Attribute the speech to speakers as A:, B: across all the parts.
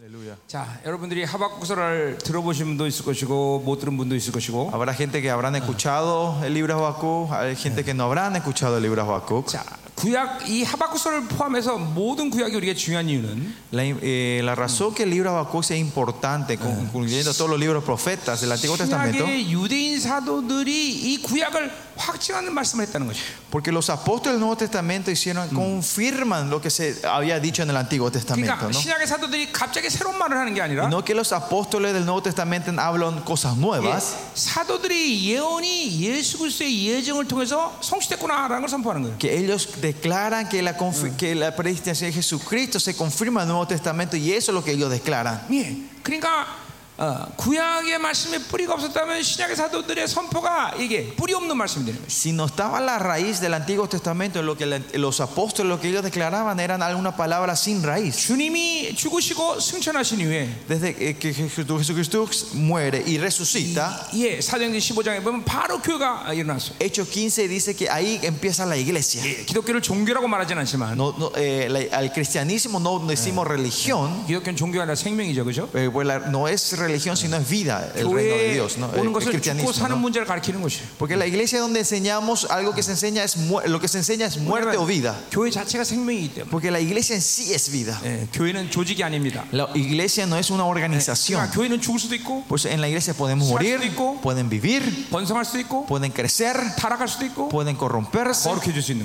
A: Aleluya.
B: 자, 여러분들이 하박국서를 들어보신 분도 있을 것이고 못 들은 분도 있을 것이고.
A: Habrá gente que habrán escuchado el libro Habacuc, hay gente que no habrán escuchado el libro Habacuc.
B: 자, 구약 이 하박국서를 포함해서 모든 구약이 우리에게 중요한 이유는
A: La, eh, la razón que el libro Habacuc sea importante, con- incluyendo todos los libros profetas del Antiguo Testamento,
B: 신약의 유대인 사도들이 이 구약을 확증하는 말씀을 했다는 거죠.
A: porque los apóstoles del Nuevo Testamento hicieron, confirman lo que se había dicho en el Antiguo Testamento.
B: 그러니까
A: ¿no?
B: 신약의 사도들이 갑자기 새로운 말을 하는 게 아니라
A: No que los apóstoles del Nuevo Testamento hablan cosas nuevas,
B: 예, 사도들이 예언이 예수 그리스도의 예정을 통해서 성취됐구나라는 걸 선포하는 거예요.
A: que ellos declaran que la, confi- que la predestinación de Jesucristo se confirma en el Nuevo Testamento y eso es lo que ellos declaran.
B: 예. 그러니까 어, 구약의 말씀에 뿌리가 없었다면 신약의 사도들의 선포가 이게 뿌리 없는 말씀이 되는 거죠.
A: Si no estaba la raíz del Antiguo Testamento, en lo que la- los apóstoles, lo que ellos declaraban eran alguna palabra sin raíz.
B: 주님이 죽으시고 승천하신 이후에
A: Desde eh, que Jesu- Jesucristo muere y resucita,
B: 예, 사도행전 15장에 보면 바로 교회가 일어났어요.
A: Hechos 15 dice que ahí empieza la iglesia.
B: 예, 기독교를 종교라고 말하진 않지만
A: No- no, eh, la- al cristianismo no decimos religión,
B: 기독교는 종교가 아니라 생명이죠. 그죠?
A: eh, pues la- no es religión, sino es vida, el reino de
B: 교회
A: Dios, ¿no?
B: 오는
A: el, el
B: 것을 죽고
A: cristianismo.
B: 사는
A: ¿no?
B: 문제를 가리키는 것이에요.
A: Porque la iglesia donde enseñamos algo que se enseña es mu- lo que se enseña es muerte o vida.
B: 교회 자체가 생명이기 때문에
A: Porque la iglesia en sí es vida.
B: 예, 교회는 조직이 아닙니다.
A: La iglesia no es una organización.
B: 그러니까 교회는 죽을 수도 있고
A: Pues en la iglesia podemos morir, pueden vivir,
B: 번성할 수도 있고
A: pueden crecer,
B: 타락할 수도 있고
A: pueden corromperse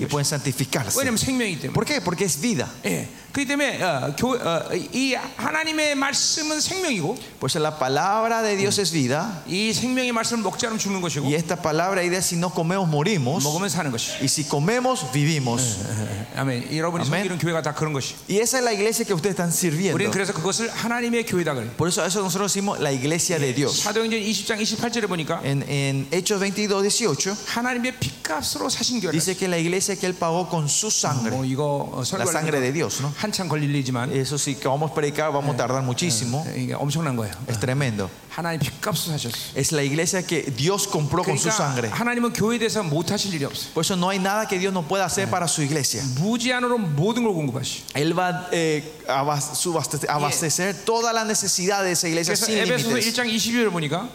A: y pueden santificarse.
B: 왜냐면 생명이기 때문에
A: ¿Por qué? Porque es vida.
B: 예, 그렇기 때문에 어, 교, 어, 이 하나님의 말씀은 생명이고
A: Pues la palabra de Dios es vida
B: 이 생명의 말씀을 먹지 않으면 죽는 것이고
A: y esta palabra idea si no comemos morimos
B: 먹으면 사는 것이
A: y si comemos vivimos.
B: 예, 아멘 여러분이
A: 아멘.
B: 섬기는 교회가 다 그런 것이
A: Y esa es la iglesia que ustedes están
B: 우리는
A: sirviendo.
B: 그래서 그것을 하나님의 교회다 그래
A: Por eso a eso nosotros decimos la iglesia de Dios.
B: 사도행전 20장 28절에 보니까
A: En, en Hechos 22, 18
B: 하나님의 핏값으로 사신 교회
A: dice que la iglesia que él pagó con su sangre,
B: 뭐 이거 어,
A: la sangre
B: 설교하는
A: de Dios, ¿no?
B: 한참 걸릴 일이지만
A: Eso sí que vamos a predicar, vamos a tardar muchísimo,
B: 이게 엄청난 거예요
A: es tremendo.
B: 하나님 핏값으로 사셨어
A: Es la iglesia que Dios compró con su sangre.
B: 그러니까 하나님은 교회에 대해서 못하실 일이 없어
A: Por eso no hay nada que Dios no pueda hacer para su iglesia.
B: 무제한으로 모든 걸 공급하시
A: Él va eh, a abas- subaste- abastecer todas las necesidades de esa iglesia
B: 그래서
A: sin
B: 에베소서
A: límites.
B: 1장 22절을 보니까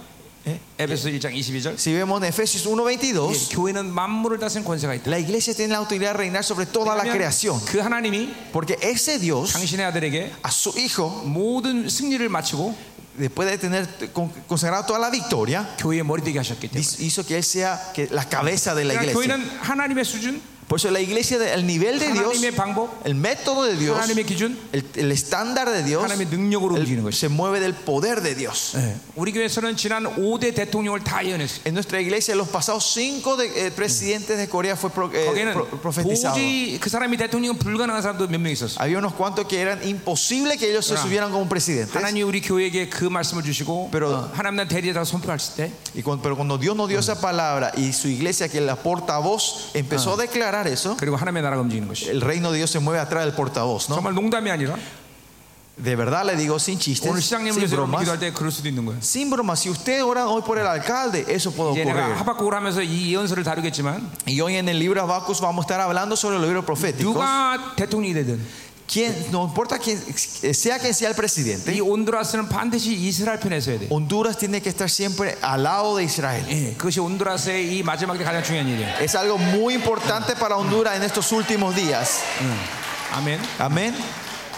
A: 예?
B: 에베소서 1장 22절 예,
A: Si vemos en Efesios 1:22,
B: 교회는 만물을 다스린 권세가 있다.
A: la iglesia tiene la autoridad de reinar sobre toda la creación,
B: 그 하나님이
A: porque ese Dios
B: 당신의 아들에게
A: a su hijo
B: 모든 승리를 마치고
A: después de tener con- consagrado toda la victoria
B: 교회의 머리 되게 하셨기 때문에.
A: Dice- hizo que él sea que la cabeza de la
B: 그러니까
A: iglesia.
B: 교회는 하나님의 수준,
A: Por eso la iglesia, de- el nivel de Dios,
B: 하나님의 방법,
A: el método de Dios,
B: 하나님의 기준,
A: el, el estándar de Dios,
B: 하나님의 능력으로
A: él
B: 움직이는 것이.
A: se mueve del poder de Dios.
B: 예. 우리 교회에서는 지난 5대 대통령을 다 예언했어요.
A: En nuestra iglesia, los pasados cinco de- eh, presidentes de Corea fue pro- eh,
B: 거기는
A: pro- profetizado.
B: 도저히 그 사람이 대통령은 불가능한 사람도 몇 명 있었어요.
A: Había unos cuantos que eran imposible que ellos se
B: 그러나
A: subieran como presidentes.
B: 하나님이 우리 교회에게 그 말씀을 주시고
A: Pero-
B: 어, 하나님의 대리에다 선포했을 때
A: Y cuando- pero cuando Dios nos dio esa palabra y su iglesia, que la portavoz empezó a declarar eso,
B: 그리고 하나님의 나라가 움직이는 것이.
A: el reino de Dios se mueve atrás del portavoz. ¿no?
B: 정말 농담이 아니라
A: De verdad le digo, sin
B: 오늘
A: chistes,
B: 시장님을
A: sin
B: 위해서 여러분
A: bromas.
B: 기도할 때 그럴 수도 있는 거예요.
A: Sin broma, si ustedes oran hoy por el alcalde, eso puede
B: 이제 내가
A: ocurrir.
B: 하박국을 하면서 이 예언서를 다루겠지만
A: Y hoy en el libro Abacus vamos a estar hablando sobre los libros proféticos.
B: 누가 대통령이 되든
A: Quien, no importa quién sea quien sea el presidente,
B: 이 온두라스는 반드시 이스라엘 편에 서야 돼.
A: Honduras tiene que estar siempre al lado de Israel.
B: 예, 그것이 온두라스의 이 마지막 때 가장 중요한 일이에요.
A: Es algo muy importante para Honduras en estos últimos días.
B: 아멘.
A: Amén.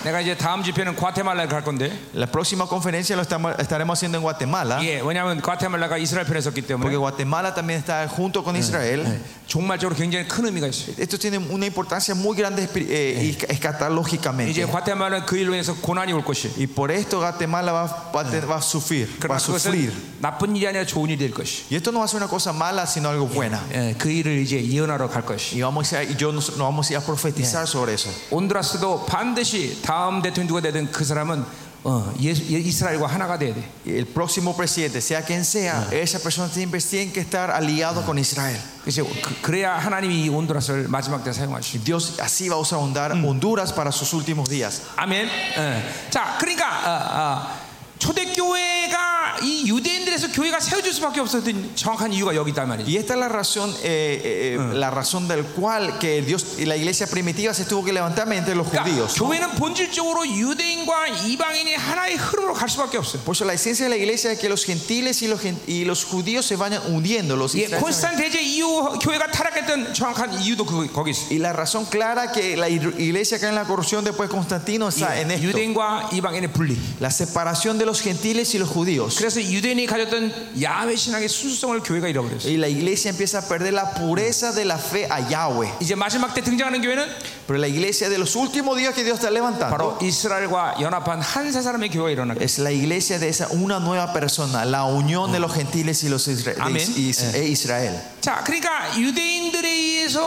B: 내가 이제 다음 집회는 과테말라에 갈 건데.
A: La próxima conferencia lo estamos- estaremos haciendo en Guatemala,
B: 예, 왜냐하면 과테말라가 이스라엘 편에 섰기
A: porque
B: 때문에
A: Guatemala también está junto con Israel.
B: 종말적으로 굉장히 큰 의미가 있어요.
A: Esto tiene una importancia muy grande espiri- eh, y
B: 이제
A: escatológicamente.
B: 과테말라 그 일로 인해서 고난이 올 것이.
A: Y por esto Guatemala va, va a te- va a sufrir, va
B: 그러나
A: a sufrir.
B: 그것은 나쁜 일이 아니라 좋은 일이 될 것이.
A: Y esto no va a ser una cosa mala, sino algo buena.
B: 예, 그 일을 이제 예언하러 갈 것이.
A: Y vamos a, y yo nos, nos vamos a ir a profetizar sobre eso.
B: 온두라스도 반드시 다음 대통령 누가 되든 그 사람은 어, 예수- 예- 이스라엘과 하나가 돼야 돼.
A: Y El próximo presidente, sea quien sea, esa persona siempre tiene que estar aliado con Israel.
B: 그래서 그- 그래야 하나님이 이 온두라스를 마지막 때 사용하시.
A: Dios así va a usar Hondar- Honduras para sus últimos días.
B: 아멘. 예. 자, 그러니까 어, 어, 초대교회가 이 유대인들에서 교회가 세워질 수밖에 없었던 정확한 이유가 여기 있단 말이죠.
A: Y esta es la razón, eh, eh, la razón del cual que Dios y la iglesia primitiva se tuvo que levantar mediante los
B: 그러니까
A: judíos. ¿no?
B: 교회는 본질적으로 유대인과 이방인이 하나의 흐름으로 갈 수밖에 없어요.
A: Por eso la esencia de la iglesia es que los gentiles y los, gen- y los judíos se vayan uniendo. Los
B: 예,
A: israelitas.
B: 콘스탄 대제 이후 교회가 타락했던 정확한 이유도 그, 거기 있어요.
A: y la razón clara que la ir- iglesia cae en la corrupción después de Constantino está en esto.
B: 유대인과 이방인의 분리.
A: La separación de los gentiles y los judíos.
B: 그래서 유대인이 가졌던 야훼 신앙의 순수성을 교회가 잃어버렸어요.
A: Y la iglesia empieza a perder la pureza de la fe a Yahweh.
B: 이제 마지막 때 등장하는 교회는
A: Pero la iglesia de los últimos días que Dios está
B: 바로
A: levantando
B: 이스라엘과 연합한 한 세 사람의 교회가 일어나게. 돼요.
A: es la iglesia de esa una nueva persona, la unión de los gentiles y los isra- de
B: Amén.
A: Is- Is- e Israel.
B: 자, 그러니까 유대인들에 의해서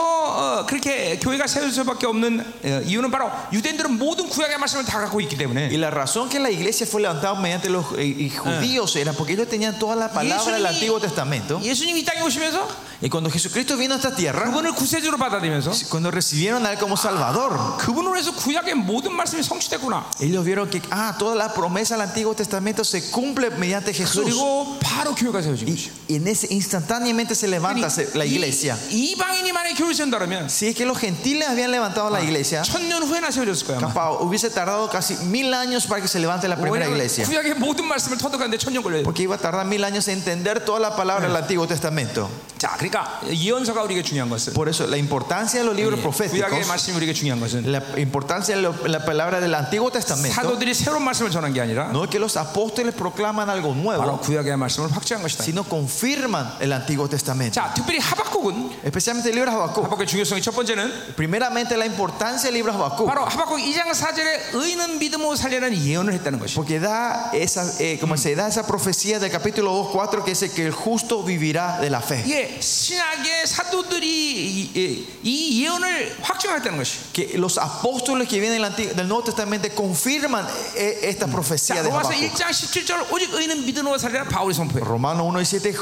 B: 어, 그렇게 교회가 세울 수밖에 없는 어, 이유는 바로 유대인들은 모든 구약의 말씀을 다 갖고 있기 때문에
A: Y la razón que la iglesia fue levantada mediante los eh, y judíos era porque ellos tenían toda la palabra del
B: 예수님이-
A: Antiguo Testamento.
B: 예수님이 이 땅에 오시면서
A: Y cuando Jesucristo vino a esta tierra,
B: 그분을 구세주로 받아들이면서
A: cuando recibieron a Él como Salvador,
B: 그분으로 해서 구약의 모든 말씀이 성취됐구나.
A: ellos vieron que ah, toda la promesa del Antiguo Testamento se cumple mediante Jesús.
B: 그리고 바로 교회가 세워진
A: Y,
B: 것이죠.
A: y en ese instantáneamente se
B: 아,
A: levanta se- la iglesia.
B: 그러니까 이, 이방인이만의 교회를 세운다면
A: Si es que los gentiles habían levantado la iglesia,
B: 천년 후에나 세워졌을 거야. 아마.
A: capaz hubiese tardado casi mil años para que se levante la primera
B: 그러니까 왜냐면 뭐,
A: iglesia.
B: 구약의 모든 말씀을 터득하는데 천년 걸려요.
A: Porque iba a tardar mil años en entender toda la palabra del Antiguo Testamento.
B: 자, 그러니까 예언서가 우리에게 중요한 것은
A: Por eso, la importancia de los libros
B: 예, 구약의
A: proféticos,
B: 말씀이 우리에게 중요한 것은
A: la importancia de lo- la palabra del Antiguo Testamento,
B: 사도들이 새로운 말씀을 전한 게 아니라
A: no es que los apóstoles proclaman algo nuevo,
B: 바로 구약의 말씀을 확증한 것이다.
A: sino confirman el Antiguo Testamento.
B: 자, 특별히 하박국은
A: Especialmente el libro de Habacuc.
B: 하박국의 중요성이 첫 번째는
A: Primeramente, la importancia del libro de Habacuc.
B: 바로 하박국 2장 4절에 의는 믿음으로 살려는 예언을 했다는 것이.
A: Porque da esa, eh, como se da esa profecía del capítulo 2, 4 que dice que el justo vivirá de la fe.
B: 이게 신약의 사도들이 이- 이, 이 예언을 확증했다는 것이.
A: Que los apóstoles que vienen del, Antiguo- del Nuevo Testamento confirman eh, esta
B: 자,
A: profecía de
B: 로마서
A: Habacuc.
B: 1장 17절 오직 의는 믿음으로 살리라 바울이 선포해요.
A: Romano 1 y 7,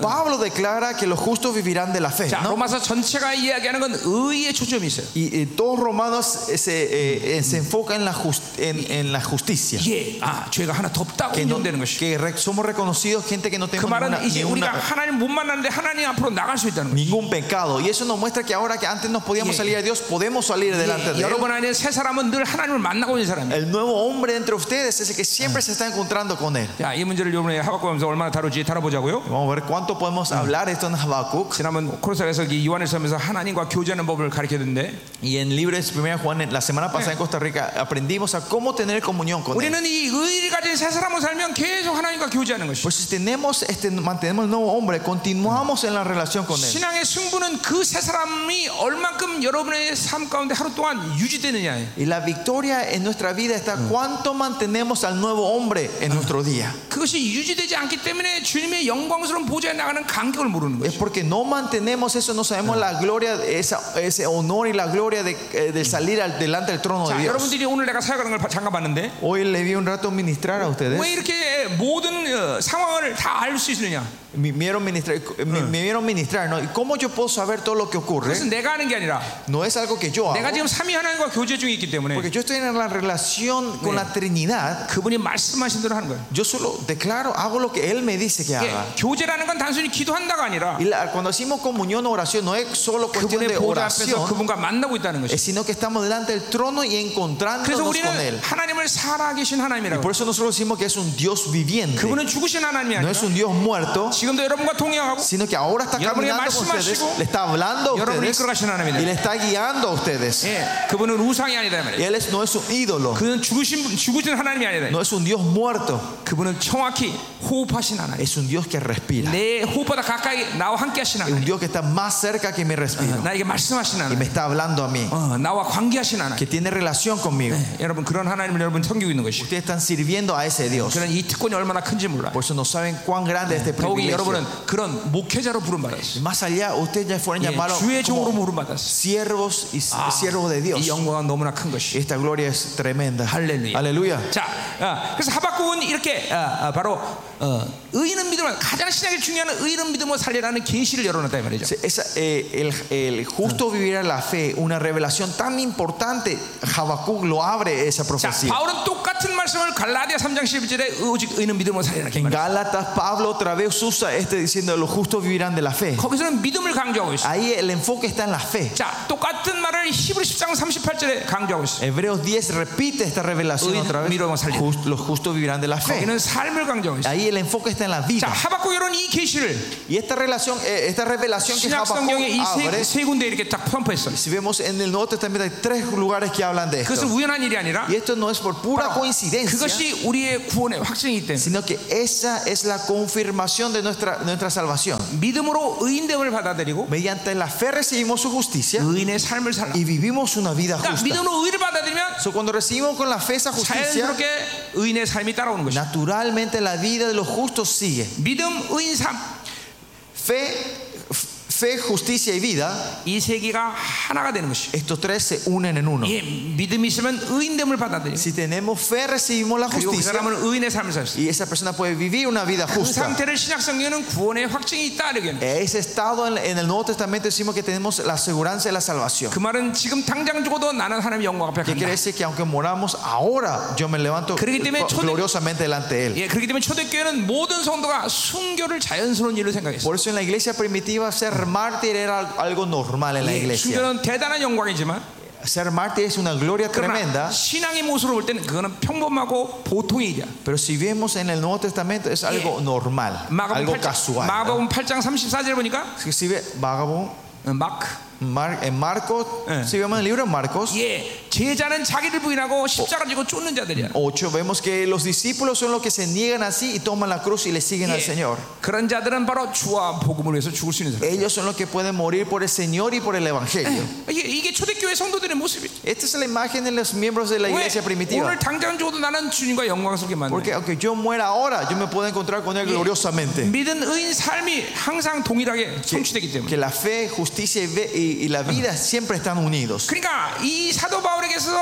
A: Pablo declara que los justos vivirán de la fe.
B: 자,
A: ¿no?
B: 로마서 전체가 이야기하는 건 의의 초점이 있어요.
A: Y eh, todos romanos eh, se, eh, eh, se enfoca en la, jus- en, en la justicia.
B: 예, 아, 죄가 하나 더 없다고
A: Que, no-
B: 인정되는 것이.
A: que re- somos reconocidos gente que no
B: 그
A: tenemos ninguna-
B: 말은 이제 우리가
A: ninguna-
B: 하나님 못 만났는데 하나님 앞으로 나갈 수 있다는 거예요.
A: ningún pecado. Y eso nos muestra que ahora que antes nos podíamos
B: Yeah.
A: salir a Dios, podemos salir delante
B: 예,
A: de Él.
B: 여러분 안에 새 사람은 늘 하나님을 만나고 있는 사람이에요.
A: El nuevo hombre entre ustedes es el que siempre se está encontrando con Él.
B: 자, 이 문제를 여러분의 하박국하면서 얼마나 다루지 다뤄보자고요.
A: Vamos a ver cuánto podemos hablar esto en Habacuc.
B: 지난번 코로사에서 요한일서면서 하나님과 교제하는 법을 가르쳤는데
A: Y en Libres 1 Juan, la semana pasada en Costa Rica, aprendimos a cómo tener comunión con Él.
B: 우리는 이 의를 가진 새 사람으로 살면 계속 하나님과 교제하는 것이.
A: Por si tenemos este, mantenemos el nuevo hombre, continuamos en la relación con Él.
B: 신앙의 승부는 그 세 사람이 얼만큼 여러분의 삶 가운데 하루 동안 유지되느냐예요.
A: Y la victoria en nuestra vida está cuánto mantenemos al nuevo hombre en nuestro día.
B: 그것이 유지되지 않기 때문에 주님의 영광스러운 보좌에 나가는 간격을 모르는
A: Es
B: 거죠.
A: porque no mantenemos eso, no sabemos la gloria, esa- ese honor y la gloria de, eh, de salir al- delante del trono de
B: 자,
A: Dios.
B: 여러분들이 오늘 내가 사역하는 걸 잠깐 봤는데
A: Hoy le vi un rato ministrar a ustedes.
B: 왜 이렇게 모든 어, 상황을 다 알 수 있느냐?
A: Me vieron ministrar, me, me vieron ministrar ¿no? ¿Y cómo yo puedo saber todo lo que
B: 그것은
A: ocurre?
B: 내가 하는 게 아니라
A: No es algo que yo
B: 내가 지금
A: hago,
B: 삼위 하나님과 교제 중에 있기 때문에
A: porque yo estoy en la relación con la Trinidad.
B: 그분이 말씀하신 대로 하는 거예요.
A: Yo solo declaro, hago lo que Él me dice que
B: 이게
A: haga.
B: 교제라는 건 단순히 기도한다가 아니라
A: Y la- cuando decimos comunión o oración, no es solo cuestión
B: 그분의
A: de
B: 보좌 앞에서
A: oración,
B: 그분과 만나고 있다는 것이.
A: es sino que estamos delante del trono y
B: 그래서
A: encontrándonos con
B: 우리는
A: Él.
B: 하나님을 살아계신 하나님이라고.
A: Por eso nosotros decimos que es un Dios viviente,
B: 그분은 죽으신 하나님이
A: no
B: 아니라
A: es un Dios muerto.
B: 지금도 여러분과 동행하고
A: Sino que ahora está
B: 여러분에게
A: caminando con ustedes,
B: 말씀하시고,
A: le está hablando a
B: 여러분을
A: ustedes
B: 이끌어 가시는 하나님이다.
A: y le está guiando a ustedes.
B: 예, 그분은 우상이 아니다 이
A: Y
B: 말이에요.
A: Él es- no es un ídolo.
B: 그는 죽으신 분- 죽으신 하나님이 아니다.
A: No es un Dios muerto,
B: 그분은 정확히 호흡하신 하나님.
A: es un Dios que respira.
B: 내 호흡보다 가까이 나와 함께 하신
A: Es un
B: 하나님.
A: Dios que está más cerca que mi respiro
B: 나에게 말씀하신
A: y me
B: 하나님.
A: está hablando a mí,
B: 어, 나와 관계하신 하나님.
A: que tiene relación conmigo.
B: 여러분 그런 하나님을 여러분 섬기고 있는 것이.
A: Ustedes están sirviendo a ese Dios.
B: 그런 이 특권이 얼마나 큰지 몰라. 요
A: Por eso no 사ben cuán grande es este
B: 더욱이
A: privilegio.
B: 여러분은 그런 목회자로 부름받았어요.
A: Más allá, ustedes ya fueron
B: 예,
A: llamados
B: 주의 종으로
A: como
B: 부름받았어요.
A: siervos Ah, y
B: 아,
A: siervos de
B: 이
A: Dios.
B: 영광은 너무나 큰 것이.
A: Esta gloria es tremenda.
B: 할렐루야.
A: Aleluya.
B: 자, 어, 그래서 하박국은 이렇게 어, 어, 바로 어, 의인은 믿음을 가장 신약에 중요한 의인은 믿음으로 살리라는 계시를 열어놨다 이 말이죠.
A: Sí, esa, Ah. eh, el, el justo vivirá la fe, una revelación tan importante, Habacuc Juan lo abre esa
B: 자,
A: profecía.
B: 바울은 똑같은 말씀을 갈라디아 3장 11절에 오직 의는 믿음으로 살리라 이렇게
A: En
B: 말해요.
A: Gálatas, Pablo otra vez usa este diciendo, los justos vivirán de la fe.
B: 거기서는 믿음을 강조하고 있어요.
A: Ahí el enfoque está en la fe.
B: 자, 똑같은 말을 히브리 10장 38절에 강조하고 있어요.
A: Hebreos 10 repite esta revelación
B: Hoy
A: otra vez.
B: miro más allá.
A: Just- los justos vivirán de la fe.
B: 여기는 삶을 강조하고 있어요.
A: Ahí el enfoque está en la
B: 자,
A: vida.
B: 하박국 이런 이 계시를
A: Y esta relación, eh, esta revelación que
B: 신약
A: Habacuc
B: 성경에
A: abre,
B: 이세 세 군데 이렇게 딱 펌프했어.
A: si vemos en el Nuevo Testamento hay tres lugares que hablan de
B: 그것은
A: esto.
B: 우연한 일이 아니라
A: Y esto no es por pura coincidencia,
B: 예. 그것이 우리의 구원의 확증이기 때문에
A: sino que esa es la confirmación de nuestra, nuestra salvación.
B: 믿음으로 의인됨을 받아들이고
A: Mediante la fe recibimos su justicia
B: 의인의 삶을 살라.
A: y vivimos una vida
B: 그러니까
A: justa.
B: 믿음으로 의를 받아들이면 아,
A: So, cuando recibimos con la fe esa justicia,
B: 자연스럽게 의인의 삶이 따라오는 것이죠.
A: naturalmente la vida de los justos sigue.
B: 믿음, 의인, 삶.
A: Fe, fe, justicia y vida,
B: 이 세 개가 하나가 되는 것이죠.
A: estos tres se unen en uno.
B: 예, 믿음이 있으면 의인됨을 받아들이고
A: Si tenemos fe, recibimos la
B: 예, 그리고 그
A: justicia
B: 사람은 의인의 삶을 살수 있어요.
A: y esa persona puede vivir una vida
B: 예, 그
A: justa.
B: 상태를 신약성경은 구원의 확증이 있다 이렇게 합니다.
A: Ese estado en, en el Nuevo Testamento decimos que tenemos la aseguranza de la salvación.
B: 그 말은 지금 당장 죽어도 나는 하나님의 영광 앞에
A: Que quiere
B: 간다.
A: decir que aunque moramos ahora, yo me levanto
B: 그렇기 때문에 초대-
A: gloriosamente delante de Él.
B: 예, 그렇기 때문에 초대교회는 모든 성도가 순교를 자연스러운 일로 생각했어요.
A: Por eso en la iglesia primitiva ser mártir era al- algo normal en la
B: 예,
A: iglesia.
B: 순교는 대단한 영광이지만
A: Ser mártir es una gloria
B: 그러나
A: tremenda,
B: 신앙의 모습으로 볼 때는 그거는 평범하고 보통의 일이야.
A: pero si vemos en el Nuevo Testamento es algo normal,
B: 마가복음
A: algo
B: 8장,
A: casual.
B: 마가복음 8장 34절 보니까
A: Si- Si ve Vagabond,
B: 어, 마크
A: Mar- en Marcos,
B: Eh.
A: si vemos en el libro de Marcos
B: 예, 제자는 자기를 부인하고 십자가 지고 쫓는 자들이야.
A: 8, vemos que los discípulos son los que se niegan así y toman la cruz y le siguen al Señor.
B: 그런 자들은 바로 주와 복음을 위해서 죽을 수 있는 사람.
A: Ellos son los que pueden morir por el Señor y por el Evangelio.
B: 이게, 이게 초대교회 성도들의 모습이죠.
A: Esta es la imagen de los miembros de la
B: 왜
A: iglesia primitiva.
B: 오늘 당장 죽어도 나는 주님과 영광스럽게 만나.
A: Porque aunque yo muera ahora, yo me puedo encontrar con Él gloriosamente.
B: 믿은 의인 삶이 항상 동일하게 성취되기 때문에.
A: Que la fe, justicia y, ve- y- y la vida siempre están unidos.
B: 그러니까 이 사도 바울에게서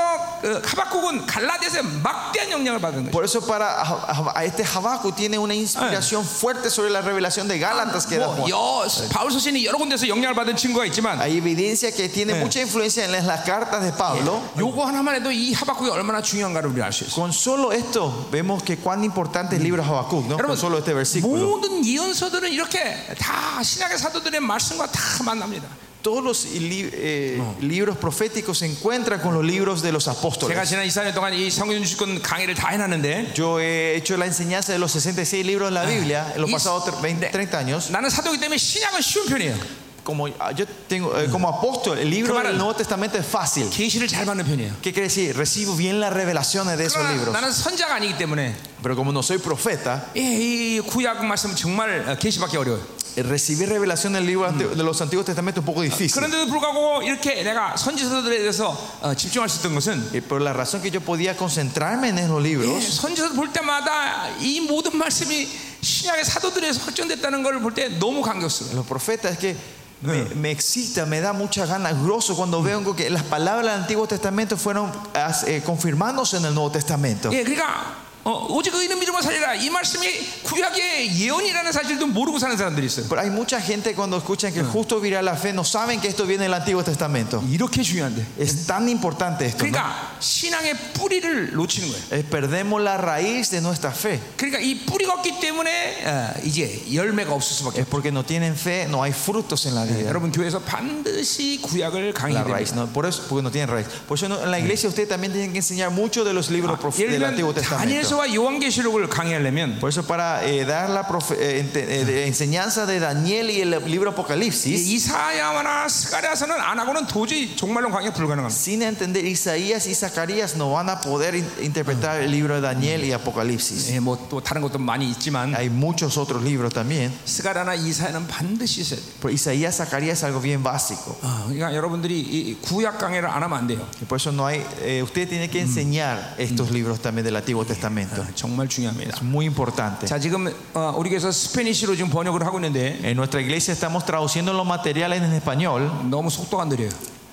B: 어, 하박국은 갈라디아서 막대한 영향을 받은 거죠.
A: Por eso para a- a- a este Habacuc tiene una inspiración fuerte sobre la revelación de Gálatas que da
B: 뭐
A: Juan.
B: 여, 바울 서신이 여러 군데서 영향을 받은 증거가 있지만
A: Hay evidencia que tiene
B: Eh.
A: mucha influencia en las- las cartas de Pablo.
B: 요거 하나만 해도 이 하박국이 얼마나 중요한가를 우리 알 수 있어요.
A: Con solo esto vemos que cuán importante es el libro de Habacuc, ¿no? Con solo este
B: 그
A: versículo.
B: 모든 예언서들은 이렇게 다 신약의 사도들의 말씀과 다 만납니다.
A: Todos los li- eh, libros proféticos se encuentran con los libros de los
B: 제가
A: apóstoles.
B: 지난 24년 동안 이 성경 주권 강의를 다 해놨는데
A: Yo he hecho la enseñanza de los 66 libros de la Biblia en los
B: Ah. Y-
A: pasados tre- 20, 30 años.
B: 나는 사도기 때문에 신약은 쉬운 편이에요.
A: Como ah, yo tengo eh, como apóstol, el libro
B: Mm. Cámara.
A: del Nuevo Testamento es fácil.
B: 계시를 잘 받는 편이에요.
A: ¿Qué quiere decir? Recibo bien las revelaciones de esos
B: 그러나
A: libros.
B: 나는 선자가 아니기 때문에
A: Pero como no soy profeta,
B: 예, 이 구약 말씀 정말 어, 계시밖에 어려워요.
A: eh, recibir revelación del libro
B: Mm.
A: ante- de los Antiguos Testamentos es un poco
B: Ah,
A: difícil.
B: 그런데도 불구하고 이렇게 내가 선지서들에 대해서 어, 집중할 수 있던 것은
A: Eh, Pero la razón que yo podía concentrarme en
B: 예,
A: esos libros
B: 선지서 볼 때마다 이 모든 말씀이 신약의 사도들에서 확정됐다는 걸 볼 때 너무 감격스러워요.
A: Los profetas es que me, me excita, me da mucha ganas, grosso cuando veo que las palabras del Antiguo Testamento fueron as- eh, confirmándose en el Nuevo Testamento.
B: 예, 그러니까 어, 오직 의인은 믿음으로 살리라 이 말씀이 구약의 예언이라는 사실도 모르고 사는 사람들이 있어요.
A: Pero hay mucha gente cuando escuchan que el justo virá la fe, no saben que esto viene del Antiguo Testamento.
B: 이렇게 중요한데.
A: Es tan importante esto. ¿no?
B: 그러니까 신앙의 뿌리를 놓치는 거예요.
A: Eh, Perdemos la raíz de nuestra fe.
B: 그러니까 이 뿌리가 없기 때문에 어, 이제 열매가 없을 수밖에.
A: Es porque no tienen fe, no hay frutos en la
B: 없어요.
A: vida.
B: 여러분 교회에서 반드시 구약을
A: La
B: 강의해야
A: raíz,
B: 됩니다.
A: no, por eso, porque no tienen raíz. Por eso no- en la iglesia ustedes también tienen que enseñar mucho de los libros prof-
B: 예를
A: del Antiguo
B: 들면
A: Testamento.
B: 다니엘서와 요한계시록을 강의하려면
A: Por eso para eh, dar la profe- eh, ente- eh, de- enseñanza de Daniel y el libro Apocalipsis,
B: 이사야나 스가랴서는 안 하고는 도저히 종말론 강의가 불가능합니다.
A: sin entender Isaías y Zacarías no van a poder in- interpretar el libro de Daniel y Apocalipsis.
B: 예, 뭐또 다른 것도 많이 있지만
A: Hay muchos otros libros también,
B: 예. 스가랴나 이사야는 반드시 있어야 돼요.
A: pero Isaías, Zacarías es algo bien básico.
B: 어, 그러니까 여러분들이 이 구약 강의를 안 하면 안 돼요.
A: Y Por eso no hay, eh, usted tiene que enseñar estos libros también del Antiguo Testamento.
B: 아, 정말 중요합니다.
A: Es muy importante.
B: 자 지금 어, 우리 교회에서 스페니쉬로 지금 번역을 하고 있는데
A: En nuestra iglesia estamos traduciendo los materiales en español,
B: 너무 속도가 안 느려요.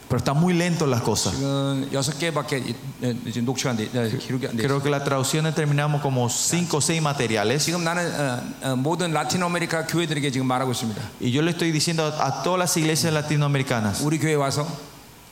A: pero está muy lento las cosas.
B: 지금 여섯 개밖에 이- 예, 지금 녹취가 안 돼, 예, 기록이 안 돼. 있어요.
A: Creo que la traducción terminamos como cinco o seis materiales.
B: 지금 나는 어, 어, 모든 라틴 아메리카 교회들에게 지금 말하고 있습니다.
A: Y yo le estoy diciendo a todas las iglesias latinoamericanas
B: 우리 교회 와서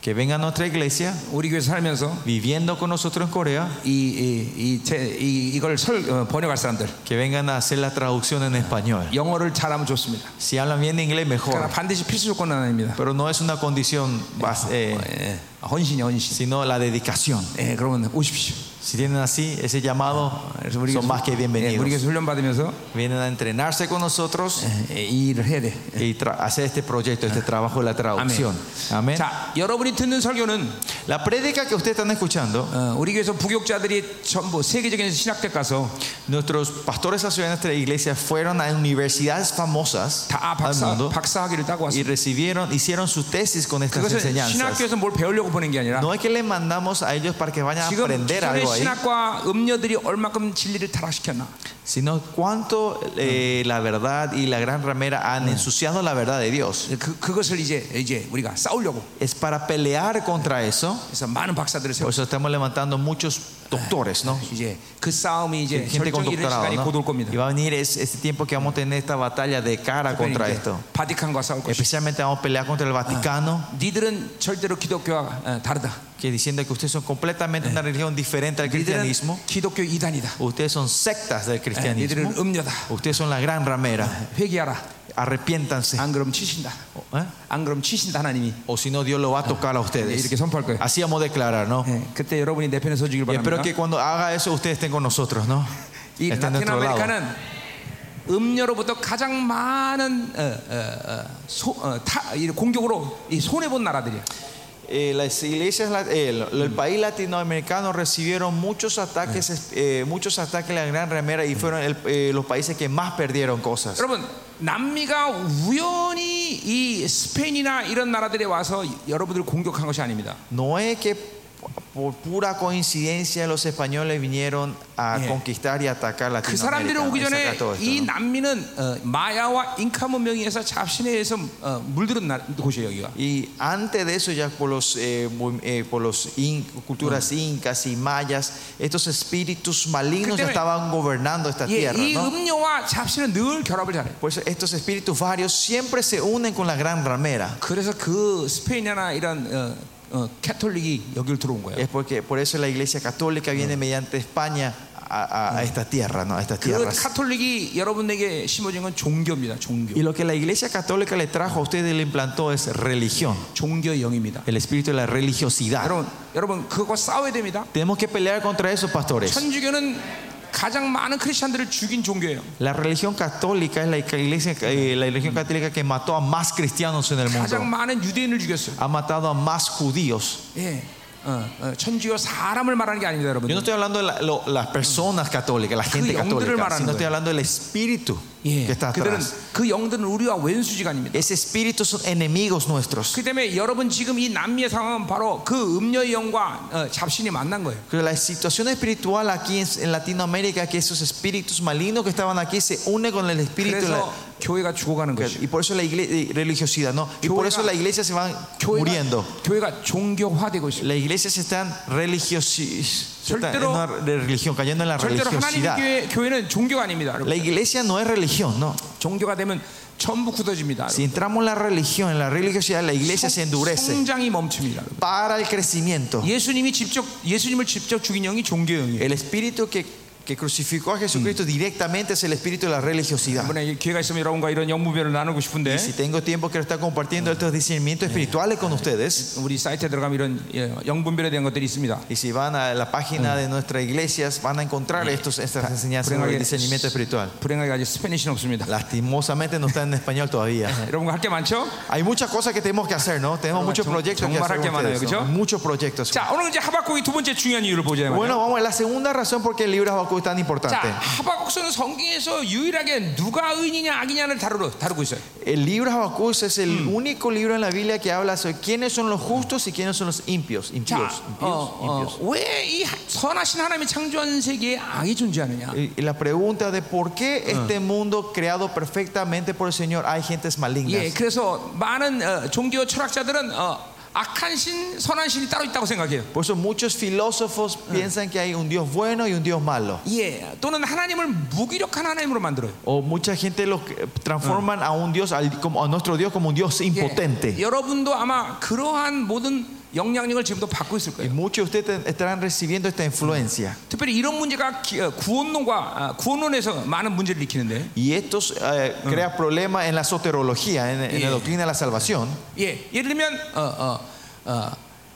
A: que que venga a nuestra iglesia
B: 우리 교회 살면서
A: viviendo con nosotros en Corea,
B: 이이이 이, 이걸 설, 어, 번역할 사람들
A: que vengan a hacer la traducción en español.
B: 영어를 잘하면 좋습니다.
A: Si hablan bien inglés, mejor.
B: 그러나 반드시 필수 조건은 아닙니다.
A: Pero no es una condición, bas- eh,
B: 예, 헌신이 헌신.
A: sino la dedicación.
B: 예, 그러면 오십시오.
A: Si tienen así ese llamado,
B: 그래서 우리
A: son
B: 교회-
A: más que
B: 예, 우리
A: bienvenidos.
B: 교회 훈련 받으면서
A: Vienen a entrenarse con nosotros
B: 예, 이 일을 해야 돼.
A: y tra- hacer este proyecto, este trabajo de la traducción. Amén.
B: 자, 여러분이 듣는 설교는
A: La prédica que ustedes están escuchando,
B: 어, 우리 교회에서 부교육자들이 전부 세계적인 신학대 가서
A: nuestros pastores asociados de nuestra iglesia fueron a universidades famosas
B: 다 아,
A: al
B: 박사
A: mundo
B: 박사학위를 따고
A: y
B: 왔습니다.
A: recibieron, hicieron su tesis con estas
B: 그것은
A: enseñanzas.
B: 신학교에서 뭘 배우려고 보낸 게 아니라
A: No es que les mandamos a ellos para que vayan a
B: 지금
A: aprender
B: 기존의
A: algo ahí,
B: 신학과 음녀들이 얼마큼 진리를 타락시켰나.
A: sino cuánto eh, la verdad y la gran ramera han ensuciado la verdad de Dios.
B: 그 그것을 이제 이제 우리가 싸우려고.
A: Es para pelear contra eso.
B: 그래서 많은 박사들을 세워.
A: Por eso estamos levantando muchos doctores, ¿no?
B: 이제 그 싸움이 이제
A: Gente con
B: 결정이 이른
A: doctorado,
B: 시간이 곧 올
A: ¿no?
B: 겁니다.
A: Y va a venir es- este tiempo que vamos a tener esta batalla de cara contra
B: 그러니까 이제
A: esto.
B: 바티칸과 싸울 것이.
A: Especialmente vamos a pelear contra el Vaticano,
B: 니들은 절대로 기독교와 어, 다르다.
A: que diciendo que ustedes son completamente una religión diferente al
B: 니들은
A: cristianismo.
B: 기독교 이단이다.
A: Ustedes son sectas del cristianismo.
B: 니들은 음녀다.
A: Ustedes son la gran ramera.
B: 회개하라.
A: Arrepiéntanse.
B: 안 그럼 치신다.
A: ¿Eh?
B: 안 그럼 치신다 하나님이.
A: O si no, Dios lo va a tocar a
B: 네, 이렇게
A: ustedes.
B: 선포할 거예요.
A: Así vamos a declarar, ¿no?
B: 예, 그때 여러분이 내 편에 서주길
A: Y espero
B: 바랍니다.
A: que cuando haga eso ustedes estén con nosotros, ¿no?
B: 이
A: Estén de
B: 라틴
A: nuestro lado.
B: 아메리카는 음료로부터 가장 많은 어, 어, 어, 소, 어, 타, 이 공격으로 이 손해 본 나라들이야.
A: Eh, las iglesias, la- eh, el, el país latinoamericano recibieron muchos ataques, eh, muchos ataques a la Gran Remera y fueron el- eh, los países que más perdieron cosas.
B: 여러분 남미가 우연히 이 스페인이나 이런 나라들에 와서 여러분들을 공격한 것이 아닙니다.
A: No es que por pura coincidencia los españoles vinieron a conquistar y atacar
B: 그 사람들이
A: Latinoamérica.
B: 오기
A: Ahí
B: 전에
A: saca todo esto,
B: 이
A: ¿no?
B: 남미는 어, 마야와 잉카 문명에 의해서 잡신에 의해서 어, 물들은 나- 곳이에요 여기가.
A: Y antes de eso, ya por los, eh, mu- eh, por los in- culturas incas y mayas, estos espíritus malignos ya
B: 그때문에-
A: estaban gobernando esta
B: 예,
A: tierra.
B: 이
A: ¿no?
B: 음료와 잡신은 늘 결합을 잘해.
A: Por eso estos espíritus varios siempre se unen con la gran ramera.
B: 그래서 그 스페인이나 이런 어, 어, 캐톨릭이 여기를 들어온 거예요.
A: Es porque por eso la iglesia católica viene mediante España a, a- a esta tierra, ¿no? A estas
B: 그
A: tierras.
B: 카톨릭이 여러분에게 심어진 건 종교입니다. 종교.
A: Y lo que la iglesia católica le trajo a ustedes y le implantó es religión,
B: 종교의 영입니다.
A: el espíritu de la religiosidad.
B: 여러분, 여러분 그거 싸워야 됩니다.
A: Tenemos que pelear contra esos pastores.
B: 천주교는 가장 많은 크리스천들을 죽인 종교예요.
A: La religión católica es la iglesia, eh, la religión católica que mató a más cristianos en el mundo.
B: 가장 많은 유대인을 죽였어요.
A: Ha matado a más judíos.
B: 예. 어, 어, 천주교 사람을 말하는 게 아닙니다,
A: Yo no
B: 여러분.
A: estoy hablando de la- lo- las personas católicas, la gente católica, sino estoy hablando del espíritu
B: 예.
A: que está
B: 그들은
A: atrás.
B: 그 영들은 우리와 왼수지간입니다.
A: Ese espíritu son enemigos nuestros.
B: 그 때문에 여러분 지금 이 남미의 상황은 바로 그 음녀의 영과 어, 잡신이 만난 거예요.
A: Pero la situación espiritual aquí en, en Latinoamérica, que esos espíritus malignos que estaban aquí se une con el espíritu. de
B: 그래서
A: la-
B: 교회가 죽어가는 것이.
A: y por eso la iglesia, religiosidad, ¿no? Y por eso la iglesia se van muriendo.
B: 교회가 종교화되고 있어요.
A: La iglesia se están religiosi se está en
B: 절대로-
A: una re- religión, cayendo en la
B: 절대로 하나님
A: religiosidad.
B: 교회, 교회는 종교가 아닙니다. 여러분.
A: La iglesia no es religión, no.
B: 종교가 되면 전부 굳어집니다.
A: Si entramos en la religión, en la religiosidad, la iglesia se endurece
B: 성장이 멈춥니다. 여러분.
A: para el crecimiento.
B: 예수님이 직접 예수님을 직접 죽인 영이 종교의 영이에요.
A: El espíritu que, que crucificó a Jesucristo directamente es el espíritu de la religiosidad.
B: 이번에 이 기회가 있으면 여러분과 이런 영무별을 나누고 싶은데
A: Si tengo tiempo quiero estar compartiendo estos discernimientos espirituales con ustedes.
B: 우리 사이트에 들어가면 이런 예, 영분별에 대한 것들이 있습니다.
A: Y si van a la página de nuestras iglesias van a encontrar estos, estas enseñanzas
B: Prueba
A: sobre
B: que-
A: discernimiento espiritual.
B: 불행하게 아직 스페니쉬는 없습니다.
A: Lastimosamente no está en español todavía.
B: 여러분과 할 게 많죠?
A: Hay muchas cosas que tenemos que hacer, ¿no? Tenemos muchos
B: 정-
A: proyectos que
B: 정말
A: hacer.
B: 할게
A: con
B: 많아요,
A: ustedes, ¿no?
B: 그죠?
A: Muchos proyectos.
B: 자, 오늘 이제 하박국의 두 번째 중요한 이유를 보자 말이에요.
A: Bueno, vamos a ver la segunda razón por qué el libro de Habacuc es tan
B: 자,
A: importante.
B: 하박국서는 성경에서 유일하게 누가 의인이냐 악이냐를 다루고, 다루고 있어요.
A: El libro de Habacuc es el único libro en la Biblia que habla sobre quiénes son los justos y quiénes son los impios.
B: 자,
A: Impios,
B: 어,
A: impios, impios.
B: 어, 왜이 선하신 하나님이 창조한 세계에 악이 존재하느냐?
A: Y y la pregunta de por qué este mundo creado perfectamente por el Señor hay gentes malignas.
B: 예, 그래서 많은 어, 종교 철학자들은 어, 악한 신, 선한 신이 따로 있다고 생각해요.
A: Por eso muchos filósofos piensan que hay un Dios bueno y un Dios malo.
B: 예, 또는 하나님을 무기력한 하나님으로 만들어요.
A: O mucha gente lo que- transforman a un Dios, al- como- a nuestro Dios como un Dios
B: 예,
A: impotente.
B: 여러분도 아마 그러한 모든 영향력을 지금도 받고 있을
A: Y
B: 거예요.
A: muchos de ustedes estarán recibiendo esta influencia.
B: 특별히 이런 문제가 기- 어, 구원론과 아, 구원론에서 많은 문제를 일으키는데,
A: Y esto eh, crea problemas en la soterología, en, en
B: Yeah.
A: la doctrina de la salvación.
B: 예, 예를 들면 어, 어, 어,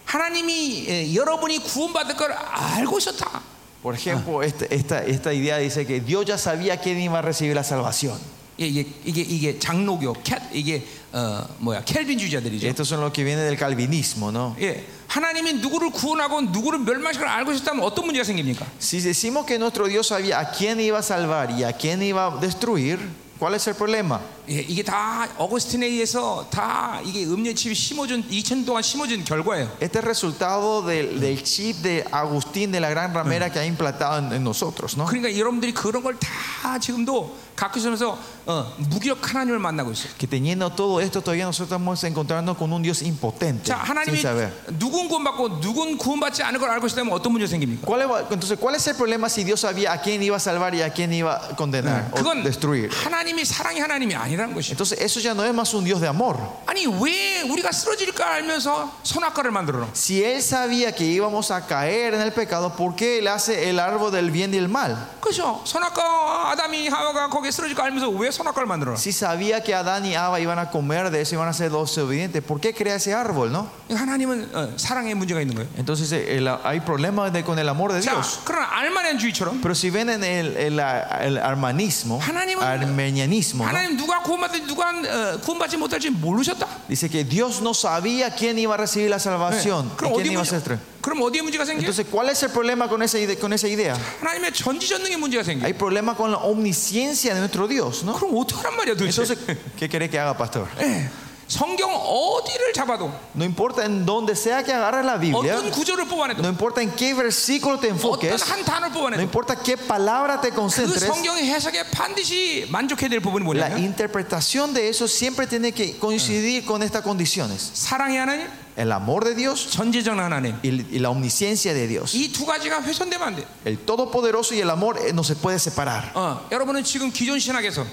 B: 하나님이 예, 여러분이 구원받을 걸 알고 있었다.
A: Por ejemplo, este- esta, esta idea dice que Dios ya sabía quién iba a recibir la salvación.
B: 예, 이게 이게 이게 장로교, 캣, 이게 어, 뭐야 켈빈주의자들이죠.
A: Estos son los que vienen del calvinismo, ¿no?
B: 예, 하나님이 누구를 구원하고 누구를 멸망시킬 걸 알고 있었다면 어떤 문제가 생깁니까?
A: Si decimos que nuestro Dios sabía a quién iba a salvar y a quién iba a destruir, ¿cuál es el problema?
B: 예, 이게 다 어거스틴에 의해서 다 이게 음료 칩이 심어준 2000 동안 심어준 결과예요.
A: Este es resultado del, del chip de Agustín de la gran ramera que ha implantado en, en nosotros, ¿no?
B: 그러니까 여러분들이 그런 걸 다 지금도 갖고 있으면서 어, 무기력한 하나님을 만나고 있어요.
A: Que teniendo todo esto, todavía nosotros estamos encontrándonos con un Dios impotente,
B: 자,
A: sin
B: 하나님이
A: saber.
B: 누군 구원받고 누군 구원받지 않을 걸 알고 있다면 어떤 문제 가 생깁니까?
A: ¿Cuál es- entonces, ¿cuál es el problema si Dios sabía a quién iba a salvar y a quién iba a condenar o
B: 네. 그건
A: destruir?
B: 하나님이 사랑의 하나님이 아니라는 것이죠.
A: Entonces, eso ya no es más un Dios de amor.
B: 아니 왜 우리가 쓰러질까 알면서 선악과를 만들어 놓은?
A: Si Él sabía que íbamos a caer en el pecado, ¿por qué Él hace el árbol del bien y el mal?
B: 그죠? 그렇죠. 선악과 아담이 하와가 거기에 쓰러질까 알면서 왜 선악과를 만들어?
A: Si sabía que Adán y Eva iban a comer de eso y iban a ser desobedientes, ¿por qué crea ese árbol, no?
B: 하나님은 어, 사랑의 문제가 있는 거예요.
A: Entonces, eh, el- hay problemas de- con el amor de
B: 자,
A: Dios.
B: 그러나 알마니안주의처럼
A: Pero si ven en el, el, el armanismo,
B: 하나님은-
A: armenianismo, ¿no?
B: 하나님 누가 구원받을지 누가 어, 구원받지 못할지 모르셨다.
A: dice que Dios no sabía quién iba a recibir la salvación, y
B: 그럼
A: quién
B: 어디
A: iba a ser.
B: 문제? 그럼 어디에 문제가 생겨?
A: Entonces, ¿cuál es el problema con esa idea? Con esa idea?
B: 하나님의 전지전능의 문제가 생겨.
A: Hay problema con la omnisciencia de nuestro Dios, ¿no?
B: 그럼 어떡하란 말이야 도대체?
A: Entonces, ¿qué querés que haga, pastor?
B: 예. 성경 어디를 잡아도
A: No importa en donde sea que agarres la Biblia,
B: 어떤 구절을 뽑아내도
A: no importa en qué versículo te
B: 어떤
A: enfoques,
B: 한 단어를
A: no
B: 뽑아내도
A: importa qué palabra te
B: 그
A: concentres,
B: 성경의 해석에 반드시 만족해야 될 부분이
A: la
B: 뭐냐면
A: interpretación de eso siempre tiene que coincidir con estas condiciones.
B: 사랑의 하나님,
A: El amor de Dios
B: 전지전능 하나님.
A: y y la omnisciencia de Dios.
B: 이 두 가지가 훼손되면 안 돼.
A: El Todopoderoso y el amor eh, no se puede separar.
B: 어, 여러분은 지금 기존 신학에서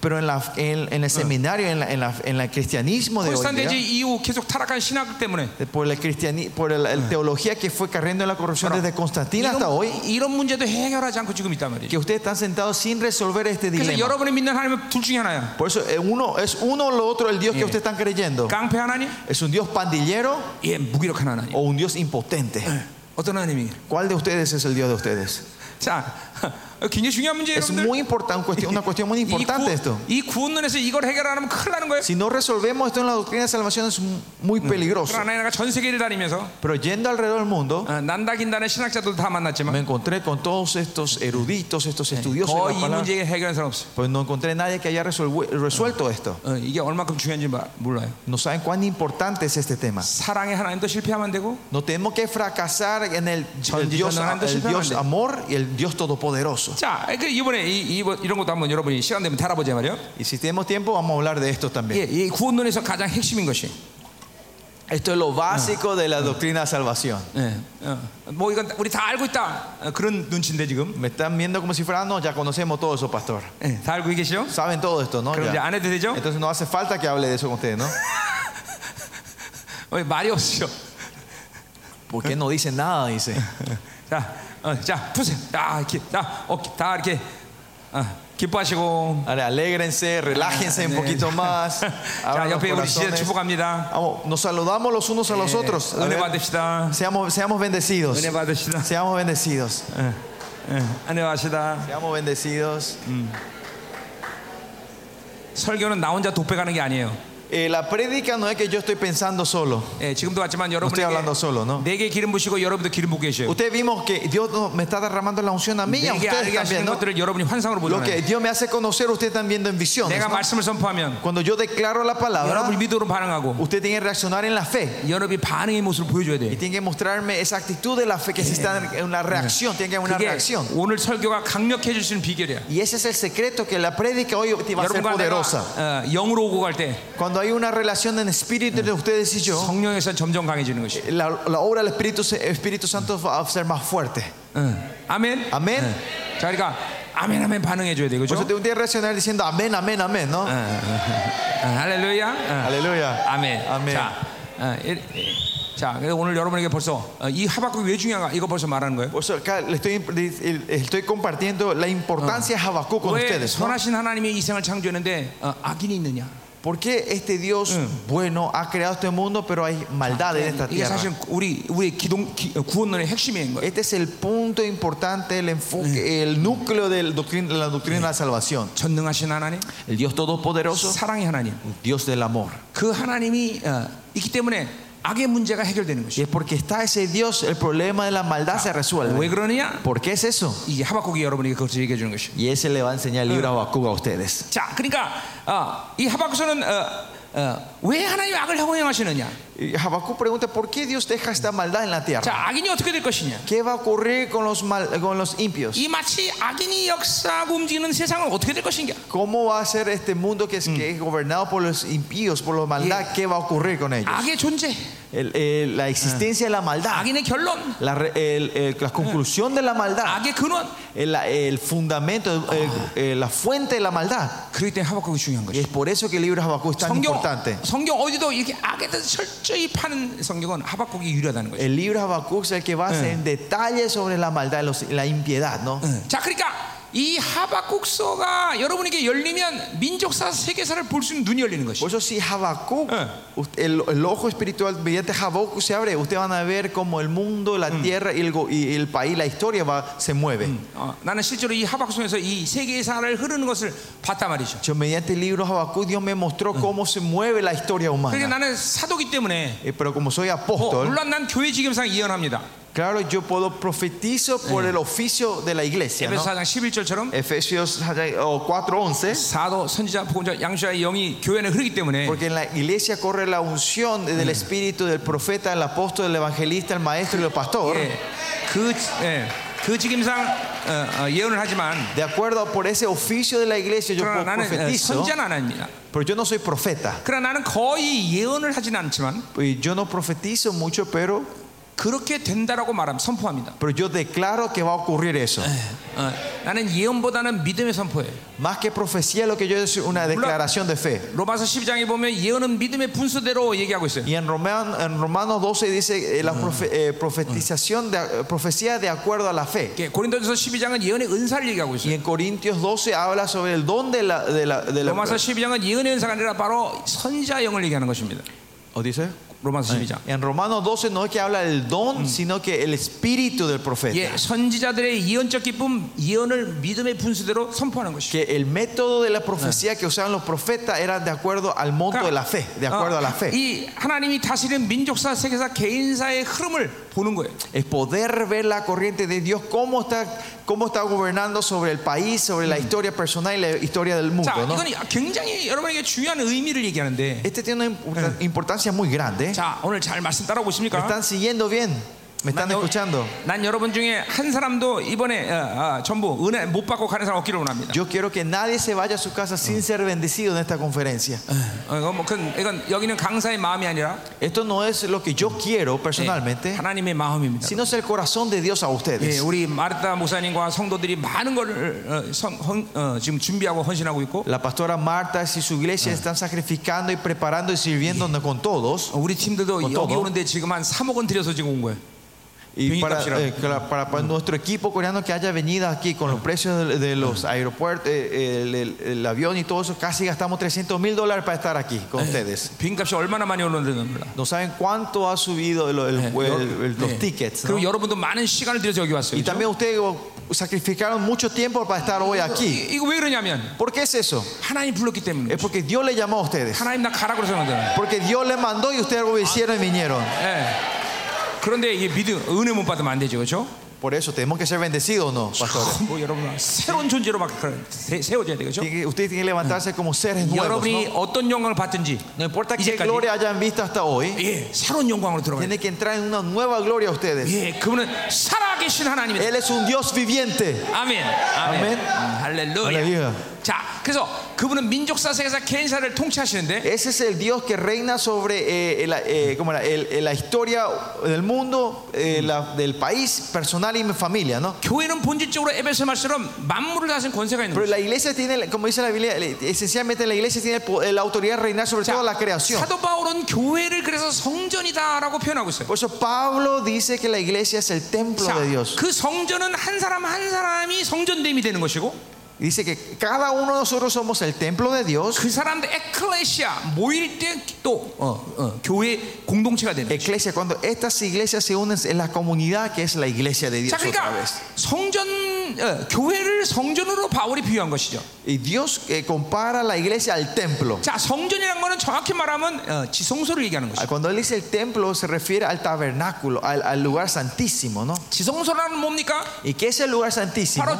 A: Pero en, la, en, en el seminario, en, la, en, la- en el cristianismo de hoy día,
B: 콘스탄데지 이후 계속 타락한 신학 때문에
A: por la, cristiani- por la, la teología que fue carriendo en la corrupción
B: Ahora,
A: desde Constantino hasta hoy,
B: 이런, 이런 문제도 해결하지 않고 지금 있단 말이죠.
A: que ustedes están sentados sin resolver este
B: 그래서
A: dilema.
B: 여러분이 믿는 하나님은 둘 중에 하나야.
A: Por eso eh, uno es uno o lo otro el Dios que ustedes están creyendo.
B: 깡패 하나님,
A: ¿Es un Dios pandillero
B: 예, 무기력한 하나님.
A: o un Dios impotente?
B: 어떤 하나님이?
A: ¿Cuál de ustedes es el Dios de ustedes?
B: 자, 굉장히 중요한 문제예요,
A: Es
B: 여러분들.
A: muy importante, cuestión- una cuestión muy
B: 이,
A: importante esto.
B: 구, 이 구원론에서 이걸 해결 안 하면 큰일 나는 거예요.
A: Si no resolvemos esto en la doctrina de salvación es muy peligroso.
B: 그러나 내가 전 세계를 다니면서
A: Pero yendo alrededor del mundo,
B: 어, 난다긴다는 신학자들도 다
A: me
B: 만났지만
A: encontré con todos estos eruditos, estos estudiosos de
B: 거의
A: la
B: 이
A: palabra,
B: 문제 해결한 사람 없어요.
A: pues no encontré nadie que haya resolvu- resuelto esto.
B: 어, 이게 얼마큼 중요한지 마- 몰라요.
A: No saben cuán importante es este tema.
B: 사랑의 하나님도 실패하면 안 되고
A: No tenemos que fracasar en el, el Dios, el Dios amor y el Dios todopoderoso.
B: 자, 그 이번에 이, 이번- 이런 것도 한번 여러분이 시간 되면 달아보자 말이요.
A: Y si tenemos tiempo, vamos a hablar de esto
B: 예,
A: también.
B: 이 구원론에서 가장 핵심인 것이,
A: Esto es lo básico de la doctrina de salvación.
B: 예, 어, 뭐 이건 우리 다 알고 있다 어, 그런 눈치인데 지금
A: Me están viendo como si fuera, "Ah, no, ya conocemos todo eso, pastor.
B: 예, 다 알고 계시죠?
A: Saben todo esto, ¿no?
B: 그럼
A: Ya.
B: 이제 안 해도 되죠?
A: Entonces no hace falta que hable de eso con ustedes, ¿no?
B: 어, 말이 없으죠.
A: ¿Por qué no dicen nada? Dice.
B: 자, 어, 자 푸세요. 자, 이렇게, 자, 어, 다 이렇게 어, 기뻐하시고.
A: Vale, alégrense, relájense un
B: 네.
A: poquito más.
B: 자,
A: abran los
B: 옆에 우리 진짜
A: corazones.
B: 축복합니다.
A: Vamos, nos saludamos los unos a los
B: 예,
A: otros. Eh,
B: 은혜 받읍시다.
A: Seamos, seamos bendecidos.
B: 은혜 받읍시다.
A: Seamos bendecidos.
B: 예, 은혜 받읍시다.
A: Seamos bendecidos.
B: 설교는 나 혼자 독백하는 게 아니에요.
A: Eh, la prédica no es que yo estoy pensando solo.
B: 예, 지금도 왔지만 여러분
A: Estoy hablando solo, ¿no?
B: 내게 기름 부시고 여러분도 기름 부고 계셔요.
A: Ustedes vimos que Dios no- me está derramando la unción a mí y a
B: 내게
A: ustedes
B: 알게 하시는
A: también, ¿no?
B: 것들을 여러분이 환상으로
A: Lo que
B: 보잖아요.
A: Dios me hace conocer, ustedes están viendo en visiones.
B: 내가
A: ¿no?
B: 말씀을 선포하면
A: Cuando yo declaro la palabra,
B: 여러분이 믿음으로 반응하고
A: ustedes tienen que reaccionar en la fe.
B: 여러분이 반응의 모습을 보여줘야
A: Y
B: 돼요.
A: tienen que mostrarme esa actitud de la fe que se está en una reacción. Tiene que haber una
B: 그게
A: reacción.
B: 오늘 설교가 강력해질 수 있는 비결이야.
A: Y ese es el secreto que la prédica hoy va a ser
B: 여러분과 내가
A: poderosa.
B: 아, 어, 영으로 오고 갈 때
A: Cuando hay una relación en espíritu entre ustedes y yo,
B: 성령에서 점점 강해지는 것이.
A: la, la obra del Espíritu, Espíritu Santo va a ser más fuerte.
B: 응. 아멘.
A: Amén.
B: 자, 그러니까 아멘 아멘 반응해줘야 돼요,
A: Por
B: 그죠?
A: eso tengo que reaccionar diciendo amén, amén, amén, ¿no?
B: 응, 할렐루야. 응.
A: Aleluya.
B: 아멘.
A: 아멘.
B: 자, 어, 이- 이- 자, 그래서 오늘 여러분에게 벌써 어, 이 하박국이 왜 중요한가 이거 벌써 말하는 거예요.
A: Por eso acá le estoy, le- le estoy compartiendo la importancia de Habacuc con
B: 왜
A: ustedes. ¿no?
B: 선하신 하나님이 이 세상을 창조했는데 어, 악인이 있느냐?
A: ¿Por qué este Dios bueno ha creado este mundo, pero hay maldad en esta
B: 이게
A: tierra?
B: 사실 우리 우리의 기동 기- 어, 구원론의 핵심인 거예요.
A: Este es el punto importante, el enfoque, el núcleo del doctrina- de la doctrina de la salvación.
B: 전능하신 하나님,
A: El Dios todopoderoso,
B: 사랑의 하나님.
A: Dios del amor.
B: 그 하나님이 어, 있기 때문에 악의 문제가 해결되는
A: Y
B: 것이죠.
A: es porque está ese Dios, el problema de la maldad se
B: 왜
A: resuelve.
B: 그러냐?
A: ¿Por qué es eso?
B: 이제 하박국이 여러분에게 그것을 얘기해 주는 것이죠.
A: Y ese le va a enseñar el libro Habacuc a ustedes.
B: 자, 그러니까 어, 이 하박국서는 어, 어, 왜 하나님 악을 허용하시느냐?
A: Y Habacuc pregunta, ¿por qué Dios deja esta maldad en la tierra?
B: 자, 악인이 어떻게 될 것이냐?
A: ¿Qué va a ocurrir con los, mal- con los impios?
B: 이 마치 악인이 역사하고 움직이는 세상은 어떻게 될 것인가?
A: ¿Cómo va a ser este mundo que es, que es gobernado por los impíos, por la maldad? ¿Qué va a ocurrir con ellos?
B: 악의 존재,
A: El- el- la existencia de la maldad,
B: 악인의 결론,
A: la, re- el- el- la conclusión de la maldad,
B: 악의 근원.
A: el, el fundamento, el- el- la fuente de la maldad.
B: 그렇기 때문에 하박국이 중요한
A: Y
B: 것이죠.
A: es por eso que el libro de Habacuc es tan
B: 성경,
A: importante.
B: 성경 어디도 이렇게 악에 대해서 철저히 파는 성경은 하박국이 유리하다는 거죠.
A: El libro de Habacuc es el que va en detalle sobre la maldad, los- la impiedad, ¿no?
B: 자, 그러니까 이 하박국서가 여러분에게 열리면 민족사 세계사를 볼 수 있는 눈이 열리는 것이죠.
A: Por eso si Habacuc,
B: Eh.
A: usted- el, el ojo espiritual mediante Habacuc se abre, ustedes van a ver cómo el mundo, la tierra y el, go- y el país, la historia va, se mueve.
B: 어, 나는 실제로 이 하박국서에서 이 세계사를 흐르는 것을 봤단 말이죠.
A: Yo mediante el libro de Habacuc Dios me mostró cómo se mueve la historia
B: 그러니까
A: humana.
B: 나는 사도기 때문에
A: Eh, Pero como soy
B: 어,
A: apóstol,
B: 물론 난 교회 직임상 예언합니다.
A: claro, yo puedo profetizo por el oficio de la iglesia. ¿no?
B: 에베소 4장 11절처럼
A: Efesios eh, o 4:11,
B: 사도 선지자 보건자 양수자의 영이 교회 안에 흐르기 때문에
A: porque en la iglesia corre la unción del espíritu del profeta, del apóstol, del evangelista, el maestro y el pastor.
B: 예, 그, 예, 그 직임상 어, 어, 예언을 하지만
A: De acuerdo por ese oficio de la iglesia yo
B: 그러나
A: puedo
B: 나는 어,
A: profetizo,
B: 선지자는 아닙니다.
A: pero yo no soy profeta.
B: 그러나 나는 거의 예언을 하진 않지만
A: Y Yo no profetizo mucho, pero
B: 그렇게 된다라고 말함 선포합니다.
A: pero yo declaro que va a ocurrir eso.
B: 어, 나는 예언보다는 믿음의 선포예요.
A: Más que profecía, lo que yo es una declaración de fe.
B: 로마서 12장에 보면 예언은 믿음의 분수대로 얘기하고 있어요.
A: Y en, Roman- en Romanos 12 dice eh, la profe- eh, profetización de, profecía de acuerdo a la fe.
B: 이렇게 예, 고린도전서 12장은 예언의 은사를 얘기하고
A: Y
B: 있어요.
A: en Corintios 12 habla sobre el don de la. De la, de la-
B: 로마서 12장은 예언의 은사가 아니라 바로 선자영을 얘기하는 것입니다.
A: ¿O dice?
B: 로마서 12장.
A: En Romanos 12 no es que habla del don, sino que el espíritu del profeta.
B: 예, 선지자들의 예언적 기쁨, 예언을 믿음의 분수대로 선포하는 것이죠.
A: Que el método de la profecía que usaban los profetas era de acuerdo al monto de la fe, de acuerdo a
B: Ah.
A: la fe.
B: 어, 이 하나님이 다스리는 민족사, 세계사, 개인사의 흐름을 보는 거예요.
A: Es poder ver la corriente de Dios, cómo está, cómo está gobernando sobre el país, sobre la historia personal y la historia del mundo.
B: 자,
A: ¿no?
B: 이건 굉장히 여러분에게 중요한 의미를 얘기하는데,
A: Este tiene una importan- importancia muy grande. ¿eh?
B: 자, 오늘 잘 말씀 따라오고
A: ¿Me
B: 있습니까?
A: están siguiendo bien? ¿Me están
B: Mando-
A: escuchando?
B: 난 여러분 중에 한 사람도 이번에 어, 어, 전부 은혜 못 받고 가는 사람 없기를 원합니다.
A: Yo quiero que nadie se vaya a su casa sin ser bendecido en esta conferencia.
B: 어, 이건, 뭐 그건- 이건 여기는 강사의 마음이 아니라
A: Esto no es lo que yo quiero
B: 예,
A: personalmente,
B: 하나님의 마음입니다.
A: sino es el corazón de Dios a
B: 예,
A: ustedes.
B: 우리 마르타 목사님과 성도들이 많은 걸 어, 성- 헌- 어, 지금 준비하고 헌신하고 있고
A: La pastora Marta y su iglesia están sacrificando y preparando y sirviéndonos con todos.
B: 어, 우리 팀들도
A: 뭐
B: 여기
A: 또 뭐?
B: 오는데 지금 한 3억 원 들여서 지금 온 거예요.
A: Y para,
B: Vinita,
A: eh, para- para- para nuestro equipo coreano que haya venido aquí con los precios de, de los aeropuertos, eh, el, el- el avión y todo eso, casi gastamos 300 mil dólares para estar aquí con ustedes.
B: 비행값이 얼마나 많이 올랐는지 몰라.
A: No saben cuánto ha subido el- el-
B: 예, 여-
A: el- el- los
B: 예.
A: tickets. ¿no?
B: 그리고 여러분도 많은 시간을 들여서 여기 왔어요.
A: Y
B: 그죠?
A: también ustedes oh, sacrificaron mucho tiempo para estar hoy aquí.
B: 이- 이거 왜 그러냐면
A: ¿Por qué es eso?
B: 하나님 불렀기 때문에.
A: Es porque Dios le llamó a ustedes.
B: 하나님 나 가라 그래서 그런 거잖아요.
A: Porque Dios le mandó y ustedes obedecieron y vinieron.
B: 예. 그런데 이게 믿음 은혜 못 받으면 안 되죠, 그렇죠?
A: Por eso tenemos que ser bendecidos, ¿no, pastores?
B: 뭐 여러분 새로운 존재로 막 그런- 세- 세워져야 되겠죠.
A: Tiene que- Ustedes tienen que levantarse como seres nuevos.
B: 여러분이
A: No,
B: 어떤 영광을 받든지
A: No importa qué
B: 이제까지
A: gloria hayan visto hasta hoy,
B: 예, 새로운 영광으로 들어가야 돼.
A: tiene que entrar en una nueva gloria a ustedes.
B: 예, 그분은 살아계신 하나님이다.
A: Él es un Dios viviente.
B: 아멘. 아멘.
A: 아멘.
B: 음, 할렐루야.
A: 할렐루야.
B: 자, 그래서 그분은 민족 사상에서 개인사를 통치하시는데
A: Ese es el Dios que reina sobre eh, la, eh, ¿cómo era? El- el- la historia del mundo, eh, la- del país personal y mi familia, ¿no?
B: 교회는 본질적으로 에베소 말처럼 만물을 다스린 권세가 있는
A: Pero
B: 거예요.
A: la iglesia tiene, como dice la Biblia, eh, esencialmente la iglesia tiene el po- eh, la autoridad de reinar sobre toda la creación.
B: 사도 바울은 교회를 그래서 성전이다라고 표현하고 있어요.
A: Por eso Pablo dice que la iglesia es el templo
B: 자,
A: de Dios.
B: 그 성전은 한 사람 한 사람이 성전됨이 되는 것이고
A: Dice que cada uno de nosotros somos el templo de Dios.
B: 그 사람들 에클레시아 모일 때 또 어, 교회 공동체가 되는. 거예요.
A: Iglesia, cuando estas iglesias se unen en la comunidad que es la iglesia de Dios
B: 자,
A: otra
B: 그러니까
A: vez.
B: 성전 어, 교회를 성전으로 바울이 비유한 것이죠.
A: Y Dios eh, compara la iglesia al templo.
B: 자, 성전이란 거는 정확히 말하면 어, 지성소를 얘기하는
A: Ah,
B: 것이죠.
A: Cuando él dice el templo se refiere al tabernáculo, al, al lugar santísimo, ¿no?
B: 지성소라는 뭡니까?
A: ¿Y qué es el lugar santísimo?
B: 바로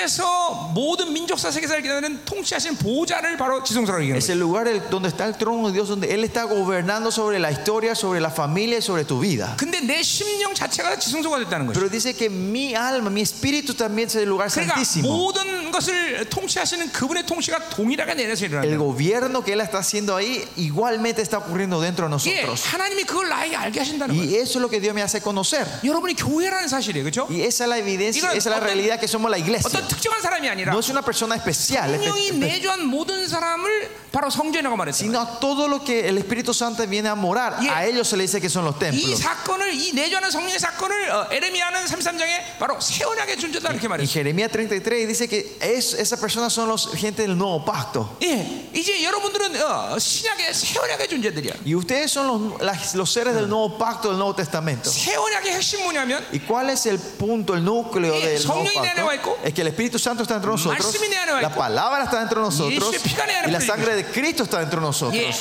B: 주님께서 모든 민족사 세계사를 기다리는 통치하시는 보좌를 바로 지성소라고 얘기하는
A: Es
B: 거예요.
A: el lugar el- donde está el trono de Dios, donde Él está gobernando sobre la historia, sobre la familia y sobre tu vida.
B: 근데 내 심령 자체가 지성소가 됐다는 거죠.
A: Pero dice que mi alma, mi espíritu también es el lugar
B: 그러니까
A: santísimo.
B: 모든 것을 통치하시는 그분의 통치가 동일하게 내려서
A: El
B: 일어나는 거예요.
A: gobierno que Él está haciendo ahí igualmente está ocurriendo dentro de
B: 예,
A: nosotros.
B: 하나님이 그걸 나에게 알게 하신다는 거예요.
A: Y eso es lo que Dios me hace conocer.
B: 여러분이 교회라는 사실이에요. 그렇죠?
A: Y esa es la evidencia, esa es la realidad que somos la iglesia.
B: 어떤 특정한 사람이 아니라
A: No es una persona especial,
B: 성령이
A: espe-
B: 내주한 모든 사람을 바로 성전이라고 말했어요.
A: sino a todo lo que el Espíritu Santo viene a morar.
B: Yeah.
A: A ellos se le dice que son los
B: 이
A: templos.
B: 사건을 이 내주하는 성령의 사건을 어, 에레미야는 33장에 바로 새 언약의 존재다 이렇게
A: Y
B: 말했어요.
A: Jeremías 33 dice que es, esas personas son los gente del nuevo pacto.
B: 예, 이제 여러분들은 어, 신약의 새 언약의 존재들이야.
A: Y ustedes son los, las- los seres del nuevo pacto del Nuevo Testamento.
B: 새 언약의 핵심 뭐냐면
A: ¿Y cuál es el punto, el núcleo
B: Sí,
A: del nuevo
B: 성령이 내 안에 와 있고,
A: pacto? Es que el Espíritu Santo está entre nosotros,
B: 말씀이 내 안에 와
A: la
B: 있고,
A: palabra está dentro de nosotros
B: 예수의 피가 내 안에
A: y la
B: 흘리고
A: sangre de Cristo está dentro
B: 예,
A: de nosotros.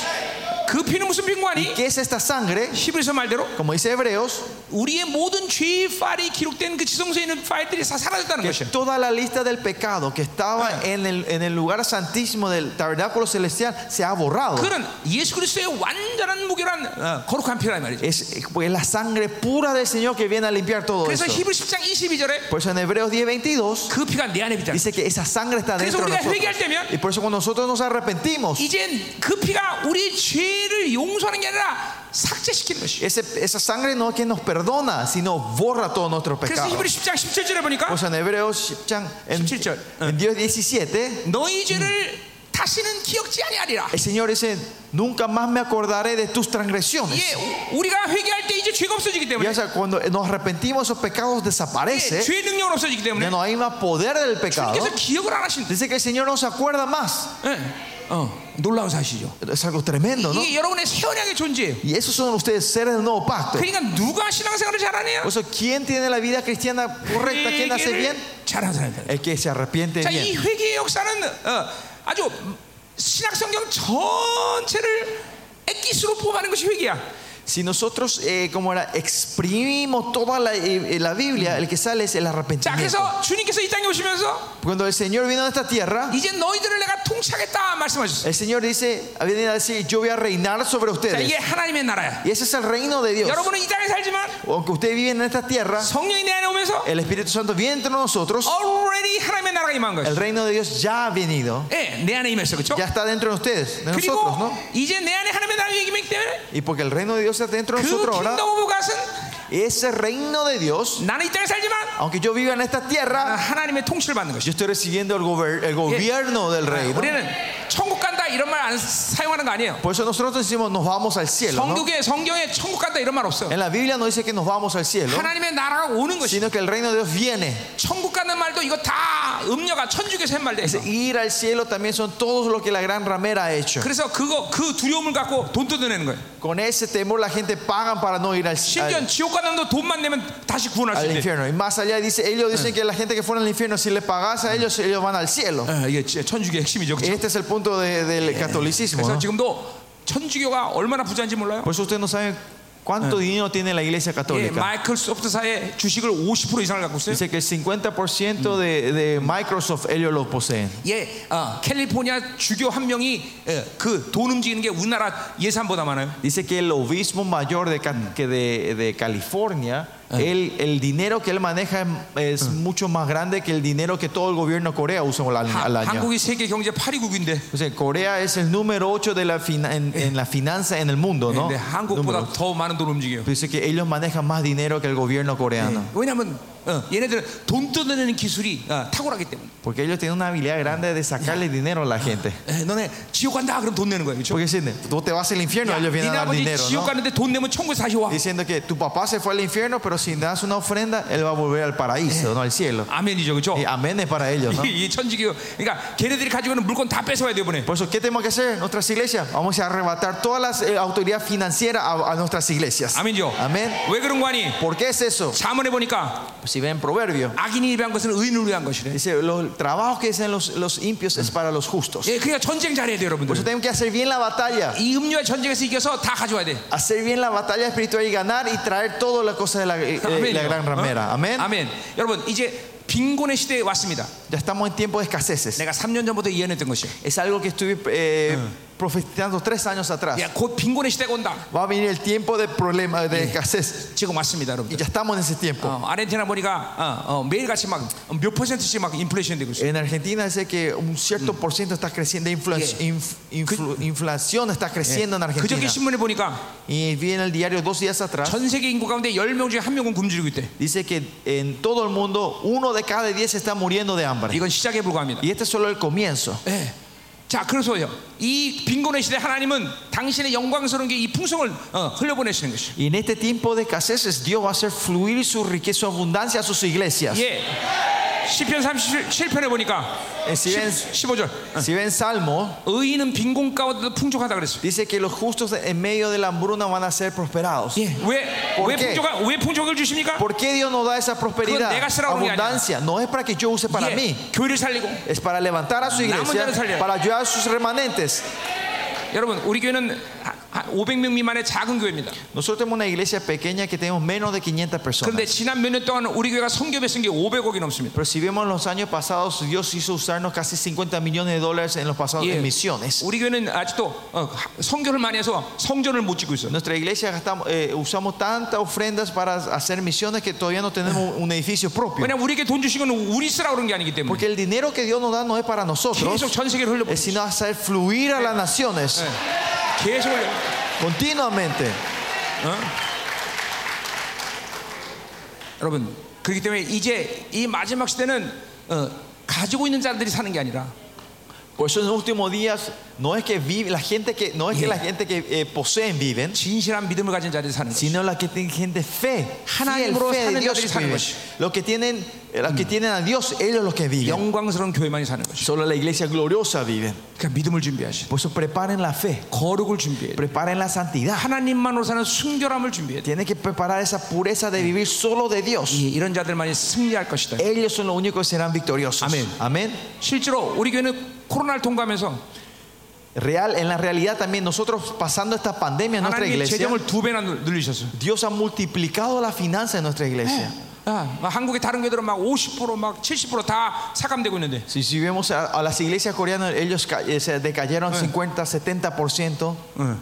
B: 그 피는 무슨 피인고 아니?
A: ¿Qué es esta sangre?
B: 히브리서 말대로
A: Como dice Hebreos,
B: 우리의 모든 죄의 파일이 기록된 그 지성소에 있는 파일들이 다 사라졌다는
A: que
B: 것이야.
A: toda la lista del pecado que estaba
B: Ah.
A: en el, en el lugar santísimo del tabernáculo celestial se ha borrado.
B: 그는 예수 그리스도의 완전한 무결한 어, 거룩한 피라 말이죠.
A: Es, es pues, la sangre pura del Señor que viene a limpiar todo
B: 그래서
A: eso.
B: 히브리 10장 22절에
A: Por eso en Hebreos 10, 22.
B: 그 피가 내 안에 비다.
A: Dice que esa sangre está dentro de
B: 우리가
A: nosotros.
B: 회개할 때면-
A: Y por eso cuando nosotros nos arrepentimos,
B: 이젠 그 피가 우리 죄를 용서하는 게 아니라 삭제시키는 것이에요.
A: ese- esa sangre no es que nos perdona, sino borra todos nuestros
B: 그래서
A: pecados.
B: 히브리 10장 17절에 보니까
A: O sea, en Hebreos 10, en,
B: 17절.
A: en Dios 17,
B: 너희 죄를 다시는 기억지 아니하리라.
A: el Señor dice, nunca más me acordaré de tus transgresiones.
B: 예, 우- 우리가 회개할 때 이제 죄가 없어지기
A: Y
B: 때문에
A: o sea, cuando nos arrepentimos, esos pecados
B: 예,
A: desaparecen.
B: 죄의 능력은 없어지기
A: Ya
B: 때문에
A: no hay más poder del pecado.
B: 그래서 기억을 안 하신다.
A: Dice que el Señor no se acuerda más.
B: 예, 어, 놀라운 사실이죠.
A: Es algo tremendo, ¿no?
B: 이게 여러분의 세원약의 존재예요.
A: Y esos son ustedes seres del nuevo pacto.
B: 그러니까 누가 신앙생활을 잘하냐?
A: Por eso, ¿quién tiene la vida cristiana correcta? ¿Quién hace bien?
B: 회개를 잘하는 사람이다.
A: El que se arrepiente
B: 자,
A: bien.
B: 이 회개의 역사는 어, 아주 신약성경 전체를 액기스로 뽑아낸 것이 회개야.
A: Si nosotros, eh, como era, exprimimos toda la, eh, eh, la Biblia, el que sale es el
B: 자,
A: arrepentimiento.
B: 그래서 주님께서 이 땅에 오시면서
A: Cuando el Señor vino a esta tierra,
B: 이제 너희들을 내가 통치하겠다 말씀하셨어요.
A: el Señor dice, viene a decir, yo voy a reinar sobre
B: 자, 이게
A: ustedes.
B: 하나님의 나라야.
A: Y ese es el reino de Dios.
B: 여러분은 이 땅에 살지만
A: Aunque ustedes viven en esta tierra,
B: 성령이 내 안에 오면서
A: el Espíritu Santo viene entre nosotros,
B: already 하나님의 나라가 임한 거예요.
A: el reino de Dios ya ha venido,
B: 예, 내 안에 임했어, 그렇죠?
A: ya está dentro de ustedes, de
B: 그리고
A: nosotros, ¿no?
B: 이제 내 안에 하나님의 나라가 임했기 때문에
A: Y porque el reino de Dios está dentro de
B: 그
A: nosotros ahora,
B: 킹덤 오브 갓은
A: ese reino de Dios,
B: 나는 이 땅에 살지만
A: aunque yo viva en esta
B: 아,
A: tierra,
B: 하나님의 통치를 받는 것이죠.
A: yo estoy recibiendo el, gober- el gobierno del reino.
B: 우리는 천국 간다 이런 말 안 사용하는 거 아니에요.
A: Por eso nosotros decimos nos vamos al cielo. ¿no?
B: 성경에 성경에 천국 간다 이런 말 없어.
A: En la Biblia no dice que nos vamos al cielo,
B: 하나님의 나라가 오는 것이.
A: sino que el reino de Dios viene.
B: 천국 가는 말도 이거 다 음녀가 천주교에서 한 말들.
A: Ese ir al cielo también son todos lo que la gran ramera ha hecho.
B: 그래서 그거 그 두려움을 갖고 돈 뜯어내는 거예요.
A: Con ese temor la gente pagan para no ir al,
B: 심지어
A: al,
B: 지옥 가는 도 돈만 내면 다시 구원할 수
A: al
B: 있대.
A: infierno. Y más allá dice, ellos dicen que la gente que fuera al infierno, si le pagas a ellos, ellos van al cielo.
B: 아, 이게 진짜 천주교의 핵심이죠. 그렇죠?
A: Este es el punto de- del catolicismo.
B: 그래서
A: ¿no?
B: 지금도 천주교가 얼마나 부자인지 몰라요.
A: Por eso ustedes no saben cuánto dinero tiene la iglesia
B: 예,
A: católica.
B: 마이클소프트사의 주식을 50% 이상을 갖고 있어요.
A: Dice que el 50% de, de Microsoft ellos lo poseen.
B: 예, 어, 캘리포니아 주교 한 명이 그 돈 움직이는 게 우리나라 예산보다 많아요.
A: Dice que el obispo mayor de, Ca- que de, de California Él- el dinero que él maneja es, es mucho más grande que el dinero que todo el gobierno de Corea usa al,
B: 하-
A: al año.
B: 한국이 세계 경제 8위국인데
A: O sea, Corea es el número 8 de la fina- en, en la finanza en Eh. el mundo, ¿no?
B: 근데 한국보다
A: Número.
B: 더 많은 돈을 움직여요.
A: Dice que ellos manejan más dinero que el gobierno
B: 음.
A: coreano.
B: 왜냐하면 어, 얘네들은 돈 뜯어내는 기술이 어, 탁월하기 때문에.
A: Porque ellos tienen una habilidad grande de sacarle dinero a la gente.
B: 에, 예, 너네 지옥 간다 그럼 돈 내는 거야 그렇죠?
A: Porque dicen, tú te vas al infierno, ellos
B: 니네
A: vienen a dar
B: 아버지
A: dinero, pues,
B: 지옥
A: ¿no?
B: 가는데 돈 내면 천국에 다시 와.
A: Diciendo que tu papá se fue al infierno, pero si das una ofrenda, él va a volver al paraíso, no al cielo.
B: 아멘이죠 그렇죠?
A: Y Eh, amén es para ellos, ¿no?
B: 이 천지교 그러니까 걔네들이 가지고 있는 물건 다 뺏어와야 돼 이번에.
A: Por eso, ¿qué tenemos que hacer? Nuestras iglesias. Vamos a arrebatar todas las eh, autoridades financieras a, a nuestras iglesias.
B: 아멘이죠.
A: Amén.
B: 왜 그런 거 아니?
A: ¿Por qué es eso?
B: 자문해 보니까
A: Si ven Proverbio,
B: 악인이 위한 것은 의인을 위한 것이래.
A: dice: los trabajos que hacen los, los impios es para los justos.
B: 예, 그러니까 전쟁 잘해야 돼
A: Por eso,
B: 여러분들.
A: tenemos que hacer bien la batalla.
B: 이 음료의 전쟁에서 이겨서 다 가져와야 돼.
A: Hacer bien la batalla espiritual y ganar y traer todas las cosas de la, eh,
B: 아멘이요.
A: la gran ramera.
B: 어?
A: Amén.
B: 아멘. 여러분 이제 빈곤의 시대에 왔습니다.
A: Ya estamos en tiempo de escaseces.
B: 내가 3년 전부터 예언했던 것이.
A: Es algo que estuve eh, profetizando tres años atrás.
B: 야, 곧 빈곤의 시대가 온다.
A: Va a venir el tiempo de problema, de escasez.
B: 지금 왔습니다,
A: Y
B: 여러분.
A: ya estamos en ese tiempo.
B: 어, 아르헨티나 보니까 어, 어, 매일같이 막 몇 퍼센트씩 막 인플레이션 되고 있어요.
A: En Argentina dice que un cierto por ciento está creciendo, infla-
B: Yeah.
A: inf- influ- inflación está creciendo en
B: 그저께
A: Argentina.
B: 신문에 보니까
A: Y vi en el diario dos días atrás,
B: 전 세계 인구 가운데 10명 중에 한 명은 굶주리고 있대.
A: dice que en todo el mundo uno de cada diez está muriendo de hambre.
B: 이건 시작에 불과합니다.
A: Y este es solo el comienzo.
B: 예. 자, 그래서요. 이 빈곤의 시대 하나님은 당신의 영광스러운 게 이 풍성을 어, 흘려보내시는 것이.
A: Y en este tiempo de escaseces Dios va a hacer fluir su riqueza, su abundancia a sus iglesias.
B: 예. 시편 37편에 보니까
A: Eh, Si ven,
B: 15절.
A: si ven Salmo,
B: 의인은 빈곤 가운데도 풍족하다 그랬어요.
A: dice que los justos en medio de la hambruna van a ser prosperados.
B: 예. 왜,
A: ¿Por
B: 왜
A: qué?
B: 풍족한 왜 풍족을 주십니까?
A: ¿Por qué Dios nos da esa prosperidad,
B: 내가 쓰라고 하는 게
A: abundancia? No es para que yo use para
B: 예,
A: mí.
B: 교회를 살리고
A: es para levantar a su
B: 남은 자를 살려요.
A: iglesia, para ayudar a sus remanentes.
B: 여러분 우리 교회는 한- 한 500명 미만의 작은 교회입니다.
A: Nosotros tenemos una iglesia pequeña que tenemos menos de 500 personas.
B: 그런데 지난 몇 년 동안 우리 교회가 성교배 쓴게 500억이 넘습니다.
A: Pero si vemos los años pasados, Dios hizo usarnos casi 50 millones de dólares en los pasados
B: 예.
A: en misiones.
B: 우리 교회는 아직도 어, 하- 성교를 많이 해서 성전을 못 짓고 있어요.
A: Nuestra iglesia gastamos, eh, usamos tantas ofrendas para hacer misiones que todavía no tenemos un edificio propio.
B: 왜냐면 우리에게 돈 주신 건 우리 쓰라 그런 게 아니기 때문에
A: Porque el dinero que Dios nos da no es para nosotros,
B: 뭐 계속 전 세계를 흘려
A: es sino hacer fluir a las naciones
B: 계속 흘려. 어?
A: continuamente.
B: 여러분 그렇기 때문에 이제 이 마지막 시대는 어, 가지고 있는 자들이 사는 게 아니라
A: Por eso en los últimos días no es que vive, la gente que no es que la gente que eh, poseen viven,
B: 진실한 믿음을 가진 자들이 사는 거예요.
A: sino la que tiene gente fe, fiel,
B: 하나님으로
A: fe
B: 사는
A: de Dios
B: 자들이 사는
A: vive.
B: 것이.
A: Los que tienen, eh, los que tienen a Dios, ellos los que viven.
B: 영광스러운 교회만이 사는 것이.
A: Mm. Solo la iglesia gloriosa vive.
B: 그러니까 믿음을 준비하시.
A: Por eso preparen la fe,
B: 거룩을 준비해.
A: preparen la santidad.
B: 하나님만으로 사는 순결함을 준비해.
A: Tienen que preparar esa pureza de vivir solo de Dios.
B: 예, 이런 자들만이 승리할 것이다.
A: Ellos son los únicos que serán victoriosos.
B: Amén. 실제로 우리 교회는 코로나를 통과하면서
A: Real, en la realidad también nosotros pasando esta pandemia en nuestra
B: 하나님의
A: iglesia,
B: 재정을 두 배나 늘- 늘리셨어요.
A: Dios ha multiplicado la finanza en nuestra iglesia.
B: 아, 막 한국의 다른 교회들은 막 50%, 막 70%다 삭감되고 있는데
A: Si, si vemos a, a las iglesias coreanas, ellos ca- eh, se decayeron 50, 70%.
B: 네.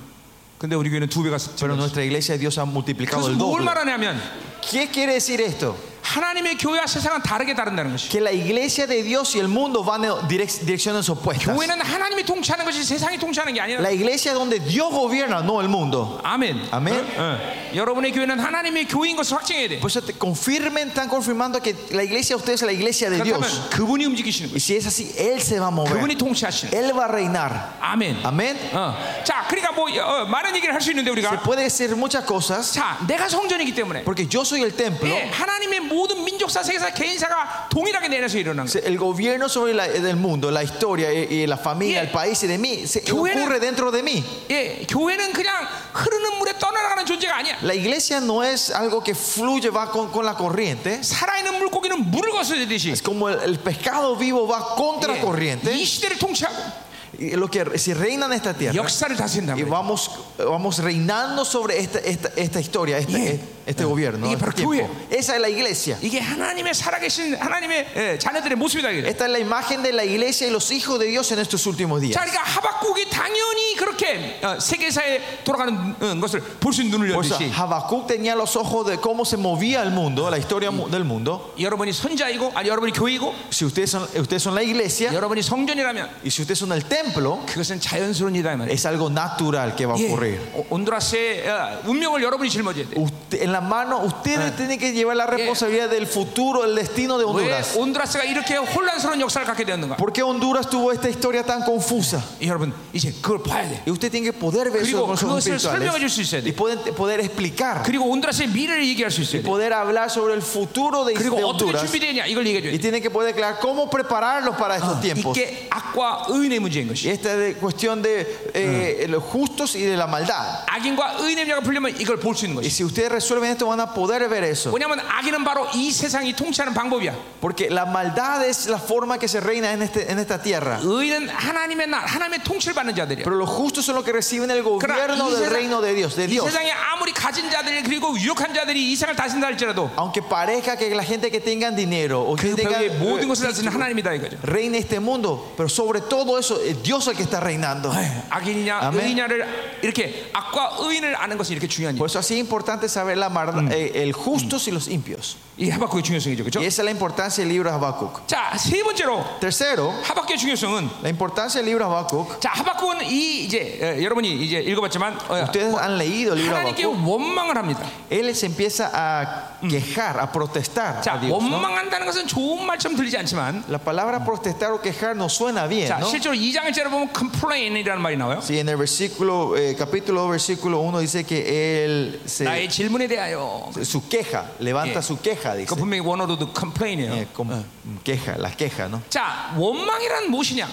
B: 근데 우리 교회는 두 배가
A: Pero
B: 증가했어요.
A: nuestra iglesia Dios ha multiplicado
B: 그래서
A: el
B: 뭘
A: doble.
B: 말하냐면
A: ¿Qué quiere decir esto?
B: 하나님의 교회와 세상은 다르게 다른다는 것이.
A: Que la iglesia de Dios y el mundo van en direc- direcciones opuestas.
B: 교회는 하나님이 통치하는 것이 세상이 통치하는 게 아니라.
A: La iglesia donde Dios gobierna, no el mundo.
B: 아멘. 뭐,
A: 아멘.
B: 어, 어. 여러분의 교회는 하나님의 교회인 것을 확증해야 돼.
A: Por eso te confirmen, están confirmando que la iglesia de ustedes es la iglesia de Dios.
B: 그렇다면 그분이 움직이시는 거예요.
A: Y si es así, Él se va a
B: 그분이
A: mover.
B: 통치하시는 거예요.
A: Él va a reinar.
B: 네. 아멘. 네.
A: Amén.
B: 어. 자, 그러니까 뭐 어, 많은 얘기를 할 수 있는데
A: Se
B: 우리가
A: puede decir muchas cosas,
B: 자, 내가 성전이기 때문에
A: porque yo soy el templo.
B: 예, 하나님의 모든 민족사, 세계사, 개인사가 동일하게 내려서 일어난 거예요.
A: Se- El gobierno sobre la, del mundo, la historia, eh, eh, la
B: Yeah.
A: familia, el país y de mí, se
B: 교회는-
A: ocurre dentro de mí.
B: 예, 교회는 그냥 흐르는 물에 떠나가는 존재가 아니야.
A: La iglesia no es algo que fluye, va con, con la corriente.
B: 살아있는 물고기는 물을 거스르듯이
A: Es como el, el pescado vivo va contra
B: 예, 이
A: corriente.
B: 시대를 통치하고
A: Y lo que si reina en esta tierra
B: 역사를 다스린다.
A: y vamos, vamos reinando sobre esta, esta, esta historia, este,
B: Yeah.
A: este gobierno.
B: Y
A: este
B: para
A: tiempo.
B: que-
A: Esa es la iglesia.
B: 이게 하나님의 살아계신 하나님의 예, 자녀들의 모습이다. 이게.
A: Esta es la imagen de la iglesia y los hijos de Dios en estos últimos
B: 자,
A: días.
B: 그러니까 하박국이 당연히 신이 그렇게 어, 세계사에 돌아가는 어, 것을 볼 수 있는 눈을
A: Por eso
B: 열듯이
A: Habacuc tenía los ojos de cómo se movía el mundo, la historia mu- del mundo.
B: 여러분이 선자이고 아니 여러분이 교회이고
A: Si ustedes son, ustedes son la iglesia
B: 여러분이 성전이라면
A: y si ustedes son el templo,
B: 그것은 자연스러운 일이다 이 말이에요.
A: es algo natural que va a
B: 예,
A: ocurrir.
B: 오- 온두라스의 어, 운명을 여러분이 짊어져야 돼.
A: Usted- en la mano, ustedes tienen que llevar la responsabilidad del futuro, el destino de
B: 왜
A: Honduras.
B: 온두라스가 이렇게 혼란스러운 역사를 갖게 되었는가?
A: ¿Por qué Honduras tuvo esta historia tan confusa?
B: 여러분 이제 그걸 봐야 돼.
A: Y usted tiene que poder ver eso
B: 그리고
A: con los ojos
B: 그것을 설명해 줄 수 있어야
A: espirituales
B: 돼.
A: y poder, poder explicar,
B: 그리고 온두라스의 미래를 얘기할 수 있어야 돼.
A: poder hablar sobre el futuro de,
B: 그리고
A: de
B: 어떻게
A: Honduras
B: 준비되냐 이걸 얘기해 줘야
A: y
B: 돼.
A: tiene que poder aclarar cómo prepararlos para estos tiempos.
B: 이게 악과 의인의 문제인 것이.
A: Y esta es cuestión de eh, los justos y de la maldad.
B: 악인과 의인의 문제가 풀리면 이걸 볼 수 있는
A: Y
B: 것이.
A: si ustedes resuelven esto, van a poder ver eso.
B: 왜냐하면 악인은 바로 이 세상이 통치하는 방법이야.
A: Porque la maldad es la forma que se reina en, este, en esta tierra.
B: 의인은 하나님의 나 하나님의 통치를 받는 자들이야.
A: Pero los justos son los que reciben el
B: 그러나
A: gobierno
B: 이
A: del
B: 세상-
A: reino de Dios, de
B: 이
A: Dios.
B: 세상에 아무리 가진 자들이 그리고 유력한 자들이 이 세상을 다신다 할지라도
A: Aunque parezca que la gente que tenga dinero o que
B: 그
A: tenga
B: 벽에 모든 것을 다스리는 하나님이다 이거죠.
A: reina este mundo, pero sobre todo eso es Dios el que está reinando.
B: 악이냐
A: 아멘.
B: 의냐를 이렇게 악과 의인을 아는 것이 이렇게 중요한
A: Por
B: 일.
A: eso así es importante saber la mar- eh, el justos y los impios.
B: 이 하박국의 중요성이죠, 그렇죠?
A: Y esa es la importancia del libro de Habacuc.
B: 자, 세 번째로
A: Tercero,
B: 하박국의 중요성은
A: la importancia del libro de Habacuc.
B: 자, 하박국은 이 이제 어, 여러분이 이제 읽어봤지만 어,
A: Ustedes han leído el libro de
B: 하나님께
A: Habacuc.
B: 원망을 합니다.
A: Él se empieza a quejar, a protestar a
B: 자,
A: Dios. ¿no?
B: 원망한다는 것은 좋은 말처럼 들리지 않지만
A: La palabra protestar o quejar no suena bien,
B: 자,
A: ¿no?
B: 실제로 2장을 째려 보면 complain이라는 말이 나와요.
A: Sí, en el versículo, eh, capítulo 2, versículo 1 dice que él se,
B: 나의 질문에 대하여
A: su queja, levanta
B: Yeah.
A: su queja, dice.
B: 그 분명히 원어로도 complain이에요.
A: Eh, como- queja, la queja, ¿no?
B: 자, 원망이란 무엇이냐?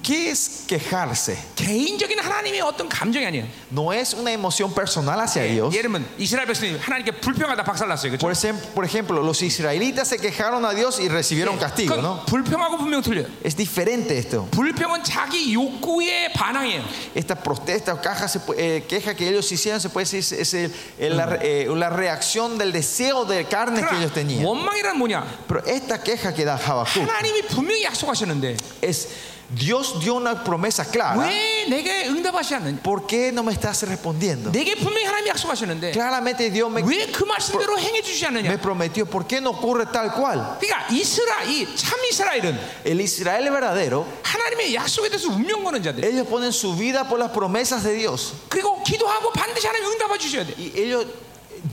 A: ¿Qué es quejarse?
B: 개인적인 하나님의 어떤 감정이 아니에요.
A: No es una emoción personal hacia Dios.
B: 예를 들면 이스라엘 백성이 하나님께 불평하다 박살났어요. 그렇죠?
A: Por, ejem- por ejemplo, los israelitas se quejaron a Dios y recibieron castigo,
B: 그건
A: ¿no?
B: 불평하고 분명 틀려요.
A: Es diferente esto.
B: 불평은 자기 욕구의 반항이에요.
A: Esta protesta o caja se pu- eh, queja que ellos hicieron se puede decir es, es el- el- la, re- eh, la reacción del deseo de carne que ellos
B: 그러나
A: tenían.
B: 원망이란 뭐냐?
A: Pero esta queja que da Habacuc
B: 하나님이 분명히 약속하셨는데
A: es Dios dio una promesa clara.
B: 왜 내게 응답하지 않느냐?
A: ¿Por qué no me estás respondiendo?
B: 내게 분명히 하나님이 약속하셨는데
A: Claramente Dios me,
B: 왜 그 말씀대로 행해 주지 않느냐?
A: me prometió. ¿Por qué no ocurre tal cual?
B: 그러니까 이스라 이참 이스라엘은
A: El Israel verdadero,
B: 하나님의 약속에 대해서 운명 거는 자들.
A: ellos ponen su vida por las promesas de Dios.
B: 그리고 기도하고 반드시 하나님 응답해 주셔야 돼.
A: Y ellos,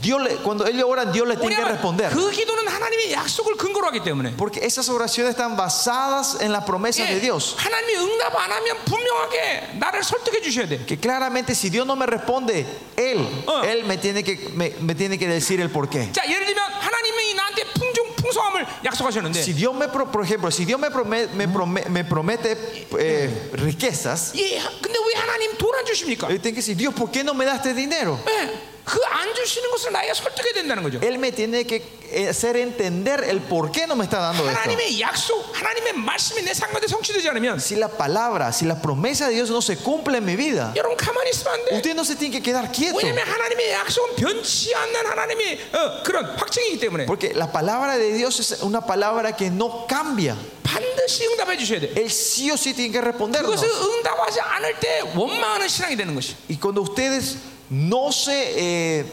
A: Dios le- cuando ellos oran, Dios les tiene que
B: 왜냐하면
A: responder.
B: 그 기도는 하나님의 약속을 근거로 하기 때문에.
A: Porque esas oraciones están basadas en las promesas de
B: 예,
A: Dios.
B: 하나님이 응답 안 하면 분명하게 나를 설득해 주셔야 돼.
A: Que claramente si Dios no me responde, Él,
B: Ah.
A: Él me tiene que, me, me tiene que decir el por qué.
B: 자, 예를 들면 하나님이 나한테 풍종 풍성함을 약속하셨는데
A: Si Dios me, pro- por ejemplo, si Dios me promete, me prome- me promete eh, riquezas,
B: 예, 근데 왜 하나님 돈 안 주십니까?
A: yo tengo que decir, Dios, ¿por qué no me das este dinero?
B: 예, 그 안 주시는 것을 나에게 설득해야 된다는 거죠.
A: Él me tiene que eh, hacer entender el por qué no me está dando esto.
B: 하나님의 약속, 하나님의 말씀이 내 상관에 성취되지 않으면
A: Si la palabra, si la promesa de Dios no se cumple en mi vida,
B: 여러분 가만히 있으면 안 돼.
A: usted no se tiene que quedar quieto.
B: 왜냐면 하나님의 약속은 변치 않는 하나님의 어, 그런 확증이기 때문에
A: Porque la palabra de Dios es una palabra que no cambia.
B: 반드시 응답해 주셔야 돼.
A: Él sí o sí tiene que respondernos.
B: 예, 그것을 응답하지 않을 때 원망하는 신앙이 되는 것이.
A: Y cuando ustedes no se. eh,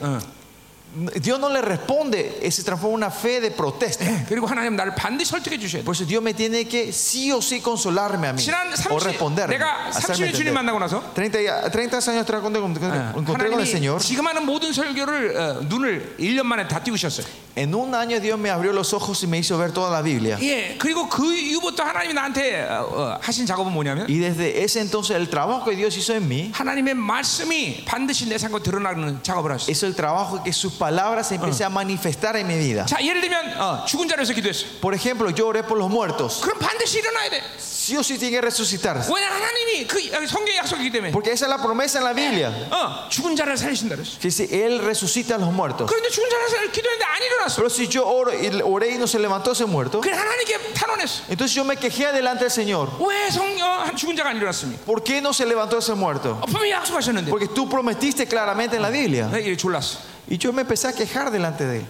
A: Dios no le responde, eh, se transforma en una fe de protesta.
B: 그리고 하나님 나를 반드시 설득해 주셔야 돼.
A: Por eso Pues Dios me tiene que sí o sí consolarme a mí.
B: 지난
A: o
B: 30,
A: responderme.
B: 내가
A: hacerme
B: 30일 주님
A: entender.
B: 만나고 Ah. 나서
A: 30, y- 30 años atrás cuando encontré,
B: 예,
A: encontré con el
B: 하나님이
A: Señor,
B: 지금 하는 모든 설교를 어, 눈을 1년 만에 다 띄우셨어요.
A: en un año Dios me abrió los ojos y me hizo ver toda la Biblia.
B: 예, 그리고 그 이후부터 하나님이 나한테 어, 어, 하신 작업은 뭐냐면
A: Y desde ese entonces el trabajo que Dios hizo en mí,
B: 하나님의 말씀이 반드시 내 삶과 드러나는 작업을 하셨어요.
A: es el trabajo que sus palabras se
B: Ah.
A: empiece a manifestar en mi vida.
B: 자, 예를 들면 어, 죽은 자로서 기도했어.
A: Por ejemplo, yo oré por los muertos.
B: 그럼 반드시 일어나야 돼.
A: Sí o sí tiene que resucitar.
B: 왜냐 하나님이 그 성경의 약속이기 때문에.
A: Porque esa es la promesa en la Biblia.
B: 어, 죽은 자를 살리신다 그랬어.
A: Que si Él resucita a los muertos.
B: 그런데 죽은 자를 살리 기도했는데 안 일어났어.
A: Pero si yo oro y oré y no se levantó ese muerto,
B: 그래 하나님께 탄원했어.
A: entonces yo me quejé delante del Señor.
B: 왜 성, 어, 죽은 자가 안 일어났습니까?
A: ¿Por qué no se levantó ese muerto?
B: 어, 분명히 약속하셨는데.
A: Porque tú prometiste claramente en la Biblia.
B: 네, 이게 졸랐어.
A: Y yo me empecé a quejar delante de Él.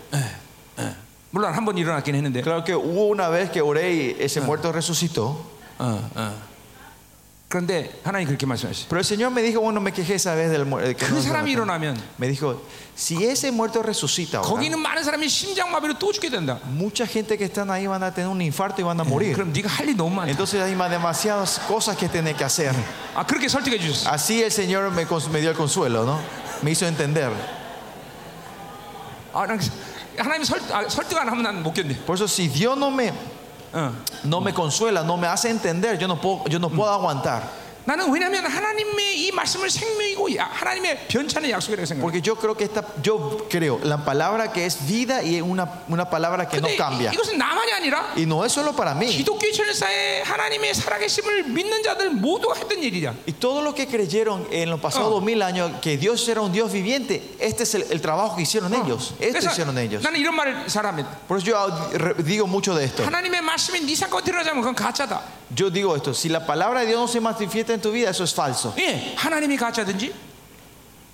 B: 물론 한 번 일어났긴 했는데.
A: Claro que hubo una vez que oré y ese muerto resucitó.
B: 어, 어. 그런데 하나님 그렇게 말씀하셨어요.
A: Pero el Señor me dijo, bueno, me quejé esa vez del eh, muerto.
B: 그 사람이 일어나면
A: Me dijo, si ese muerto resucita ahora,
B: 거기는 많은 사람이 심장마비로 또 죽게 된다.
A: mucha gente que están ahí van a tener un infarto y van a morir.
B: 그럼 네가 할 일 너무 많다.
A: Entonces hay más demasiadas cosas que tener que hacer.
B: 아 그렇게 설득해 주셨어.
A: Así el Señor me, cons- me dio el consuelo, ¿no? Me hizo entender.
B: 아, 난 하나님 설, 아, 설득 안 하면 난 못 견뎌.
A: Por eso si Dios no me,
B: 어.
A: no me consuela, no me hace entender, yo no puedo, yo no puedo aguantar.
B: 나는 왜냐하면 하나님의 이 말씀을 생명이고 야- 하나님의 변찮은 약속이라고 생각해.
A: Porque yo creo que esta, yo creo la palabra que es vida y una, una palabra que no
B: 근데
A: cambia.
B: 이- 이것은 나만이 아니라
A: Y no es solo para mí.
B: 기독교 천사의 하나님의 살아계심을 믿는 자들 모두가 했던 일이야.
A: Y todos los que creyeron en los pasados
B: Ah.
A: dos mil años que Dios era un Dios viviente, este es el, el trabajo que hicieron ellos. Esto
B: 그래서
A: hicieron ellos.
B: 나는 이런 말을 사람합니다.
A: Por eso yo ah, re- digo mucho de esto.
B: 하나님의 말씀이 네 삶과 드러나자면 그건 가짜다.
A: Yo digo esto, si la palabra de Dios no se manifiesta en tu vida, eso es falso.
B: 예, 하나님이 가짜든지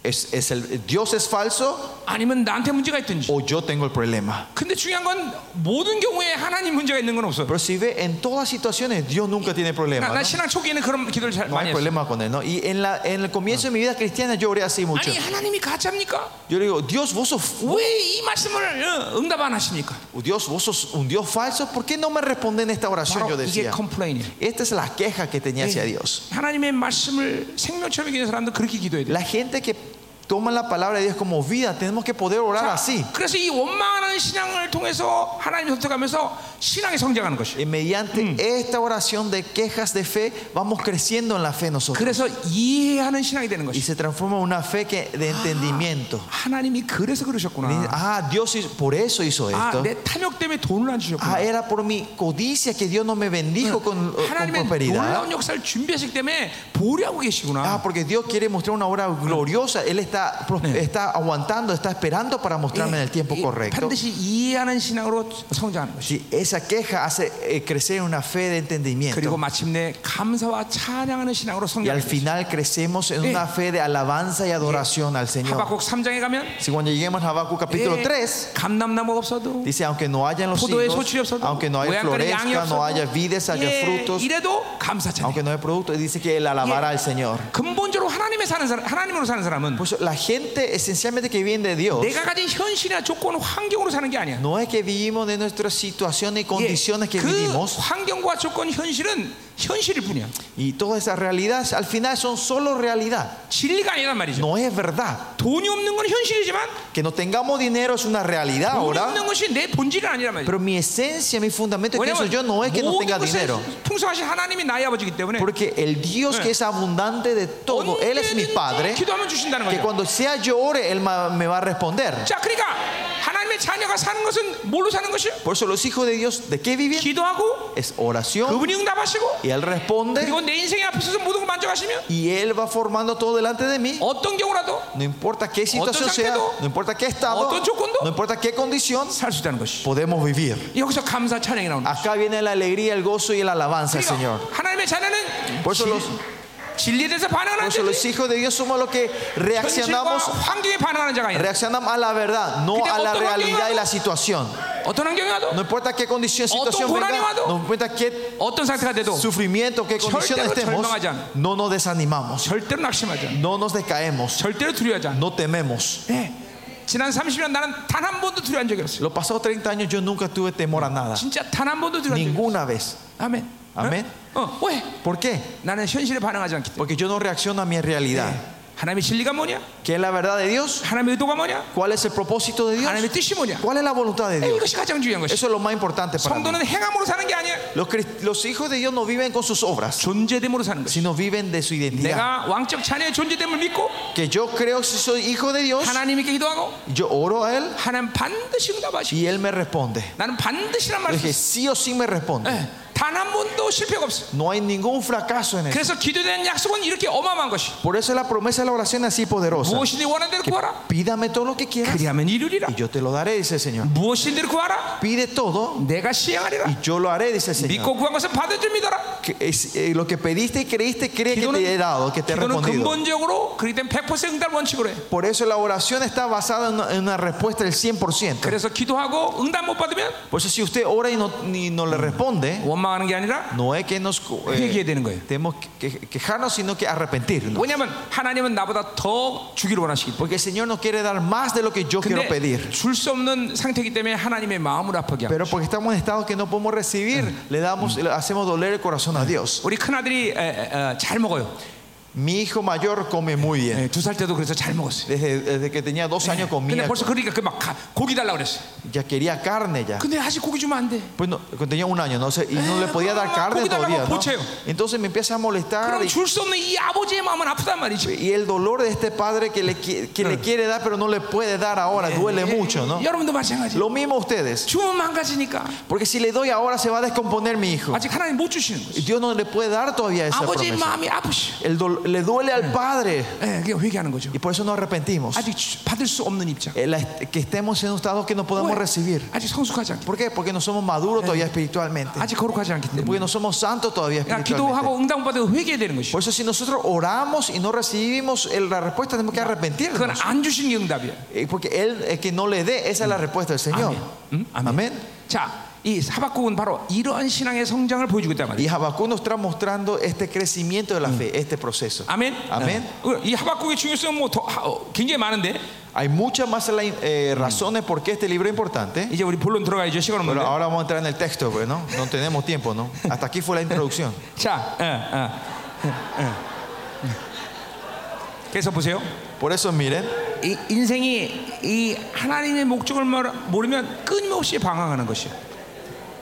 A: Es, es el, Dios es falso
B: 아니면 나한테 문제가 있든지.
A: o yo tengo el problema.
B: 근데 중요한 건 모든 경우에 하나님 문제가 있는 건 없어.
A: Pero si ve, en todas situaciones Dios nunca tiene problema.
B: 나,
A: ¿no?
B: 나 신앙 초기에는 그런 기도를 잘
A: No
B: 많이 했어.
A: hay problema con él, ¿no? Y en, la, en el comienzo de mi vida cristiana yo oré así mucho.
B: 아니 하나님이 가짜입니까?
A: Yo le digo, Dios, vos sos,
B: 왜 이 말씀을 어, 응답 안 하십니까?
A: Dios, vos sos un Dios falso, ¿por qué no me responden esta oración? Yo
B: 바로 이게
A: decía.
B: 컴플레인이에요.
A: Esta es la queja que tenía hacia Dios.
B: 하나님의 말씀을 생명처럼 기는 사람도 그렇게 기도해야 돼.
A: La gente que toma la palabra de Dios como vida, tenemos que poder orar así.
B: 그래서 이 원망하는 신앙을 통해서 하나님 선택하면서 신앙이 성장하는 것이에요.
A: Y mediante esta oración de quejas de fe, vamos creciendo en la fe nosotros.
B: 그래서 이해하는 신앙이 되는
A: Y
B: 것이.
A: se transforma en una fe que, de entendimiento.
B: 하나님이 그래서
A: Dice,
B: 그러셨구나.
A: Ah, Dios hizo- por eso hizo
B: 아,
A: esto.
B: 내 탐욕 때문에 돈을 안 주셨구나.
A: Ah, era por mi codicia que Dios no me bendijo con, con
B: 하나님의
A: prosperidad.
B: 놀라운 역사를 준비하시기 때문에 보류하고
A: Ah,
B: 계시구나.
A: porque Dios quiere mostrar una obra gloriosa. Él está, pros- está aguantando, está esperando para mostrarme en el tiempo
B: 예, 이게
A: correcto.
B: 반드시 이해하는 신앙으로 성장하는 것이.
A: Si esa queja hace eh, crecer una fe de entendimiento.
B: 그리고 마침내 감사와 찬양하는 신앙으로
A: Y al
B: 성장하는 것이.
A: final crecemos en
B: Eh.
A: una fe de alabanza y adoración al Señor.
B: 하박국 3장에 가면
A: Si cuando lleguemos a Habacuc capítulo
B: 예,
A: 3,
B: 감남나무가 없어도
A: dice, aunque no hayan los
B: 포도의
A: higos,
B: 소출이 없어도
A: aunque no haya
B: 모양간에 양이
A: floresta, no
B: 없어도
A: haya vides, haya
B: 예,
A: frutos,
B: 이래도 감사잖아요.
A: aunque no haya productos, dice que él alabará al Señor.
B: 근본적으로 하나님의 사는 사람, 하나님으로 사는 사람은
A: Por eso la gente esencialmente que viene de Dios,
B: 내가 가진 현실이나 조건, 환경으로 사는 게 아니야.
A: no es que vivimos de nuestras situaciones y condiciones que
B: 그
A: vivimos,
B: 환경과 조건, 현실은 현실일 뿐이야.
A: y todas esas realidades al final son solo realidad,
B: 진리가 아니란 말이죠.
A: no es verdad.
B: 돈이 없는 건 현실이지만
A: Que no tengamos dinero es una realidad
B: 돈이
A: ahora,
B: 없는 것이 내 본질은 아니란 말이죠.
A: pero mi esencia, mi fundamento es que eso
B: 왜냐면
A: yo no es que no tenga
B: 모든 것에
A: dinero.
B: 풍성하신 하나님이 나의 아버지이기 때문에
A: Porque el Dios que es abundante de todo, Él es mi
B: 언제든지
A: Padre,
B: 기도하면 주신다는
A: que
B: 거죠.
A: cuando sea yo ore, Él ma- me va a responder.
B: 자, 그러니까 하나님의 자녀가 사는 것은 뭘로 사는 것이요?
A: Por eso los hijos de Dios, ¿de qué viven?
B: 기도하고
A: Es oración
B: 그분이 응답하시고
A: y Él responde
B: 그리고 내 인생에 앞서서 모든 걸 만져가시면
A: y Él va formando todo delante de mí.
B: 어떤 경우라도
A: No importa qué situación sea, no importa qué estado, no importa qué condición,
B: 살 수 있다는 것이.
A: podemos vivir.
B: 여기서 감사 찬양이 나오는
A: Acá viene la alegría, el gozo y la alabanza al
B: 거예요.
A: Señor.
B: 그러니까 하나님의 자녀는
A: Por eso los,
B: 진리에 대해서 반응하는
A: por eso
B: 자들이
A: los hijos de Dios somos los que
B: 현실과
A: reaccionamos,
B: 환경에 반응하는 자가 있는
A: reaccionamos a la verdad, no a la realidad y la situación.
B: 어떤 환경이 와도
A: No importa qué condición, situación
B: Otro
A: venga,
B: goranimado.
A: no importa qué
B: 어떤 상태가 돼도
A: sufrimiento, qué condición
B: 절대로
A: estemos,
B: 절망하지 않아.
A: no nos desanimamos,
B: 절대로 낙심하지 않아.
A: no nos decaemos,
B: 절대로 두려워하지 않아.
A: no tememos.
B: 예. 지난 30년 나는 단 한 번도 두려운 적이 없어요.
A: Los pasados 30 años yo nunca tuve temor a nada,
B: 진짜 단 한 번도 두려운 적이 없어요.
A: ninguna vez.
B: 아멘.
A: 아멘.
B: 어, 어, 왜?
A: ¿Por qué?
B: 나는 현실에 반응하지 않기 때문에.
A: Porque yo no reacciono a mi realidad.
B: 하나님의 진리가 뭐냐?
A: ¿Qué es la verdad de Dios?
B: 하나님의 의도가 뭐냐?
A: ¿Cuál es el propósito de Dios?
B: 하나님의 뜻이 뭐냐?
A: ¿Cuál es la voluntad de Dios?
B: 네, 이것이 가장 중요한 것이.
A: Eso es lo más importante para mí.
B: 성도는 행함으로 사는 게 아니야.
A: Los, cris- los hijos de Dios no viven con sus obras,
B: 존재됨으로 사는 것이.
A: sino viven de su identidad.
B: 내가 왕적 자녀의 존재됨을 믿고
A: Que yo creo que si soy hijo de Dios,
B: 하나님께 기도하고
A: yo oro a Él
B: 하나님 반드시 응답하시.
A: y Él me responde.
B: 나는 반드시란
A: Yo
B: 말씀.
A: dije, sí o sí me responde.
B: Eh. 단한 번도 실패가 없어.
A: No hay ningún fracaso en eso.
B: 그래서 기도된 약속은 이렇게 어마어마한 것이.
A: Por eso la promesa de la oración es así poderosa.
B: 무엇이든 원하는 대로 구하라.
A: Pídame todo lo que quieras
B: 그리하면 이루리라.
A: y yo te lo daré, dice el Señor.
B: 무엇이든 대로 구하라.
A: Pide todo
B: 내가 시행하리라.
A: y yo lo haré, dice el Señor.
B: 믿고 구한 것은 받은 줄 믿어라.
A: Que es- eh, lo que pediste y creíste, cree que te he dado, que te he
B: 기도는
A: respondido.
B: 근본적으로 그렇기 때문에 100% 응답 원칙으로 해.
A: Por eso la oración está basada en una, en una respuesta del 100%.
B: 그래서 기도하고 응답 못 받으면
A: Pues Por eso si usted ora y no, ni no le responde,
B: 원망하는 게 아니라
A: No es que nos
B: 회개해야
A: eh,
B: 되는 거예요.
A: tenemos que que- quejarnos, sino que arrepentirnos.
B: 왜냐하면 하나님은 나보다 더 주기를 원하시기 때문에.
A: Porque el Señor nos quiere dar más de lo que yo quiero
B: 근데
A: pedir.
B: 줄 수 없는 상태이기 때문에 하나님의 마음을 아프게 하고
A: Pero porque estamos en estado que no podemos recibir, le damos, le hacemos doler el corazón a Dios.
B: 우리 큰아들이 에, 에, 에, 잘 먹어요. 예,
A: Mi hijo mayor come muy bien.
B: 두 살 때도 그래서 잘 먹었어요.
A: Desde, desde que tenía dos
B: 근데
A: años comía,
B: 벌써 그러니까 그 막 고기 달라고 그랬어요.
A: ya quería carne ya.
B: 근데 아직 고기 주면 안 돼.
A: Pues no, cuando tenía un año, no sé, y no le podía dar carne
B: Coquita la
A: todavía. ¿no?
B: copucheo.
A: Entonces me empieza a molestar
B: 그럼
A: y,
B: 줄 수 없는 이 아버지의 마음은 아프단 말이지.
A: y el dolor de este padre que le, qui- que le quiere dar, pero no le puede dar ahora, duele mucho, ¿no?
B: 여러분도 마찬가지.
A: Lo mismo ustedes,
B: 주면 망가지니까
A: porque si le doy ahora se va a descomponer mi hijo.
B: 아직 하나님 못 주시는 거예요.
A: Y Dios no le puede dar todavía esa
B: 아버지의
A: promesa.
B: 마음이 아프시.
A: El dol- le duele al padre
B: 예, 그게 회개하는 거죠.
A: y por eso nos arrepentimos.
B: 아직 주- 받을 수 없는 입장.
A: El- la- que estemos en un estado que no podemos
B: 왜?
A: recibir.
B: 아직 성숙하지 않기.
A: ¿Por qué? Porque no somos maduros todavía espiritualmente.
B: 아직 거룩하지 않기 때문에.
A: Porque no somos santos todavía
B: 그러니까
A: espiritualmente.
B: 기도하고 응답받아 회개해야 되는 것이죠.
A: Por eso si nosotros oramos y no recibimos el- la respuesta, tenemos que
B: 그건
A: arrepentirnos.
B: 안 주신 게 응답이야.
A: Eh, Porque Él es que no le dé, esa es la respuesta del Señor.
B: Amén. ¿Mm? Amén.
A: Amén.
B: 자, 이 사박국은 바로 이러한 신앙의 성장을 보여주고 있단 말이에요.
A: Y Habacuc nos está mostrando este crecimiento de la fe, este proceso.
B: 아멘.
A: 아멘.
B: 어, 이 하박국의 중요성은 뭐 더, 하- 어, 굉장히 많은데
A: Hay muchas más la- eh, razones por qué este libro es importante.
B: 이제 우리 본론 들어가야죠. 시간
A: Pero
B: 없는데.
A: ahora vamos a entrar en el texto, pues, ¿no? No tenemos tiempo, ¿no? Hasta aquí fue la introducción.
B: 자, 예, 예, 예, 예. 그래서 보세요.
A: Por eso miren,
B: 이 인생이 이 하나님의 목적을 모르- 모르면 끊임없이 방황하는 것이요.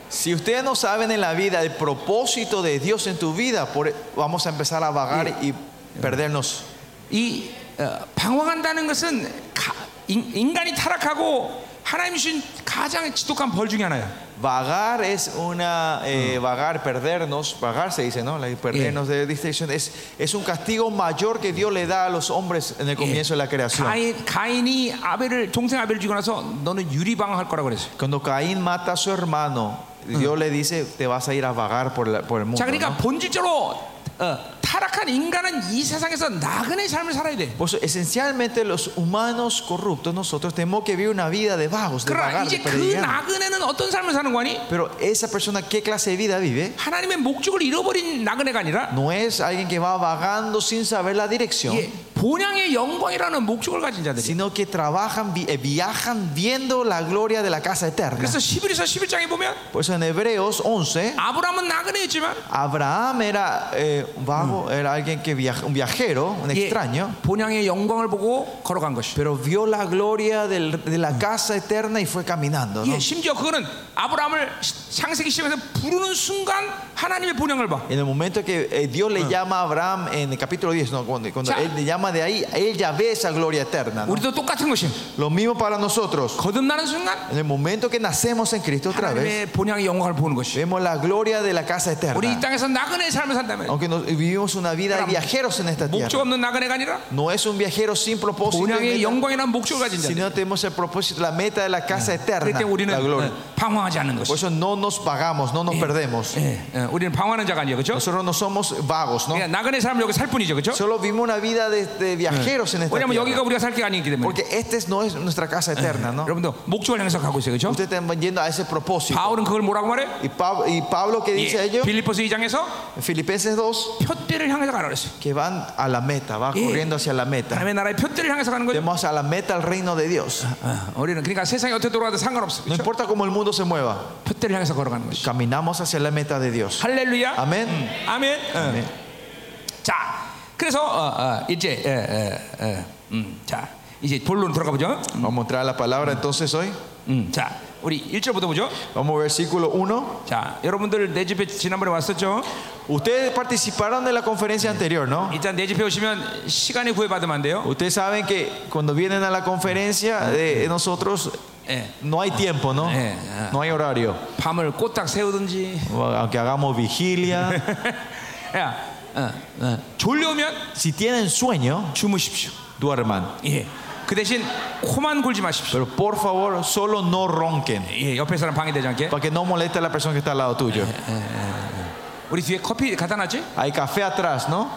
A: si ustedes no saben en la vida el propósito de Dios en tu vida, por- e, vamos a empezar a vagar y perdernos.
B: 이 어, 방황한다는 것은 가- 인, 인간이 타락하고 하나님 주신 가장 지독한 벌 중에 하나예요.
A: Vagar es una. eh, vagar, perdernos. Vagar se dice, ¿no? La- Perdernos de distracción. Es, es un castigo mayor que Dios le da a los hombres en el comienzo de la creación.
B: 가인, 가인이 아벨을 동생 아벨을 죽이고 나서 너는 유리방황할 거라고 그랬어요.
A: Cuando Caín mata a su hermano, Dios le dice: Te vas a ir a vagar por, la- por el mundo.
B: 자, 그러니까
A: ¿no?
B: 본질적으로 어, 타락한 인간은 이 세상에서 나그네 삶을 살아야 돼.
A: Por eso, esencialmente, los humanos corruptos, nosotros tenemos que vivir una vida de vagos, de
B: 그러나
A: vagar, de
B: 이제 그
A: peregrinar.
B: 나그네는 어떤 삶을 사는 거니?
A: Pero esa persona, ¿qué clase de vida vive?
B: 하나님의 목적을 잃어버린 나그네가 아니라
A: No es alguien que va vagando sin saber la dirección,
B: 예, 본향의 영광이라는 목적을 가진 자들이.
A: sino que trabajan, vi- eh, viajan viendo la gloria de la casa eterna.
B: 그래서 11에서 11장에 보면
A: Por eso en Hebreos 11,
B: 아브라함은 나그네였지만
A: Abraham era eh, un vago, era alguien que viaj- un viajero, un
B: 예,
A: extraño,
B: 본향의 영광을 보고 걸어간 것이.
A: pero vio la gloria del- de la casa eterna y fue caminando. ¿no?
B: 예, 심지어 그거는 아브라함을 시- 창세기 10에서 부르는 순간 하나님의 본향을 봐.
A: En el momento que eh, Dios le llama a Abraham en el capítulo 10, ¿no? cuando, cuando
B: Ya.
A: él le llama de ahí, él ya ve esa gloria eterna. ¿no?
B: 아. 우리도 똑같은 것이.
A: Lo mismo para nosotros.
B: 거듭나는 순간
A: En el momento que nacemos en Cristo otra vez,
B: 하나님의 본향의 영광을 보는 것이.
A: vemos la gloria de la casa
B: 우리 이
A: eterna.
B: 땅에서 나그네의 삶을 산다면
A: Aunque nos- vivimos una vida de
B: Claro.
A: viajeros en esta
B: 목적
A: tierra,
B: 없는 나그네가 아니라
A: no es un viajero sin propósito. y
B: 본향의
A: meta.
B: 영광이라는 목적을 가진
A: Si
B: 자들.
A: no tenemos el propósito, la meta de la casa
B: 그럴
A: eterna,
B: 때 우리는
A: la gloria.
B: 어, 방황하지 않는 것이.
A: Por eso no nos pagamos, no nos perdemos.
B: 예, 예, 우리는 방황하는 자가 아니에요, 그렇죠?
A: Nosotros no somos vagos, ¿no?
B: 그냥 나그네 사람 여기 살 뿐이죠, 그렇죠?
A: Solo vivimos una vida de, de viajeros en esta
B: 왜냐하면
A: tierra.
B: 여기가 우리가 살 게 아니기 때문에.
A: Porque esta es- no es nuestra casa eterna, ¿no?
B: 여러분도 목적을 향해서 가고 있어요, 그렇죠?
A: Ustedes están yendo a ese propósito.
B: 바울은 그걸 뭐라고 말해? 요
A: Y, Pab- y Pablo, ¿qué dice a ellos?
B: 빌립보스 2장에서
A: En Filipenses 2,
B: 표대를 향해서 가라 그랬어요.
A: que van a la meta, va
B: Yeah.
A: corriendo hacia la meta.
B: 하나님의 나라의 표대를 향해서 가는 거죠.
A: Tenemos a la meta al reino de Dios.
B: 어, 우리는 그러니까 세상이 어떻게 돌아가도 상관없어.
A: No
B: 그렇죠?
A: importa cómo el mundo se mueva,
B: 표대를 향해서 걸어가는 것이.
A: caminamos hacia la meta de Dios.
B: 할렐루야.
A: 아멘.
B: 아멘. 어.
A: Amén.
B: 자, 그래서 어, 어, 이제 에, 에, 에, 음, 자 이제 본론 들어가 보죠.
A: Vamos a entrar a la palabra entonces hoy.
B: 음, 자 우리 1절부터 보죠.
A: Vamos al versículo 1.
B: 자, 여러분들 내 집에 지난번에 왔었죠?
A: Ustedes participaron de la conferencia anterior, ¿no?
B: 일단 내 집에 오시면 시간에 구애받으면 안 돼요.
A: Ustedes saben que cuando vienen a la conferencia de nosotros
B: 예,
A: no hay tiempo, ¿no?
B: Eh,
A: No hay horario.
B: 밤을 꼬딱 새우든지,
A: Aunque hagamos vigilia,
B: 야, 어, 어, 졸려오면
A: si tienen sueño,
B: 주무십시오.
A: duerman.
B: 예, 그 대신 코만 굴지 마십시오.
A: Pero por favor, solo no ronquen.
B: 예, 옆에 사람 방해되지 않게.
A: Para que no moleste a la persona que está al lado tuyo.
B: Eh. 우리 뒤에 커피 갖다 놨지?
A: Hay café atrás, ¿no?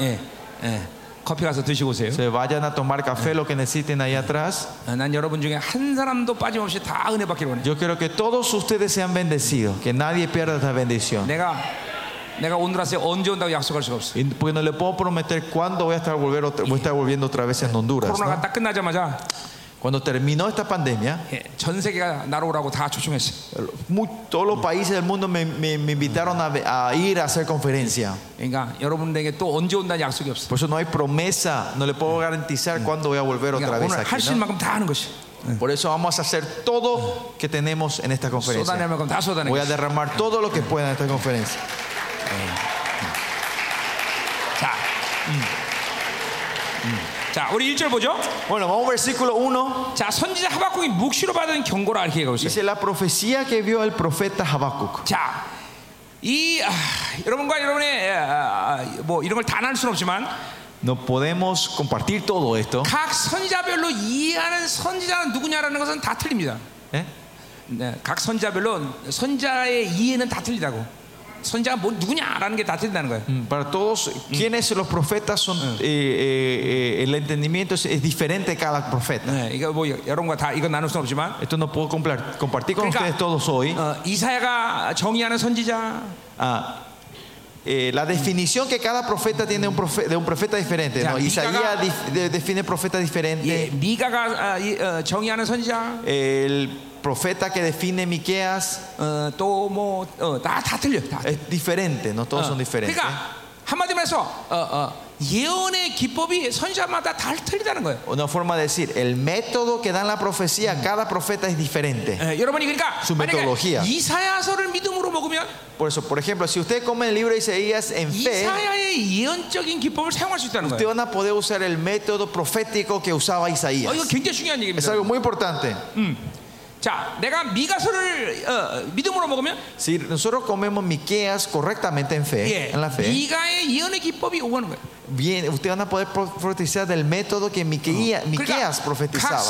B: 예, 예. 커피 가서 드시고 오세요.
A: Se vayan a tomar café lo que necesiten ahí atrás.
B: 어, 난 여러분 중에 한 사람도 빠짐없이 다 은혜 받기를 원해.
A: Yo quiero que todos ustedes sean bendecidos, que nadie pierda esta bendición.
B: 내가 내가 오늘 하세 언제 온다고 약속할 수가 없어.
A: Y- Porque no le puedo prometer cuándo voy a estar, volver otra- voy a estar volviendo otra vez en Honduras. ¿no?
B: 코로나가 딱 끝나자마자
A: Cuando terminó esta pandemia,
B: 예, 전 세계가 나로 오라고 다 초청했어.
A: mu- todos los países del mundo me, me- me invitaron a, ve- a ir a hacer conferencia.
B: 그러니까 여러분에게 또 언제 온다는 약속이 없어.
A: Por eso no hay promesa, no le puedo garantizar cuándo voy a volver otra
B: 그러니까
A: vez
B: 오늘 할 수
A: aquí.
B: 있는
A: ¿no?
B: 만큼 다 하는 것이.
A: Por eso vamos a hacer todo que tenemos en esta
B: 쏟아낼
A: conferencia.
B: 만큼 다 쏟아내.
A: Voy a derramar todo lo que pueda en esta conferencia.
B: 자, 음. 음. 자, 우리 1절 보죠.
A: Bueno, vamos al versículo 1.
B: 자, 선지자 하박국이 묵시로 받은 경고라 이렇게 얘기하고 있어요.
A: Dice la profecía que vio el profeta Habacuc.
B: 자, 이 아, 여러분과 여러분의 아, 아, 뭐 이런 걸 다 나눌 수는 없지만
A: No podemos compartir todo esto.
B: 각 선지자별로 이해하는 선지자는 누구냐라는 것은 다 틀립니다.
A: ¿eh?
B: 네, 각 선지자별로 선자의 이해는 다 틀리다고. 선자가 뭐 누구냐라는 게 다 틀린다는 거예요.
A: Mm, Para todos, ¿quiénes son los profetas? son eh, eh, eh, El entendimiento es, es diferente de cada profeta.
B: 네, 이거 뭐 여러분과 다 이건 나눌 수는 없지만
A: Esto no puedo complar- compartir con
B: Kika.
A: ustedes todos hoy.
B: 어, 이사야가 정의하는 선지자,
A: Ah, eh, la definición que cada profeta tiene un profe- de un profeta diferente.
B: Ya,
A: ¿no?
B: Kika.
A: Isaías dif- de- define profeta
B: 예,
A: diferente.
B: 미가가 아, 이, 어, 정의하는 선지자,
A: El profeta que define Miqueas
B: 또 뭐 다 다 틀려. 다.
A: es diferente, no todos
B: 어,
A: son diferentes.
B: 그러니까 한마디로 해서 어, 어, 예언의 기법이 선지자마다 다 틀리다는 거예요.
A: Una forma de decir, el método que dan la profecía a cada profeta es diferente.
B: 예, 여러분이 그러니까
A: Su
B: 만약에
A: metodología.
B: 이사야서를 믿음으로 먹으면
A: Por eso, por ejemplo, si usted come el libro de Isaías en fe,
B: 이사야의 예언적인 기법을 사용할 수 있다는
A: usted
B: 거예요.
A: van a poder usar el método profético que usaba
B: 어,
A: Isaías.
B: 이거 굉장히 중요한
A: Es
B: 얘기입니다.
A: algo muy importante.
B: 자, 내가 미가서를 어, 믿음으로 먹으면
A: Si nosotros comemos Miqueas correctamente en fe,
B: 예,
A: en la fe,
B: 미가의 예언의 기법이 오가는 거예요.
A: bien, usted van a poder profetizar del método que Miqueía-
B: 그러니까
A: Miqueas
B: 각
A: profetizaba.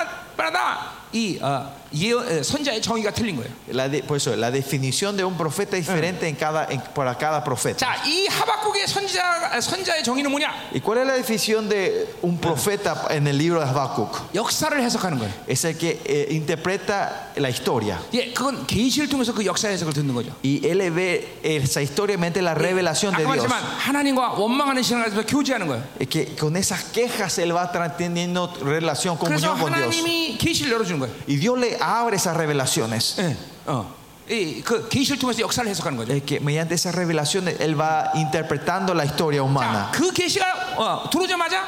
B: 선지자마다 이 어, 예언, 에, 선자의 정의가 틀린 거예요.
A: La de- por eso, la definición de un profeta es diferente en cada, en- para cada profeta.
B: 자, 이 하박국의 선지자 선자의 정의는 뭐냐?
A: ¿Y cuál es la definición de un profeta en el libro de Habacuc?
B: 역사를 해석하는 거예요.
A: Es el que eh, interpreta la historia.
B: 예, 그건 계시를 통해서 그 역사 해석을 듣는 거죠.
A: Y él ve esa historia mediante la revelación de
B: 아까
A: Dios.
B: 말했지만 하나님과 원망하는 신앙 가지고 교제하는 거예요.
A: Es que con esas quejas él va tra- teniendo relación,
B: 그래서
A: comunión con Dios.
B: 하나님이 계시를 열어주는 거예요.
A: Y Dios le abre esas revelaciones.
B: 예, 어, 이그 계시를 통해서 역사를 해석하는 거죠.
A: Es eh, que mediante esas revelaciones él va interpretando la historia
B: 자,
A: humana.
B: 그 계시가 어, 들어오자마자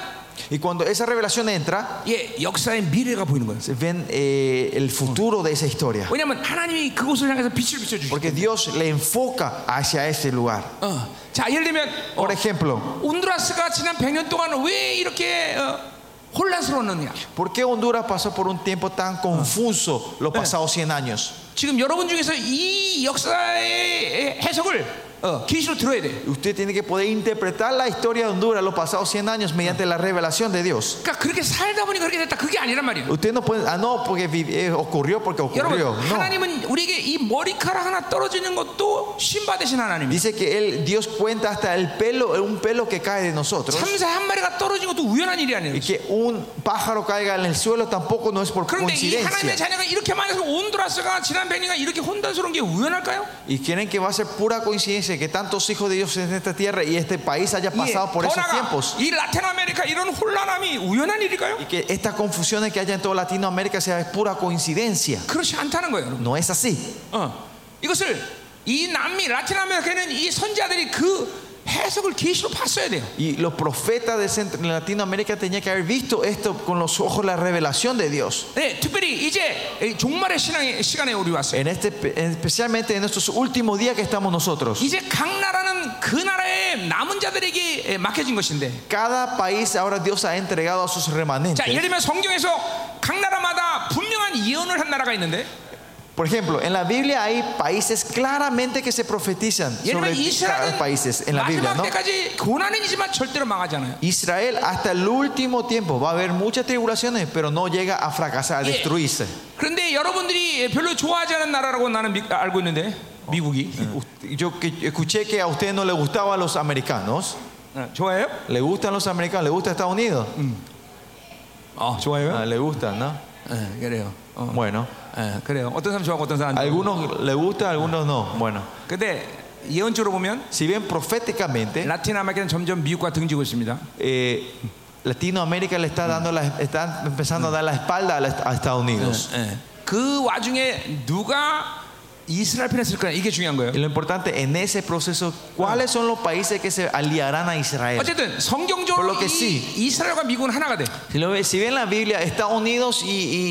A: Y cuando esa revelación entra,
B: 예, 역사의 미래가 보이는 거예요.
A: se ven eh, el futuro de esa historia.
B: 왜냐하면 하나님이 그곳을 향해서 빛을 비춰주시고,
A: Porque Dios le enfoca hacia ese lugar.
B: 어, 자 예를 들면 어,
A: Por ejemplo,
B: 온두라스가 지난 100년 동안 왜 이렇게 어, 혼란스러웠느냐?
A: ¿por qué Honduras pasó por un tiempo tan confuso los pasados 100 años?
B: 지금 여러분 중에서 이 역사의 해석을 어, 계시로 들어야 돼.
A: Usted tiene que poder interpretar la historia de Honduras los pasados 100 años mediante la revelación de Dios.
B: 그러니까 그렇게 살다 보니 그렇게 됐다. 그게 아니란 말이에요.
A: Usted no puede, ah, no, porque vi- eh, ocurrió, porque
B: 어, 여러분,
A: ocurrió. No.
B: 하나님은 우리에게 이 머리카락 하나 떨어지는 것도 신받으신 하나님이에요.
A: Dice que él, Dios cuenta hasta el pelo, un pelo que cae de nosotros.
B: 참새 한 마리가 떨어진 것도 u연한 일이
A: Y
B: 아니에요.
A: que un pájaro caiga en el suelo tampoco no es por
B: 그런데 이 하나님의
A: coincidencia.
B: 자녀가 이렇게 많아서 온두라스가 지난 100년간 이렇게 혼란스러운 게 우연할까요?
A: Y quieren que va a ser pura coincidencia que tantos hijos de Dios en esta tierra y este país haya
B: 예,
A: pasado por
B: 더
A: esos
B: 나아가
A: tiempos.
B: 이 라틴 아메리카 이런 혼란함이 우연한 일일까요?
A: Y que estas confusiones que haya en toda Latinoamérica sea pura coincidencia.
B: 그렇지 않다는 거예요. 여러분.
A: No es así.
B: 어. 이것을 이 남미 라틴 아메리카는 이 선자들이 그 해석을 계시로 봤어야 돼요.
A: Y los profetas de Centro- de Latinoamérica tenían que haber visto esto con los ojos, la revelación de Dios.
B: 네, 특별히 이제 이 종말의 신앙의 시간에 우리 왔어요.
A: En este, especialmente en estos últimos días que estamos nosotros.
B: 이제 각 나라는 그 나라의 남은 자들에게 에, 맡겨진 것인데.
A: Cada país ahora Dios ha entregado a sus
B: 자, 예를
A: remanentes.
B: 들면 성경에서 각 나라마다 분명한 예언을 한 나라가 있는데,
A: Por ejemplo, en la Biblia hay países claramente que se profetizan
B: 예를 들면
A: sobre cada
B: 이스라엘은
A: países en la
B: 마지막
A: Biblia, ¿no?
B: 때까지 고난이지만 절대로 망하지 않아요.
A: Israel hasta el último tiempo va a haber muchas tribulaciones, pero no llega a fracasar, a
B: Yeah.
A: destruirse.
B: 그런데 여러분들이 예, 별로 좋아하지 않은 나라라고 나는 미- 알고 있는데, 미국이.
A: Ah. Ust- Yo que- escuché que a ustedes no les gustaban los americanos.
B: 어, 좋아해요?
A: ¿Le gustan los americanos? ¿Le gusta Estados Unidos?
B: 어, 좋아해요?
A: Ah, le gusta, ¿no?
B: 예, 그래요. 어,
A: Bueno.
B: 예, 그래요. 어떤 사람 좋아하고 어떤 사람 안 좋아하고.
A: Algunos le gusta, algunos no. Bueno.
B: 근데 예언적으로 보면
A: Si bien proféticamente
B: 라틴 아메리카는 점점 미국과 등지고 있습니다.
A: eh, Latinoamérica le está dando la- está empezando a dar la espalda a, la- a Estados Unidos.
B: 예. 그 와중에 누가 이스라엘 편에 쓸 거냐 이게 중요한 거예요.
A: Y lo importante en ese proceso, ¿cuáles son los países que se aliarán a Israel?
B: 어쨌든 성경적으로
A: Por lo que
B: 이,
A: sí.
B: 이스라엘과 미국은 하나가 돼.
A: Si, lo ve- si bien la Biblia, Estados Unidos y,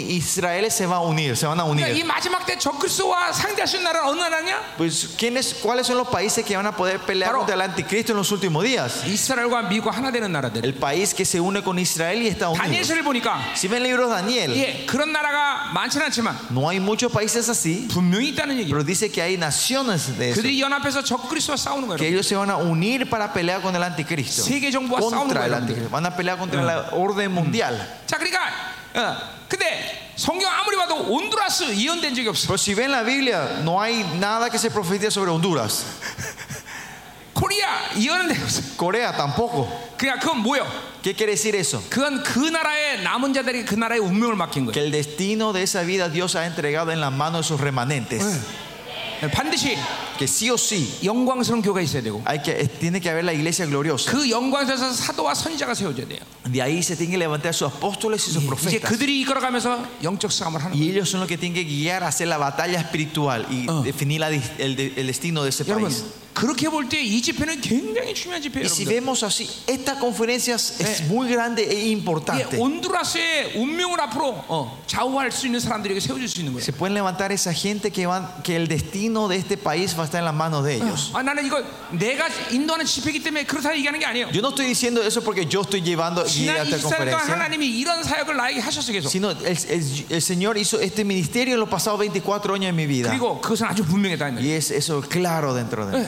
A: y Israel se van a unir, se van a
B: 그러니까 이
A: unir.
B: 마지막 때 적그리스도와 상대할 수 있는 나라는 어느 나라냐?
A: Pues, ¿quiénes, ¿Cuáles son los países que van a poder pelear
B: Claro.
A: contra el anticristo en los últimos días?
B: 이스라엘과 미국 하나 되는 나라들.
A: El país que se une con Israel y Estados Unidos.
B: 다니엘서를 보니까
A: Si ven el libro de Daniel,
B: 예, 그런 나라가 많지는 않지만
A: no hay muchos países así,
B: 분명히 있다는 얘기예요.
A: pero dice que hay naciones de eso.
B: 그들이 연합해서 적그리스도와 싸우는
A: que
B: 거예요.
A: ellos se van a unir para pelear con el anticristo.
B: 세계 정부와 싸우는
A: Contra el
B: 거예요.
A: anticristo. Van a pelear contra la orden mundial.
B: 자, 그러니까 어, 근데 성경 아무리 봐도 온두라스 예언된 적이 없어.
A: Pero si ven la Biblia, no hay nada que se profetice sobre Honduras.
B: 코리아 예언은 된 없어.
A: Corea tampoco.
B: 그냥 그건 뭐요?
A: ¿Qué quiere decir eso?
B: 그건 그 나라의 남은 자들이 그 나라의 운명을 맡긴
A: Que
B: 거예요.
A: el destino de esa vida Dios ha entregado en las manos de sus remanentes.
B: 반드시
A: Que sí o sí
B: 영광스러운 교가 있어야 되고
A: hay que, tiene que haber la iglesia gloriosa.
B: 그 영광에서 사도와 선지자가 세워져야 돼요.
A: De ahí se tienen que levantar sus apóstoles y sus
B: 이제
A: profetas.
B: 그들이 이끌어가면서 영적 싸움을 하는 거예요.
A: Y ellos son los que tienen que guiar hacia la batalla espiritual y definir la dis- el, de- el destino de ese
B: 여러분
A: país.
B: 그렇게 볼 때 이 집회는 굉장히 중요한 집회예요.
A: Y si
B: 여러분들.
A: vemos así, esta conferencia es- es muy grande
B: 이게
A: e importante.
B: 온두라스의 운명을 앞으로 어, 좌우할 수 있는 사람들에게 세워줄 수 있는 거예요.
A: Se pueden levantar esa gente que van, que el destino de este país va a estar en las manos de ellos.
B: 아, 나는 이거 내가 인도하는 집회이기 때문에 그렇다 얘기하는 게 아니에요.
A: Yo no estoy diciendo eso porque yo estoy llevando guía
B: 지난
A: a esta
B: 24년 동안
A: conferencia,
B: 하나님이 이런 사역을 나에게 하셨어 계속.
A: sino el, el- el Señor hizo este ministerio en los pasados 24 años de mi vida.
B: 그리고 그것은 아주 분명했다. 이 말이에요.
A: Y es eso claro dentro de mí.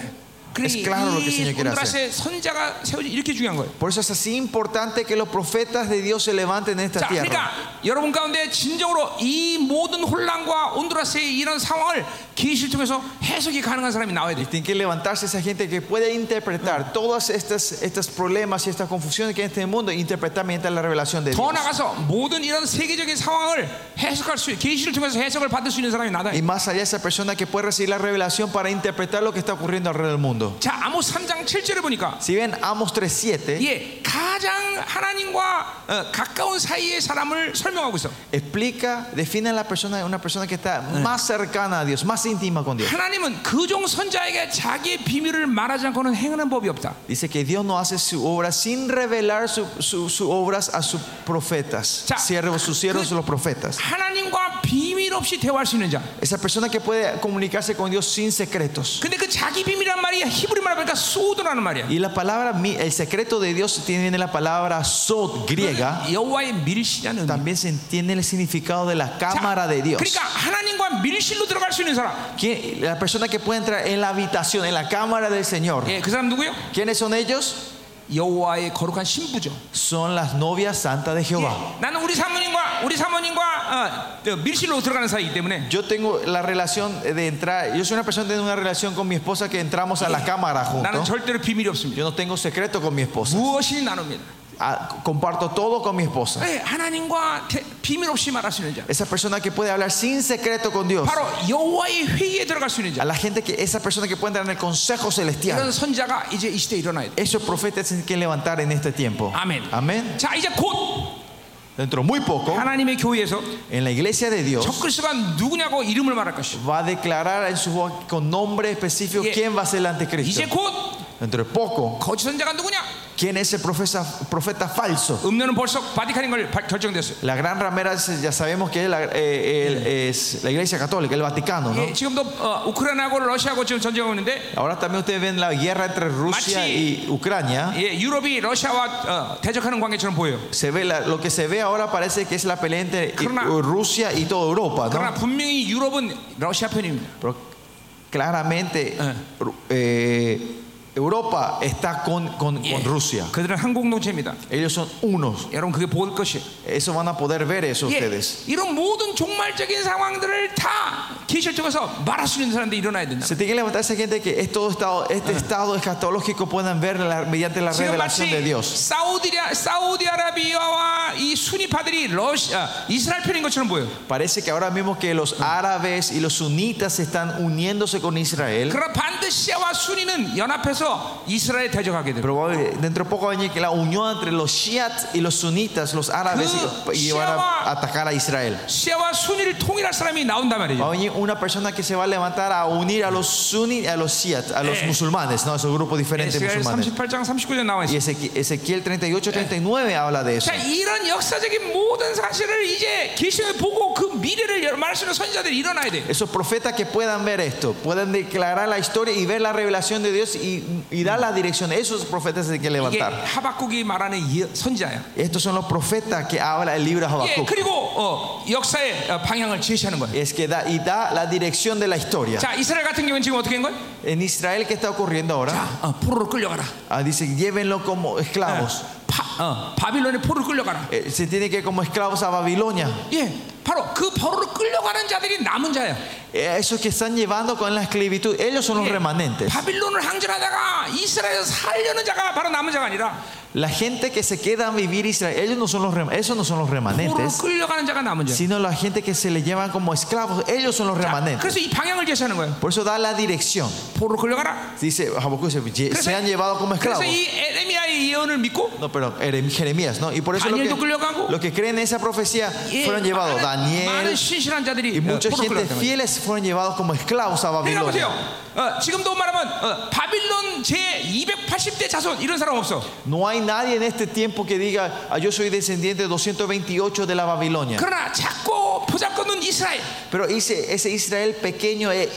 A: Es claro lo que el Señor quiere hacer.
B: 온드라스의 선자가 세워진 이렇게 중요한 거예요.
A: Por eso es así importante que los profetas de Dios se levanten en esta
B: 자,
A: tierra.
B: 그러니까 여러분 가운데 진정으로 이 모든 혼란과 온드라스의 이런 상황을 계시를 통해서 해석이 가능한 사람이 나와야 돼.
A: Tienen que levantarse esa gente que puede interpretar todos estos, estos problemas y estas confusiones que hay en este mundo e interpretar mediante la revelación de Dios.
B: 더 나가서 모든 이런 세계적인 상황을 해석할 수, 계시를 통해서 해석을 받을 수 있는 사람이 나다.
A: Y más allá esa persona que puede recibir la revelación para interpretar lo que está ocurriendo alrededor del mundo.
B: 자, 아모스 3장 7절을 보니까
A: Si ven Amos 3.7,
B: 예, 가장 하나님과 어, 가까운 사이의 사람을 설명하고 있어.
A: explica, define a la persona, una persona que está más cercana a Dios, más íntima con Dios.
B: 하나님은 그 종 선자에게 자기의 비밀을 말하지 않고는 행하는 법이 없다.
A: Dice que Dios no hace su obra sin revelar sus obras a sus profetas,
B: Ya.
A: siervos, sus siervos, los profetas.
B: 하나님과 비밀 없이 대화할 수 있는 자.
A: Esa persona que puede comunicarse con Dios sin secretos.
B: 근데 그 자기 비밀이란 말이 히브리 말로 보니까 소드라는 말이야.
A: Y la palabra, mi- el secreto de Dios tiene en la palabra sod griega,
B: 여호와의 밀실이라는 의미.
A: también se entiende el significado de la
B: 자,
A: cámara de Dios.
B: 그러니까 하나님과 밀실로 들어갈 수 있는 사람.
A: ¿Quién- la persona que puede entrar en la habitación, en la cámara del Señor.
B: 예, 그 사람 누구요?
A: ¿Quiénes son ellos?
B: 여호와의 거룩한 신부죠.
A: Son las novias santas de Jehová.
B: 나는 우리 사모님과 우리 사모님과 어, 어, 밀실로 들어가는 사이이기 때문에
A: Yo tengo la relación de entrar, yo soy una persona que tiene una relación con mi esposa que entramos a la cámara
B: 나는
A: juntos.
B: 절대로 비밀이 없습니다.
A: Yo no tengo secreto con mi esposa.
B: 무엇이 나눕니다.
A: Ah, comparto todo con mi esposa.
B: 예, 하나님과 대- 비밀 없이 말할 수 있는 자.
A: Esa persona que puede hablar sin secreto con Dios.
B: 바로 여호와의 회의에 들어갈 수 있는
A: A
B: 자.
A: la gente que esa persona que puede entrar en el consejo
B: 이런
A: celestial.
B: 선자가 이제 이 시대에 일어나야 돼.
A: Esos profetas tienen que levantar en este tiempo.
B: 아멘.
A: Amén.
B: 자, 이제 곧
A: Dentro muy poco,
B: 하나님의 교회에서
A: en la iglesia de Dios.
B: 적그리스가 누구냐고 이름을 말할 것이.
A: va a declarar en su voz con nombre específico
B: Yeah.
A: quién va a ser el
B: 이제
A: anticristo.
B: 곧
A: Dentro de poco,
B: 거짓 선자가 누구냐?
A: ¿quién es el profeta, profeta falso?
B: 음료는 벌써 바티칸인 걸 바- 결정됐어요.
A: La gran ramera es- ya sabemos que es la, eh, el- es la Iglesia Católica, el Vaticano, ¿no?
B: 예, 지금도 어, 우크라이나하고 러시아하고 지금 전쟁하고 있는데
A: Ahora también ustedes ven la guerra entre Rusia
B: Machi.
A: y Ucrania.
B: 예, 유럽이 러시아와 어, 대적하는 관계처럼 보여요.
A: Se ve la- lo que se ve ahora parece que es la pelea entre i-
B: Corona.
A: Rusia y toda Europa,
B: 그러나
A: ¿no?
B: 분명히 유럽은 러시아 편입니다.
A: Pero claramente
B: Eh.
A: Ru- eh, Europa está con, con, con Rusia.
B: 그들은 한 공동체입니다.
A: Ellos son unos.
B: 여러분 그게 볼 것이.
A: Eso van a poder ver eso
B: 예,
A: ustedes.
B: 이런 모든 종말적인 상황들을 다 계시적에서 말할 수 있는 사람들이 일어나야 된다.
A: Se tiene que levantar esa gente que es todo estado, este estado escatológico puedan ver la- mediante la
B: 지금
A: revelación de
B: 마치
A: Dios.
B: 사우디라, 사우디아라비아와 이 순위파들이 러시아, 이스라엘 편인 것처럼 보여.
A: Parece que ahora mismo que los árabes y los sunitas están uniéndose con Israel.
B: 그러나 반드시 시아와 순위는 연합해서 이스라엘 대적하게 됩니다.
A: Probable, dentro de poco va a venir que la unión entre los shiats y los sunitas, los árabes, y, los- y van a atacar a Israel.
B: 시아와 순위를 통일할 사람이 나온단
A: Va a
B: 말이죠.
A: venir una persona que se va a levantar a unir a los sunitas, a los shiats, a los
B: Eh.
A: musulmanes, ¿no? a esos grupos diferentes
B: 에스겔
A: musulmanes.
B: 38장 39절 나와
A: Y
B: 있어요.
A: Ezequi- Ezequiel 38, 39 habla de eso.
B: 자, 이런 역사적인 모든 사실을 이제 계시를 보고 그 미래를 열- 말할 수 있는 선지자들이 일어나야 돼.
A: Esos profetas que puedan ver esto, puedan declarar la historia y ver la revelación de Dios y, y dar la dirección. Esos profetas hay que
B: 이게
A: levantar.
B: 하박국이 말하는 이- 선지자야.
A: Estos son los profetas que habla el libro de
B: 예,
A: Habacuc.
B: 그리고 어, 역사의 어, 방향을 제시하는 거예요.
A: Es que da, y da la dirección de la historia.
B: 자, 이스라엘 같은 경우는 지금 어떻게 한 거예요?
A: En Israel, ¿qué está ocurriendo ahora?
B: 자, 어, 포로로 끌려가라.
A: Ah, dice, llévenlo como esclavos.
B: Ah. 파, 어, 바빌론의 포로로 끌려가라.
A: Eh, se tiene que ir como esclavos a Babilonia.
B: 예, 바로 그 포로로 끌려가는 자들이 남은 자예요.
A: Eh, esos que están llevando con la esclavitud, ellos son los
B: 예,
A: remanentes.
B: 바빌론을 항전하다가 이스라엘에서 살려는 자가 바로 남은 자가 아니라
A: La gente que se queda a vivir Israel, ellos no son los, rem- esos no son los
B: 포로로
A: remanentes.
B: 끌려가는 자가 남은 자예요.
A: sino la gente que se le llevan como esclavos, ellos son los
B: 자,
A: remanentes.
B: 그래서 이 방향을 제시하는 거예요.
A: Por eso da la dirección.
B: 포로로 끌려가라.
A: Dice Habacuc, se, lle- se han llevado como
B: 그래서
A: esclavos.
B: 이 에레미야의 예언을 믿고
A: No, pero Ere- Jeremías, ¿no? Y por eso lo
B: Daniel도 끌려가고.
A: que, lo que creen en esa profecía
B: 예,
A: fueron
B: 많은,
A: llevados.
B: 많은
A: Daniel
B: 신실한 자들이
A: y
B: 어,
A: mucha
B: 포로로
A: gente
B: 끌려갔단 말이에요.
A: fieles fueron llevados como esclavos a
B: 그러니까 보세요.
A: Babilonia.
B: 어, 지금도 말하면 어, 바빌론 제 280대 자손 이런 사람 없어.
A: No hay nadie en este tiempo que diga, "Ah, yo soy descendiente de 228 de la Babilonia.
B: 그러나 작고 보잘것없는 이스라엘.
A: Pero ese, ese Israel pequeño e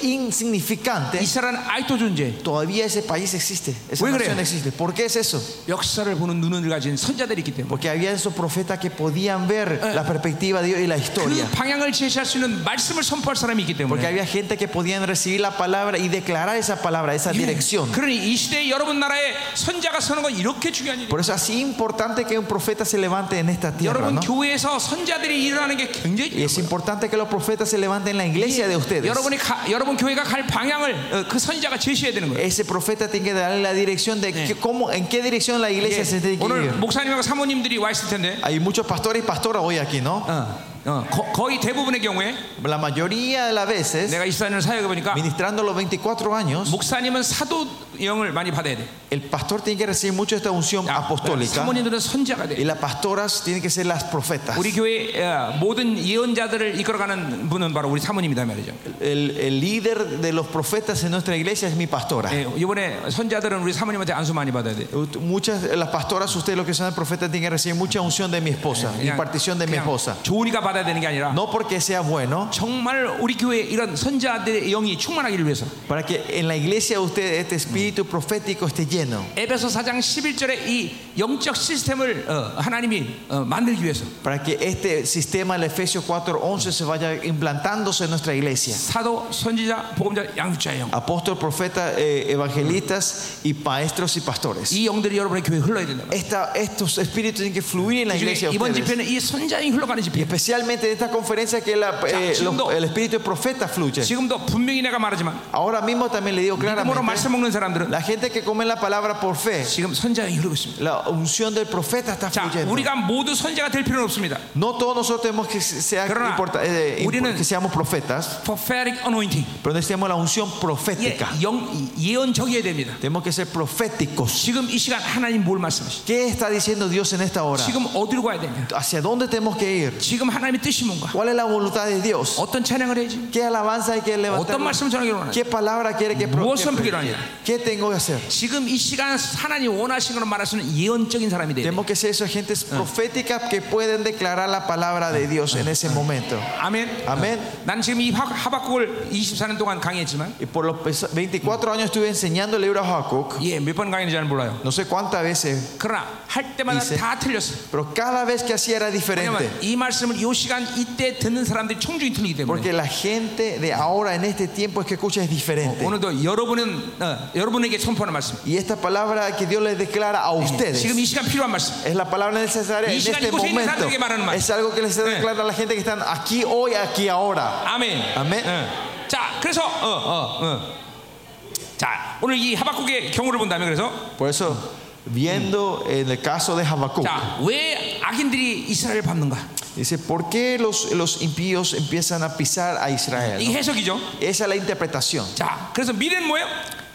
A: insignificante,
B: 이스라엘은 아이토 존재.
A: todavía ese país existe. Esa
B: Muy
A: nación
B: bien.
A: existe. ¿Por qué es eso?
B: 역사를 보는 눈을 가진 선자들이 있기 때문에 뭐
A: Porque había esos profetas que podían ver la perspectiva de Dios y la historia.
B: 그 방향을 제시할 수 있는 말씀을 선포할 사람이 있기
A: Porque
B: 때문에.
A: había gente que podían recibir la palabra y declarar esa palabra, esa dirección.
B: 네. 그러니 이 시대에 여러분 나라에 선자가 서는 건 이렇게 중요한 일이에요.
A: Por eso así importante que un profeta se levante en esta tierra,
B: 여러분
A: ¿no?
B: 교회에서 선자들이 일어나는 게 굉장히
A: Y es importante que los profetas se levanten en la iglesia de ustedes.
B: 여러분이 가, 여러분 교회가 갈 방향을 어, 그 선자가 제시해야 되는 거예요.
A: Ese profeta tiene que darle la dirección de que- cómo, en qué dirección la iglesia se tiene que
B: 오늘
A: ir.
B: 목사님하고 사모님들이 와 있을 텐데
A: Hay muchos pastores y pastoras hoy aquí, ¿no?
B: 어, 어, 거- 거의 대부분의 경우에
A: La mayoría de las veces,
B: 내가 24년을 사역해 보니까
A: ministrando los 24 años,
B: 목사님은 사도 영을 많이 받아야 돼.
A: el pastor tiene que recibir mucho esta unción apostólica.
B: 사모님들은 선자가
A: Y
B: 돼.
A: las pastoras tienen que ser las profetas.
B: 우리 교회 어, 모든 예언자들을 이끌어가는 분은 바로 우리 사모님이다 말이죠.
A: El, el líder de los profetas en nuestra iglesia es mi pastora.
B: 예, 이번에 선자들은 우리 사모님한테 안수 많이 받아야 돼.
A: Muchas las pastoras, ustedes los que son profetas, tienen que recibir mucha unción de mi esposa,
B: Eh,
A: impartición de mi esposa.
B: 좋으니까 받아야 되는 게 아니라
A: No porque sea bueno,
B: 정말 우리 교회 이런 선자들의 영이 충만하기를 위해서
A: para que en la iglesia de ustedes este espíritu profético esté lleno.
B: 에베소 4장 11절에 이 영적 시스템을 어, 하나님이 어, 만들기 위해서
A: Para que este sistema, el Efesios 4:11, se vaya implantándose en nuestra iglesia.
B: 사도, 선지자, 복음자, 양육자의 영.
A: Apóstol, profeta, eh, evangelistas y maestros y pastores.
B: 이 영들이 여러분의 교회에 흘러야 된다. 말이에요.
A: Esta- estos espíritus tienen que fluir en la
B: 네, 이 중에
A: iglesia de
B: 이번
A: ustedes.
B: 집회는 이 선자이 흘러가는
A: Y
B: 집회.
A: especialmente en esta conferencia que la- eh,
B: Ya,
A: los-
B: siendo-
A: el espíritu profeta fluye.
B: 지금도 분명히 내가 말하지만
A: Ahora mismo también le digo
B: 믿음으로 말씀
A: claramente,
B: 먹는 사람들은
A: la gente que come la palabra por fe,
B: 지금 선자이 흐르고 있습니다.
A: la unción del profeta está
B: 자,
A: fluyendo.
B: 우리가 모두 선자가 될 필요는 없습니다.
A: No todos nosotros tenemos que, se- sea
B: Pero,
A: importa- eh, impo-
B: 우리는-
A: que seamos profetas,
B: Prophetic anointing.
A: pero necesitamos la unción
B: 예,
A: profética.
B: 영 예언적이어야 됩니다.
A: Tenemos que ser proféticos.
B: 지금 이 시간 하나님 뭘 말씀하시죠?
A: ¿Qué está diciendo Dios en esta hora?
B: 지금 어디로 가야 되냐?
A: ¿Hacia dónde tenemos que ir?
B: 지금 하나님의 뜻이 뭔가?
A: ¿Cuál es la voluntad de Dios?
B: 어떤 찬양을 해야지?
A: ¿Qué alabanza hay que levantar?
B: 어떤 말씀 전하기를 원하냐?
A: ¿Qué palabra quiere que pro-
B: 무엇을
A: que-
B: 필요하냐
A: ¿Qué tengo que hacer?
B: 지금 이 시간 하나님 원하신 걸 말할 수는 예언적인 사람이 돼야 돼.
A: Tenemos que ser esas gentes proféticas que pueden declarar la palabra de Dios en ese momento.
B: 아멘.
A: 아멘.
B: 난 지금 이 하- 하박국을 24년 동안 강의했지만
A: Y por los pes- 24 años estuve enseñando el libro a Habacuc.
B: 예, 몇 번 강의했는지 잘 몰라요.
A: No sé cuántas veces,
B: 그러나 할 때마다
A: 이세-
B: 다 틀렸어.
A: pero cada vez que hacía era diferente.
B: 왜냐면 이 말씀을 이 시간 이때 듣는 사람들이 청중이 틀리기 때문에
A: Porque la gente de ahora en este tiempo es que escucha es diferente.
B: 오늘도 여러분은 어, 여러분에게 선포하는 말씀.
A: Y esta palabra que Dios les declara a ustedes
B: 지금 이 시간 필요한 말씀.
A: es la palabra necesaria en
B: Y llegan
A: este
B: inclusive
A: momento.
B: sabe que 말하는 말.
A: Es algo que les declara a la gente que están aquí hoy, aquí ahora.
B: 아멘.
A: 아멘.
B: 예. 자, 그래서 어, 어, 어. 자, 오늘 이 하박국의 경우를 본다면 그래서
A: Por eso, viendo en el caso de Habacuc,
B: 자, 왜 악인들이 이스라엘을 밟는가?
A: dice: ¿Por qué los, los impíos empiezan a pisar a Israel?
B: 이게 해석이죠.
A: Esa es la interpretación.
B: 자, 그래서 미래는 뭐예요?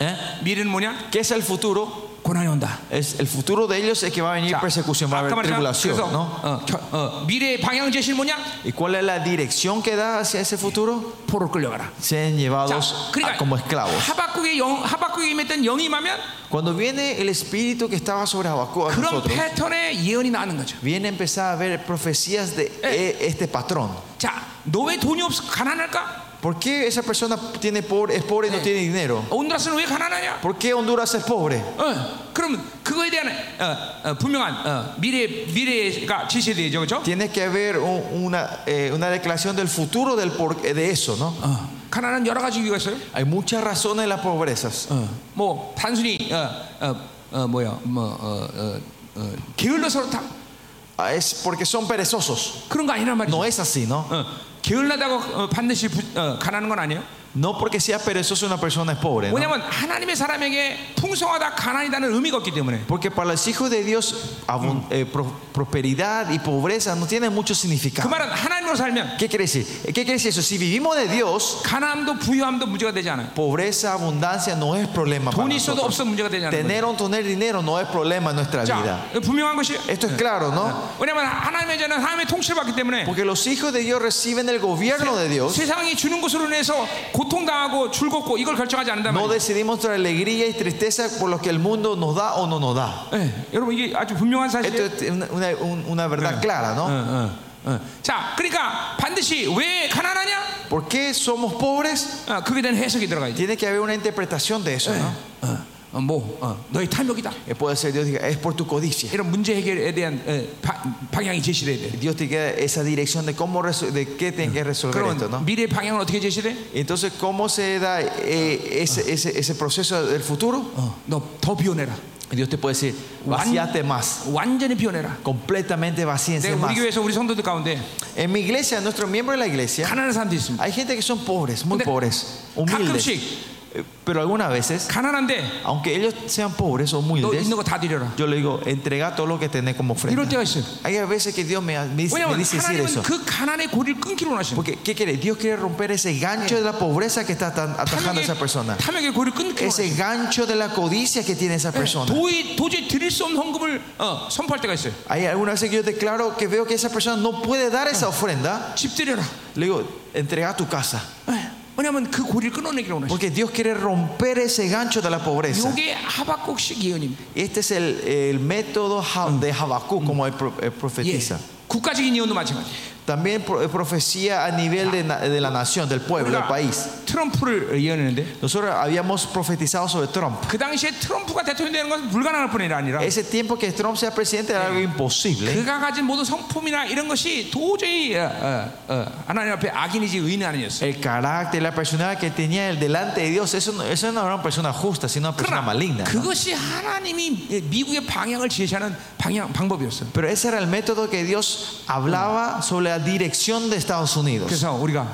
B: 예? 미래는 뭐냐?
A: ¿Qué es el futuro?
B: 고난이 온다.
A: Es, el futuro de ellos es que va a venir
B: 자,
A: persecución, va a
B: 아까
A: haber
B: 말했잖아.
A: tribulación,
B: 그래서
A: ¿no?
B: 어, 겨- 어, 미래의 방향 제시는 뭐냐?
A: ¿Y cuál es la dirección que da hacia ese futuro?
B: 포로 끌려가라. 자,
A: Sean llevados a-
B: 그러니까
A: como esclavos.
B: 하박국의 영, 하박국에 임했던 영이 임하면
A: Cuando viene el espíritu que estaba sobre Habacuc a
B: 그런
A: nosotros,
B: 패턴의 예언이 나는 거죠.
A: viene a empezar a ver profecías de eh, este patrón.
B: 자, 너 왜 돈이 없어 가난할까?
A: ¿Por qué esa persona tiene pobre, es pobre y no tiene dinero?
B: 어, 온다스는 왜 가난하냐?
A: ¿Por qué Honduras es pobre?
B: 어, 그러면 그거에 대한 어, 어, 분명한 어, 미래 미래가 제시되죠, 그렇죠?
A: Tiene que haber un- una, eh, una declaración del futuro del por- eh, de eso, ¿no?
B: 어, 가난한 여러 가지 이유가 있어요.
A: Hay muchas razones de las pobrezas.
B: 어, 뭐 단순히 어, 어, 어, 뭐야, 뭐 어, 어, 어, 게을러서 그렇다
A: Ah, Es porque son perezosos.
B: 그런 거 아니란 말이죠.
A: No es así, ¿no?
B: 어, 게을러다고 어, 반드시 부- 어, 가난한 건 아니에요.
A: No porque sea perezoso una persona es pobre. ¿no?
B: 왜냐하면 하나님의 사람에게 풍성하다 가난이다는 의미가 없기 때문에.
A: Porque para los hijos de Dios, abun- eh, pro- prosperidad y pobreza no tienen mucho
B: 그
A: significado.
B: 말은 하나님으로 살면
A: ¿Qué quiere decir? ¿Qué quiere decir eso? Si vivimos de Dios,
B: 가난함도 부유함도 문제가 되지 않아요.
A: pobreza, abundancia no es problema para
B: 돈이 있어도
A: nosotros.
B: 없어 문제가 되지 않아요.
A: Tener o no tener dinero no es problema en nuestra
B: 자,
A: vida.
B: 분명한 것이
A: Esto es claro, ¿no?
B: 왜냐하면 하나님의 자는 하나님의 통치를 받기 때문에
A: Porque los hijos de Dios reciben el gobierno de Dios.
B: 세상이 주는 것으로 인해서 고통당하고 즐겁고 이걸 결정하지
A: No
B: 않는다면
A: decidimos nuestra alegría y tristeza por lo que el mundo nos da o no nos da.
B: 예, 여러분 이게 아주 분명한
A: Esto
B: 사실이에요.
A: es una, una- un- una verdad clara,
B: 어,
A: ¿no?
B: 어, 어. 자, 그러니까 반드시 왜 가난하냐?
A: ¿Por qué somos pobres?
B: 어, 그에 대한 해석이 들어가야 돼.
A: Tiene que haber una interpretación de eso, ¿no?
B: 어, 어, 뭐 어, 너희 탐욕이다.
A: Eh, Puede ser Dios diga, es por tu codicia.
B: 이런 문제 해결에 대한 에, 바- 방향이 제시돼야 돼.
A: Dios te queda esa dirección de cómo reso- de qué tienen que resolver esto,
B: 그럼
A: ¿no?
B: 미래 방향은 어떻게 제시돼?
A: Entonces, ¿cómo se da eh, ese, ese, ese proceso del futuro?
B: 어, 너더 비워내라.
A: Dios te puede decir, vacíate más,
B: 완전히 비워내라.
A: completamente vacíense
B: 내가 우리
A: más.
B: 교회에서 우리 성도들 가운데
A: En mi iglesia, nuestro miembro de la iglesia,
B: 가난한 사람들이 있습니다.
A: hay gente que son pobres, muy
B: 근데
A: pobres, humildes.
B: 가끔씩
A: Eh, Pero algunas veces,
B: 가난한데
A: aunque ellos sean pobres
B: 너
A: o humildes,
B: 있는 거 다 드려라.
A: yo le digo, entrega todo lo que tenés
B: 이럴
A: como ofrenda.
B: 때가 있어요.
A: Hay veces que Dios me, me dice me
B: 왜냐하면
A: dice decir
B: 하나님은
A: eso.
B: 그 가난의 고리를 끊기로 원하시는
A: Porque, ¿qué quiere? Dios quiere romper ese gancho de la pobreza que está atan- atajando a esa persona.
B: 탐욕의, 탐욕의 고리를 끊기로
A: Ese
B: 원하시는
A: gancho de la codicia que tiene esa persona.
B: 도저히, 도저히 드릴 수 없는 헌금을 어, 선포할 때가 있어요.
A: Hay algunas veces que yo declaro que veo que esa persona no puede dar esa ofrenda.
B: 집 드려라.
A: Le digo, entrega tu casa.
B: 왜냐하면 그 고리를 끊어내기로 원하시는
A: Porque Dios quiere romper ese gancho de la pobreza.
B: 이게 하박국식 예언입니다.
A: Este es el, el método ja- de Habacuc, como él pro-
B: 예.
A: él profetiza.
B: 국가적인 예언도 마찬가지예요.
A: También pro- profecía a nivel de, na- de la nación, del pueblo, del
B: 우리가
A: país.
B: 그러니까 트럼프를 예언했는데
A: Nosotros habíamos profetizado sobre Trump.
B: 그 당시에 트럼프가 대통령 되는 것은 불가능할 뿐이 아니라
A: Ese tiempo que Trump sea presidente era algo imposible.
B: 그가 가진 모든 성품이나 이런 것이 도저히 어, 어, 어, 하나님 앞에 악인이지 의인 아니었어요.
A: El carácter, la personalidad que tenía él delante de Dios, eso, no- eso no era una persona justa, sino una persona maligna. ¿no?
B: 그것이 하나님이 미국의 방향을 제시하는 방향 방법이었어요.
A: Pero ese era el método que Dios hablaba sobre la dirección de Estados Unidos.
B: 그래서 우리가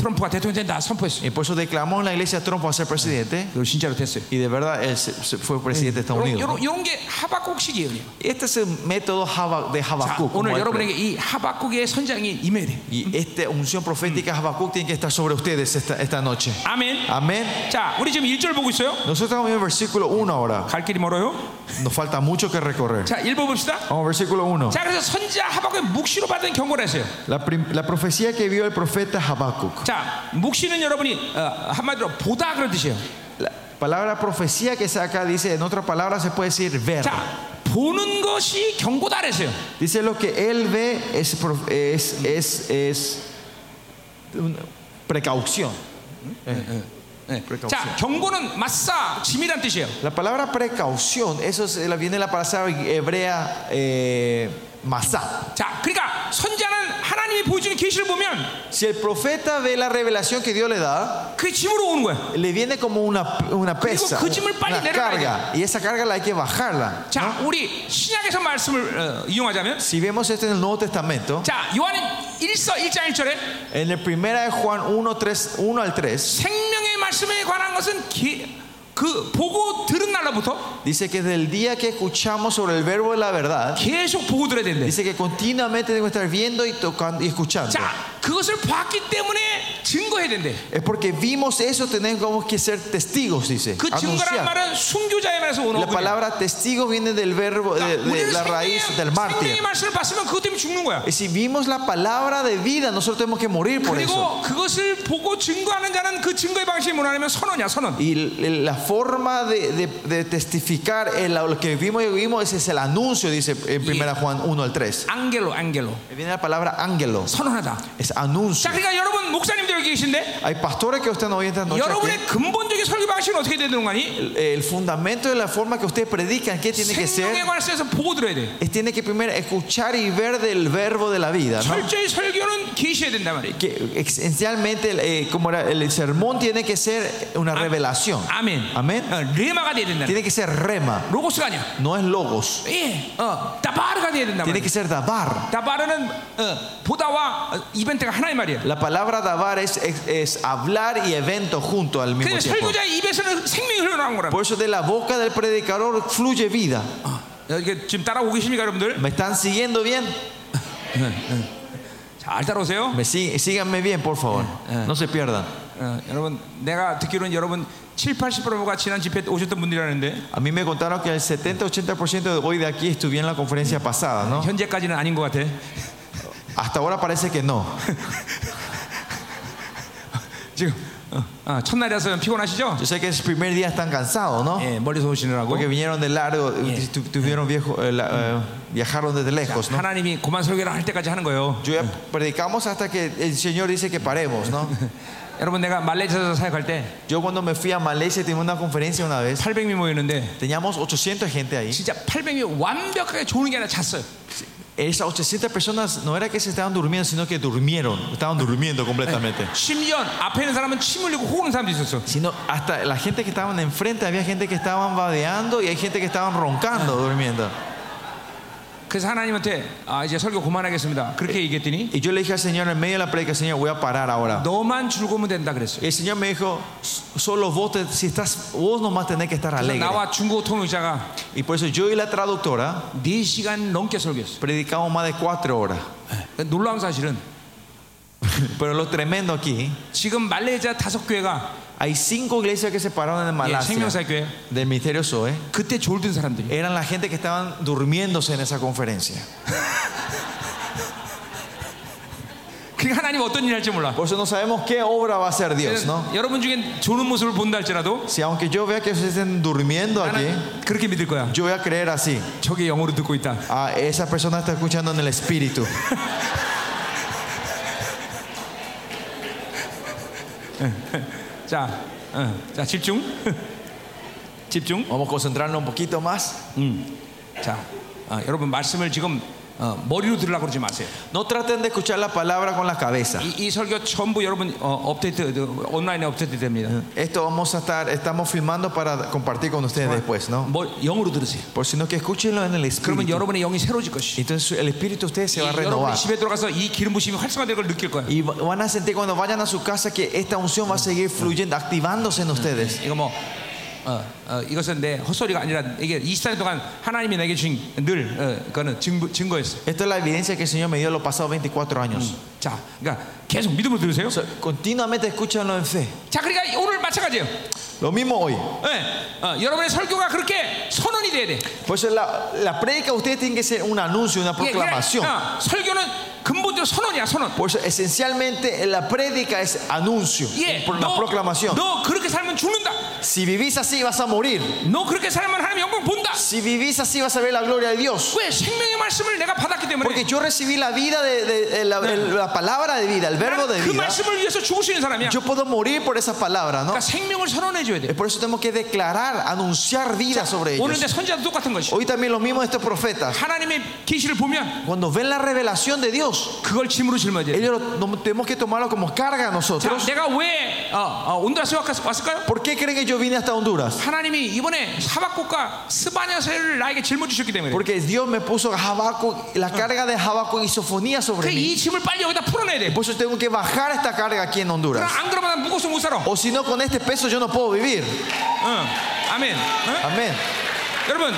B: 트럼프가 대통령 된다 선포했어요.
A: Y por eso declamó en la iglesia Trump va a ser presidente.
B: 그걸 진짜로 됐어요.
A: Y de verdad él se- se fue presidente de Estados
B: 이런,
A: Unidos.
B: 이런,
A: ¿no?
B: 이런 게 하박국식 예언이에요.
A: Este es el método Haba- de
B: 자,
A: Habacuc. como
B: 오늘
A: él
B: 여러분에게 이 하박국의 선장이 임해야 돼요.
A: pro- Y esta unción profética de Habacuc tiene que estar sobre ustedes esta, esta noche.
B: 아멘.
A: Amén.
B: 자, 우리 지금 1절 보고 있어요.
A: Nosotros estamos en el versículo 1 ahora.
B: 갈 길이 멀어요.
A: Nos falta mucho que recorrer.
B: 자, 1번 봅시다.
A: Vamos, versículo 1.
B: 자, 그래서 선자 하박국의 묵시로 받은 경고를 했어요.
A: La, prim- la profecía que vio el profeta Habacuc.
B: 자, 묵시는 여러분이 어, 한마디로 보다 그런 뜻이에요.
A: La palabra profecía que saca dice, en otra palabra se puede decir ver.
B: 자, 보는 것이 경고다 그랬어요.
A: Dice lo que él ve es, pro- es, es, es una precaución.
B: 네.
A: 그러니까
B: 자,
A: 없어요.
B: 경고는 마사 짐이란 뜻이에요.
A: La palabra precaución, eso es- la- viene de la palabra hebrea eh, masá.
B: 자, 그러니까 선자는 하나님이 보여주는 계시를 보면
A: Si el profeta ve la revelación que Dios le da,
B: 그게 짐으로 오는 거야.
A: le viene como una, una pesa,
B: 그 짐을 빨리
A: una
B: 내려놔야
A: carga. Y esa carga la hay que bajarla.
B: 자, 우리 신약에서 말씀을 어, 이용하자면
A: Si vemos esto en el Nuevo Testamento,
B: 자, 요한은 1서 1장 1절에
A: en el primera de Juan 1, 3, 1 al 3,
B: 생명의 말씀에 관한 것은 기, 그 보고 들은 날로부터
A: dice que desde el día que escuchamos sobre el verbo de la verdad,
B: 계속 보고 들어야 된대.
A: dice que continuamente debemos estar viendo y tocando y escuchando.
B: 자, 그것을 봤기 때문에 증거해야 된대.
A: Es porque vimos eso, tenemos que ser testigos, dice.
B: 그 증거란
A: Anunciar.
B: 말은 순교자의 말에서 오는
A: La
B: 거야.
A: palabra testigo viene del verbo, de,
B: 그러니까
A: de
B: 우리는
A: la
B: 생명의,
A: raíz del mártir.
B: 생명의 말씀을 봤으면 그것 때문에 죽는 거야.
A: Y si vimos la palabra de vida, nosotros tenemos que morir por eso.
B: 그리고 그것을 보고 증거하는 자는 그 증거의 방식이 뭐냐면 선언이야, 선언.
A: Y l- l- la forma de, de- de testificar el- lo que vimos y vimos ese es el anuncio, dice en 1 Juan 1 al 3.
B: 안gel로, 안gel로.
A: Viene la palabra ángelo,
B: 선언하다.
A: es anuncio.
B: 자, 그러니까 여러분 목사님들 여기 계신데
A: Hay pastores que ustedes no oyen esta noche. aquí.
B: 여러분의 근본적인 설교 방식은 어떻게 되는 건가니?
A: El, el fundamento de la forma que ustedes predican, ¿qué tiene que
B: 생명에
A: ser?
B: 관해서 보고 들어야 돼.
A: Es, tiene que primero escuchar y ver del verbo de la vida. ¿no?
B: 철저히 설교는 계시해야 된단 말이에요.
A: Que esencialmente, eh, como era, el sermón tiene que ser una revelación.
B: 아멘.
A: Amén.
B: 어, 레마가 돼야 된다.
A: Tiene que ser rema,
B: 로고스가 아니야.
A: no es logos.
B: 예. 어, 다바르가 돼야 된다.
A: Tiene que ser dabar.
B: 다바르는 어, 보다와 어, 이벤트가 하나의 말이야.
A: La palabra dabar es, es- es hablar y evento junto al mismo
B: 근데
A: tiempo.
B: 설교자의 입에서는 생명이 흘러나온 거라.
A: Por eso de la boca del predicador fluye vida.
B: 어, 이게 지금 따라오고 계십니까, 여러분들?
A: ¿Me están siguiendo bien?
B: 잘 따라오세요.
A: Me sig- síganme bien, por favor. No se pierdan.
B: 어, 여러분, 내가 듣기로는 여러분 7, 80%가 지난 집회 때 오셨던 분들이라는데
A: A mí me contaron que el 70-80% de hoy de aquí estuvieron en la conferencia pasada,
B: 어.
A: ¿no?
B: 현재까지는 아닌 것 같아.
A: Hasta ahora parece que no.
B: 지금 어, 아, 첫날이라서 피곤하시죠?
A: Yo sé que el primer día están cansados, ¿no?
B: 예, 멀리서 오시느라고.
A: Porque vinieron de largo, eh, tu- tuvieron viejo- eh, la- eh, viajaron desde lejos, ¿no?
B: 하나님이 고만 설교를 할 때까지 하는 거예요.
A: Yo ya predicamos hasta que el Señor dice que paremos, ¿no?
B: 여러분 내가 말레이시아에서 사역할 때
A: Yo cuando me fui a Malaysia tenía una conferencia una vez.
B: 800명 모였는데
A: Teníamos 800 gente ahí.
B: 진짜 800명이 완벽하게 조는 게 아니라 잤어요.
A: Esas 800 personas no era que se estaban durmiendo, sino que durmieron. Estaban durmiendo completamente.
B: 심지어 앞에 있는 사람은 침 흘리고 호구는 사람도 있었어.
A: Sino hasta la gente que estaban enfrente, había gente que estaban badeando y hay gente que estaban roncando durmiendo.
B: 그래서 하나님한테 아 이제 설교 그만하겠습니다. 그렇게 얘기했더니
A: Y yo le dije al Señor en medio de la predica, Señor, voy a parar ahora.
B: 너만 즐거우면 된다 그랬어요.
A: Y el Señor me dijo, solo vos, te- si estás, vos nomás tenés que estar
B: 그래서
A: alegre.
B: 나와 중국어 통역자가
A: Y por eso yo y la traductora
B: 4시간 넘게 설교했어요.
A: predicamos más de cuatro horas.
B: 그러니까 놀라운 사실은
A: Pero lo tremendo aquí,
B: 지금 말레이시아 다섯 교회가
A: hay cinco iglesias que se pararon en
B: 예,
A: Malasia
B: 생명사 교회
A: del Ministerio Zoe.
B: 그때 졸든 사람들이
A: Eran la gente que estaban durmiéndose en esa conferencia.
B: 그러니까 하나님 어떤 일 할지 몰라. 그러니까
A: Por eso no sabemos qué obra va a hacer Dios, ¿no?
B: 여러분 중에 조는 모습을 본다 할지라도
A: Si aunque yo vea que se estén durmiendo aquí,
B: 나는 그렇게 믿을 거야.
A: yo voy a creer así.
B: 저게 영어로 듣고 있다.
A: Ah, esa persona está escuchando en el espíritu.
B: 자, 어, 자 집중, 집중.
A: Vamos a concentrarnos un poquito más.
B: 자, 아, 여러분 말씀을 지금 어, 머리로 들으려고 그러지 마세요.
A: No traten de escuchar la palabra con la cabeza.
B: 이, 이 설교 전부 여러분 어, 업데이트 어, 온라인에 업데이트 됩니다.
A: Esto vamos a estar, estamos filmando para compartir con ustedes después, ¿no?
B: 뭐 영어로 들으세요.
A: Por sino que escúchenlo en el
B: 그러면
A: espíritu.
B: 여러분의 영이 새로질 것이.
A: Entonces el espíritu de ustedes se va a
B: 여러분
A: renovar.
B: 집에 들어가서 이 기름 부심이 활성화될 걸 느낄 거야.
A: Y va- van a sentir cuando vayan a su casa que esta unción va a seguir fluyendo, activándose en ustedes.
B: 이거 뭐 어, 어, 이것은 내 헛소리가 아니라 이게 24년 동안 하나님이 내게 주신 늘 어, 그거는 증거, 증거였어.
A: Esta es la evidencia que el Señor me dio los pasados 24 años.
B: 자, 그러니까 계속 믿음으로 들으세요.
A: O sea, continuamente escúchanlo en fe.
B: 자, 그러니까 오늘 마찬가지예요.
A: Lo mismo hoy.
B: 예, 어, 여러분의 설교가 그렇게 선언이 돼야 돼.
A: Por eso la, la prédica ustedes tienen que ser un anuncio, una
B: 예, 그냥,
A: proclamación.
B: 어, 설교는 근본적으로 선언이야, 선언.
A: Por eso esencialmente la prédica es anuncio,
B: 예,
A: una
B: 너,
A: proclamación.
B: 너 그렇게 살면 살면 죽는다.
A: Si vivís así vas a morir.
B: 너 그렇게 살면 하나님 영광 본다.
A: Si vivís así vas a ver la gloria de Dios.
B: 왜 생명의 말씀을 내가 받았기 때문에
A: Porque yo recibí la vida de, de- de la, el- la palabra de vida, el verbo de
B: 나는 그
A: vida.
B: 말씀을 위해서 죽을 수 있는 사람이야.
A: Yo puedo morir por esa palabra, ¿no?
B: 그러니까 생명을 선언해 줘야 돼.
A: Por eso tenemos que declarar, anunciar vida sobre ellos.
B: 오늘내 선자도 똑같은 것이. 어,
A: Hoy también lo mismo de estos profetas.
B: 하나님의 계시를 보면
A: Cuando ven la revelación de Dios,
B: 그걸 짐으로 짊어야 돼.
A: ellos lo- no- tenemos que tomarlo como carga a
B: 자,
A: nosotros.
B: 내가 왜 어, 어, 온다스 왔을까요?
A: ¿Por qué creen que yo vine hasta Honduras?
B: 하나님이 이번에 사박국과 스바냐세를 나에게 짊어 주셨기 때문에.
A: Porque Dios me puso Habacuc, la carga de Habacuc y sofonía sobre mí.
B: 그이 짐을 빨리 여기다 풀어내야 돼.
A: Por eso tengo que bajar esta carga aquí en Honduras.
B: 안 그러면 난 무거워서 못 살아.
A: O si no, con este peso yo no puedo vivir.
B: 응. 아멘. 응?
A: Amén.
B: 여러분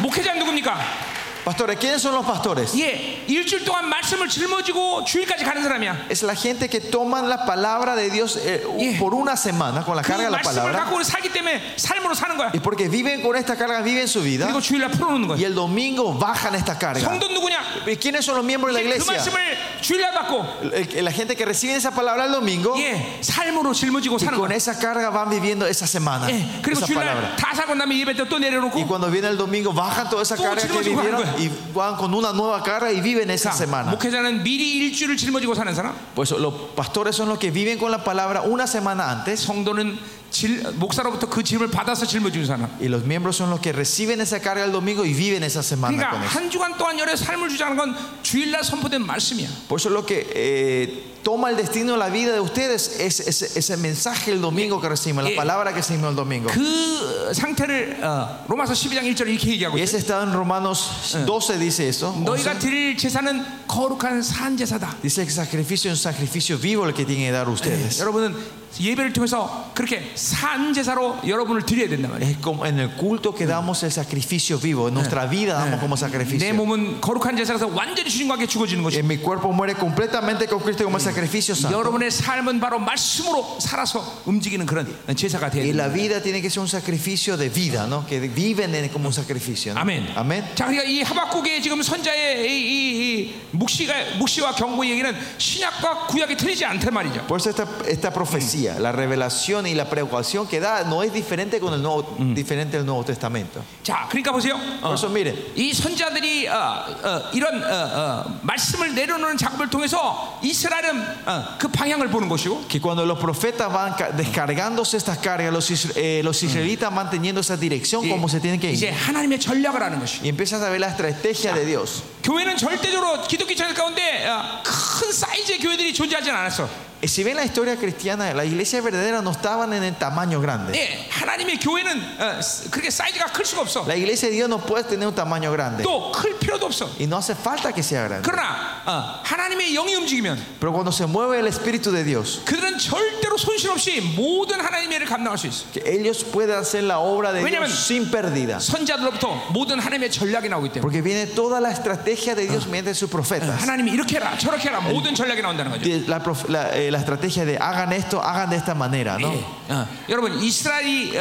B: 목회자 누굽니까?
A: Pastores, ¿quiénes son los pastores?
B: 예, 일주일 동안 말씀을 짊어지고 주일까지 가는 사람이야.
A: Es la gente que toman la palabra de Dios eh,
B: Yeah.
A: por una semana con la
B: 그
A: carga de la
B: 말씀을
A: palabra.
B: 갖고 살기 때문에 삶으로 사는 거야.
A: Y porque viven con esta carga, viven su vida.
B: 그리고 주일날 풀어놓는
A: Y
B: 거야.
A: el domingo bajan esta carga.
B: 성도 누구냐?
A: ¿Y quiénes son los miembros de la
B: 그
A: iglesia?
B: 말씀을 주일날 받고
A: El- La gente que recibe esa palabra el domingo
B: 예, 삶으로 짊어지고
A: y
B: 사는
A: con
B: 거야.
A: esa carga van viviendo esa semana.
B: 예, 그리고
A: Esa
B: 주일날
A: palabra.
B: 다 사고 나면 예배 때 또
A: Y
B: 내려놓고
A: cuando viene el domingo bajan toda esa
B: Tú
A: carga que
B: chino,
A: vivieron
B: chino,
A: y van con una nueva carga y viven esa
B: 자,
A: semana.
B: 목회자는 미리 일주일을 짊어지고 사는 사람,
A: Pues los pastores son los que viven con la palabra una semana antes
B: 성도는 질- 목사로부터 그 짐을 받아서 짊어지는 사람.
A: y los miembros son los que reciben esa carga el domingo y viven esa semana
B: 그러니까
A: con eso.
B: 한 주간 동안 열의 삶을 주장하는 건 주일날 선포된 말씀이야.
A: Por eso lo que eh, toma el destino de la vida de ustedes es ese, ese mensaje el domingo que reciben, la
B: Yeah.
A: palabra que recibimos el domingo.
B: eh, 그 상태를 어, 로마서 12장 1절 이렇게 얘기하고
A: Y
B: 있어요.
A: ese está en Romanos 12, dice eso. 11.
B: 너희가 드릴 제사는 거룩한 산 제사다.
A: Dice que sacrificio es un sacrificio vivo el que tienen que dar ustedes.
B: 여러분은 예배를 통해서 그렇게 산 제사로 여러분을 드려야 된단 말이에요.
A: Es como en el culto que damos el sacrificio vivo, en nuestra vida damos como
B: 내
A: sacrificio.
B: 몸은 거룩한 제사라서 완전히 주님과 함께 죽어지는 것이
A: En mi cuerpo muere completamente con Cristo como sacrificio santo.
B: 여러분의 삶은 바로 말씀으로 살아서 움직이는 그런 제사가 돼야
A: Y
B: 된다.
A: la vida tiene que ser un sacrificio de vida, ¿no? Que viven en- como un sacrificio. ¿no?
B: 아멘.
A: Amén.
B: 자, 그러니까 이 하박국의 지금 선자의 이, 이, 이 묵시가 묵시와 경고 의 얘기는 신약과 구약이 틀리지 않단 말이죠.
A: Por eso esta, esta profecía, la revelación y la preocupación que da no es diferente con el nuevo, diferente del Nuevo Testamento.
B: 자, 그러니까 보세요. 어.
A: Por eso miren,
B: 이 선자들이 어, 어, 이런 어, 어, 말씀을 내려놓는 작업을 통해서 이스라엘은 어, 그 방향을 보는 것이고
A: que cuando los profetas van ca- descargándose estas cargas, los, isra- eh, los israelitas manteniendo esa dirección como se tienen que
B: 이제
A: ir.
B: 하나님의 전략을 하는 것이.
A: Y empiezan a ver la estrategia de Dios.
B: 교회는 절대적으로 기독교 전략 가운데 어, 큰 사이즈의 교회들이 존재하진 않았어.
A: Eh, Si ven la historia cristiana, la iglesia verdadera no estaban en el tamaño grande.
B: 예, 하나님의 교회는 어, 그렇게 사이즈가 클 수가 없어.
A: La iglesia de Dios no puede tener un tamaño grande.
B: 또 클 필요도 없어.
A: Y no hace falta que sea grande.
B: 그러나 어, 하나님의 영이 움직이면
A: Pero cuando se mueve el Espíritu de Dios,
B: 그들은 절대로 손실 없이 모든 하나님의 일을 감당할 수 있어.
A: que ellos pueden hacer la obra de
B: Venían.
A: Dios sin pérdida.
B: 선자들로부터 모든 하나님의 전략이 나오기 때문에.
A: Porque viene toda la estrategia de Dios mediante sus profetas.
B: 하나님이 이렇게 해라 저렇게 해라 모든 전략이 나온다는 거죠.
A: De- La, prof- la, eh, la estrategia de hagan esto, hagan de esta manera, ¿no?
B: 예. 어. 여러분 이스라엘이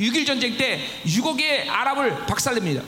B: 6일 전쟁 때 6억의 아랍을 박살냅니다.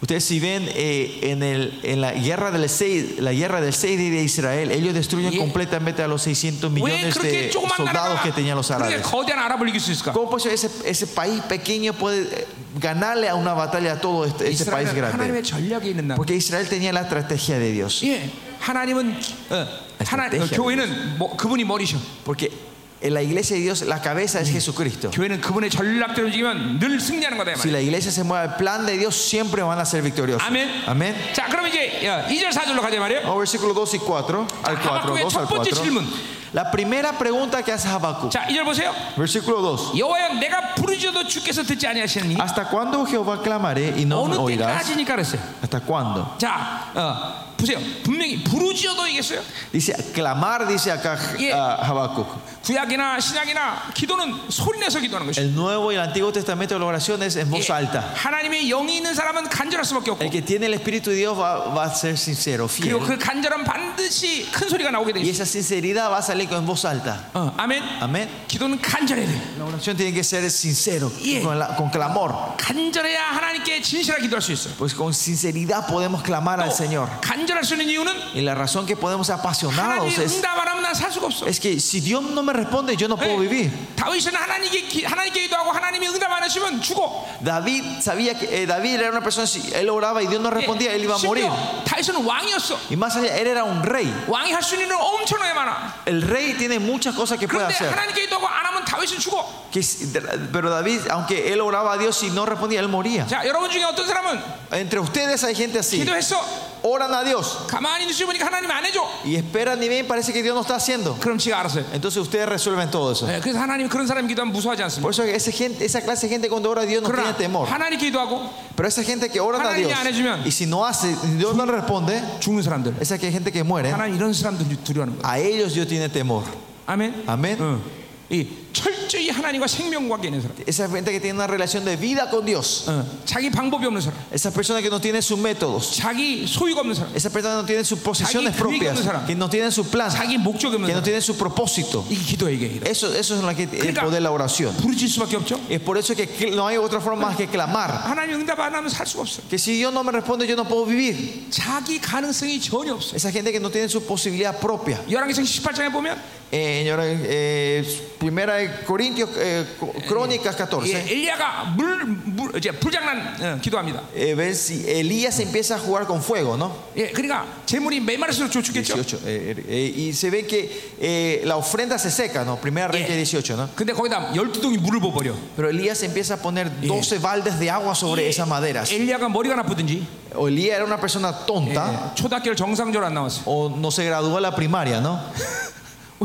A: Ustedes si ven eh, en, el, en la guerra del 6 la guerra del seis de Israel, ellos destruyen
B: Yeah.
A: completamente a los 600
B: 왜
A: millones
B: 그렇게
A: de
B: 조그만
A: soldados
B: 나라가
A: que tenían los
B: 그렇게
A: árabes.
B: 거대한 아랍을 이길 수 있을까?
A: ¿Cómo pues ese, ese país pequeño puede eh, ganarle a una batalla a todo este, este país
B: 이스라엘은
A: grande?
B: 하나님의 전략이 있는 나라.
A: Porque Israel tenía la estrategia de Dios.
B: 예, 하나님은 어, 하나 어,
A: 대시하는
B: 교회는 뭐, 그분이 머리셔.
A: Porque en la iglesia de Dios, la cabeza es Jesucristo.
B: 교회는 그분의 전략대로 움직이면 늘 승리하는 거다 이
A: Si
B: 말이야.
A: la iglesia se mueve al plan de Dios, siempre van a ser victoriosos.
B: Amén.
A: Amén.
B: 자, 그럼 이제 어, 2절 4절로 가자 말이에요.
A: Vamos, versículo 2 y 4. Al 4,
B: Habacuc,
A: 2 al
B: 첫 번째
A: 4.
B: 질문.
A: La primera pregunta que hace Habacuc.
B: 자, 2절 보세요.
A: Versículo 2.
B: 여호와여 내가 부르짖어도 주께서 듣지 아니하시니
A: ¿Hasta cuándo Jehová clamaré y no me
B: 어느
A: oirás?
B: 때까지니까 그랬어요.
A: ¿Hasta cuándo?
B: 자, 어, 보세요. 분명히 부르짖어도 이겠어요.
A: Dice, clamar, dice acá
B: Yeah.
A: ah, Habacuc.
B: 구약이나 신약이나 기도는 소리내서 기도하는 것이.
A: El Nuevo y el Antiguo Testamento de la oración es en voz alta.
B: 하나님의 영이 있는 사람은 간절할 수밖에 없고
A: El que tiene el Espíritu de Dios va, va a ser sincero, fiel.
B: 그리고 그 간절함 반드시 큰 so리가 나오게 돼
A: Y
B: 있어.
A: esa sinceridad va a salir en voz alta.
B: 어, 아멘.
A: Amén.
B: 기도는 간절해야 돼.
A: La oración tiene que ser sincero,
B: Yeah.
A: con, la- con clamor.
B: 간절해야 하나님께 진실하게 기도할 수 있어.
A: Pues con sinceridad podemos clamar al Señor.
B: 간절할 수 있는 이유는
A: Y la razón que podemos ser apasionados
B: 하나님
A: es,
B: 응답 안 하면 난 살 수가 없어.
A: es que si Dios no me responde, yo no puedo vivir.
B: 다윗은 하나님께 기- 하나님께 기도하고 하나님이 응답 안 하시면 죽어.
A: David sabía que eh, David era una persona, si él oraba y Dios no respondía, él iba a morir.
B: 심지어 다윗은 왕이었어.
A: Y más allá, él era un rey.
B: 왕이 할 수 있는 일은 엄청나게 많아.
A: El rey tiene muchas cosas que puede
B: 그런데
A: hacer.
B: 하나님께 기도하고 안 하면 다윗은 죽어.
A: Que si- pero David, aunque él oraba a Dios y no respondía, él moría.
B: 자, 여러분 중에 어떤 사람은
A: Entre ustedes hay gente así.
B: 기도했어.
A: Oran a Dios
B: 가만히 있는 줄 보니까 하나님 안 해줘.
A: y esperan y ven, parece que Dios no está haciendo.
B: 그럼 지가 알아서 해.
A: Entonces ustedes resuelven todo eso.
B: 네, 그래서 하나님 그런 사람 기도하면 무서워하지 않습니다.
A: Por eso que esa, gente, esa clase de gente cuando ora a Dios no tiene
B: 그러나
A: temor.
B: 하나님 기도하고
A: Pero esa gente que ora a
B: 하나님이
A: Dios
B: 안 해주면
A: y si no hace, si Dios no le responde,
B: 죽는 사람들.
A: esa que hay gente que muere,
B: 하나님 이런 사람들 두려워하는 거야.
A: a ellos Dios tiene temor.
B: 아멘.
A: Amén.
B: 응. 이 철저히 하나님과 생명 관계 있는 사람.
A: Esa gente que tiene una relación de vida con Dios,
B: 응. 자기 방법이 없는 사람.
A: esas personas que no tienen sus métodos,
B: 자기 소유가 없는 사람.
A: esas personas que no tienen sus posiciones
B: Aquí, aquí,
A: propias,
B: con esa-
A: que no tienen su plan,
B: 자기 목적이
A: que
B: 없는
A: no
B: 사람.
A: tienen su propósito.
B: 이게 기도야 예. 이게. 기도.
A: Eso, eso es lo que el
B: Clica.
A: poder de la oración.
B: 부르짖을 수밖에 없죠.
A: Es por eso que cl- no hay otra forma más que clamar.
B: 하나님 응답 안 하면 살 수가 없어.
A: Que si Dios no me responde, yo no puedo vivir.
B: 자기 가능성이 전혀 없어.
A: Esa gente que no tiene su posibilidad propia.
B: 열왕기상 18장에 보면
A: Eh, señora, eh, primera de Corintios, eh, Co- Crónicas
B: 예,
A: 14.
B: 엘리야가 물, 물 이제 불장난 어, 기도합니다.
A: Eh, ves si Elías empieza a jugar con fuego, ¿no?
B: 예, 그러니까 재물이 메마르스로 죽겠죠.
A: 18. eh, eh, y se ve que eh, la ofrenda se seca, ¿no? Primera Reyes
B: Yeah.
A: 18, ¿no?
B: 근데 거기다 열두 동이 물을 부어버려.
A: Pero Elías empieza a poner 12 baldes de agua sobre esas maderas.
B: 엘리야가 머리가 나쁘든지
A: O Elías era una persona tonta
B: 예, 초등학교를 정상적으로 안 나왔어.
A: o no se graduó a la primaria, ¿no?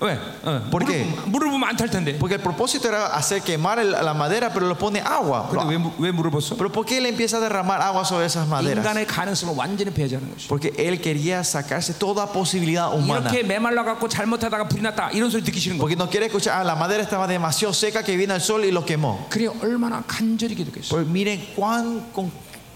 B: 왜? 어,
A: Por
B: 물을
A: qué?
B: 부으면- 물을 부으면 안 탈 텐데.
A: Porque el propósito era hacer quemar el- la madera, pero le pone agua.
B: 근데 왜, 물- 왜 물을 부었어?
A: Pero ¿por qué él empieza a derramar agua sobre esas maderas?
B: 인간의 가능성을 완전히 배제하는 것이.
A: Porque él quería sacarse toda posibilidad humana.
B: 이렇게 메말라 갖고 잘못하다가 불이 났다 이런 소리 듣기 싫은 거.
A: Porque no quiere escuchar, ah, la madera estaba demasiado seca que vino el sol y lo quemó.
B: 그래 얼마나 간절히 기도했어.
A: Pues miren cuán, con,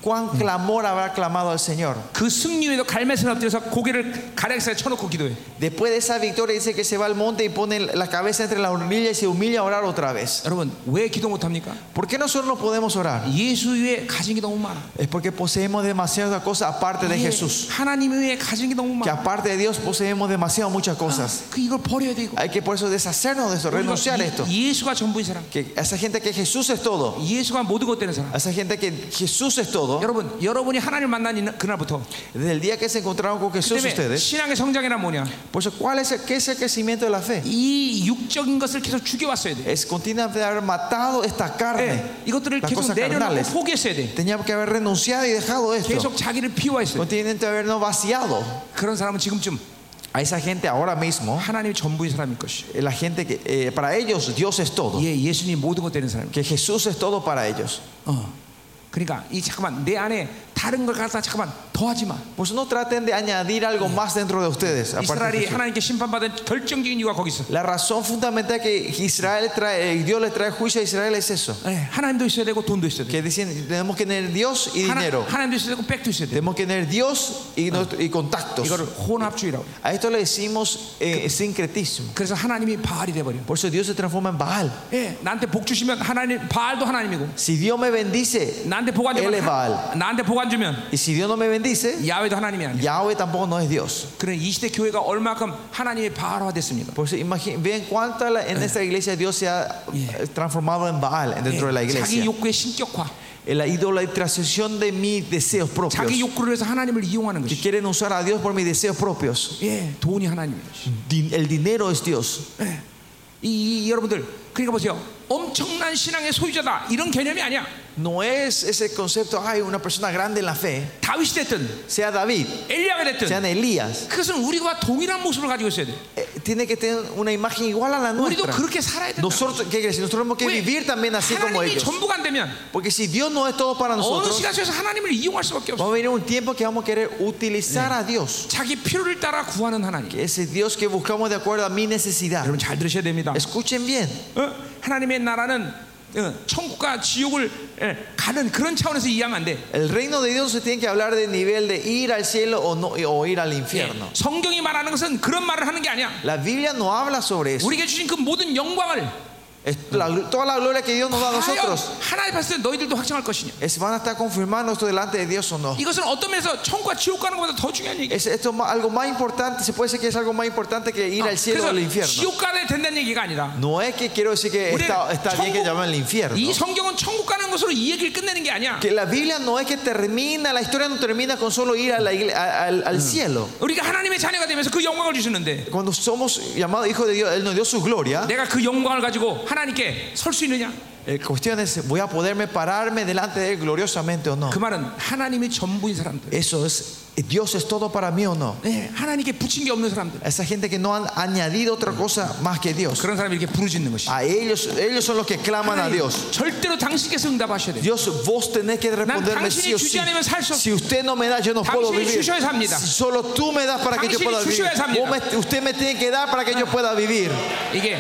A: cuán clamor habrá clamado al Señor.
B: 그 승리에도 갈매선 엎드려서 고개를 가락사에 쳐놓고 기도해.
A: Después de esa victoria dice que se va al monte y pone la cabeza entre las hornillas y se humilla a orar otra vez.
B: 여러분 왜 기도 못합니까?
A: ¿Por qué nosotros no podemos orar?
B: 예수 외에 가진 게 너무 많아.
A: Es porque poseemos demasiadas cosas aparte de
B: 예,
A: Jesús.
B: 하나님 외에 가진 게 너무
A: Que
B: 많아.
A: aparte de Dios poseemos demasiadas muchas cosas.
B: 그 이걸 버려야 돼 이거.
A: Hay que por eso deshacernos de eso,
B: 우리가
A: renunciar a esto.
B: 이- 예수가 전부인 사람.
A: Que a esa gente que Jesús es todo,
B: 예수가 모든 것 되는 사람.
A: a esa gente que Jesús es todo,
B: 여러분 여러분이 하나님 만난 이날- 그날부터
A: desde el día que se encontraron con Jesús
B: 때문에
A: ustedes,
B: 신앙의 성장이란 뭐냐?
A: por eso, ¿cuál es el, qué es el crecimiento de la fe?
B: 이 육적인 것을 계속 죽여왔어야 돼.
A: Es continuamente haber matado esta carne.
B: 예, 이것들을
A: Las
B: 계속
A: cosas
B: 내려놓고
A: carnales.
B: 포기했어야 돼.
A: Teníamos que haber renunciado y dejado esto.
B: 계속 자기를 비워했어요.
A: Continuamente habernos vaciado.
B: 그런 사람은 지금쯤
A: A esa gente ahora mismo,
B: 하나님의 전부인 사람일 것이.
A: eh, la gente que eh, para ellos Dios es todo,
B: 예, 예수님 모든 것 되는 사람.
A: que Jesús es todo para ellos.
B: 어. 그러니까 이 잠깐만 내 안에 다른 걸 갖다 잠깐만 더하지 마.
A: Pues no traten de añadir algo más dentro de ustedes. aparte de
B: 이스라엘이
A: Jesús.
B: 하나님께 심판받은 결정적인 이유가 거기 있어.
A: La razón fundamental que Israel trae, eh, Dios le trae juicio a Israel es eso.
B: 예, 하나님도 있어야 되고 돈도 있어야 돼.
A: Que dicen, tenemos que tener Dios y
B: 하나,
A: dinero.
B: 하나님도 있어야 되고 백도 있어야 돼.
A: Tenemos que tener Dios y, nuestro- y contactos.
B: 이거를 혼합주의라고. 해.
A: A esto le decimos eh, sincretismo.
B: 그래서 하나님이 바알이 돼 버려.
A: Por eso Dios se transforma en Baal.
B: 예, 나한테 복 주시면 하나님 바알도 하나님이고
A: Si Dios me bendice,
B: 나한테 복 안
A: Él
B: 주면
A: es
B: 하- 나한테 복 안 주면
A: y si Dios no me bendice,
B: 야훼도 하나님이 아니야.
A: Yahweh tampoco no es Dios.
B: 그런 이 시대 교회가 얼마큼 하나님의 바알화 됐습니까?
A: Por eso imagi- vean cuánta la- en esta iglesia Dios se ha eh, transformado en Baal dentro de la
B: 예, 자기
A: iglesia.
B: 욕구의 신격화,
A: En La idolatración de mis deseos propios.
B: 자기 욕구를 위해서 하나님을 이용하는
A: Que
B: 것이.
A: quieren usar a Dios por mis deseos propios.
B: 예, 돈이 하나님인 것이.
A: Din- el dinero es Dios.
B: 이, 이 여러분들, 그러니까 보세요. 엄청난 신앙의 소유자다 이런 개념이 아니야.
A: No es ese concepto, hay una persona grande en la fe,
B: 다윗이 됐든
A: sea David,
B: 엘리야가
A: sean
B: 됐든
A: Elías,
B: 그것은 우리와 동일한 모습을 가지고 있어야 돼.
A: eh, tiene que tener una imagen igual a la
B: 우리도
A: nuestra.
B: 그렇게 살아야 된다.
A: Nosotros, ¿qué crees? Nosotros tenemos que
B: 왜?
A: vivir también así como
B: 하나님이
A: ellos.
B: 전부가 안 되면
A: Porque si Dios no es todo para
B: 어느
A: nosotros,
B: 시간 속에서 하나님을 이용할 수밖에 없어.
A: va a venir un tiempo que vamos a querer utilizar a Dios.
B: 자기 필요를 따라 구하는 하나님.
A: Que ese Dios que buscamos de acuerdo a mi necesidad.
B: 여러분 잘 들으셔야 됩니다.
A: Escuchen bien,
B: 어? 하나님의 나라는 어, 천국과 지옥을 예, 가는 그런 차원에서 이해하면 안 돼.
A: el reino de Dios se tiene que hablar de nivel de ir al cielo o, no, o ir al infierno.
B: 성경이 말하는 것은 그런 말을 하는 게 아니야.
A: La Biblia no habla sobre eso.
B: 우리에게 주신 그 모든 영광을
A: Es la- toda la gloria que Dios nos da a
B: 과연
A: nosotros
B: 하나님 봤을 때 너희들도 확정할 것이냐?
A: es, van a estar confirmando esto delante de Dios o no.
B: 이것은 어떤 면에서 천과 지옥 가는 것보다 더 중요한 얘기.
A: Es esto ma- algo más importante, se puede decir que es algo más importante que ir al cielo o
B: 그래서
A: al infierno.
B: 지옥 가야 된다는 얘기가 아니라
A: No es que quiero decir que está, está bien que llaman el infierno.
B: 이 성경은 천국 가는 것으로 이 얘기를 끝내는 게 아니야.
A: Que la Biblia no es que termina, la historia no termina con solo ir a la igle- a- al, al cielo.
B: 우리가 하나님의 자녀가 되면서 그 영광을 주시는데
A: Cuando somos llamados hijos de Dios, Él nos dio su gloria.
B: 내가 그 영광을 가지고 하나님께 설 수 있느냐?
A: Eh, cuestión es, ¿voy a poderme pararme delante de Él gloriosamente o no?
B: 그 말은 하나님이 전부인 사람들.
A: Eso es, ¿Dios es todo para mí o no?
B: 네, 하나님께 붙인 게 없는 사람들.
A: Esa gente que no han añadido otra cosa más que Dios.
B: 그런 사람이 이렇게 부르짖는 것이.
A: A ellos, ellos son los que claman a Dios.
B: 절대로 당신께서 응답하셔야 돼요.
A: Dios, vos tenés que responderme sí o sí. Si usted no me da, yo no puedo vivir. Si solo tú me das para que yo pueda vivir. Vos me- usted me tiene que dar para que yo pueda vivir.
B: 이게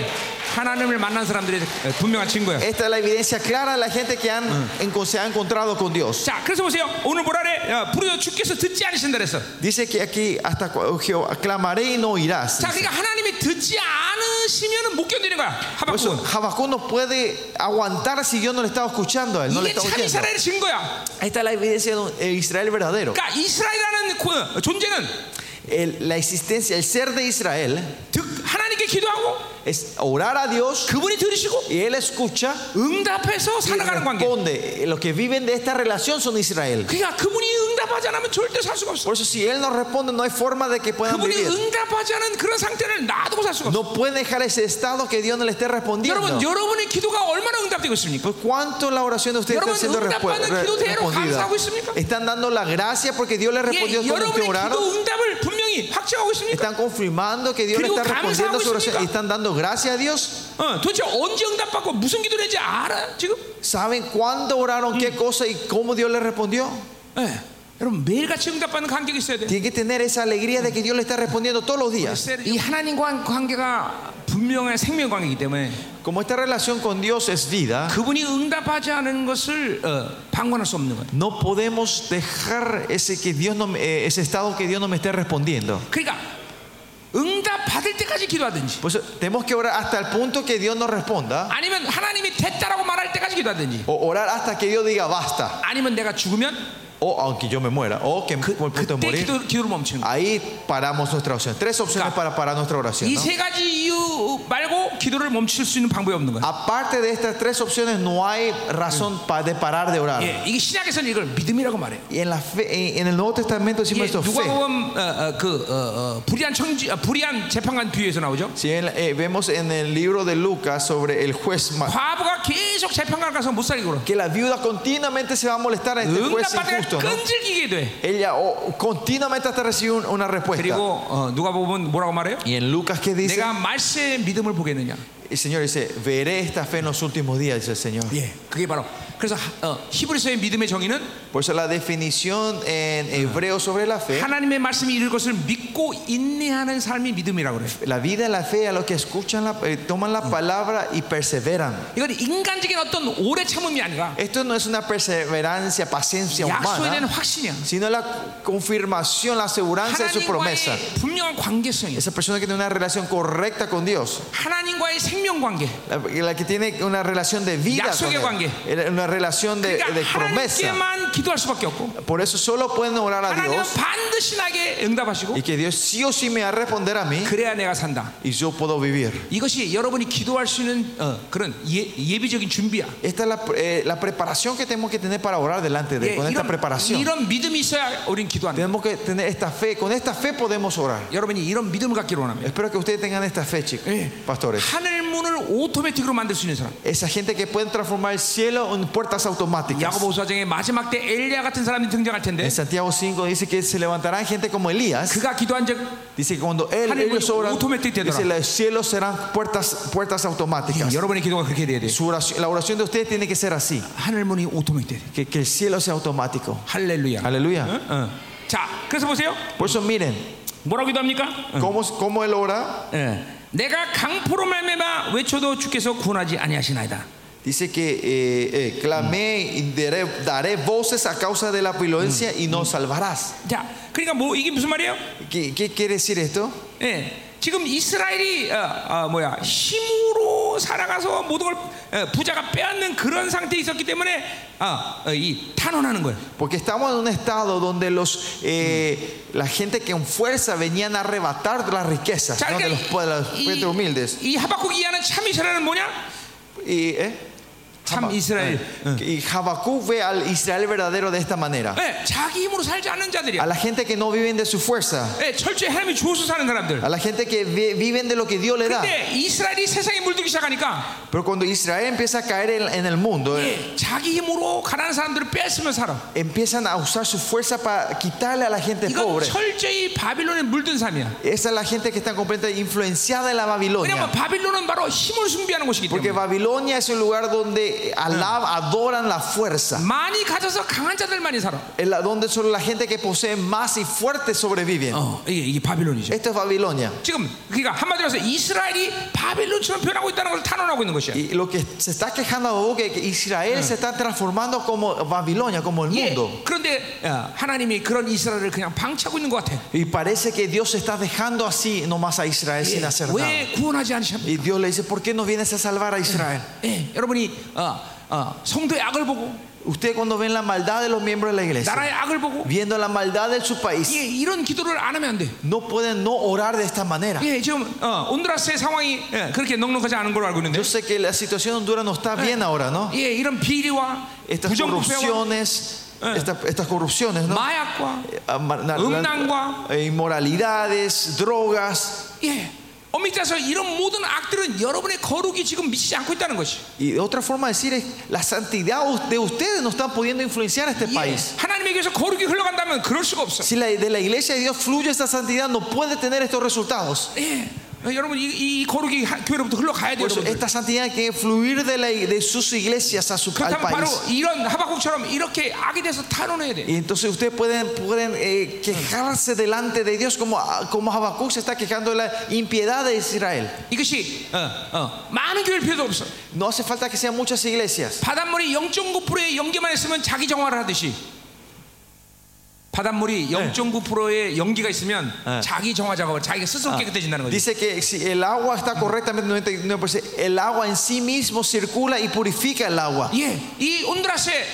B: 하나님을 만난 사람들의 분명한 증거예요.
A: Esta es la evidencia clara de la gente que han, en- se ha encontrado con Dios.
B: 자, 그래서 보세요. 오늘 뭐라 그래? 어, 부르짖어 주께서 듣지 않으신다 그랬어.
A: Dice que aquí hasta cu- Jehová, clamaré y no oirás.
B: 자, 그러니까 하나님이 듣지 않으시면은 못 견디는 거야.
A: Por eso,
B: 하박국은.
A: Habacuc no puede aguantar si yo no le estaba escuchando a él, no le
B: 이게
A: estaba
B: 참
A: oyendo.
B: 이스라엘의 증거야.
A: Esta es la evidencia de un- eh, Israel verdadero.
B: 그러니까 이스라엘이라는 그 존재는
A: El- la existencia, el ser de Israel
B: 듣, 하나님께 기도하고
A: es orar a Dios
B: 그분이 들으시고
A: y él escucha
B: 응답해서
A: y
B: 살아가는 관계.
A: responde. Los que viven de esta relación son Israel.
B: 그러니까 그분이 응답하지 않으면 절대 살 수가 없어.
A: Por eso si él no responde no hay forma de que puedan
B: 그분이
A: vivir.
B: 응답하지 않은 그런 상태를 놔두고 살 수가 없어.
A: No pueden dejar ese estado que Dios no le esté respondiendo.
B: 여러분, 여러분의 기도가 얼마나 응답되고 있습니까?
A: Pues, ¿Cuánto la oración de ustedes está
B: 여러분,
A: siendo respu-
B: 응답받는
A: re-
B: 기도대로
A: respondida?
B: 감사하고 있습니까?
A: ¿Están dando la gracia porque Dios le
B: 예,
A: respondió cuando
B: 여러분의
A: usted oraron?
B: 기도 응답을 분명히 확정하고 있습니까?
A: ¿Están confirmando que Dios le
B: 그리고
A: está respondiendo a su oración?
B: 감사하고
A: ¿Y ¿Están dando gracias a Dios?
B: 어, 도대체 언제 응답받고 무슨 기도를 했는지 알아? 지금?
A: ¿Saben cuándo oraron, qué cosa y cómo Dios le respondió?
B: 예. 여러분 매일같이 응답받는 간격이 있어야 돼.
A: Tienen que tener esa alegría de que Dios le está respondiendo todos los días.
B: 이 하나님과 한 관계가 분명한 생명 관계이기 때문에
A: Como esta relación con Dios es vida,
B: 그분이 응답하지 않은 것을 어, 방관할 수 없는 거예요.
A: no podemos dejar ese, que Dios no, eh, ese estado que Dios no me esté respondiendo.
B: 그러니까 응답 받을 때까지 기도하든지
A: Por eso Pues, eh, tenemos que orar hasta el punto que Dios nos responda,
B: 아니면 하나님이 됐다라고 말할 때까지 기도하든지
A: o orar hasta que Dios diga basta,
B: 아니면 내가 죽으면
A: o aunque yo me muera, o que por el punto de
B: 그때
A: morir.
B: 기도, 기도를 멈추는 거예요.
A: Ahí paramos nuestra oración. Tres opciones para parar nuestra oración.
B: 이
A: ¿no?
B: 세 가지 아. 이유 말고 기도를 멈출 수 있는 방법이 없는 거예요.
A: Aparte de estas tres opciones, no hay razón pa- de parar de orar.
B: 예, 이게 신약에서는 이걸 믿음이라고 말해요.
A: Y en, la fe- en el Nuevo Testamento
B: 예,
A: decimos esto:
B: 누가
A: fe.
B: 보면 어, 어, 그 어, 어, 불의한 청지, 아, 불의한 재판관 비유에서 나오죠.
A: Si bien, eh, vemos en el libro de Lucas sobre el juez Ma-
B: 과부가 계속 재판관 가서 못 살리고 그러.
A: que la viuda continuamente se va a molestar a
B: 네,
A: este juez
B: 응답받아
A: injusto. ¿no?
B: 끈질기게 돼.
A: Ella oh, continuamente hasta recibe un- una
B: 그리고
A: respuesta.
B: 어, 누가 보면 뭐라고 말해요?
A: Y en Lucas, ¿qué dice?
B: 내가 말세의 믿음을 보겠느냐.
A: El Señor dice: Veré esta fe en los últimos días, dice el Señor.
B: 예, 그게 바로 그래서 하- 어, 히브리서의 믿음의 정의는
A: Por eso la definición en hebreo sobre la fe.
B: 하나님의 말씀이 이룰 것을 믿고 인내하는 삶이 믿음이라고 그래요.
A: La vida, la fe, a los que escuchan, la, eh, toman la palabra y perseveran.
B: 이건 인간적인 어떤 오래 참음이 아니라
A: Esto no es una perseverancia, paciencia
B: 약속에 대한
A: humana,
B: 확신이야.
A: sino la confirmación, la aseguranza de su promesa.
B: 하나님과의 분명한 관계성이
A: Esa persona que tiene una relación correcta con Dios,
B: 하나님과의 생명 관계.
A: la, la que tiene una relación de vida, con
B: 약속의
A: él, eh, una relación de,
B: 그러니까
A: de promesa.
B: 하나님께만 기도할 수밖에 없고
A: Por eso solo pueden orar a
B: 하나님은
A: Dios
B: 반드시 나게 응답하시고
A: y que Dios sí o sí me va a responder a mí
B: 그래야 내가 산다.
A: y yo puedo vivir.
B: 이것이 여러분이 기도할 수 있는 어, 그런 예, 예비적인 준비야.
A: Esta es la, eh, la preparación que tenemos que tener para orar delante de
B: 예,
A: él. Con esta preparación
B: 이런 믿음이 있어야 우린 기도한다.
A: tenemos que tener esta fe. Con esta fe podemos orar.
B: 여러분이 이런 믿음을 갖기로 원합니다.
A: Espero que ustedes tengan esta fe, chicos,
B: Eh.
A: pastores.
B: 하늘 문을 오토매틱으로 만들 수 있는 사람.
A: Esa gente que pueden transformar el cielo en puertas automáticas.
B: 야고보 서장의 마지막 때 엘리야 같은 사람이 등장할 텐데
A: En Santiago 5 dice que se levantarán gente como Elías.
B: 그가 기도한 즉
A: Dice que cuando él,
B: 하늘문이
A: ellos oran,
B: automatic 되더라.
A: dice, los cielos serán puertas, puertas automáticas.
B: 여러분의 기도가 그렇게 돼야 돼.
A: Su oración- la oración de ustedes tiene que ser así,
B: 하늘 문이 오토매틱.
A: que, que el cielo sea automático.
B: 할렐루야.
A: Aleluya.
B: 응? 응. 자, 그래서 보세요.
A: Por eso miren,
B: 뭐라고 기도합니까?
A: cómo, cómo él ora.
B: 예. 내가 강포로 말매마 외쳐도 주께서 구원하지 아니하시나이다.
A: Dice que eh, eh, clamé y daré, daré voces a causa de la violencia y no salvarás.
B: 자, 그러니까 뭐 이게 무슨 말이에요?
A: ¿Qué- qué quiere decir esto?
B: 예. 지금 이스라엘이 어, 어, 뭐야 힘으로 어, 살아가서 모든 걸 어, 부자가 빼앗는 그런 상태에 있었기 때문에 아, 어, 이 탄원하는 거예요.
A: Porque estamos en un estado donde los, eh, la gente que con fuerza venían a arrebatar las riquezas
B: 자,
A: ¿no? de los,
B: 그러니까
A: pue- los
B: 이,
A: pueblos humildes.
B: 이, 이 하박국 이하는 참 이스라엘은 뭐냐?
A: Y, ¿eh?
B: 참
A: Haba-
B: 이스라엘.
A: eh, y Habacuc ve al Israel verdadero de esta manera.
B: 예, 자기 힘으로 살지 않는
A: A
B: 자들이야.
A: la gente que no viven de su fuerza.
B: 예, 철저히 하나님이 주어서 사는 사람들.
A: A la gente que vi- viven de lo que Dios le da.
B: 근데 네. 이스라엘이 세상에 물들기 시작하니까
A: Pero cuando Israel empieza a caer en, en el mundo, eh,
B: 자기 힘으로 가난한 사람들을 뺏으며 살아.
A: empiezan a usar su fuerza para quitarle a la gente
B: 이건
A: pobre.
B: 철저히 바빌론에 물든 삶이야.
A: Esa es la gente que está completamente influenciada en la Babilonia.
B: 왜냐면 바빌론은 바로 힘을 숭배하는 곳이기
A: Porque
B: 때문에.
A: Babilonia es un lugar donde alab- adoran la fuerza.
B: 많이 가져서 강한 자들만이 살아.
A: Es la- donde solo la gente que posee más y fuerte sobreviven.
B: 어, 이게, 이게 바빌론이죠.
A: Esto es Babilonia.
B: 지금 그러니까 한마디로 해서 이스라엘이 바빌론처럼 변하고 있다는 걸 탄원하고 있는 것이야.
A: Y lo que se está quejando Habacuc es que Israel se está transformando como Babilonia, como el
B: 예,
A: mundo.
B: 그런데 어, 하나님이 그런 이스라엘을 그냥 방치하고 있는 것 같아.
A: Y parece que Dios está dejando así nomás a Israel sin hacer nada.
B: 왜 구원하지 않으십니까?
A: Y Dios le dice, ¿por qué no vienes a salvar a Israel?
B: 예, 여러분이 어, 어, 성도의 악을 보고
A: Usted cuando ven la maldad de los miembros de la iglesia,
B: 나라의 악을 보고
A: viendo la maldad de su país,
B: 예, 이런 기도를 안 하면 안 돼.
A: no pueden no orar de esta manera.
B: 예, 지금 어, 온드라스의 상황이 예, 그렇게 넉넉하지 않은 걸로 알고 있는데.
A: Yo sé que la situación en Honduras no está bien ahora, ¿no?
B: 예, 이런 비리와
A: Estas
B: 부정부패와
A: corrupciones, estas, estas corrupciones, ¿no?
B: 마약과
A: Eh, ah, ma- na-
B: 음란과-
A: eh, inmoralidades, drogas
B: 예, 엄밀히 따서 이런 모든 악들은 여러분의 거룩이 지금 미치지 않고 있다는 것이.
A: y otra forma de decir es la santidad u- de ustedes no están pudiendo influenciar a este
B: 예,
A: país.
B: 하나님에게서 거룩이 흘러간다면 그럴 수가 없어.
A: Si la- de la iglesia de Dios fluye esta santidad, no puede tener estos resultados.
B: 예, 어, 여러분 이, 이 거룩이 하- 교회로부터 흘러가야 돼요.
A: Por eso,
B: 여러분들.
A: esta santidad hay que fluir de, la- de sus iglesias a su, al
B: 그렇다면 바로
A: país.
B: 이런 하박국처럼 이렇게 악에 대해서 탄원해야 돼.
A: Y entonces ustedes pueden, pueden eh, quejarse delante de Dios como, ah, como Habacuc se está quejando de la impiedad de Israel.
B: 이것이 어, 어, 많은 교회 필요도 없어.
A: No hace falta que sean 무슨 iglesias.
B: 바닷물이 0.9%의 연기만 있으면 자기 정화를 하듯이 바닷물이 0.9%의 연기가 있으면 자기 정화 작업을 자기가 스스로 깨끗해진다는 거지.
A: Dice que si el agua está correctamente 99%, el agua en sí mismo circula y purifica el agua.
B: 예, 이 온드라스에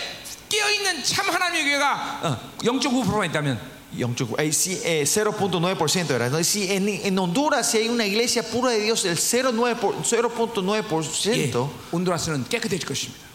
B: 깨어 있는 참 하나님의 교회가 0.9%만 있다면
A: Yongchuku, eh, sí, eh, 0.9% era, ¿no? Y Si en, en Honduras si hay una iglesia pura de Dios, el 0.9%, por-
B: 예,
A: 0.9%
B: 온드라스는 깨끗해질 것입니다.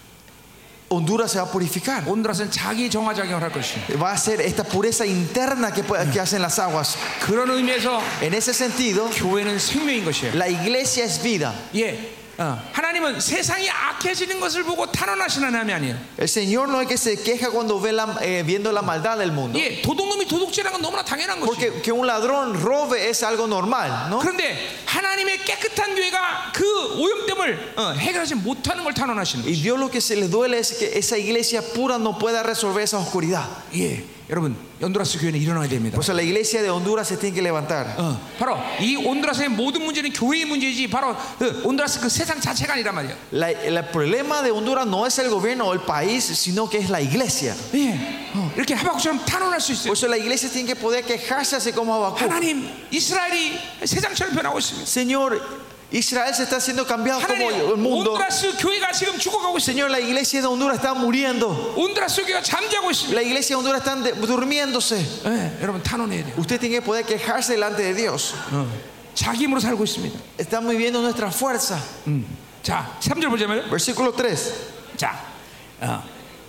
A: Honduras se va a purificar.
B: 온드라스는 자기 정화 작용을 할 것입니다.
A: Va a ser esta pureza interna que, pu- que hacen las aguas.
B: 그런 의미에서
A: En ese sentido,
B: 교회는 생명인 것이에요.
A: la iglesia es vida.
B: 예. 어, 하나님은 세상이 악해지는 것을 보고 탄원하시는 하나님이 아니에요.
A: El Señor no es que se queja cuando ve la, eh, viendo la maldad del mundo.
B: 예, 도둑놈이 도둑질하는 건 너무나 당연한 것이에요.
A: Porque que un ladrón robe es algo normal,
B: 어?
A: ¿no?
B: 그런데 하나님의 깨끗한 교회가 그 오염됨을 어, 해결하지 못하는 걸 탄원하시는 거예요.
A: Y Dios lo que se le duele es que esa iglesia pura no pueda resolver esa oscuridad.
B: 예, 여러분 연두라스 교회는 일어나야 됩니다.
A: Por eso la iglesia de Honduras se tiene que levantar.
B: 어, 바로 이 온두라스의 모든 문제는 교회의 문제이지 바로 그 온두라스 그 세상 자체가 아니란 말이에요.
A: La- el problema de Honduras no es el gobierno o el país, sino que es la iglesia.
B: 예, 어, 이렇게 하박국처럼 탄원할 수 있어요.
A: Por eso la iglesia tiene que poder quejarse así como Habacuc.
B: 하나님, 이스라엘이 세상처럼 변하고 있습니다.
A: Señor, Israel se está siendo
B: 아,
A: cambiado como
B: 하나님,
A: el mundo.
B: 온두라스 교회가 지금 죽어가고 있어요.
A: Señor, la iglesia de Honduras está muriendo.
B: 온두라스 교회가 잠자고 있습니다.
A: La iglesia de Honduras está de- durmiéndose.
B: 예, 여러분 탄원해야 돼요.
A: Usted tiene que poder quejarse delante de Dios.
B: 자기 힘으로 살고 있습니다.
A: Estamos viviendo nuestra fuerza.
B: 자, 3절 보자면
A: Versículo 3.
B: 자. 어,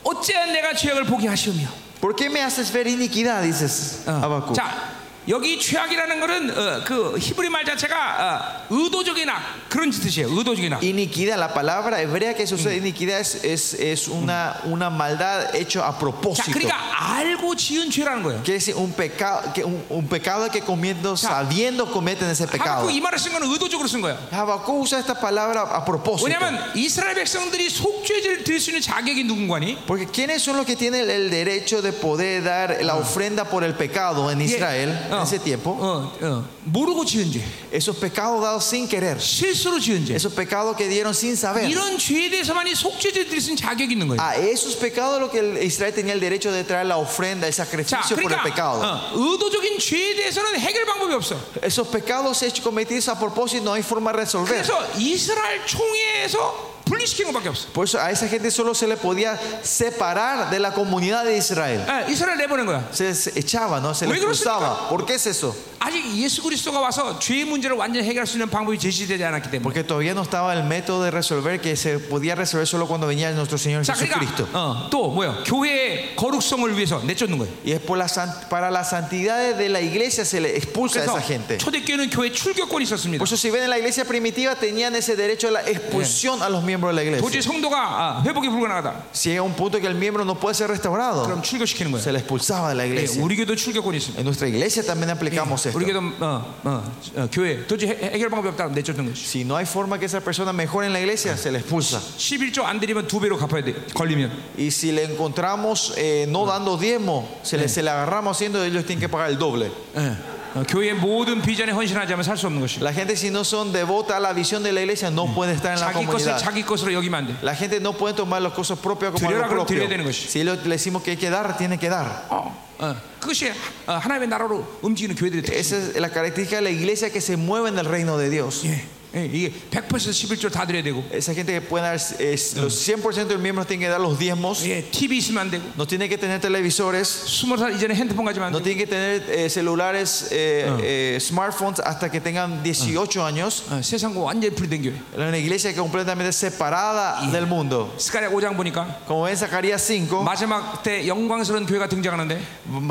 B: 어찌하 내가 죄악을 보게 하시오며.
A: ¿Por qué me haces ver iniquidad? Dices
B: 어,
A: Habacuc.
B: 자, 여기 죄악이라는 것은 어, 그 히브리 말 자체가 어, 의도적인 악 그런 뜻이에요. 의도적인 악.
A: Iniquidad, la palabra hebrea que se usa iniquidad es, es, es una, una maldad hecha a
B: 자,
A: propósito.
B: 그러니까 알고 지은 죄라는 거예요.
A: Quiere decir un pecado que, un, un pecado que comiendo, sabiendo cometen ese pecado.
B: 하박국 이 말을 쓴 건 의도적으로 쓴 거예요.
A: Habacuc usa esta palabra a propósito.
B: 왜냐하면 이스라엘 백성들이 속죄제를 드릴 수 있는 자격이 누군가니?
A: Porque ¿quiénes son los que tienen el derecho de poder dar la ofrenda por el pecado en
B: 예,
A: Israel?
B: 어,
A: en ese tiempo,
B: 어, 어, 모르고 지은 죄,
A: esos pecados dados sin querer,
B: 실수로 지은 죄.
A: esos pecados que dieron sin saber.
B: 이런 죄에 대해서만이 속죄제들이 쓴 자격이 있는 거예요.
A: A esos pecados lo que el Israel tenía el derecho de traer la ofrenda, el
B: 자,
A: sacrificio por el
B: 그러니까
A: pecado.
B: 어, 의도적인 죄에 대해서는 해결 방법이 없어.
A: Esos pecados hechos cometidos a propósito no hay forma de resolver.
B: 그래서 이스라엘 총회에서 분리시킨 것밖에 없어.
A: Por eso a esa gente solo se le podía separar de la comunidad de Israel.
B: 예, 이스라엘 내보낸 거야.
A: Se les echaba, ¿no? Se les
B: 왜 그렇습니까?
A: expulsaba. ¿Por qué es eso?
B: 아직 예수 그리스도가 와서 죄의 문제를 완전히 해결할 수 있는 방법이 제시되지 않았기 때문에.
A: Porque todavía no estaba el método de resolver que se podía resolver solo cuando venía nuestro Señor
B: 자,
A: Jesucristo.
B: 그러니까 어, 또 뭐야? 교회의 거룩성을 위해서 내쫓는 거예요.
A: Y es por la san- para las santidades de la iglesia se le expulsa a esa
B: 그래서
A: gente.
B: 초대교회는 교회 출교권이 있었습니다.
A: Por eso si ven en la iglesia primitiva tenían ese derecho a la expulsión a los miembros de la iglesia.
B: 도저히 성도가 아, 회복이 불가능하다.
A: Si llega un punto que el miembro no puede ser restaurado,
B: 그럼 출교시키는
A: se
B: 아, 거예요.
A: le expulsaba de la
B: 예,
A: iglesia.
B: 우리 교도 출교권이 있습니다.
A: En nuestra iglesia también aplicamos esto.
B: 우리 교도 어, 어, 어, 교회 도저히 해- 해결 방법이 없다. 내쫓는 거죠.
A: Si no hay forma que esa persona mejore en la iglesia, se le expulsa.
B: 11조 안 드리면 두 배로 갚아야 돼. 걸리면.
A: Y si le encontramos eh, no dando diezmo, se le, se le agarramos haciendo, ellos tienen que pagar el doble.
B: 예. 어, 교회의 모든 비전에 헌신하지 않으면 살 수 없는 것이.
A: La gente si no son devota a la visión de la iglesia no puede estar en la
B: 자기 것을
A: comunidad.
B: 자기 것으로 여기면 안 돼.
A: La gente no puede tomar las cosas propias como
B: 드려라
A: algo
B: 그럼
A: propio.
B: 드려야 되는 것이.
A: Si le le decimos que hay que dar, tiene que dar.
B: 어, 어, 그것이 하- 어, 하나님의 나라로 움직이는 교회들의 특징.
A: Esa es la característica de la iglesia que se mueve en el reino de Dios.
B: 예, 예, 이게 100% 11조 다 드려야 되고,
A: Esa gente que puede dar, es- los 100% de los miembros tienen que dar los diezmos,
B: 예, TV 있으면 안 되고,
A: no tienen que tener televisores,
B: 20살 이전에 핸드폰 가지면 안
A: no
B: 되고,
A: tienen que tener eh, celulares, eh, eh, smartphones hasta que tengan 18 años.
B: 어, 세상과 완전히 분리된 교회.
A: Era Una iglesia que completamente separada del mundo.
B: 스가랴 5장 보니까
A: Como ven, Zacarías 5,
B: 마지막 때 영광스러운 교회가 등장하는데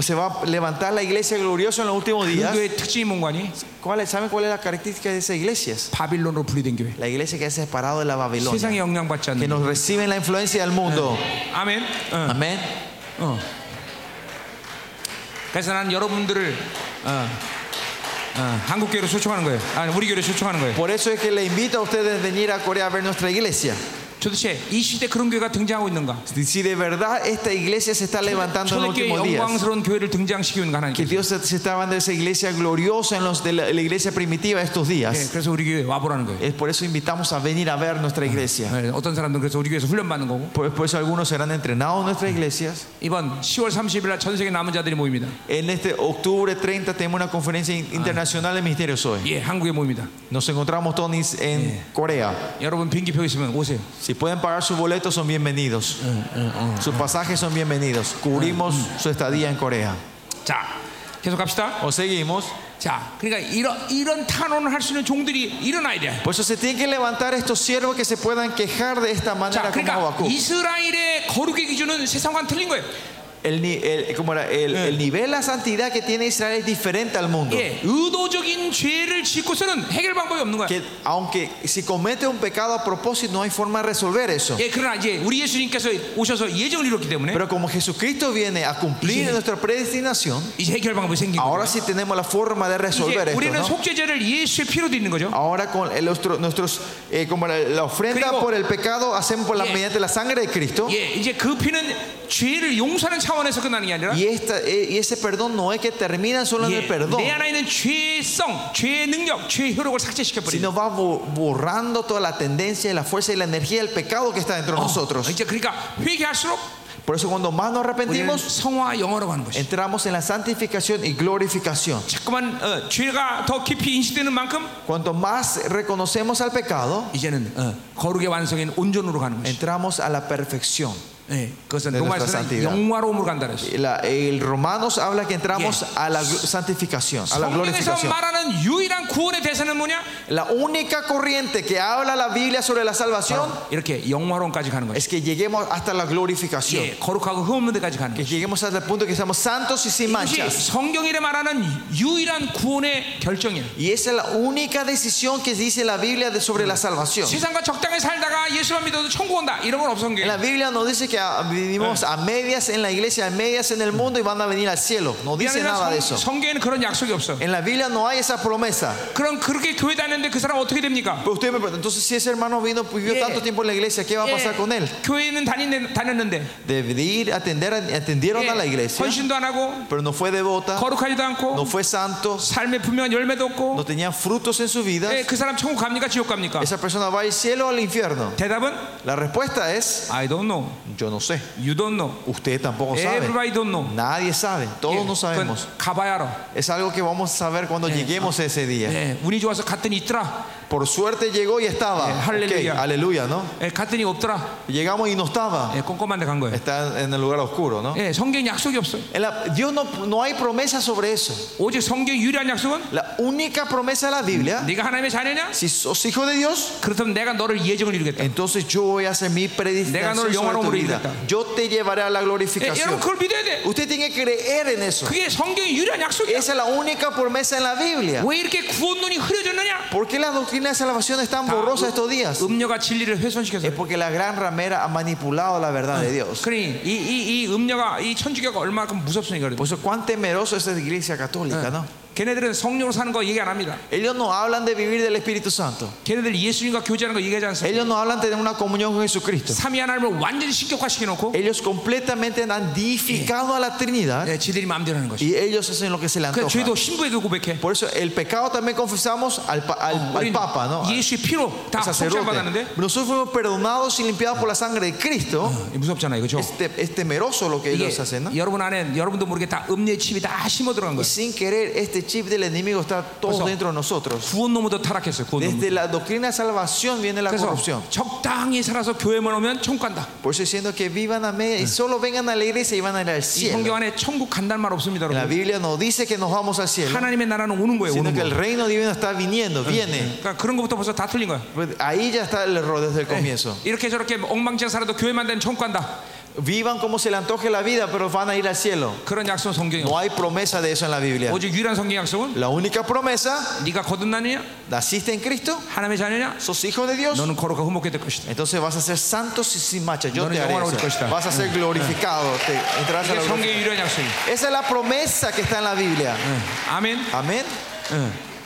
A: se va a levantar la iglesia gloriosa en los últimos
B: 그
A: días.
B: 교회의 특징이 뭔가 하니
A: ¿Cuál es- ¿Saben cuál es la característica de esas iglesias?
B: 바빌론으로 분리된 교회.
A: La iglesia que es separada de la Babilonia,
B: 세상의 영향 받지
A: que
B: 않는.
A: nos reciben la influencia del mundo.
B: 아멘. 어,
A: Amén.
B: 어. 그래서 나는 여러분들을 어, 어, 한국 교회로 초청하는 거예요. 아니 우리 교회로 초청하는 거예요.
A: Por eso es que le invito a ustedes a venir a Corea a ver nuestra iglesia.
B: 도대체 이 시대 그런 교회가 등장하고 있는가?
A: Si de verdad esta iglesia se está levantando en los
B: 초대교회
A: últimos días.
B: 영광스러운 교회를 등장시키는 거 하나님께.
A: Que Dios se se está dando esa iglesia gloriosa en los de la, la iglesia primitiva estos días.
B: 그래서 우리 교회 와보라는 거예요.
A: Es por eso invitamos a venir a ver nuestra iglesia.
B: 예, 어떤 사람들은 그래서 우리 교회에서 훈련받는 거고
A: Por, por eso algunos serán entrenados en nuestras iglesias.
B: 이번 10월 30일 날 전 세계 남은 자들이 모입니다.
A: En este octubre 30 tenemos una conferencia in- internacional de ministerios hoy.
B: 예, 한국에 모입니다.
A: Nos encontramos todos en Is- en Corea.
B: 여러분 비행기표 있으면 오세요.
A: Si pueden pagar sus boletos son bienvenidos. Sus pasajes son bienvenidos. Cubrimos su estadía en Corea.
B: 자, 계속 갑시다.
A: O seguimos.
B: 자, 그러니까 이런 이런 탄원을 할 수 있는 종들이 일어나야 돼.
A: Por eso se tienen que levantar estos siervos que se puedan quejar de esta
B: 자,
A: manera como
B: 그러니까
A: Habacuc.
B: 이스라엘의 거룩의 기준은 세상과는 틀린 거예요.
A: El, ni- el- ¿cómo era? El-
B: Eh.
A: el nivel de la santidad que tiene Israel es diferente al mundo.
B: 예, 의도적인 죄를 짓고서는 해결 방법이 없는 거야.
A: Que aunque si comete un pecado a propósito, no hay forma de resolver eso.
B: 예, 그러나 이제 우리 예수님께서 오셔서 예정을 이뤘기 때문에
A: Pero como Jesucristo viene a cumplir
B: Sí.
A: nuestra predestinación,
B: 이제 해결 방법이 생긴 거예요.
A: ahora sí tenemos la forma de resolver
B: 이제
A: esto.
B: 우리는
A: ¿no?
B: 속죄제를 예수의 피로 드리는 거죠.
A: Ahora con el nuestro- nuestros, eh, como la, la ofrenda
B: Cristo.
A: por el pecado hacemos por la,
B: Yeah.
A: mediante la sangre de Cristo.
B: 예, 이제 그 피는 죄를 용서하는 차원에서 끝나는 게 아니라
A: Y, esta, eh, y ese perdón no es que termina solo en
B: 예,
A: el perdón,
B: 내 안에 있는 죄의 성, 죄의 능력, 죄의 효력을 삭제시켜 버리는.
A: sino va bu- borrando toda la tendencia, la fuerza y la energía del pecado que está dentro de nosotros.
B: 이제 그러니까 회개할수록
A: Por eso cuando más nos
B: 우리는
A: arrepentimos,
B: 성화 영어로 가는 것이.
A: entramos en la santificación y glorificación.
B: 자꾸만 어, 죄가 더 깊이 인식되는 만큼
A: Cuanto más reconocemos al pecado,
B: 이제는 어, 거룩의 완성인 온전으로 가는 것이.
A: entramos a la perfección.
B: 예, 그것은
A: 네,
B: 로마에서는
A: 네,
B: 영화로움으로 간다 그랬어.
A: La- el Romanos habla que entramos a la gl- santificación, a la
B: 성경에서
A: glorificación.
B: 말하는 유일한 구원의 대사는 뭐냐?
A: La única corriente que habla la Biblia sobre la salvación
B: 이렇게 영화로움까지 가는 거예요.
A: es que lleguemos hasta la glorificación,
B: 예, 거룩하고 흠없는 데까지 가는
A: que
B: 거예요.
A: lleguemos hasta el punto que estamos santos y sin
B: 이것이
A: manchas.
B: 성경이라 말하는 유일한 구원의 결정이에요.
A: Y esa es la única decisión que dice la Biblia de- sobre la salvación.
B: 세상과 적당히 살다가 예수만 믿어도 천국 온다 이런 건 없어
A: En la
B: 성경에
A: Biblia nos dice que que ah, vivimos
B: Eh.
A: a medias en la iglesia, a medias en el mundo y van a venir al cielo. No
B: 그게
A: dice
B: 아니라
A: nada de
B: 성-
A: eso.
B: 성경에는 그런 약속이 없어.
A: En la Biblia no hay esa promesa.
B: 그럼 그렇게 교회 다녔는데 그 사람 어떻게 됩니까?
A: Pero usted me pregunta, entonces si ese hermano vino, vivió
B: Yeah.
A: tanto tiempo en la iglesia, ¿qué va a pasar con él?
B: 예. 교회는 다니는, 다녔는데 예.
A: Debe ir, atender, atendieron a la iglesia,
B: 헌신도 안 하고
A: pero no fue devota,
B: 거룩하지도 않고
A: no fue santo,
B: 삶에 분명한 열매도 없고
A: no tenían frutos en su vida.
B: 예, 그 사람 천국 갑니까 지옥 갑니까?
A: ¿Esa persona va al cielo o al infierno?
B: 대답은
A: La respuesta es,
B: I don't know,
A: yo no sé.
B: you don't know,
A: Usted tampoco sabe.
B: everybody don't know. 예.
A: Nadie sabe. Todos no
B: 그건
A: sabemos.
B: 가봐야 알아.
A: Es algo que vamos a saber cuando lleguemos a ese día.
B: 예, 운이 좋아서 갔더니 있더라.
A: Por suerte llegó y estaba.
B: Yeah,
A: Ok,
B: hallelujah.
A: aleluya, ¿no?
B: 예, 갔더니 없더라.
A: Llegamos y no estaba.
B: 예, 꼼꼼한데 간 거예요.
A: Está en el lugar oscuro, ¿no?
B: 예, 성경 약속이 없어.
A: En la- Dios no, no hay promesa sobre eso.
B: 오직 성경 유일한 약속은
A: La única promesa de la Biblia,
B: 네가 하나님의 자녀냐?
A: si sos hijo de Dios,
B: 그렇다면 내가 너를 예정을 이루겠다. 예,
A: entonces yo voy a hacer mi predestinación
B: Déganos el
A: sobre tu
B: hombre
A: vida.
B: indirecta.
A: Yo te llevaré a la
B: 여러분
A: glorificación.
B: 그걸 믿어야 돼.
A: Usted tiene que creer en eso.
B: 그게 성경의 유일한 약속이야.
A: Esa es la única promesa en la Biblia.
B: 왜 이렇게 구원 눈이 흐려졌느냐?
A: ¿Por qué la doctrina de salvación es tan borrosa estos días?
B: 음녀가 진리를 훼손시켜서.
A: Es porque la gran ramera ha manipulado la verdad de Dios.
B: 그러니 이, 이, 이 음녀가 이 천주교가 얼마큼 무섭습니까? 그래도.
A: Por eso, cuán temeroso es esa iglesia católica, ¿no?
B: 걔네들은 성령으로 사는 거 얘기 안 합니다.
A: Ellos no hablan de vivir del Espíritu Santo.
B: 걔네들 예수님과 교제하는 거 얘기하지 않습니다.
A: Ellos no hablan de tener una comunión con Jesucristo.
B: 삼위 하나님을 완전히 신격화시켜놓고
A: Ellos completamente han deificado a la Trinidad
B: 예, 지들이 마음대로 하는 것이.
A: y ellos hacen lo que se le
B: 그
A: antoja.
B: 죄도 신부에게 고백해.
A: Por eso, el pecado también confesamos al, pa- al, al
B: 우린
A: Papa, ¿no? Al
B: 예수의 피로 다 속죄
A: sacerdote.
B: 받았는데
A: Nosotros fuimos perdonados y limpiados por la sangre de Cristo.
B: 무섭잖아요, 그렇죠?
A: Es, te- es temeroso lo que
B: 이게
A: ellos hacen, ¿no?
B: 예. 여러분 안에 여러분도 모르게 다 음녀의 칩이 다 심어 들어간 거예요.
A: Sin querer, este chip del enemigo está todo
B: Eso.
A: dentro de nosotros.
B: 구원 놈도 타락했어요. 구원 놈.
A: Desde la doctrina de salvación viene la corrupción.
B: 그래서 적당히 살아서 교회만 오면 천국 간다.
A: Por eso diciendo que vivan a media
B: Ah.
A: y solo vengan a la iglesia y van a ir al
B: 이
A: cielo.
B: 성경 안에 천국 간다는 말 없습니다,
A: La
B: 여러분.
A: Biblia no dice que nos vamos al cielo,
B: 하나님의 나라는 오는 거예요,
A: sino
B: 오는
A: que
B: 거.
A: el reino divino está viniendo, viene.
B: 그러니까 그런 것부터 벌써 다 틀린 거야.
A: Pues Ahí ya está el error
B: Eh.
A: desde el comienzo.
B: 이렇게 저렇게 엉망진창 살아도 교회만 되면 천국 간다.
A: Vivan como se le antoje la vida, pero van a ir al cielo.
B: 그런 약속은 성경에 없어.
A: No hay promesa de eso en la Biblia.
B: 오직 유일한 성경 약속은
A: La única promesa,
B: 네가 거듭나느냐,
A: naciste en Cristo,
B: 하나님의 자녀냐,
A: sos hijo de Dios,
B: 너는 거룩하고 흠없게 될 것이다.
A: entonces vas a ser santo y sin mancha. Yo
B: No,
A: te
B: no,
A: haré
B: no, Ah. no, no,
A: eso.
B: no, no.
A: Vas a ser glorificado, te entrarás a
B: 이게
A: la gloria.
B: 성경의 유일한 약속이.
A: Esa es la promesa que está en la Biblia.
B: Ah. 예. 아멘.
A: Amén.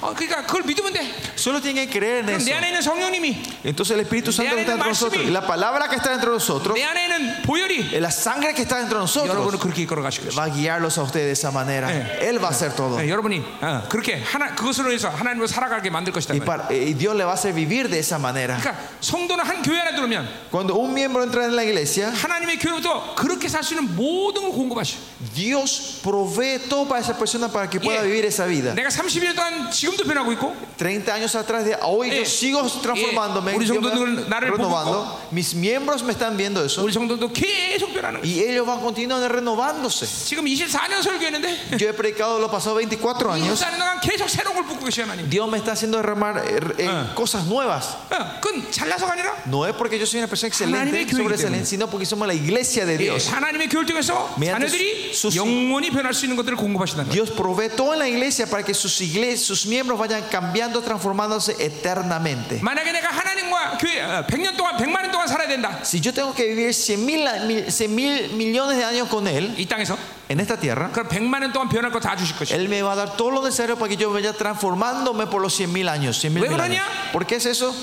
B: 어, 그러니까 그걸 믿으면 돼.
A: Solo tienen que creer en
B: 그럼
A: eso.
B: 내 안에 있는 성령님이,
A: Entonces el Espíritu Santo
B: Vean
A: está
B: el
A: entre nosotros.
B: Maximi.
A: La palabra que está dentro de nosotros,
B: 내 안에 있는 보혈이
A: eh, la sangre que está dentro de
B: 여러분을
A: nosotros,
B: 그렇게 이끌어 가실 것이다.
A: va a guiarlos a ustedes de esa manera.
B: Eh.
A: Él va a hacer todo.
B: 네, 여러분이 어, 그렇게 하나 그것으로 해서 하나님으로 살아가게 만들 것이다.
A: Y, para- eh, y Dios le va a hacer vivir de esa manera.
B: 그러니까 성도는 한 교회 안에 들어오면
A: Cuando un miembro entra en la iglesia,
B: 하나님의 교회부터 그렇게 살 수 있는 모든 걸 공급하셔.
A: Dios provee todo para esa persona para que pueda vivir esa vida.
B: 내가 30년 동안 지금도 변하고 있고
A: 30 años atrás de hoy
B: Eh.
A: yo sigo transformándome,
B: Eh. 우리
A: Dios me va
B: 성도들 나를 보고
A: renovando. Mis miembros me están viendo eso
B: 우리 성도도 계속 변하는 거야.
A: y ellos van continuamente renovándose.
B: 지금 24년 설교했는데
A: Yo he predicado los pasados 24 años.
B: 24년 동안 계속 새로운 걸 붓고 계셔 하나님.
A: Dios me está haciendo derramar eh, eh,
B: Ah.
A: cosas nuevas.
B: 어, 그건 잘나서가 아니라
A: No es porque yo soy una persona
B: 하나님의
A: excelente,
B: 교회이기
A: sobre
B: 때문에.
A: excelente, sino porque somos la iglesia
B: 예,
A: de Dios.
B: 하나님의 교회를 통해서
A: 미안해.
B: 자녀들이
A: 수- 수-
B: 영원히 변할 수 있는 것들을 공급하신다는 거야.
A: Dios provee todo en la iglesia para que sus, igle- sus miembros vayan cambiando, transformándose eternamente.
B: 만약에 내가 하나님과 교회 어, 100년 동안 100만 년 동안 살아야 된다.
A: Si yo tengo que vivir 100 mil, a- mil- 100 mil millones de años con Él
B: 이 땅에서
A: en esta tierra,
B: 그럼 100만 년 동안 변할 거 다 주실 것이야.
A: Él me va a dar todo lo necesario para que yo vaya transformándome por los 100 mil años. 100 mil
B: ¿Luego,
A: años.
B: Rania?
A: ¿Por qué es eso?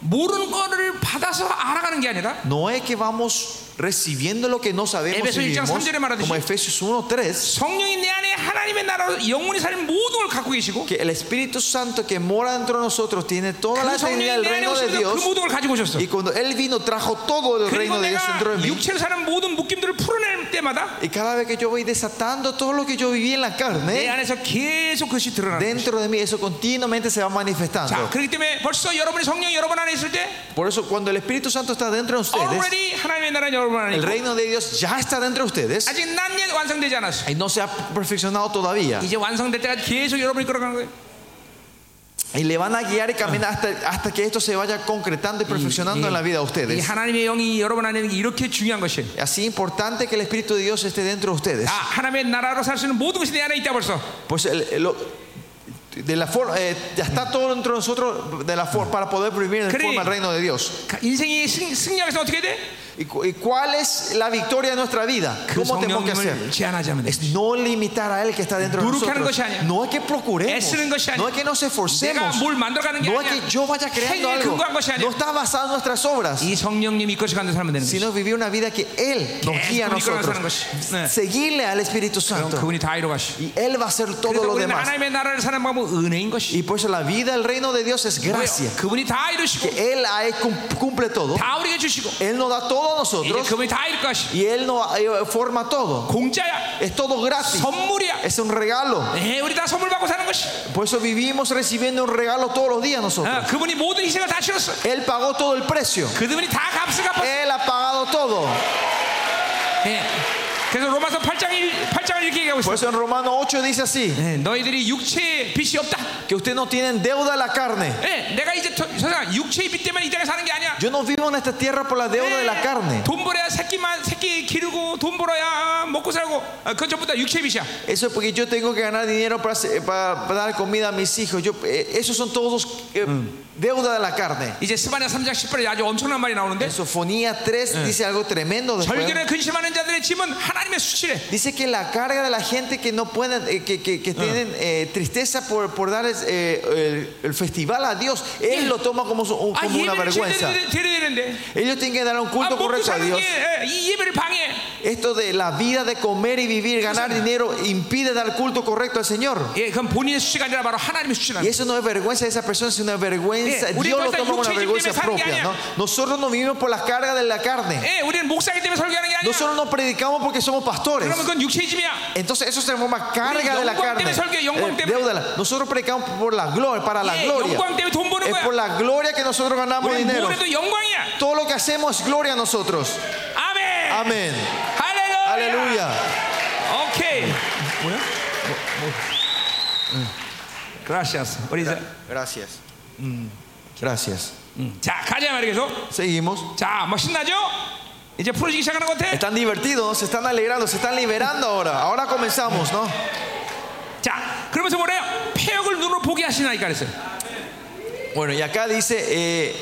B: 모르는 거를 받아서 알아가는 게 아니라
A: No es que vamos recibiendo lo que no sabemos
B: Efesios
A: y
B: 1장
A: vivimos,
B: 3절에 말하듯이.
A: como Efesios 1.3.
B: 성령이 내 안에 하나님의 나라로 영원히 사는 모든 걸 갖고 계시고
A: que el Espíritu Santo que mora dentro de nosotros tiene toda la
B: 그 성령이
A: eternidad del
B: 내 안에
A: reino de
B: 오셔서 그
A: Dios
B: 모든 걸 가지고 오셨어
A: y cuando Él vino trajo todo el
B: 그리고
A: reino de Dios dentro de
B: 내가
A: mí
B: 육체로 사는 모든 묶임들을 풀어낼 때마다
A: y cada vez que yo voy desatando todo lo que yo viví en la
B: 내
A: carne
B: 안에서 계속 그것이 드러나는 거예요.
A: dentro de mí eso continuamente se va
B: 자
A: manifestando
B: 그렇기 때문에 벌써 여러분의 성령이 여러분 안에 있을 때
A: por eso cuando el Espíritu Santo está dentro de
B: 네.
A: ustedes
B: already 하나님의 나라는 여러분 안에
A: el
B: 있고
A: reino de Dios ya está dentro de ustedes
B: 아직 난예 완성되지 않았어
A: y no se ha perfeccionado todavía
B: 이제 완성될 때까지 계속 여러분이 끌어가는 거예요
A: y le van a guiar y caminar hasta, hasta que esto se vaya concretando y perfeccionando en la
B: 예.
A: vida de
B: 이
A: ustedes
B: 하나님의 영이 여러분 안에 있는 게 이렇게 중요한 것이
A: así importante que el Espíritu de Dios esté dentro
B: 아,
A: de ustedes
B: 하나님의 나라로 살 수 있는 모든 것이 내 안에 있다 벌써
A: Pues el- el- lo- de la forma, eh, ya está todo dentro de nosotros de la for- para poder vivir de
B: Creí.
A: forma el reino de Dios.
B: 인생이 승, 승리하기 위해서 어떻게 해야 돼?
A: ¿Y cu- y cuál es la victoria de nuestra vida?
B: 그
A: ¿Cómo tenemos que
B: 성령님을
A: hacer?
B: 제한하자면 돼.
A: Es no limitar a Él que está dentro de
B: 노력하는
A: nosotros.
B: 것이 아니야.
A: No es que procuremos,
B: 애쓰는 것이 아니야.
A: no es que nos
B: 내가
A: esforcemos,
B: 뭘 만들어가는 게
A: no es que
B: 아니야.
A: yo vaya creando
B: 행위에
A: algo.
B: 근거한 것이 아니야.
A: No está basado en nuestras obras,
B: 이 성령님 이끌어 가는 사람은 되는 거지.
A: sino vivir una vida que Él nos
B: 계속
A: guía a
B: 이끌어
A: nosotros.
B: 가는 것이. 네.
A: Seguirle al Espíritu
B: 그럼
A: Santo.
B: 그분이 다 이루가시.
A: Y Él va a hacer todo
B: 그래서
A: lo
B: 우리는
A: demás.
B: 하나님의 나라를 사는 방법은 은혜인 것이.
A: Y por eso la vida, el reino de Dios es gracia.
B: 그분이 다 이루시고
A: Que Él ha- cum- cumple todo.
B: 다 우리에게 주시고
A: Él nos da todo a
B: 이제
A: nosotros
B: 그분이 다 이룰 것이.
A: y Él nos eh, forma todo.
B: 공짜야.
A: Es todo gratis.
B: 선물이야.
A: Es un regalo.
B: 네, 우리 다 선물 받고 사는 것이.
A: Por eso vivimos recibiendo un regalo todos los días nosotros.
B: 어, 그분이 모든 희생을 다 치렀어.
A: Él pagó todo el precio.
B: 그분이 다 값을 갚았어.
A: Él ha pagado todo.
B: 예. 그래서 로마서 8장 1, 8장을 이렇게 얘기하고 있어.
A: Por eso en Romano 8 dice así,
B: 예, 너희들이 육체의 빚이 없다.
A: que ustedes no tienen deuda a la carne.
B: 예, 내가 이제 더 세상 육체의 빚 때문에 이 땅에 사는 게 아니야.
A: Yo no vivo en esta tierra por la deuda de la carne.
B: 돈 벌어야 새끼만 새끼 기르고 돈 벌어야 먹고 살고 아, 그건 전부 다 육체 빚이야.
A: Eso es porque yo tengo que ganar dinero para, hacer- para- para dar comida a mis hijos. Yo, eh, esos son todos eh, deuda de la carne.
B: 이제 스바냐 3장 10절에 아주 엄청난 말이 나오는데
A: En Sofonía 3 dice algo tremendo. después.
B: 절결에 근심하는 자들의 짐은 하나님의 수치래.
A: Dice que la carga de la gente que no pueden, eh, que, que- que tienen eh, tristeza por, por dar eh, el, el festival a Dios, Él lo toma como, su-
B: 아
A: como una
B: 예배를
A: vergüenza.
B: 제대로 드려야 되는데
A: Ellos tienen que dar un
B: 아
A: culto
B: 먹고
A: correcto a
B: 사는
A: Dios.
B: 게이 예배를 방해.
A: Esto de la vida de comer y vivir, ganar dinero, impide dar culto correcto al Señor.
B: 예, 그건 본인의 수치가 아니라 바로 하나님의 수치라.
A: Y eso no es vergüenza de esa persona, sino una vergüenza.
B: Eh, 우리
A: Dios lo
B: 벌써
A: toma como una
B: 육체의
A: vergüenza
B: 집념에 사는 게
A: propia.
B: 아니야.
A: ¿no? Nosotros no vivimos por las cargas de la carne.
B: 예, 우리는 목사기 때문에 설교하는 게 아니야.
A: Nosotros no predicamos porque somos pastores.
B: 그러면 그건 육체의 짐이야.
A: Entonces eso se llama
B: Uy,
A: carga de la
B: 영광
A: carne.
B: 때문에 설교, 영광
A: Eh,
B: 때문에.
A: deuda de la- Nosotros predicamos por la gloria, para la
B: 예,
A: gloria.
B: 영광 때문에 돈 버는
A: Es
B: 거야.
A: por la gloria que nosotros ganamos
B: 우리는
A: dinero.
B: 뭘 해도 영광이야.
A: Todo lo que hacemos es gloria a nosotros.
B: 아멘.
A: Amén.
B: 할렐루야.
A: Aleluya.
B: 오케이. 뭐야? 그라시아스. 우리 이제
A: Gracias. Mm, Gracias.
B: 음. 자 가자 말이계서
A: Seguimos.
B: 자뭐 신나죠? 이제 풀어지기 시작하는 것 같아.
A: Están divertidos, se están alegrando, se están liberando ahora. Ahora comenzamos, ¿no?
B: 자 그러면서 뭐래요? 폐역을 눈으로 보게 하시나이까 그랬어요.
A: Bueno, y acá dice, eh,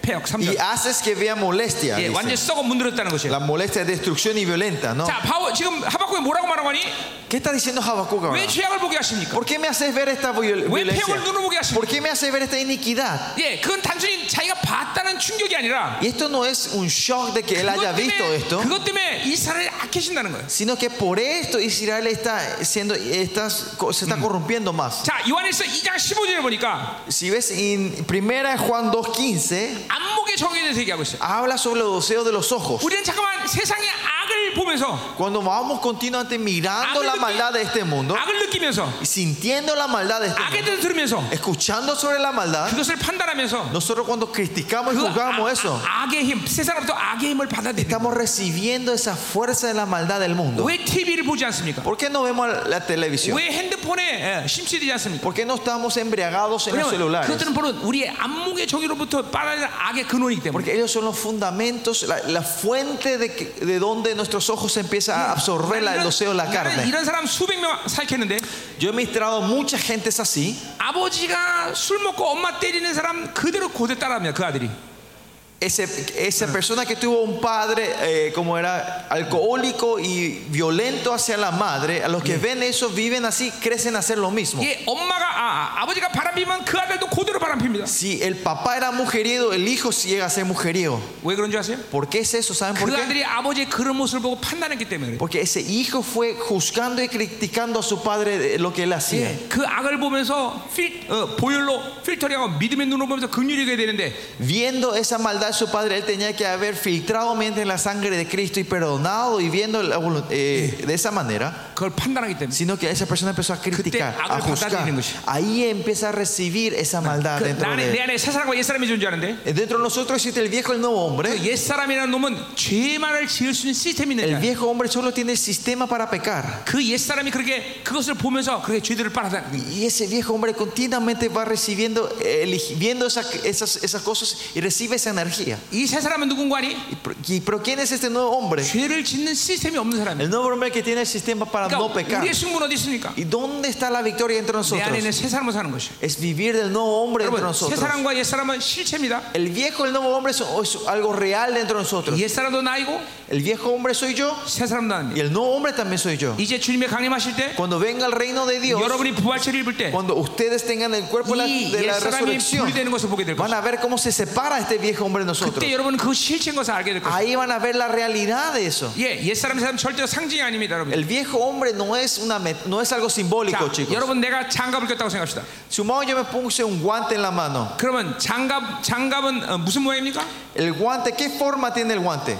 B: 폐역
A: y
B: 3절.
A: haces que vea molestia.
B: 예,
A: dice.
B: 완전 히 썩어 문드렸다는 것이에요.
A: La molestia es destrucción y violenta, ¿no?
B: 자 바오 지금 하박국이 뭐라고 말하고 하니?
A: ¿Qué está diciendo Habacuc ahora?
B: 왜 죄악을 보게 하십니까?
A: ¿Por qué me haces ver esta viol-
B: 어. 왜
A: violencia?
B: 폐역을 눈으로 보게 하십니까?
A: ¿Por qué me haces ver esta iniquidad?
B: 예, 그건 단순히 자기가 봤다는 충격이 아니라
A: Y esto no es un shock de que él haya visto esto,
B: 그것 때문에 이스라엘을 아끼신다는 거예요.
A: sino que por esto Israel está siendo, está- se está corrompiendo más.
B: 자, 요한일서 2장 15절에 보니까
A: Si ves en primera Juan 2.15,
B: 안목의 정에 대해서 얘기하고 있어요.
A: habla sobre los deseos de los ojos.
B: 우리는 잠깐만 세상의 악을 보면서
A: Cuando vamos continuamente mirando la maldad de este mundo,
B: 악을 느끼면서
A: y sintiendo la maldad de este
B: 악에
A: mundo,
B: 대해서 들으면서
A: escuchando sobre la maldad,
B: 그것을 판단하면서
A: nosotros cuando criticamos y
B: 그 아-
A: juzgamos eso,
B: 아- 악의 힘, 세상으로부터 악의 힘을 받아들이는
A: estamos recibiendo esa fuerza de la maldad del mundo.
B: 왜 TV를 보지 않습니까?
A: ¿Por qué no vemos la televisión?
B: 왜 핸드폰에 예, 심취되지 않습니까?
A: ¿Por qué no estamos embriagados en los
B: 왜냐면
A: celulares?
B: 그것들은 바로 우리의 안목의 정의로부터 빨아들이는 악의 근원이기 때문에
A: Porque ellos son los fundamentos, la, la fuente de, que- de donde nuestros ojos empiezan a absorber la, el deseo de la
B: 나는
A: carne.
B: 이런 사람 수백 명 살켰는데
A: Yo he ministrado mucha gente es así,
B: 아버지가 술 먹고 엄마 때리는 사람 그대로 고대 따라합니다 그 아들이
A: ese, esa persona que tuvo un padre eh, como era alcohólico y violento hacia la madre, a los que ven eso viven así, crecen a hacer lo mismo.
B: 예, 엄마가 아, 아, 버지가 바람피면 그 아들도 그대로 바람핍니다
A: Si el papá era mujeriego, el hijo llega a ser mujeriego.
B: 왜 그런 줄 아세요?
A: ¿Por qué es eso? ¿Saben por
B: 그
A: qué?
B: 아들이 아버지의 그런 모습을 보고 판단했기 때문에 그래요
A: Porque ese hijo fue juzgando y criticando a su padre de lo que él hacía.
B: 예, 그 악을 보면서 필, 어, 보혈로 필터링하고 믿음의 눈으로 보면서 긍휼이 돼야 되는데
A: Viendo esa maldad de su padre, él tenía que haber filtrado mente en la sangre de Cristo y perdonado y viendo la volu- eh, de esa manera,
B: 그걸 판단하기 때문에
A: sino que esa persona empezó a criticar,
B: Kute-
A: a juzgar.
B: 받아들이는 것이. Ahí
A: Ahí empieza a recibir esa maldad
B: 그
A: dentro
B: 나는
A: de
B: 내
A: él. Eh,
B: 안에 새사람과 옛사람이 존재하는데
A: Dentro de nosotros existe el viejo y el nuevo
B: 그
A: hombre.
B: 옛사람이라는 놈은 죄만을 지을 수 있는 시스템이 있는
A: El
B: 자그
A: viejo hombre solo tiene el sistema para pecar.
B: 옛사람이 그렇게 그것을 보면서 그렇게 죄들을 빨아다
A: Y ese viejo hombre continuamente va recibiendo, eh, eligi- viendo esa- esas, esas cosas y recibe esa energía.
B: 이 세 사람은 누군가 아니?
A: Y pro- y- pero ¿quién es este nuevo hombre?
B: 죄를 짓는 시스템이 없는 사람이에요.
A: El nuevo hombre que tiene el sistema para no
B: 그러니까
A: pecar.
B: 우리의 승부는 어디 있습니까?
A: ¿Y dónde está la victoria entre
B: 내 안에 있는
A: nosotros?
B: 새 사람을 사는 것이에요.
A: Es vivir del nuevo hombre entre
B: 여러분, 새
A: nosotros.
B: 사람과 옛 사람은 실체입니다.
A: El viejo y el nuevo hombre son- es algo real dentro de nosotros.
B: 옛 사람도 나이고
A: El viejo hombre soy yo
B: 새 사람도
A: y
B: 나입니다.
A: el nuevo hombre también soy yo.
B: 이제 주님의 강림하실 때
A: Cuando venga el reino de Dios,
B: 여러분이 부활체를 입을 때
A: cuando ustedes tengan el cuerpo de la,
B: 이
A: de la
B: 옛사람이
A: resurrección,
B: 분리되는 것을 보게 될
A: van
B: 것이에요.
A: a ver cómo se separa este viejo hombre de nosotros.
B: 그때 여러분은 그 실체인 것을 알게 될 것이에요.
A: Ahí van a ver la realidad de eso.
B: 예, 옛사람 새사람 절대 상징이 아닙니다, 여러분.
A: El viejo hombre no es, una met- no es algo
B: 자,
A: simbólico, chicos.
B: 여러분 내가 장갑을 꼈다고 생각합시다.
A: Sumado yo me puse un guante en la mano.
B: 그러면 장갑 장갑은 어, 무슨 모양입니까?
A: El guante, ¿qué forma tiene el guante?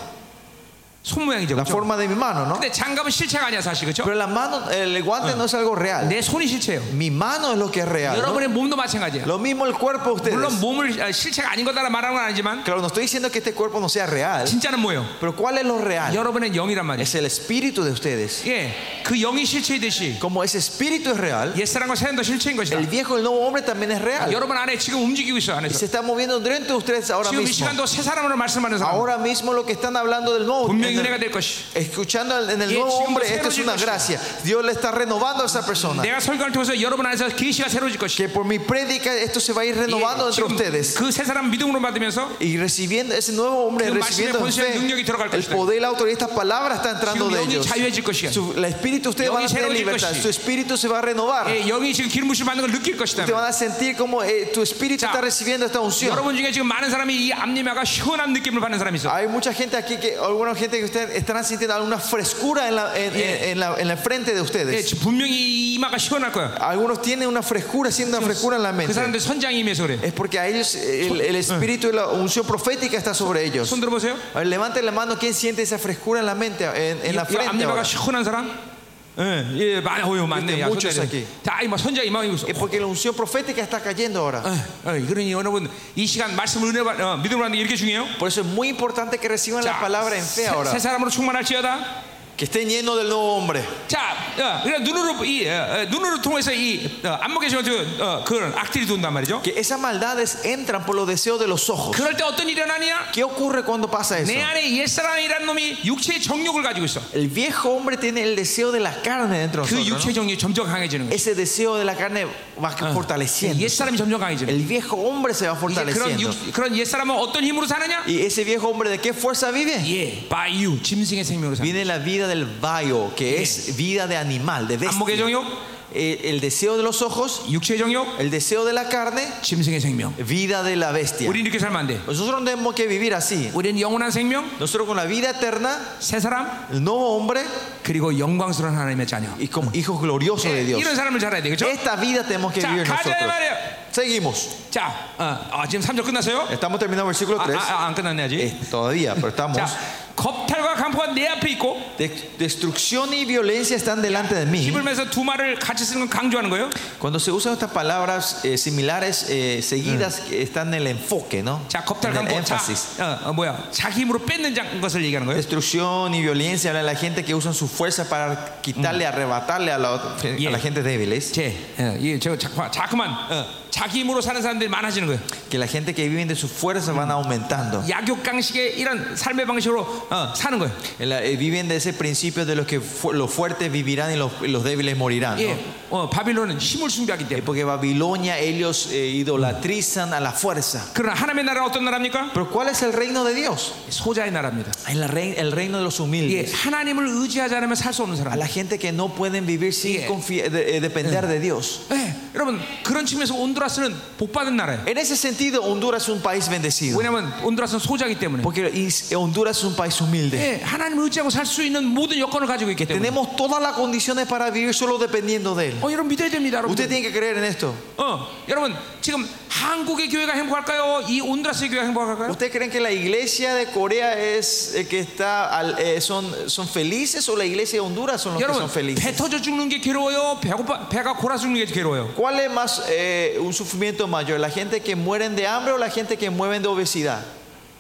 B: 손 모양이죠.
A: La
B: 그렇죠?
A: forma de mi mano, ¿no?
B: 근데 장갑은 실체가 아니야, 사실 그렇죠?
A: Pero la mano, el guante no es algo real.
B: 내 손이 실체예요.
A: Mi mano es lo que es real. ¿no?
B: 여러분의 몸도 마찬가지예요.
A: Lo mismo el cuerpo de
B: 물론
A: ustedes.
B: 몸을 아, 실체가 아닌 거다라 말하는 건 아니지만
A: Claro, no estoy diciendo que este cuerpo no sea real,
B: 진짜는 뭐예요?
A: pero ¿cuál es lo real?
B: 여러분의 영이란 말이에요.
A: Es el espíritu de ustedes.
B: 예, 그 영이 실체이듯이
A: Como ese espíritu es real,
B: 옛사람과 새사람도 실체인 것이다.
A: el viejo y el nuevo hombre también es real.
B: 여러분 안에 지금 움직이고 있어
A: Y
B: 안에서.
A: se está moviendo dentro de ustedes ahora
B: 지금 이
A: mismo.
B: 시간도 새 사람으로 말씀하는 사람.
A: Ahora mismo lo que están hablando del nuevo
B: 분명히
A: en el-
B: 은혜가 될 것이.
A: Escuchando en el
B: Y
A: nuevo
B: 지금도
A: hombre, esto es
B: 새로워질
A: una
B: 것이다.
A: gracia. Dios le está renovando a esa persona.
B: 내가 설교를 통해서 여러분 안에서 계시가 새로워질 것이.
A: Que por mi prédica esto se va a ir renovando entre ustedes.
B: 그새 사람 믿음으로 받으면서
A: Y recibiendo ese nuevo hombre,
B: 그 말씀의
A: recibiendo en
B: 권세와
A: fe,
B: 능력이 들어갈
A: el
B: 것이다.
A: poder, la autoridad, estas palabras están entrando
B: 지금
A: de
B: 영이
A: ellos.
B: 자유해질 것이야.
A: Su- el espíritu ustedes
B: 영이
A: van a tener
B: 새로워질
A: libertad.
B: 것이.
A: Su espíritu se va a renovar.
B: 예, 영이 지금 기름 부심 받는 걸 느낄 것이다.
A: Te van a sentir como eh, tu espíritu
B: 자,
A: está recibiendo esta unción.
B: 여러분 중에 지금 많은 사람이 이 암님아가 시원한 느낌을 받는 사람이 있어.
A: Hay mucha gente aquí que, alguna gente que ustedes están sintiendo alguna frescura en la, en,
B: Yeah.
A: en- en la, en la frente de
B: 예,
A: ustedes.
B: 지금 분명히 이 이마가 시원할 거야.
A: Algunos tienen una frescura, sienten una frescura en la
B: 그
A: mente.
B: 사람들 선장이 임해서 그래.
A: Es porque a ellos eh, el, el espíritu de la unción profética está sobre ellos.
B: 손 들어보세요.
A: A ver, levanten la mano, ¿quién siente esa frescura en la mente, en, en la
B: 이
A: frente? ahora?
B: 암님아가 시원한 사람? 예, 예, 많아 오요, 많네. 야,
A: muchos
B: 선장이.
A: aquí.
B: 자, 이마 뭐 선장 이마 이거.
A: Es porque la unción profética está cayendo ahora.
B: 어, 어, 그러니 여러분 이 시간 말씀을 은혜 받- 어, 믿음으로 하는 게 이렇게 중요해요.
A: Por eso es muy importante que reciban la palabra en fe
B: 세, 세
A: ahora.
B: 사람으로 충만할지어다.
A: Que estén llenos del nuevo hombre.
B: 자, 어, 그러니까 눈으로 이 어, 어, 눈으로 통해서 이 어, 안목의 시간 어, 그런 악들이 돈단 말이죠.
A: Que esas maldades entran por los deseos de los ojos.
B: 그럴 때 어떤 일이 일어나냐?
A: ¿Qué ocurre cuando pasa eso?
B: 내 안에 옛사람이라는 놈이 육체의 정욕을 가지고 있어.
A: El viejo hombre tiene el deseo de la carne dentro de
B: 그
A: nosotros.
B: 육체
A: ¿no?
B: 정욕이 점점 강해지는 거야.
A: Ese deseo de la carne va
B: Ah. 예,
A: fortaleciendo.
B: 옛사람이 점점 강해지는
A: El viejo hombre se va
B: 거야. 이제 그런,
A: fortaleciendo.
B: 육, 그런 옛사람은 어떤 힘으로 사느냐?
A: ¿Y ese viejo hombre de qué fuerza vive?
B: 예, 바이유 짐승의 생명으로 사는
A: Viene la vida del vaio, que es vida de animal, de
B: 거야. 안목의
A: bestia.
B: 정욕,
A: Eh, El deseo de los ojos,
B: 육체의 정욕,
A: el deseo de la carne,
B: 짐승의 생명.
A: vida de la bestia.
B: 우리 이렇게 살면 안 돼.
A: Nosotros no tenemos que vivir así.
B: 우리는 영원한 생명,
A: Nosotros con la vida eterna,
B: 새 사람
A: el nuevo hombre
B: 그리고 영광스러운 하나님의 자녀
A: y como hijos gloriosos de Dios.
B: 이런 사람을 잘해야 돼 그죠?
A: Esta vida tenemos que
B: 자
A: vivir
B: 가자 이
A: nosotros.
B: 말이에요
A: Seguimos.
B: 자 어, 어, 지금 3절 끝났어요?
A: Estamos terminando el versículo
B: 아,
A: 3.
B: 아, 아, 안 끝났네 아직
A: Eh, todavía, pero
B: 자
A: estamos.
B: 겁탈과 간포가 내 앞에 있고
A: De- destrucción y violencia están delante de mí.
B: 히브리면서 두 말을 같이 쓰는 건 강조하는 거예요
A: Cuando se usan estas palabras eh, similares eh, seguidas, que están en el enfoque, ¿no?
B: 자 겁탈
A: En el
B: 간포 자
A: énfasis.
B: 어, 어, 뭐야 자기 힘으로 뺏는 자- 것을 얘기하는 거예요
A: Destrucción y violencia habla de la gente que usan su fuerza para quitarle, arrebatarle a la, ot- a
B: Yeah.
A: la gente débiles.
B: 제, 어, 예, 저, 자, 자 그만 어, 자기 힘으로 사는 사람들이 많아지는 거예요
A: Que la gente que vive de su fuerza van aumentando.
B: 약육강식의 이런 삶의 방식으로 어, 사는 거예요
A: La- eh, viven de ese principio de los que fu- los fuertes vivirán y los, y los débiles morirán. ¿no?
B: 예, 어, 바빌론은 힘을 숭배하기
A: Eh,
B: 때문에
A: Porque Babilonia ellos eh, idolatrizan a la fuerza.
B: 그러나 하나님의 나라는 어떤 나라입니까?
A: Pero ¿cuál es el reino de Dios?
B: 소자의 나라입니다.
A: En la rei- el reino de los
B: 예,
A: humildes.
B: 하나님을 의지하지 않으면 살 수 없는
A: A
B: 사람.
A: la gente que no pueden vivir sin
B: Yeah.
A: confi- de- eh, depender de Dios.
B: 예, 여러분 그런 측면에서 온두라스는 복받은 나라예요.
A: En ese sentido, Honduras es un país bendecido.
B: 왜냐하면 온두라스는 소자기 때문에.
A: Porque is- Honduras es un país humilde.
B: 예, 하나님을 의지하고 살 수 있는 모든 여건을 가지고 있기 때문에.
A: Tenemos todas las condiciones para vivir solo dependiendo de Él.
B: 어, 여러분 믿어야 됩니다, 여러분.
A: Usted tiene que creer en esto.
B: 어, 여러분 지금 한국의 교회가 행복할까요? 이 온두라스의 교회가 행복할까요?
A: ¿Ustedes creen que la iglesia de Corea es eh, que está al- eh, son, son felices o la iglesia de Honduras son los que
B: 여러분
A: son
B: 배
A: felices?
B: 터져 죽는 게 괴로워요. 배고파 배가 골아 죽는 게 괴로워요.
A: ¿Cuál es más eh, un sufrimiento mayor? ¿La gente que mueren de hambre o la gente que mueren de obesidad?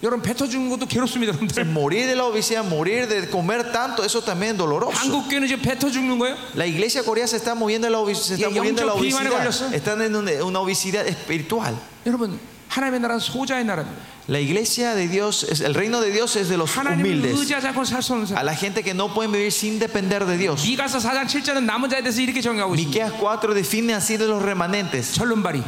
B: 여러분 배 터져 죽는 것도 괴롭습니다, 여러분들.
A: Morir de la obesidad, morir de comer tanto, eso también es doloroso.
B: 한국 교회는 지금 배 터져 죽는 거예요?
A: La iglesia coreana se está moviendo a la, obes- se está
B: Y-
A: muriendo a la
B: 영적 비만에
A: obesidad.
B: 걸렸어.
A: Están en una, una obesidad espiritual.
B: 여러분 하나님의 나라는 소자의 나라입니다.
A: La iglesia de Dios, es- el reino de Dios es de los
B: 하나님을
A: humildes.
B: 의지하지 않고 살 수 없는
A: A
B: 사람.
A: la gente que no pueden vivir sin depender de Dios.
B: 미가서 4장 7절은 남은 자에 대해서 이렇게 정의하고 있습니다.
A: Miqueas 4 define así de los remanentes,
B: 절름발이.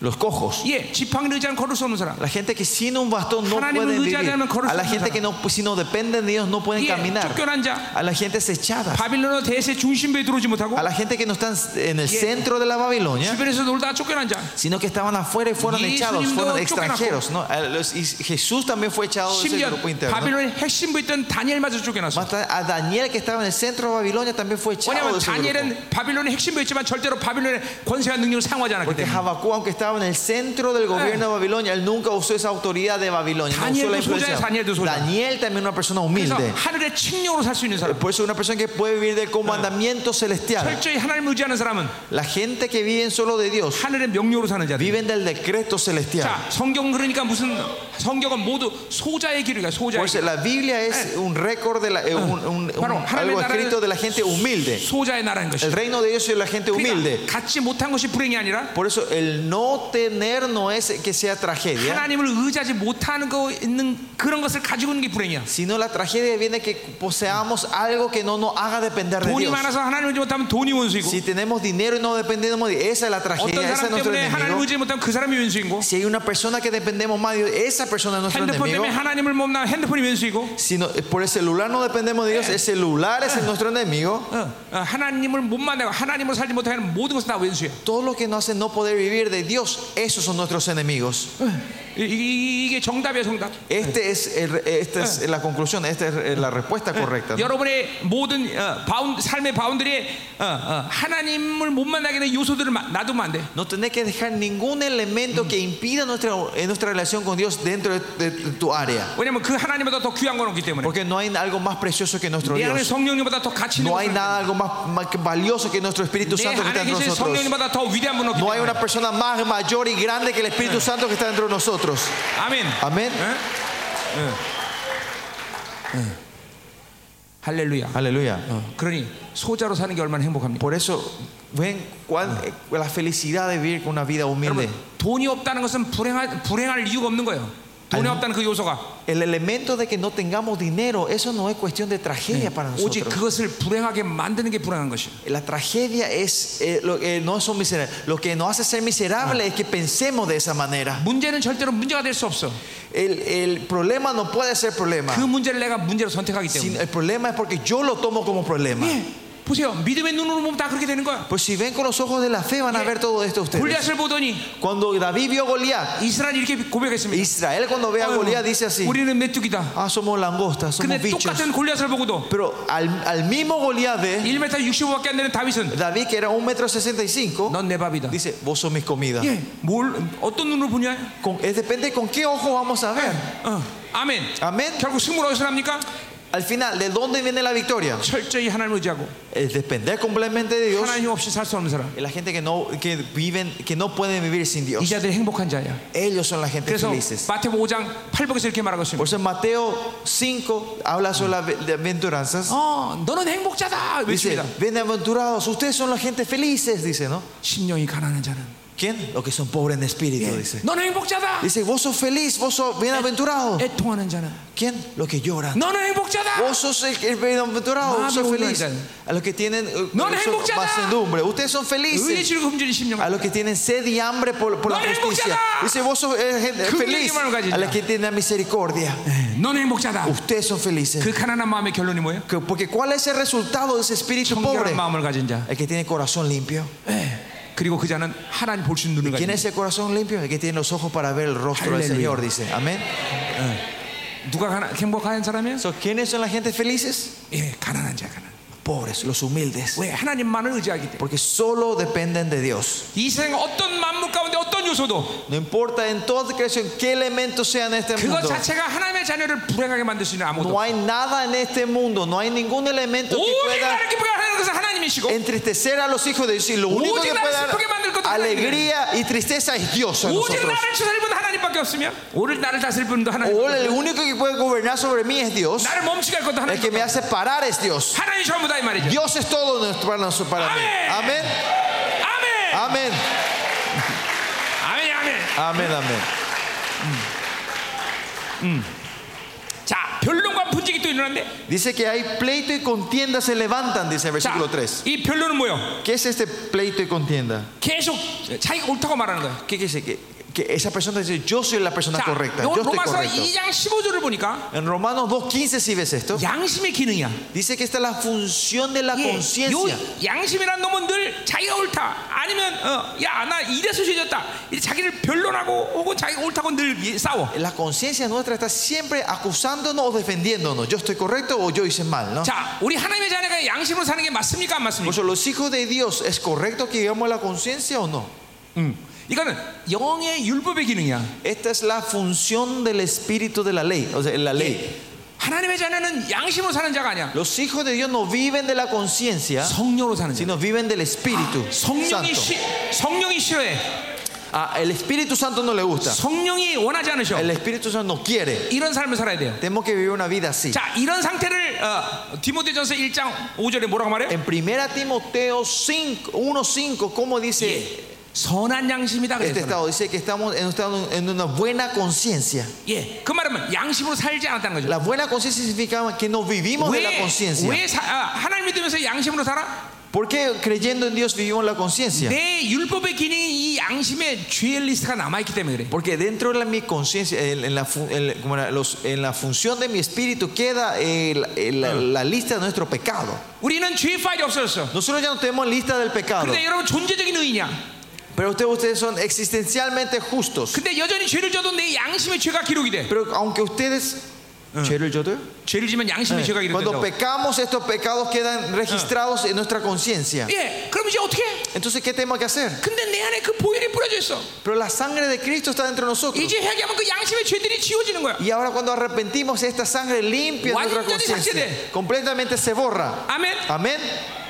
A: los cojos.
B: 예, 지팡이를 의지하면 걸을 수 없는 사람.
A: La gente que sin un bastón no
B: 하나님을
A: pueden vivir.
B: 의지하지 않으면 걸을
A: A la
B: 수 없는
A: gente que no, pues, si no dependen de Dios no
B: 예,
A: pueden caminar.
B: 쫓겨난 자.
A: A la gente es echada.
B: 바빌론의 대세 중심부에 들어오지 못하고
A: A la gente que no están en el centro de la Babilonia,
B: 주변에서 놀다가 쫓겨난 자.
A: sino que estaban afuera y fueron
B: Y
A: echados,
B: Jesu님도
A: fueron extranjeros. ¿no? A los- y Jesús también fue echado de ese
B: 심지어
A: grupo interno.
B: 바빌론의 핵심부에 있던 다니엘마저 쫓겨났어.
A: Más tarde, A Daniel que estaba en el centro de Babilonia también fue echado de
B: 왜냐하면
A: ese grupo.
B: 다니엘은 바빌론의 핵심부에 있지만 절대로 바빌론의 권세와 능력을 사용하지 않았기
A: Porque
B: 때문에.
A: Habacuc, aunque estaba en el centro del gobierno de Babilonia, él nunca usó esa autoridad de Babilonia. no usó la
B: Eh. Daniel도
A: influencia.
B: 소자야, Daniel도 소자.
A: Daniel también una persona
B: 그래서
A: humilde.
B: 하늘의 칭령으로 살 수 있는 사람.
A: Por eso una persona que puede vivir del
B: Ah.
A: comandamiento celestial.
B: 철저히 하나님을 의지하는 사람은
A: La gente que vive solo de Dios,
B: 하늘의 명령으로 사는 자들.
A: viven del decreto celestial.
B: 자, 성경 그러니까 무슨 성경은 모두 소자의 길이가 소자의
A: Por
B: 길.
A: eso la Biblia es un récord, de la- eh, un- un- un-
B: Claro,
A: algo
B: 하나님의
A: escrito
B: 나라는
A: de la gente humilde.
B: 소자의 나라인 것이.
A: El reino de Dios es la gente humilde.
B: 그러니까 갖지 못한 것이 불행이 아니라
A: Por eso el no tener no es que sea tragedia,
B: 하나님을 의지하지 못하는 거 있는 그런 것을 가지고 있는 게 불행이야.
A: sino la tragedia viene que poseamos algo que no nos haga depender de
B: 돈이
A: Dios.
B: 많아서 하나님을 의지 못하면 돈이 원수이고
A: Si tenemos dinero y no dependemos de esa es la
B: 어떤
A: tragedia, esa es
B: 사람
A: nuestro
B: 때문에 하나님을
A: enemigo.
B: 의지 못하면 그 사람이 원수이고
A: Si hay una persona que dependemos más de Dios, esa persona es nuestro
B: 핸드폰
A: enemigo.
B: 때문에 하나님을 못 나, 핸드폰이 원수이고
A: Si no- eh, por el celular no dependemos de Dios, el celular es el nuestro enemigo.
B: 어, 어, 하나님을 못 만나고 하나님을 살지 못하는 모든 것은 다 원수야.
A: Todo lo que nos hace no poder vivir de Dios, esos son nuestros enemigos.
B: 이, 이, 이게 정답이야 정답.
A: Este es el- esta es la conclusión, esta es eh, la respuesta correcta. ¿no?
B: 여러분의 모든 어, 바운, 삶의 바운드리에 어, 어, 하나님을 못 만나게 되는 요소들을 마, 놔두면 안 돼.
A: No tenés que dejar ningún elemento que impida nuestra, eh, nuestra relación con Dios dentro de, de tu área.
B: 왜냐면 그 하나님보다 더 귀한 건 없기 때문에.
A: Porque no hay algo más precioso que nuestro
B: 내 안에
A: Dios.
B: 성령님보다 더 가치 있는
A: No hay
B: 것은
A: nada algo más, más valioso que nuestro Espíritu
B: 내
A: Santo que está
B: 안에
A: entre
B: 계신
A: nosotros.
B: 성령님보다 더 위대한 분 없기
A: No hay
B: 때문에.
A: una persona más mayor y grande que el Espíritu Santo que está dentro de nosotros.
B: 아멘.
A: 아멘.
B: 응? 응. 응. 할렐루야. 어,
A: Aleluya.
B: 그러니 소자로 사는 게 얼마나 행복합니까?
A: Por eso, ven cuál, eh, la felicidad de vivir con una vida humilde.
B: 여러분, 돈이 없다는 것은 불행하, 불행할 이유가 없는 거예요. 돈이 없다는 그 요소가
A: El elemento de que no tengamos dinero, eso no es cuestión de tragedia para
B: 오직
A: nosotros.
B: 그것을 불행하게 만드는 게 불행한 것이에요.
A: La tragedia es, eh, lo, eh, no son miserables. Lo que nos hace ser miserables es que pensemos de esa manera.
B: 문제는 절대로 문제가 될 수 없어.
A: El, el problema no puede ser problema.
B: 그 문제를 내가 문제로 선택하기
A: Sin-
B: 때문에.
A: el problema es porque yo lo tomo como problema.
B: 예, 보세요. 믿음의 눈으로 보면 다 그렇게 되는 거야.
A: Pues si ven con los ojos de la fe, van a ver todo esto ustedes.
B: 골리앗을 보더니
A: Cuando David vio a Goliat,
B: 이스라엘 이렇게 고백했습니다.
A: Israel cuando ve a Goliat dice así:
B: 우리는 메뚜기다.
A: Ah, somos langostas, somos
B: 근데
A: bichos.
B: 똑같은 골리앗을 보고도
A: Pero al, al mismo Goliat ve
B: 1m 65밖에 안 되는 다윗은
A: David, que era 1,65m,
B: 넌 내 밥이다.
A: dice: Vos sos mis comidas.
B: 예, 네 뭘 어떤 눈으로 보냐?
A: Con- es, depende con qué ojo vamos a ver.
B: 어, 아멘.
A: Amén.
B: 결국 승부를 어디서 납니까?
A: Al final, ¿de dónde viene la victoria?
B: 철저히 하나님을 의지하고
A: Es depender completamente de Dios.
B: 하나님 없이 살 수 없는 사람.
A: Es la gente que no, que viven, que no pueden vivir sin
B: 이
A: Dios.
B: 자들이 행복한 자야.
A: Ellos son la gente
B: 네, 그래서
A: felices.
B: 마태복음 5장 8복에서 이렇게 말하고
A: Por
B: 있습니다.
A: eso en Mateo 5 habla sobre las be- de aventuranzas.
B: 어, 너는 행복자다.
A: Dice,
B: 외칩니다.
A: bienaventurados, ustedes son la gente felices, dice, ¿no?
B: 심령이 가난한 자는
A: ¿Quién? Los que son pobres en espíritu, dice.
B: 너는 행복자다.
A: Dice, vos sos feliz, vos sos bienaventurado.
B: 애통하는 자는 네
A: ¿Quién? Los que lloran.
B: 너는 행복자다.
A: Vos sos el, el bienaventurado, vos sos feliz. A los que tienen eh,
B: No,
A: son
B: 행복자다.
A: mansedumbre, ustedes son
B: 의에
A: felices.
B: 지르고 흠지는 심령.
A: A los que tienen sed y hambre por, por la
B: No,
A: justicia.
B: 행복자다.
A: Dice, vos sos eh, gente
B: 그
A: feliz.
B: 얘기만을 가진다.
A: A los que tienen la misericordia.
B: 네, 너는 행복자다.
A: Ustedes son
B: 그
A: felices.
B: 가난한 마음의 결론이 뭐예요?
A: Que- Porque ¿cuál es el resultado de ese espíritu pobre?
B: 청결한 마음을 가진 자.
A: El que tiene corazón limpio.
B: 예. 그리고 그 자는 하나님 볼 수 있는 눈을
A: ¿Quién
B: 가진
A: es el corazón limpio? El que tiene los ojos para ver el rostro del
B: Aleluya.
A: Señor, dice. Amén.
B: 자. 누가 가난, 행복한 사람이에요?
A: So, ¿Quiénes son la gente felices?
B: 예, 가난한 자 가난.
A: Pobres, los humildes.
B: 왜 하나님만을 의지하기 때문에.
A: Porque solo dependen de Dios.
B: 이 세상 어떤 만물 가운데 어떤 요소도
A: No importa en toda creación qué elemento sea en este
B: 그것
A: mundo.
B: 자체가 하나님의 자녀를 불행하게 만들 수 있는 아무도
A: No hay nada en este mundo, no hay ningún elemento que
B: 오직
A: pueda
B: 나를 기쁘게 하는 것은 하나님이시고
A: entristecer a los hijos de Dios. Y lo único que
B: Oye,
A: puede dar
B: ¿por qué manda el contacto?
A: alegría y tristeza es Dios a
B: 오직
A: nosotros.
B: 나를 주사를 분은 하나님밖에 없으면 예. 오늘 나를 다스릴 분도
A: O
B: 하나님
A: el único que puede gobernar sobre mí es Dios.
B: 나를 멈추게 할 것도
A: El que
B: 하나님
A: me hace parar es Dios.
B: 하나님 전부다 이 말이죠
A: Dios es todo nuestro- para nosotros, para mí. Amén.
B: 아멘
A: Amén.
B: 예. 아멘 아멘
A: Amén, amén.
B: 자, 변론과 분쟁이 또 일어났는데.
A: Dice que hay pleito y contienda se levantan, dice el
B: 자,
A: versículo 3.
B: 이 변론은 뭐요?
A: ¿Qué es este pleito y contienda?
B: 계속 자기가 옳다고 말하는 거야.
A: ¿Qué, qué dice? Que, que esa persona dice, yo soy la persona
B: 자,
A: correcta,
B: 요
A: yo estoy
B: 로마서
A: correcto.
B: 2장 15절을 보니까
A: En Romanos 2.15 si ves esto,
B: 양심의 기능이야.
A: dice que esta es la función de la
B: 예, 요
A: conciencia.
B: 양심이란 놈은 늘 자기가 옳다 아니면 어, 야나 이래서 죄졌다 이 자기를 변론하고 혹은 자기가 옳다고 늘 예, 싸워
A: La conciencia nuestra está siempre acusándonos o defendiéndonos. Yo estoy correcto o yo hice mal, ¿no?
B: 자 우리 하나님의 자녀가 양심으로 사는 게 맞습니까 안
A: Por
B: 맞습니까
A: eso, los hijos de Dios, ¿es correcto que digamos la conciencia o no?
B: 이거는 영의 율법의 기능이야
A: Esta es la función del espíritu de la ley, o sea, la ley.
B: 하나님의 자녀는 양심으로 사는 자가 아니야
A: Los hijos de Dios no viven de la conciencia,
B: 성령으로 사는 자
A: sino viven del espíritu
B: 성령이,
A: santo.
B: 시, 성령이 싫어해
A: Ah, el espíritu santo no le gusta.
B: 성령이 원하지 않으셔
A: El espíritu santo no quiere.
B: 이런 삶을 살아야 돼요
A: Tenemos que vivir una vida así.
B: 자 이런 상태를 어, 디모데전서 1장 5절에 뭐라고 말해요
A: En 1 Timoteo 5, 1.5, ¿cómo dice
B: 예, 선한 양심이다
A: este
B: 그랬어요
A: estado? Dice que estamos en un estado- en una buena conciencia.
B: 예, 그 말은 양심으로 살지 않았다는 거죠.
A: La buena conciencia significa que no vivimos de la
B: 왜,
A: conciencia.
B: 왜 사- 아, 하나님 믿으면서 양심으로 살아?
A: ¿Por qué creyendo en Dios vivimos la conciencia?
B: 내 율법의 기능이 이 양심의 죄의 리스트가 남아있기 때문에 그래.
A: Porque dentro de la- mi conciencia, en, en la, fu- en- como era, los- en la función de mi espíritu queda eh, la, eh, la- la lista de nuestro pecado.
B: 우리는 죄 파일이 없어졌어.
A: Nosotros ya no tenemos lista del pecado,
B: 근데 여러분 존재적인 의이냐?
A: pero ustedes, ustedes son existencialmente justos.
B: 근데 여전히 죄를 져도 내 양심의 죄가 기록이 돼.
A: Pero aunque ustedes... 죄를 져도요?
B: 죄를 지면 양심의 죄가
A: Cuando
B: 기록된다고.
A: pecamos, estos pecados quedan registrados en nuestra conciencia.
B: 예, 그럼 이제 어떻게? 해?
A: Entonces, ¿qué tenemos que hacer?
B: 근데 내 안에 그 보혈이 뿌려져 있어.
A: Pero la sangre de Cristo está dentro de nosotros.
B: 이제 회개하면 그 양심의 죄들이 지워지는 거야.
A: Y ahora cuando arrepentimos, esta sangre limpia
B: Guay,
A: nuestra
B: ya ni
A: conciencia.
B: sangre.
A: Completamente se borra.
B: 아멘.
A: Amén.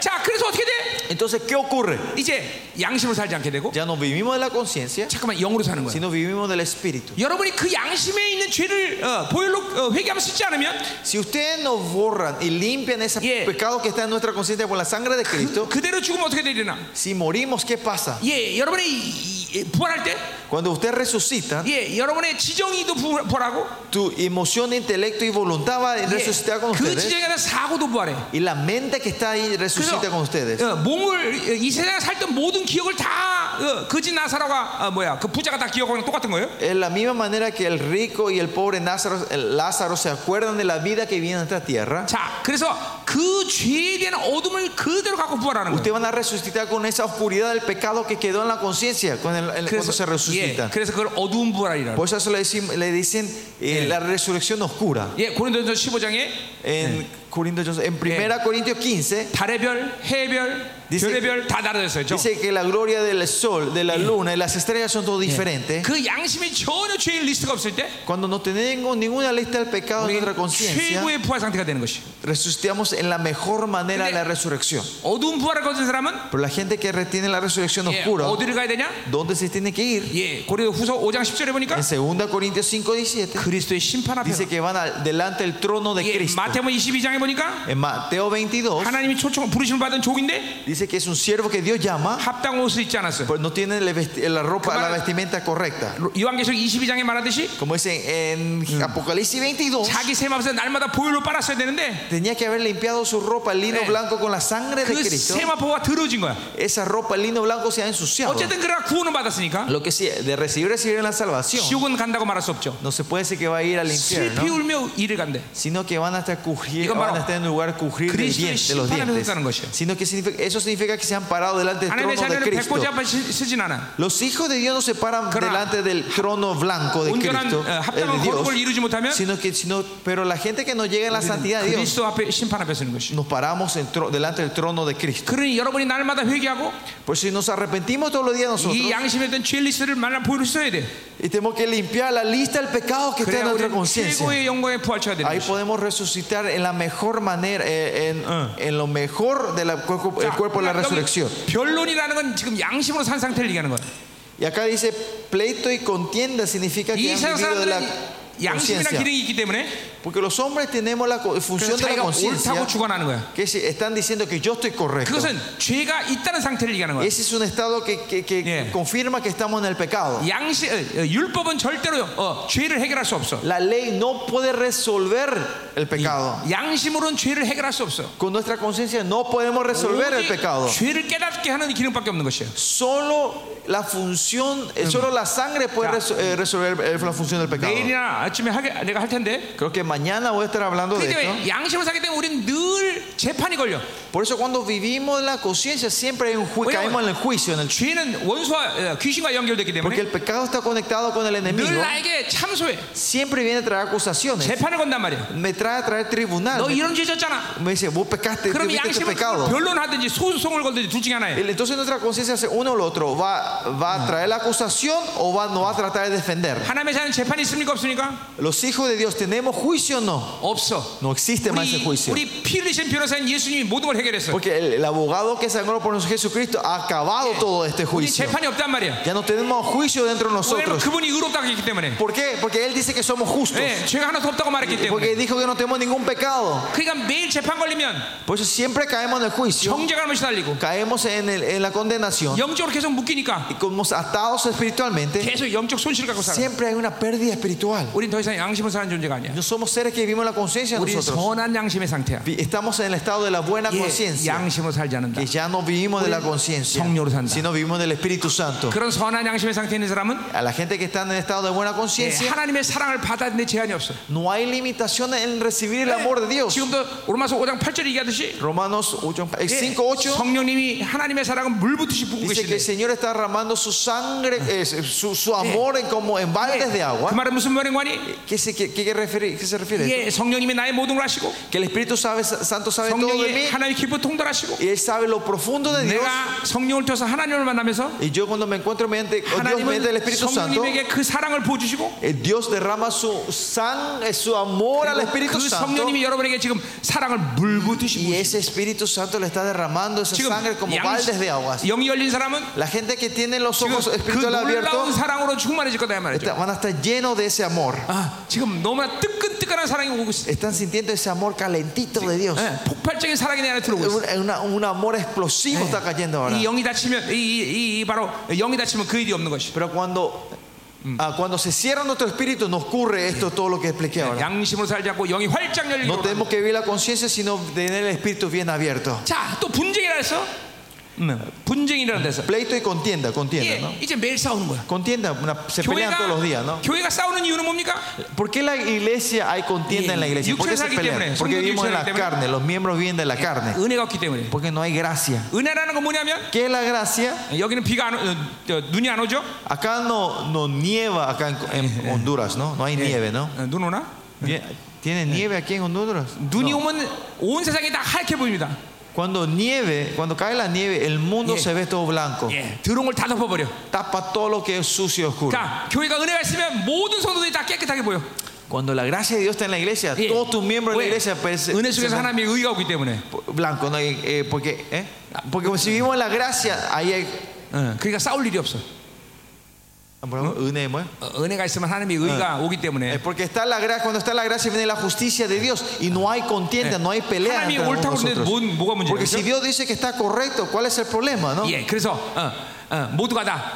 B: 자, 그래서 어떻게 돼?
A: Entonces, ¿qué ocurre?
B: 이제 양심으로 살지 않게 되고
A: Ya no vivimos de la conciencia,
B: 잠깐만 영으로 사는 거야.
A: sino vivimos del espíritu.
B: 여러분이 그 양심에 있는 죄를 어, 보혈로 어, 회개하면 쓰지 않으면
A: Si ustedes no borran y limpian ese
B: Yeah.
A: pecado que está en nuestra conciencia con la sangre de Cristo,
B: 그대로 죽으면 어떻게 되려나?
A: si morimos, ¿qué pasa?
B: 예, 여러분의 이- 이- 부활할 때,
A: Cuando usted resucita,
B: 예, 여러분의 지정이도 부- 부활하고,
A: tu emoción, intelecto y voluntad va a
B: 예,
A: resucitar con
B: 그
A: ustedes.
B: 지정에 대한 사고도 부활해.
A: Y la mente que está ahí
B: 그래서
A: resucita con ustedes.
B: 어, 몸을 어, 이 세상에 살던 모든 기억을 다 어, 거지 나사로가 어, 뭐야 그 부자가 다 기억하는 거 똑같은 거예요.
A: En la misma manera que el rico y el pobre Lázaro, el Lázaro se acuerdan de la vida que viene en esta tierra,
B: 자, 그래서 그 죄에 대한 어둠을 그대로 갖고 부활하는 거예요.
A: ustedes van a resucitar con esa oscuridad del pecado que quedó en la conciencia con el- el- cuando se
B: 예,
A: resucita.
B: 그래서 그걸 어두운 부활이라고.
A: Por eso le, decim- le dicen eh,
B: Yeah.
A: la resurrección oscura.
B: 예, 고린도전서 15장에
A: En, Corintios, en 1 Corintios 15
B: 달의 별, 해별,
A: Dice-
B: 별의 별다 다르졌어요.
A: dice que la gloria del sol, de la luna y las estrellas son todo diferentes.
B: 그 양심이 전혀 죄의 리스트가 없을 때
A: Cuando no tenemos ninguna lista del pecado en
B: 우리
A: nuestra conciencia,
B: 최고의 부활 상태가 되는 것이.
A: resucitamos en la mejor manera de la resurrección.
B: 어두운 부활을 거둔 사람은
A: Pero la gente que retiene la resurrección
B: 예,
A: oscura,
B: 어디를 가야 되냐?
A: ¿Dónde se tiene que ir?
B: 예, 고린도후서 5장 10절에 보니까
A: En 2 Corintios 5, 17
B: 그리스도의 심판 앞에
A: dice que van al- delante del trono de
B: 예,
A: Cristo.
B: 마태복음 22장에 보니까
A: En Mateo 22
B: 하나님이 초청 부르심을 받은 족인데
A: dice que es un siervo que Dios llama,
B: 합당 옷을 입지 않았어요.
A: pero Pues no tiene la vesti- la ropa, la
B: Claro.
A: vestimenta correcta.
B: 요한계시록 22장에 말하듯이
A: Como dice en Apocalipsis 22,
B: 자기 셈 앞에서 날마다 보혈로 빨았어야 되는데
A: tenía que haber limpiado su ropa, el lino
B: Eh.
A: blanco con la sangre de Cristo.
B: 그셈 앞에가 더러워진 거야.
A: Esa ropa, el lino blanco se ha ensuciado.
B: 어쨌든 그가 구원을 받았으니까
A: Lo que sí, de recibir, recibir la salvación.
B: 지옥은 간다고 말할 수 없죠.
A: No se puede decir que va a ir al
B: 슬피
A: infierno,
B: 울며 일을 간대.
A: sino que van a estar cubrir-
B: Digo, bueno,
A: van a estar en un lugar cubrir de,
B: Cristo
A: dientes, de los
B: es para
A: dientes.
B: nosotros, ¿no?
A: Sino que significa- eso significa que se han parado delante del
B: 하나님의
A: trono de
B: 자녀를
A: Cristo.
B: 백보지 앞에 시- 쓰진 않아.
A: Los hijos de Dios no se paran
B: Claro.
A: delante del trono blanco de
B: 온전한
A: Cristo,
B: 어,
A: eh, de
B: 합당한
A: Dios,
B: 거룩을 이루지 못하면
A: sino que, sino, pero la gente que no llega a la santidad de Dios,
B: 그리스도 앞에 심판 앞에 서는 것이.
A: nos paramos en tro- delante del trono de Cristo.
B: 그러니 여러분이 날마다 회개하고
A: Por si nos arrepentimos todos los días nosotros
B: 이 양심에 대한 죄 리스트를 말라 보여수어야 돼.
A: y tenemos que limpiar la lista del pecado que está
B: 그래야
A: en
B: 우리
A: nuestra conciencia.
B: 최고의 영광에 부활쳐야 되는
A: Ahí
B: 아, 것이.
A: podemos resucitar en la mejor manera, eh, en,
B: Ah.
A: en lo mejor del cuerpo, el
B: 자,
A: cuerpo de la
B: 여기
A: resurrección.
B: 그러니까 뭐 변론이라는 건 지금 양심으로 산 상태를 얘기하는 거야.
A: Y acá dice pleito y contienda significa que
B: 이
A: han
B: 세상
A: vivido de la
B: 사람들은 양심이나
A: conciencia.
B: 기능이 있기 때문에
A: Porque los hombres tenemos la co-
B: 그래서
A: función de la
B: 자기가
A: conciencia
B: 옳다고 주관하는 거야.
A: que se- están diciendo que yo estoy correcto.
B: 그것은 죄가 있다는 상태를 얘기하는 거야.
A: Ese es un estado que, que- que
B: Yeah.
A: confirma que estamos en el pecado.
B: 양심, 어, 어, 율법은 절대로 어, 죄를 해결할 수 없어.
A: La ley no puede resolver el
B: 어.
A: pecado.
B: 양심으로는 죄를 해결할 수 없어.
A: Con nuestra conciencia no podemos resolver el
B: 오직
A: pecado.
B: 죄를 깨닫게 하는 기능밖에 없는 것이에요.
A: Solo la función, eh, solo la sangre puede
B: Ya.
A: reso- eh, resolver eh, la función del pecado.
B: 내일이나 아침에 하게, 내가 할 텐데.
A: Creo que mañana voy a estar hablando de
B: 그렇기 때문에
A: esto.
B: 양심을 사기 때문에 우리는 늘 재판이 걸려.
A: Por eso cuando vivimos en la conciencia siempre hay un ju-
B: Oye,
A: caemos en el juicio, en el
B: 죄는 원수와 어, 귀신과 연결됐기 때문에
A: porque el pecado está conectado con el
B: 늘
A: enemigo.
B: 나에게 참소해.
A: Siempre viene a traer acusaciones.
B: 재판을 건단 말이야.
A: Me trae a traer tribunal.
B: 너 이런 죄 졌잖아.
A: Me dice, vos pecaste,
B: 그럼
A: tuviste este
B: 양심을
A: pecado.
B: 변론하든지 소송을 걸든지 둘 중에 하나예요.
A: El- Entonces nuestra conciencia hace uno o lo otro. ¿Va, va a traer la acusación o va, no va a tratar de defender?
B: 하나님의 자는 재판이 있습니까 없습니까?
A: ¿Los hijos de Dios tenemos juicio o no?
B: 없어.
A: No existe más ese
B: 우리
A: juicio.
B: 우리 피 흘리신 변호사인 예수님이 모든 걸 해결했어.
A: Porque el, el abogado que sangró por nosotros Jesucristo ha acabado todo este
B: 우리
A: juicio.
B: 재판이 없단 말이야.
A: Ya no tenemos juicio dentro de
B: 왜냐면
A: nosotros.
B: 그분이 의롭다고 했기 때문에.
A: ¿Por qué? Porque Él dice que somos justos.
B: 네, 죄가 하나도 없다고 말했기 때문에.
A: Porque dijo que no tenemos ningún pecado.
B: 그러니까 매일 재판 걸리면
A: Por eso siempre caemos en el juicio.
B: 정죄가 넘이 달리고
A: Caemos en, el- en la condenación.
B: 영적으로 계속 묶이니까
A: Y como atados espiritualmente,
B: 계속 영적 손실을 갖고 살아.
A: siempre hay una pérdida espiritual.
B: 우린 더 이상 양심을 사는 존재가 아니야.
A: No somos seres que vivimos en la conciencia
B: 우린
A: nosotros.
B: 선한 양심의 상태야.
A: Vi- Estamos en el estado de la buena
B: 예,
A: conciencia.
B: 양심으로 살지 않는다.
A: Que ya no vivimos de la conciencia,
B: 성령으로 산다.
A: sino vivimos del Espíritu Santo.
B: 그런 선한 양심의 상태에 있는 사람은
A: A la gente que está en el estado de buena
B: 예,
A: conciencia,
B: 하나님의 사랑을 받아내 제한이 없어.
A: No hay limitación en recibir el amor de Dios.
B: 지금도 로마서 5장 8절 얘기하듯이
A: Romanos 8, eh,
B: 예,
A: 5, 8
B: 성령님이 하나님의 사랑은 물붓듯이 부고
A: dice que el
B: 계시네.
A: Señor está derramando su sangre, eh, su, su amor en, como en baldes de
B: 그
A: agua.
B: 말은 무슨 말인가 하니?
A: ¿Qué se, qué- qué refiere- qué se refiere?
B: 예, 성령님이 나의 모든 걸 아시고
A: Que el Espíritu sabe- Santo sabe todo de
B: 성령이 예,
A: mí
B: 하나님 기쁨 예, 통달하시고
A: y Él sabe lo profundo de Dios.
B: 내가 성령을 통해서 하나님을 만나면서
A: Y yo cuando me encuentro mediante con Dios, mediante el
B: 하나님은
A: Espíritu Santo,
B: 성령님에게 그 사랑을 보여주시고
A: eh, Dios derrama su sangre, su amor al Espíritu
B: 그
A: Santo.
B: 성령님이 여러분에게 지금 사랑을 물붓듯이
A: Y
B: 부으시고
A: ese Espíritu Santo le está derramando esa
B: 지금
A: sangre como baldes de agua.
B: 양- 영이 열린 사람은
A: La gente que tiene los
B: 지금
A: ojos
B: 그
A: espirituales
B: 놀라운
A: abiertos
B: 사랑으로 충만해질 거다 이 말이죠.
A: está- van a estar llenos de ese amor.
B: 아, 지금 너무나 뜨끈뜨끈한 사랑이 오고 있어.
A: Están sintiendo ese amor calentito de Dios.
B: 예, 폭발적인 사랑이 내 안에 들어오고 있어.
A: Un, una- un amor explosivo está cayendo ahora.
B: 이 영이 다치면 이, 이, 이- 이 바로 영이 다치면 그 일이 없는 것이.
A: Pero cuando, ah, cuando se cierra nuestro espíritu, nos ocurre esto, todo lo que expliqué ahora.
B: 양심으로 살지 않고 영이 활짝 열리고.
A: No tenemos que vivir la conciencia, sino tener el espíritu bien abierto.
B: 자, 또 분쟁이라 해서 음, 분쟁이라는 데서
A: Pleito y contienda, contienda,
B: 예,
A: ¿no?
B: 이제 매일 싸우는 거야.
A: Contienda, una- se pelean todos los días,
B: 교회가,
A: ¿no?
B: 교회가 싸우는 이유는 뭡니까?
A: ¿Por qué la iglesia hay contienda en la iglesia? ¿Por qué se pelean? Porque vivimos en la carne, los miembros viven de la carne.
B: 은혜가 없기 때문에.
A: Porque no hay gracia.
B: 은혜라는 건 뭐냐면
A: ¿Qué es la gracia?
B: 여기는 비가 안 오, 어, 저, 눈이 안 오죠? 어,
A: Acá no, no nieva, acá en, en Honduras, ¿no? No hay nieve, ¿no?
B: 어, 눈 오나?
A: Bien, ¿Tiene nieve aquí en Honduras?
B: 눈이
A: No.
B: 오면 온 세상이 다 하얗게 보입니다.
A: Cuando nieve, cuando cae la nieve, el mundo
B: Yeah.
A: se ve todo blanco.
B: 예, 들어온 걸 다 덮어버려.
A: Tapa todo lo que es sucio y oscuro.
B: 그러니까 교회가 은혜가 있으면 모든 성도들이 다 깨끗하게 보여.
A: Cuando la gracia de Dios está en la iglesia,
B: Yeah.
A: todos tus miembros de
B: 왜?
A: la iglesia parece-
B: 은혜
A: se
B: 속에서
A: ven
B: 하나님의 의가 오기 때문에.
A: blanco, ¿no? Y, eh, porque, ¿eh? porque si vivimos en la gracia, ahí hay.
B: 어, 그러니까 싸울 일이 없어.
A: Bueno, 은혜, 뭐야?
B: 어, 은혜가 있으면 하나님의 의가 오기
A: Eh,
B: 때문에.
A: Porque está la gracia, cuando está la gracia viene la justicia de Dios y no hay contienda, no hay pelea.
B: 하나님이
A: entre
B: 옳다고
A: nosotros.
B: 했는데 뭔, 뭐가 문제야?
A: Porque si
B: 그죠?
A: Dios dice que está correcto, ¿cuál es el problema? ¿no?
B: 예, 그래서 어, 어, 모두가 다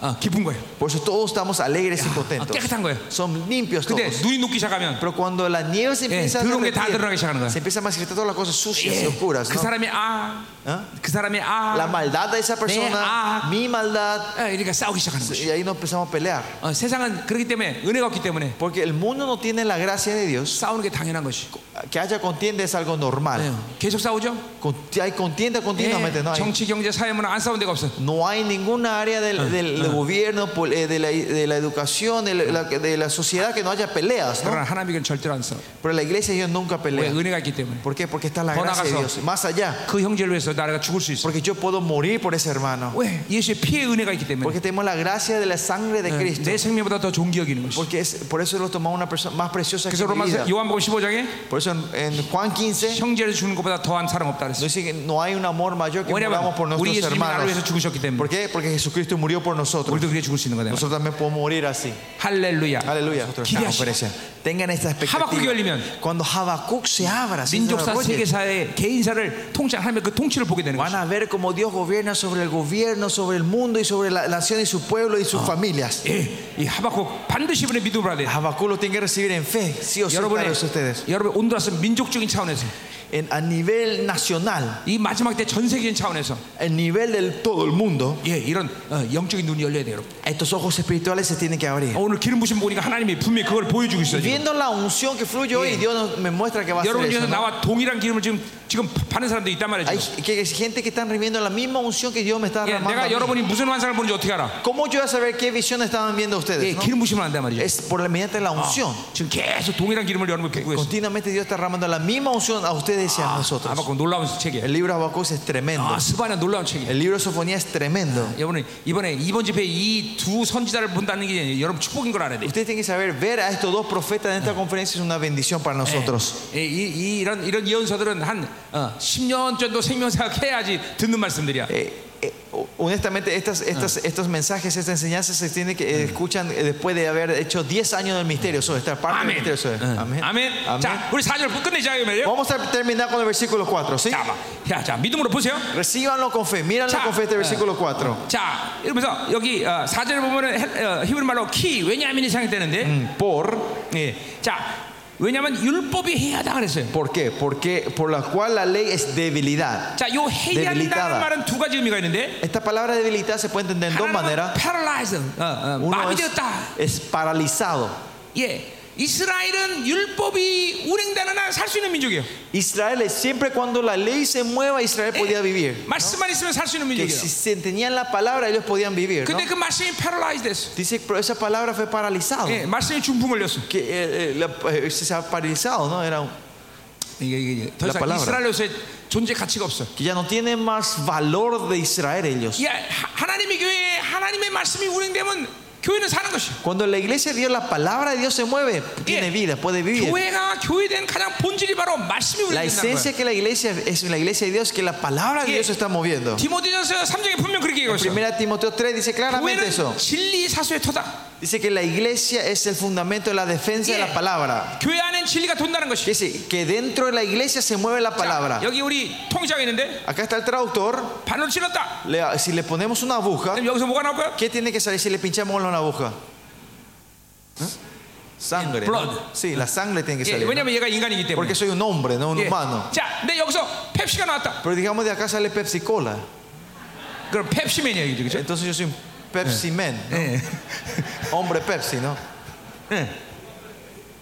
B: 어, 어, 어, 기쁜 거예요.
A: Por eso todos estamos alegres y
B: 아,
A: contentos.
B: 깨끗한 거예요.
A: Son limpios todos.
B: 근데 눈이 녹기 시작하면
A: Pero cuando la nieve se empieza a
B: 들어온 게 다
A: derretir,
B: 드러나기 시작하는 거야.
A: se empieza a manifestar todas las cosas sucias y
B: 예,
A: oscuras.
B: 그
A: ¿no?
B: 사람이 아,
A: ¿Ah?
B: 그 사람이 아,
A: La maldad de esa persona,
B: ah.
A: mi maldad,
B: 아, 그러니까 싸우기 시작하는 거죠.
A: y ahí nos empezamos a pelear.
B: 어, 세상은 그렇기 때문에 은혜가 없기 때문에
A: Porque el mundo no tiene la gracia de Dios.
B: 싸우는 게 당연한 것이.
A: Que haya contienda es algo normal.
B: 계속 싸우죠.
A: Con- Hay contienda continuamente,
B: 예,
A: ¿no? Hay-
B: 정치, 경제, 사회문화 안 싸운 데가 없어.
A: No hay ninguna área del, del gobierno, pol- eh, de la, de la educación, de la, de la sociedad que no haya peleas. ¿no?
B: 그러나 하나님은 절대로 안 싸워.
A: Pero la iglesia ellos nunca
B: 왜
A: pelean.
B: 은혜가 있기 때문에.
A: ¿Por qué? Porque está la
B: Por
A: gracia de
B: acaso.
A: Dios. Más allá.
B: 그 형제를 위해서 나라가 죽을 수 있어.
A: Porque yo puedo morir por ese hermano.
B: 왜? 예수의 피의 은혜가 있기 때문에.
A: Porque tenemos la gracia de la sangre Eh, de Cristo.
B: 내 생명보다 더 존귀 여기는 것이.
A: Porque es, por eso lo tomamos una persona más preciosa que
B: 그래서
A: su vida.
B: 로마서 요한복음 15장에
A: Por eso en, en Juan 15
B: 형제를 주는 것보다 더한 사랑 없다
A: nos
B: 그랬어.
A: dice que no hay un amor mayor que
B: 왜냐면
A: moramos por
B: 우리
A: nuestros
B: 예수님이 나를
A: hermanos.
B: 위해서 죽으셨기 때문에.
A: Porque qué? Porque Jesucristo murió por nosotros.
B: 우리도 그렇게 죽을 수 있는 거다.
A: Nosotros también podemos morir así.
B: 할렐루야.
A: Aleluya.
B: 기대하시오.
A: La conferencia. Tengan esta
B: 하박국이
A: expectativa.
B: 열리면
A: Cuando Habacuc se abra, se
B: 민족사
A: desarrolle,
B: 세계사의 개인사를 통치한 하나님의 그 통치를 보게 되는
A: van
B: 거죠.
A: a ver cómo Dios gobierna sobre el gobierno, sobre el mundo y sobre la nación y su pueblo y sus familias.
B: 예, 이 하박국 반드시 이번에 믿음으로 해야 돼요.
A: Habacuc lo tienen que recibir en fe, sí o sí,
B: 여러분의
A: claro, es ustedes.
B: 여러분 온두라스 민족적인 차원에서
A: En- a nivel nacional,
B: 이 마지막 때 전 세계적인 차원에서
A: el nivel del todo el mundo,
B: 예, 이런 어, 영적인 눈이 열려야 돼요. 여러분.
A: estos ojos espirituales se tienen que abrir.
B: 오늘 기름 부신 보니까 하나님이 분명히 그걸 보여주고 있어요. 지금.
A: Viendo la unción que fluye hoy, Dios nos- me muestra que va a ser
B: 여러분
A: eso.
B: 중에서
A: ¿no?
B: 나와 동일한 기름을 지금 지금 받는 사람도 있단 말이죠.
A: Hay que- que gente que están recibiendo la misma unción que Dios me está
B: 예,
A: derramando. a
B: 내가
A: mí.
B: 여러분이 무슨 환상을 보는지 어떻게 알아?
A: ¿Cómo yo voy a saber qué visión estaban
B: 예,
A: viendo ustedes? no?
B: 기름 부시면 안단 말이죠.
A: Es por la mediante la unción.
B: 지금 계속 동일한 기름을 여러분 부고 있어요.
A: Continuamente Dios está derramando la misma unción a ustedes y a nosotros.
B: 아바고 놀라운 책이에요.
A: El libro Habacuc es tremendo.
B: 아, 스바냐 놀라운 책이에요.
A: El libro Sofonía es tremendo.
B: 여러분 이번에 이번 집회 이 두 선지자를 본다는 게 여러분 축복인 걸 알아야 돼요.
A: Ustedes tienen que saber ver a estos dos profetas en esta conferencia es una bendición para nosotros.
B: 예, 이, 이, 이런 이런 예언서들은 한 어, 10년 전도 생명사역해야지 듣는 말씀들이야.
A: Eh, Ah. eh, honestamente, estas, estas, estos mensajes, estas enseñanzas se tienen que eh, escuchan eh, después de haber hecho 10 años del misterio sobre esta parte del
B: 아멘.
A: misterio sobre.
B: 응.
A: Amén.
B: 아멘.
A: Amén.
B: 자, 우리 사절 끝내자 이 말이에요.
A: Vamos a terminar con el versículo 4, ¿sí?
B: 자, 봐. 야, 자, 믿음으로 보세요.
A: Recíbanlo con fe. Míranlo
B: Ya.
A: con fe este versículo 4.
B: 자, 이러면서 여기 어, 사절을 보면은 헬- 어, 히브리 말로 키 왜냐하면이 생각되는데.
A: Por
B: 예. 자, 왜냐하면 율법이 해야다 그랬어요.
A: ¿Por qué? Porque por la cual la ley es debilidad.
B: 자, 요 해야다는
A: Debilitada.
B: 말은 두 가지 의미가 있는데.
A: Esta palabra debilidad se puede entender en dos
B: 하나는
A: maneras.
B: paralyzed, 어, 어,
A: Uno es,
B: 마비되었다.
A: es paralizado.
B: 예. 이스라엘은 율법이 운행되는 한 살 수 있는 민족이에요.
A: Israel es- siempre cuando la ley se mueva, Israel podía vivir.
B: 말씀만 있으면 살 수 있는
A: Que
B: 민족이에요.
A: si se tenían la palabra, ellos podían vivir. ¿no?
B: 근데 그 말씀이 paralyzed 됐어.
A: Dice, pero esa palabra fue paralizado.
B: 예, 말씀이 중풍 걸렸어.
A: Que eh, eh, la- eh, se ha paralizado, ¿no? Era un-
B: 이게, 이게, 이게 더
A: La
B: 이상
A: palabra.
B: 이스라엘로서의 존재 가치가 없어.
A: que ya no tiene más valor de Israel ellos.
B: 예, 하- 하나님의 교회에 하나님의 말씀이 운행되면 교회는 사는 것이.
A: Cuando la iglesia de Dios, la palabra de Dios se mueve, tiene vida, puede vivir.
B: 교회가 교회된 가장 본질이 바로 말씀이
A: La
B: 운행된다는 거예요.
A: esencia que la iglesia es la iglesia de Dios, que la palabra de Dios se está moviendo.
B: 디모데전서 3장에 분명 그렇게 얘기하고 있어요.
A: Primera Timoteo 3 dice
B: 그러니까
A: claramente eso.
B: 교회는 진리 사수의 터다.
A: Dice que la iglesia es el fundamento de la defensa de la palabra.
B: 교회 안엔 진리가 돈다는 것이.
A: Dice que dentro de la iglesia se mueve la palabra.
B: 여기 우리 통역자가 있는데
A: Acá está el traductor.
B: 바늘 찔렀다.
A: Le- si le ponemos una aguja,
B: 그럼 여기서 뭐가 나올까요?
A: ¿qué tiene que salir si le pinchamos una aguja? ¿Eh? Sangre. ¿no?
B: Blood.
A: Sí, la sangre tiene que
B: 예,
A: salir. ¿no?
B: 왜냐면 얘가 인간이기 때문에.
A: Porque soy un hombre, no un
B: 예.
A: humano.
B: 자, 근데 여기서 펩시가 나왔다.
A: Pero digamos de acá sale Pepsi Cola.
B: 그럼 펩시맨이야, 이게 그죠?
A: Entonces yo soy un Pepsi Man,
B: 예.
A: hombre Pepsi, ¿no?
B: 예.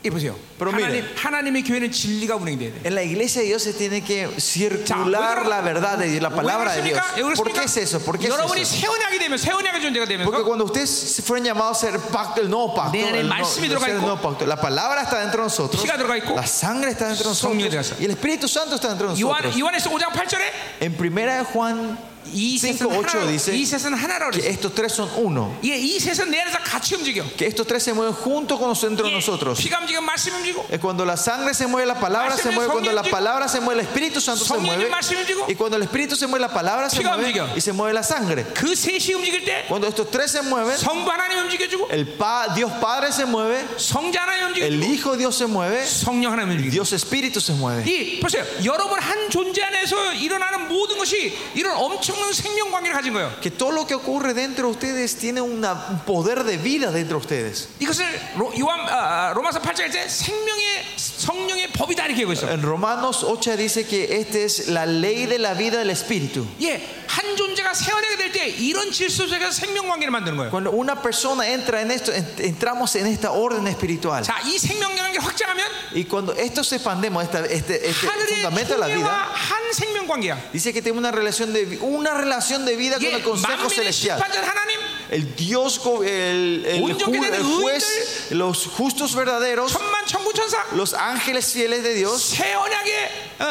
B: 이 보세요.
A: Pero mire.
B: 하나님, 하나님의 교회는 진리가 운행돼야 돼.
A: En la iglesia de Dios se tiene que circular la verdad de
B: 아,
A: Dios, la palabra de Dios.
B: 왜
A: ¿Por qué
B: 그렇습니까?
A: es eso? ¿Por qué es
B: 여러분이
A: eso?
B: 세원약이 되면 세원약의 존재가
A: Porque
B: 되면서
A: cuando ustedes fueron llamados a ser pacto, el nuevo pacto,
B: 내 안에
A: el no-
B: 말씀이
A: el
B: 들어가
A: ser
B: 있고,
A: nuevo pacto, la palabra está dentro de nosotros,
B: 피가 들어가 있고,
A: la sangre está dentro de
B: 성령이 들어가
A: nosotros
B: 있어요.
A: y el Espíritu Santo está dentro de
B: 요한,
A: nosotros.
B: 요한에서 5장 8절에
A: En primera de Juan
B: 이 셋은
A: 5, 8
B: 하나로 이
A: dice
B: 셋은 하나라고
A: que
B: 그랬어요.
A: estos tres son uno,
B: 예, 이 셋은 내 안에서 같이 움직여.
A: que estos tres se mueven junto con nosotros dentro de
B: 예,
A: nosotros.
B: 피가 움직이면 말씀 움직이고
A: Es Cuando la sangre se mueve, la palabra se mueve. Cuando la palabra se mueve, el Espíritu Santo se mueve. Y cuando el Espíritu se mueve, la palabra se mueve. Y se mueve la sangre.
B: 그 셋이 움직일 때
A: Cuando estos tres se mueven,
B: 성부 하나님 움직여주고
A: el Pa- Dios Padre se mueve,
B: 성자 하나님 움직여주고
A: el Hijo Dios se mueve,
B: 성령 하나님 움직여주고
A: Dios Espíritu se mueve.
B: 이 보세요. 여러분 한 존재 안에서 일어나는 모든 것이 이런 엄청난 생명 관계를 가진 거예요.
A: Que todo lo que ocurre dentro de ustedes tiene una- un poder de vida dentro de ustedes.
B: 이것을 로, 요한 아, 아, 로마서 8장일 때 생명의 성령의 법이다 이렇게 얘기하고 있어요.
A: En Romanos 8 dice que esta es la ley de la vida del Espíritu.
B: 예, 한 존재가 세워내게 될 때 이런 질서 속에서 생명 관계를 만드는 거예요.
A: Cuando una persona entra en esto, en- entramos en esta orden espiritual.
B: 자, 이 생명 관계를 확장하면
A: Y cuando esto se expandemos, esta- este, este
B: 하늘의
A: fundamento de la
B: 통일과
A: vida,
B: 한 생명 관계야.
A: dice que tiene una relación de, vi- una relación de vida con
B: 예,
A: el Consejo
B: 만민의
A: Celestial.
B: 심판자 하나님,
A: El Dios, go- el, el
B: 온전케
A: ju-
B: 되는
A: el juez, los justos verdaderos,
B: 천만 천군 천사,
A: los ángeles fieles de Dios,
B: 새 언약의 어, 어,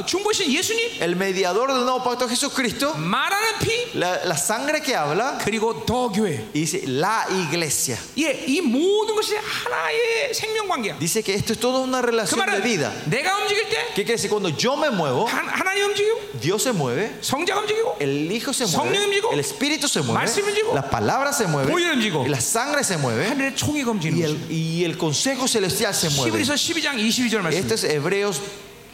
B: 어, 중보신 예수님
A: El mediador del nuevo pacto es Jesucristo.
B: 말하는 피
A: La, la sangre que habla.
B: 그리고 더 교회.
A: Y dice la iglesia.
B: 예, 이 모든 것이 하나의 생명 관계야.
A: Dice que esto es toda una
B: 그
A: relación de vida.
B: 말은 내가 움직일 때
A: ¿Qué quiere decir? Cuando yo me muevo,
B: 하- 하나님 움직이고
A: Dios se mueve,
B: 성자가 움직이고
A: el Hijo se
B: 성령
A: mueve,
B: 움직이고,
A: el Espíritu se mueve,
B: 말씀 움직이고,
A: la palabra se mueve,
B: 보혈 움직이고,
A: la sangre se mueve
B: 하늘의 총이 검지는
A: y
B: 것이.
A: el, y el consejo celestial se mueve.
B: 히브리서 12장 22절 말씀.
A: Este es Eh. pues, Hebreos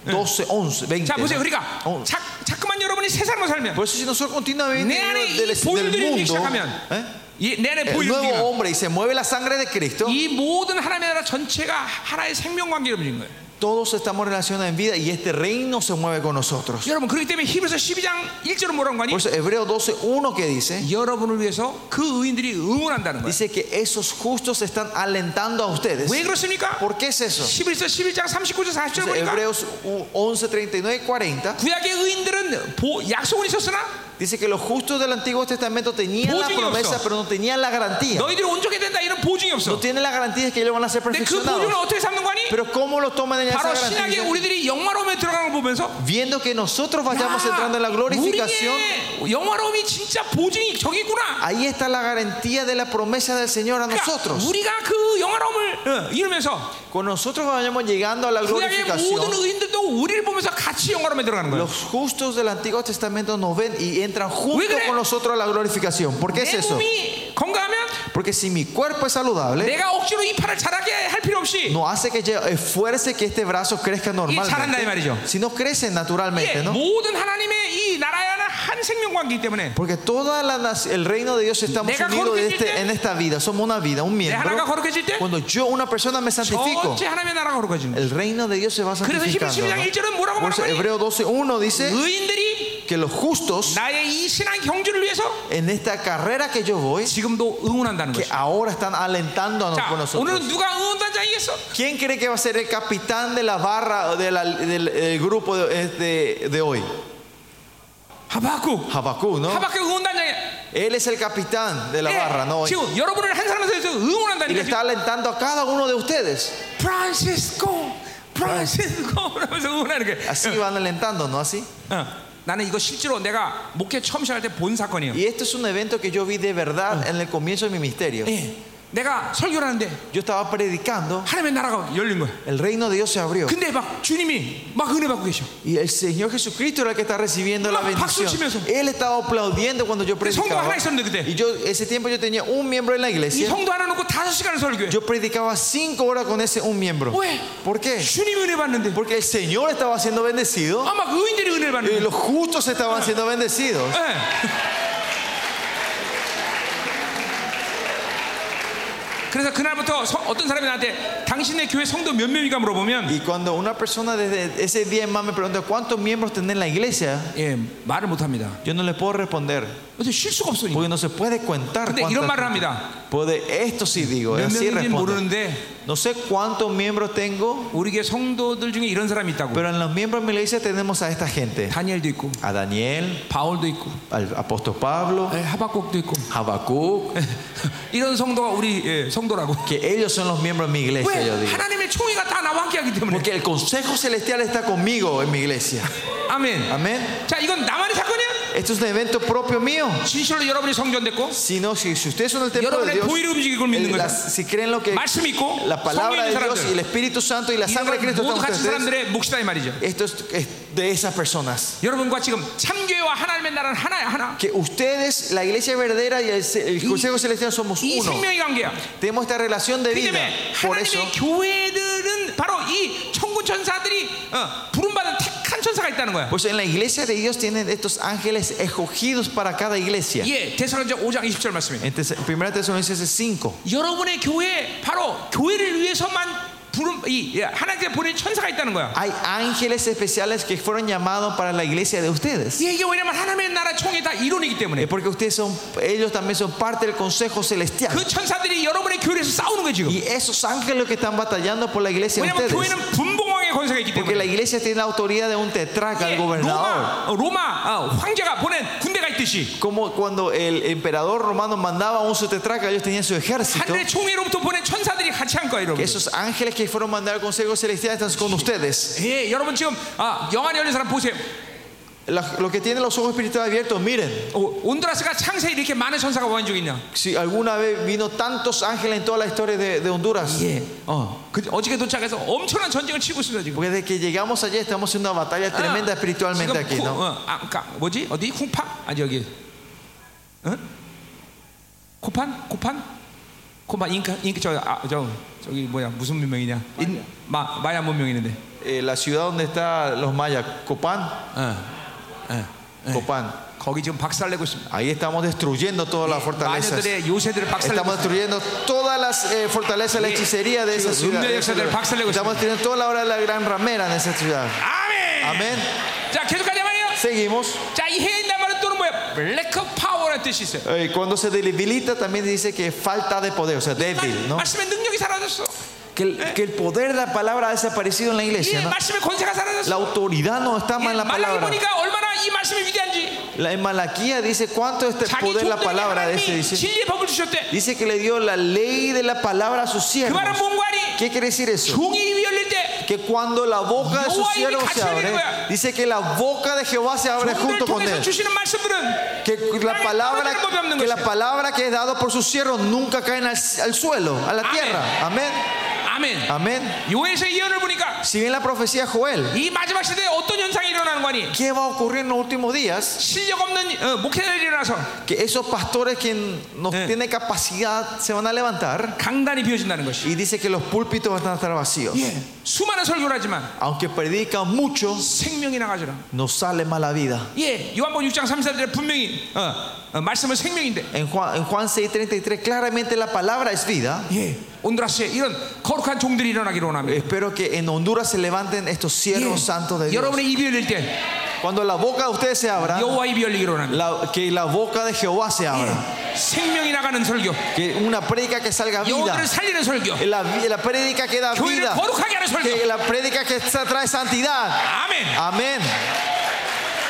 A: 12, 11, 20.
B: 자 보세요. 그러니까
A: ¿no?
B: 자, 자꾸만 여러분이 세상으로 살면
A: Por eso si nosotros continuamente
B: 내 안에
A: del,
B: 이 보혈들이
A: del mundo,
B: 시작하면,
A: ¿eh?
B: 이, 내 안에
A: el nuevo
B: 보이는
A: hombre y se mueve la sangre de Cristo,
B: 이 모든 하나님의 나라 전체가 하나의 생명 관계로 움직인 거예요.
A: todos estamos relacionados en vida y este reino se mueve con nosotros.
B: 여러분 그렇기 때문에 히브리서 12장 1절은 뭐라고 하니?
A: Por eso Hebreos 12, 1 que dice,
B: 여러분을 위해서 그 의인들이 응원한다는 거예요.
A: dice que esos justos están alentando a ustedes.
B: 왜 그렇습니까?
A: ¿Por qué es eso?
B: 히브리서 11장 39절 40절
A: Entonces,
B: 보니까
A: Hebreos 11, 39 y 40
B: 구약의 의인들은 보, 약속은 있었으나
A: dice que los justos del Antiguo Testamento tenían la
B: Bo증이
A: promesa,
B: 없어.
A: pero no tenían la garantía.
B: 너희들이 온전히 된다 이런 보증이
A: No
B: 없어.
A: tienen la garantía de que ellos van a ser
B: 근데 그 보증을
A: perfeccionados.
B: 어떻게 삼는 거니?
A: Pero ¿cómo lo toman en esa
B: 바로 신약에
A: garantía?
B: 우리들이 아, 영화로움에 들어가는 걸 보면서
A: Viendo que nosotros vayamos entrando en la glorificación,
B: 우리의 영화로움이 진짜 보증이 저기 있구나.
A: ahí está la garantía de la promesa del Señor a
B: 그러니까
A: nosotros.
B: 우리가 그 영화로움을 어, 이루면서
A: Con nosotros vayamos llegando a la
B: 구약의 모든
A: glorificación.
B: 의인들도 우리를 보면서 같이 영화로움에 들어가는 거예요.
A: Los justos del Antiguo Testamento nos ven y entran junto
B: Uy,
A: con nosotros a la glorificación. ¿Por qué es
B: 내
A: eso?
B: 몸이 건강하면
A: Porque si mi cuerpo es saludable,
B: 내가 억지로 이 팔을 자라게 할 필요 없이
A: no hace que yo esfuerce que este brazo crezca
B: 잘한다, 이 말이죠.
A: normalmente, sino crece naturalmente,
B: 예,
A: ¿no?
B: 모든 하나님의 이 나라에 하는 한 생명관계이기 때문에
A: Porque todo el reino de Dios estamos
B: 내가
A: unidos de
B: 거룩해질 때-
A: este- en esta vida, somos una vida, un
B: 내
A: miembro.
B: 하나가 거룩해질 때
A: Cuando yo, una persona, me santifico,
B: 어째 하나님의 나라가 거룩해지는 거예요.
A: el reino de Dios se va
B: 그래서 히브리
A: santificando.
B: 12장
A: ¿no?
B: 1절은 뭐라고
A: Por eso
B: 말하는 거니?
A: Hebreo 12.1 dice
B: 의인들이
A: que los justos,
B: 나의 이 신앙 경주를 위해서
A: en esta carrera que yo voy,
B: 지금도 응원한다는
A: que
B: 거죠.
A: ahora están alentándonos
B: 자,
A: con nosotros.
B: 오늘은 누가 응원단장이겠어?
A: ¿Quién cree que va a ser el capitán de la barra de la- del, del grupo de, de- de hoy?
B: 하박국.
A: Habacuc, ¿no?
B: 하박국 응원단장이.
A: Él es el capitán de la barra,
B: 예,
A: ¿no?
B: 지금 여러분을 한 사람에서 해서
A: Y le
B: 응원한다니까.
A: está alentando a cada uno de ustedes.
B: 지금 프란시스코, 프란시스코 그러면서 응원하는 게.
A: Así van alentando, ¿no? Así.
B: 어, 나는 이거 실제로 내가 목회 처음 시작할 때 본 사건이에요.
A: Y este es un evento que yo vi de verdad en el comienzo de mi ministerio.
B: 예, 내가 설교를 하는데
A: Yo estaba predicando,
B: 하나님의 나라가 열린 거야.
A: el reino de Dios se abrió.
B: 근데 막 주님이 막 은혜 받고 계셔.
A: Y el Señor Jesucristo era el que está recibiendo la
B: 막 박수
A: bendición.
B: 치면서.
A: Él estaba aplaudiendo cuando yo
B: 근데 성도
A: predicaba.
B: 하나 있었는데 그때
A: Y yo, ese tiempo yo tenía un miembro en la
B: 이
A: iglesia.
B: 성도 하나 놓고 다섯 시간을 설교해.
A: Yo predicaba cinco horas con ese un miembro.
B: 왜?
A: ¿Por qué?
B: 주님 은혜 받는데.
A: Porque el Señor estaba siendo bendecido
B: 아막 의인들이 은혜
A: y
B: 받는데.
A: los justos estaban siendo bendecidos.
B: 예. 그래서 그날부터 성- 어떤 사람이 나한테 당신의 교회 성도 몇 명이가 물어보면
A: Y cuando una persona desde ese día en más me pregunta cuántos miembros tenés en la iglesia,
B: 예 말을 못합니다.
A: yo no le puedo responder,
B: 어제 쉴 수가 없으니까.
A: porque no se puede contar
B: 근데 이런 말을
A: cuántos.
B: 합니다.
A: Puede, esto sí digo,
B: 몇
A: así
B: 명인지
A: respondo.
B: 모르는데
A: No sé cuántos miembros tengo,
B: 우리 교회 성도들 중에 이런 사람이 있다고.
A: pero en los miembros de mi iglesia tenemos a esta gente:
B: 다니엘도 있고
A: a Daniel,
B: 바울도 있고
A: al apóstol Pablo,
B: 예, 하박국도 있고 예.
A: Habacuc,
B: 이런 성도가 우리 예, 성도라고.
A: que ellos son los miembros de mi iglesia,
B: 왜
A: yo digo.
B: 하나님의 총이가 다 나와 함께하기 때문에.
A: Porque el consejo celestial está conmigo en mi iglesia.
B: 아멘.
A: Amén.
B: 자 이건 나만의 사건이야.
A: Esto es un evento propio mío.
B: 진실로 여러분이 성전 됐고
A: Si no, si, si ustedes son el templo de
B: 여러분의
A: Dios,
B: 보일을 움직이고 믿는
A: el-
B: 거죠.
A: la- si creen lo que
B: 말씀 있고
A: la palabra
B: 성령
A: de Dios y el
B: 사람들
A: Espíritu Santo y la sangre de
B: 이런
A: Cristo
B: 모두
A: están
B: 같은
A: ustedes,
B: 사람들의 몫이다 이 말이죠.
A: esto es, es de esas personas.
B: 여러분과 지금 참교회와 하나님의 나라는 하나야 하나.
A: Que ustedes, la iglesia verdadera y el, se- el Consejo Celestial somos
B: 이
A: uno.
B: 생명의 관계야.
A: Tenemos esta relación de
B: 그
A: vida.
B: 때문에
A: Por eso,
B: 하나님의 교회들은 바로 이 천군 천사들이 어, 부름받은 택한 천사가 있다는 거야.
A: pues en la iglesia de Dios tienen estos ángeles escogidos para cada iglesia.
B: 예, 대사론자 5장 20절 말씀입니다.
A: Entonces, 1 Tesalonicenses 5.
B: 여러분의 교회 바로 교회를 위해서만 부름 이 예, 하나님께 보낸 천사가 있다는 거야.
A: Hay ángeles especiales que fueron llamados para la iglesia de ustedes.
B: 이게 왜냐면 하나님의 나라 총이 다 이론이기 때문에
A: Es porque ustedes son, ellos también son parte del consejo celestial.
B: 그 천사들이 여러분의 교회에서 싸우는 거예요 지금.
A: Y esos ángeles que están batallando por la iglesia de
B: 왜냐면
A: ustedes.
B: 교회는 분봉왕의 권세가 있기
A: Porque
B: 때문에
A: la iglesia tiene la autoridad de un tetraca,
B: 예,
A: el gobernador.
B: 로마, 어, 로마 어, 황제가 보낸 군대가 있기 냈듯이
A: Como cuando el emperador romano mandaba a un su tetraca, ellos tenían su ejército.
B: 하늘의 총리로부터 보낸 천사들이 같이 한 거예요, 여러분.
A: Esos ángeles que fueron mandados al Consejo Celestial están con ustedes.
B: 예, 여러분 지금 아, 영안이 열린 사람 보세요.
A: La- los que tienen los ojos espirituales abiertos, miren,
B: 오, 어, 온두라스가 창세에 이렇게 많은 천사가 모인 적이 있냐?
A: si alguna vez vino tantos ángeles en toda la historia de, de Honduras.
B: 예. 어. 그, 어저께 도착해서 om청난 전쟁을 치고 있습니다 지금.
A: Porque desde que llegamos allí estamos en una batalla
B: 아,
A: tremenda espiritualmente
B: 지금
A: aquí,
B: 후-
A: ¿no?
B: 어, 아, 까, 뭐지? 어디? 쿵파? 아 저기. 응? 코판? 코판? 코판 잉카 잉카 저, 아, 저 저기 뭐야 무슨 문명이냐? 인, 마 마야 문명 있는데.
A: Eh, la ciudad donde están los mayas, Copán,
B: 어. 어.
A: Eh. Copán.
B: 거기 지금 박살내고 있습니다.
A: Ahí estamos destruyendo todas las fortalezas.
B: 마녀들의 요새들을 박살내고
A: Estamos
B: 있습니다.
A: destruyendo todas las eh, fortalezas, la hechicería de esa ciudad.
B: 음녀
A: de esa
B: 역사들을
A: ciudad.
B: 박살내고
A: Estamos destruyendo toda la obra de la gran ramera en esa ciudad.
B: 아멘.
A: Amén.
B: 자 계속 가자 말이에요.
A: Seguimos.
B: 자, 이 해의 날말은 또는 뭐야? Lack of power라는 뜻이 있어요.
A: Eh, cuando se debilita también dice que falta de poder, o sea, débil, ¿no?
B: 말씀의 능력이 사라졌어.
A: Que el, que el poder de la palabra ha desaparecido en la
B: 이
A: iglesia, ¿no?
B: 말씀의 권세가
A: La
B: 사라졌어.
A: autoridad no está más en la
B: 말라기
A: palabra.
B: 보니까 얼마나 이 말씀이 위대한지.
A: La, en Malaquía dice cuánto es el
B: 자기
A: poder de la
B: 종들에게
A: palabra de este
B: 하나님이
A: dice.
B: 진리의 법을 주셨대.
A: Dice que le dio la ley de la palabra a sus
B: 그
A: siervos.
B: 말은 뭔가 아니?
A: ¿Qué quiere decir eso?
B: 종이 입이 열릴 때
A: Que cuando la boca de sus
B: Yoa
A: siervos
B: 입이
A: se
B: 같이
A: abre,
B: 열리는 거야.
A: dice que la boca de Jehová se abre
B: 종들을
A: junto con
B: 통해서
A: él.
B: 주시는 말씀들은
A: Que la palabra que, la palabra que es dado por sus siervos nunca caen al, al suelo, a la tierra. Amén.
B: 아멘.
A: Amén.
B: 요에서 예언을 보니까
A: Si bien la profecía de Joel,
B: 이 마지막 시대에 어떤 현상이 일어나는 거니?
A: ¿qué va a ocurrir en los últimos días?
B: 실력 없는 어, 목회자들이 일어나서
A: Que esos pastores que no tienen capacidad se van a levantar
B: 강단이 비워진다는 것이.
A: y dice que los púlpitos van a estar vacíos.
B: 예. 수많은 설교를 하지만
A: Aunque predican mucho,
B: 생명이 나가지라.
A: no sale mala vida.
B: 예, 요한복 6장 34절에 분명히 어, 어, 말씀은 생명인데
A: En Juan, en Juan 6:33 claramente la palabra es vida.
B: 예, 온드라스에 이런 거룩한 종들이 일어나기를 원합니다.
A: Espero que en Honduras se levanten estos siervos santos de
B: 예,
A: Dios.
B: 여러분의 입이 열릴 때
A: Cuando la boca de ustedes se abra,
B: 여호와 입이 열리기를 원합니다.
A: la- que la boca de Jehová se abra.
B: 예, 생명이 나가는 설교,
A: Que una prédica que salga vida.
B: 영혼들을 살리는 설교,
A: La, vi- la prédica que da
B: 교회를
A: vida.
B: 거룩하게 하는 설교.
A: Que la prédica que sa- trae santidad.
B: 예. 아멘,
A: Amén.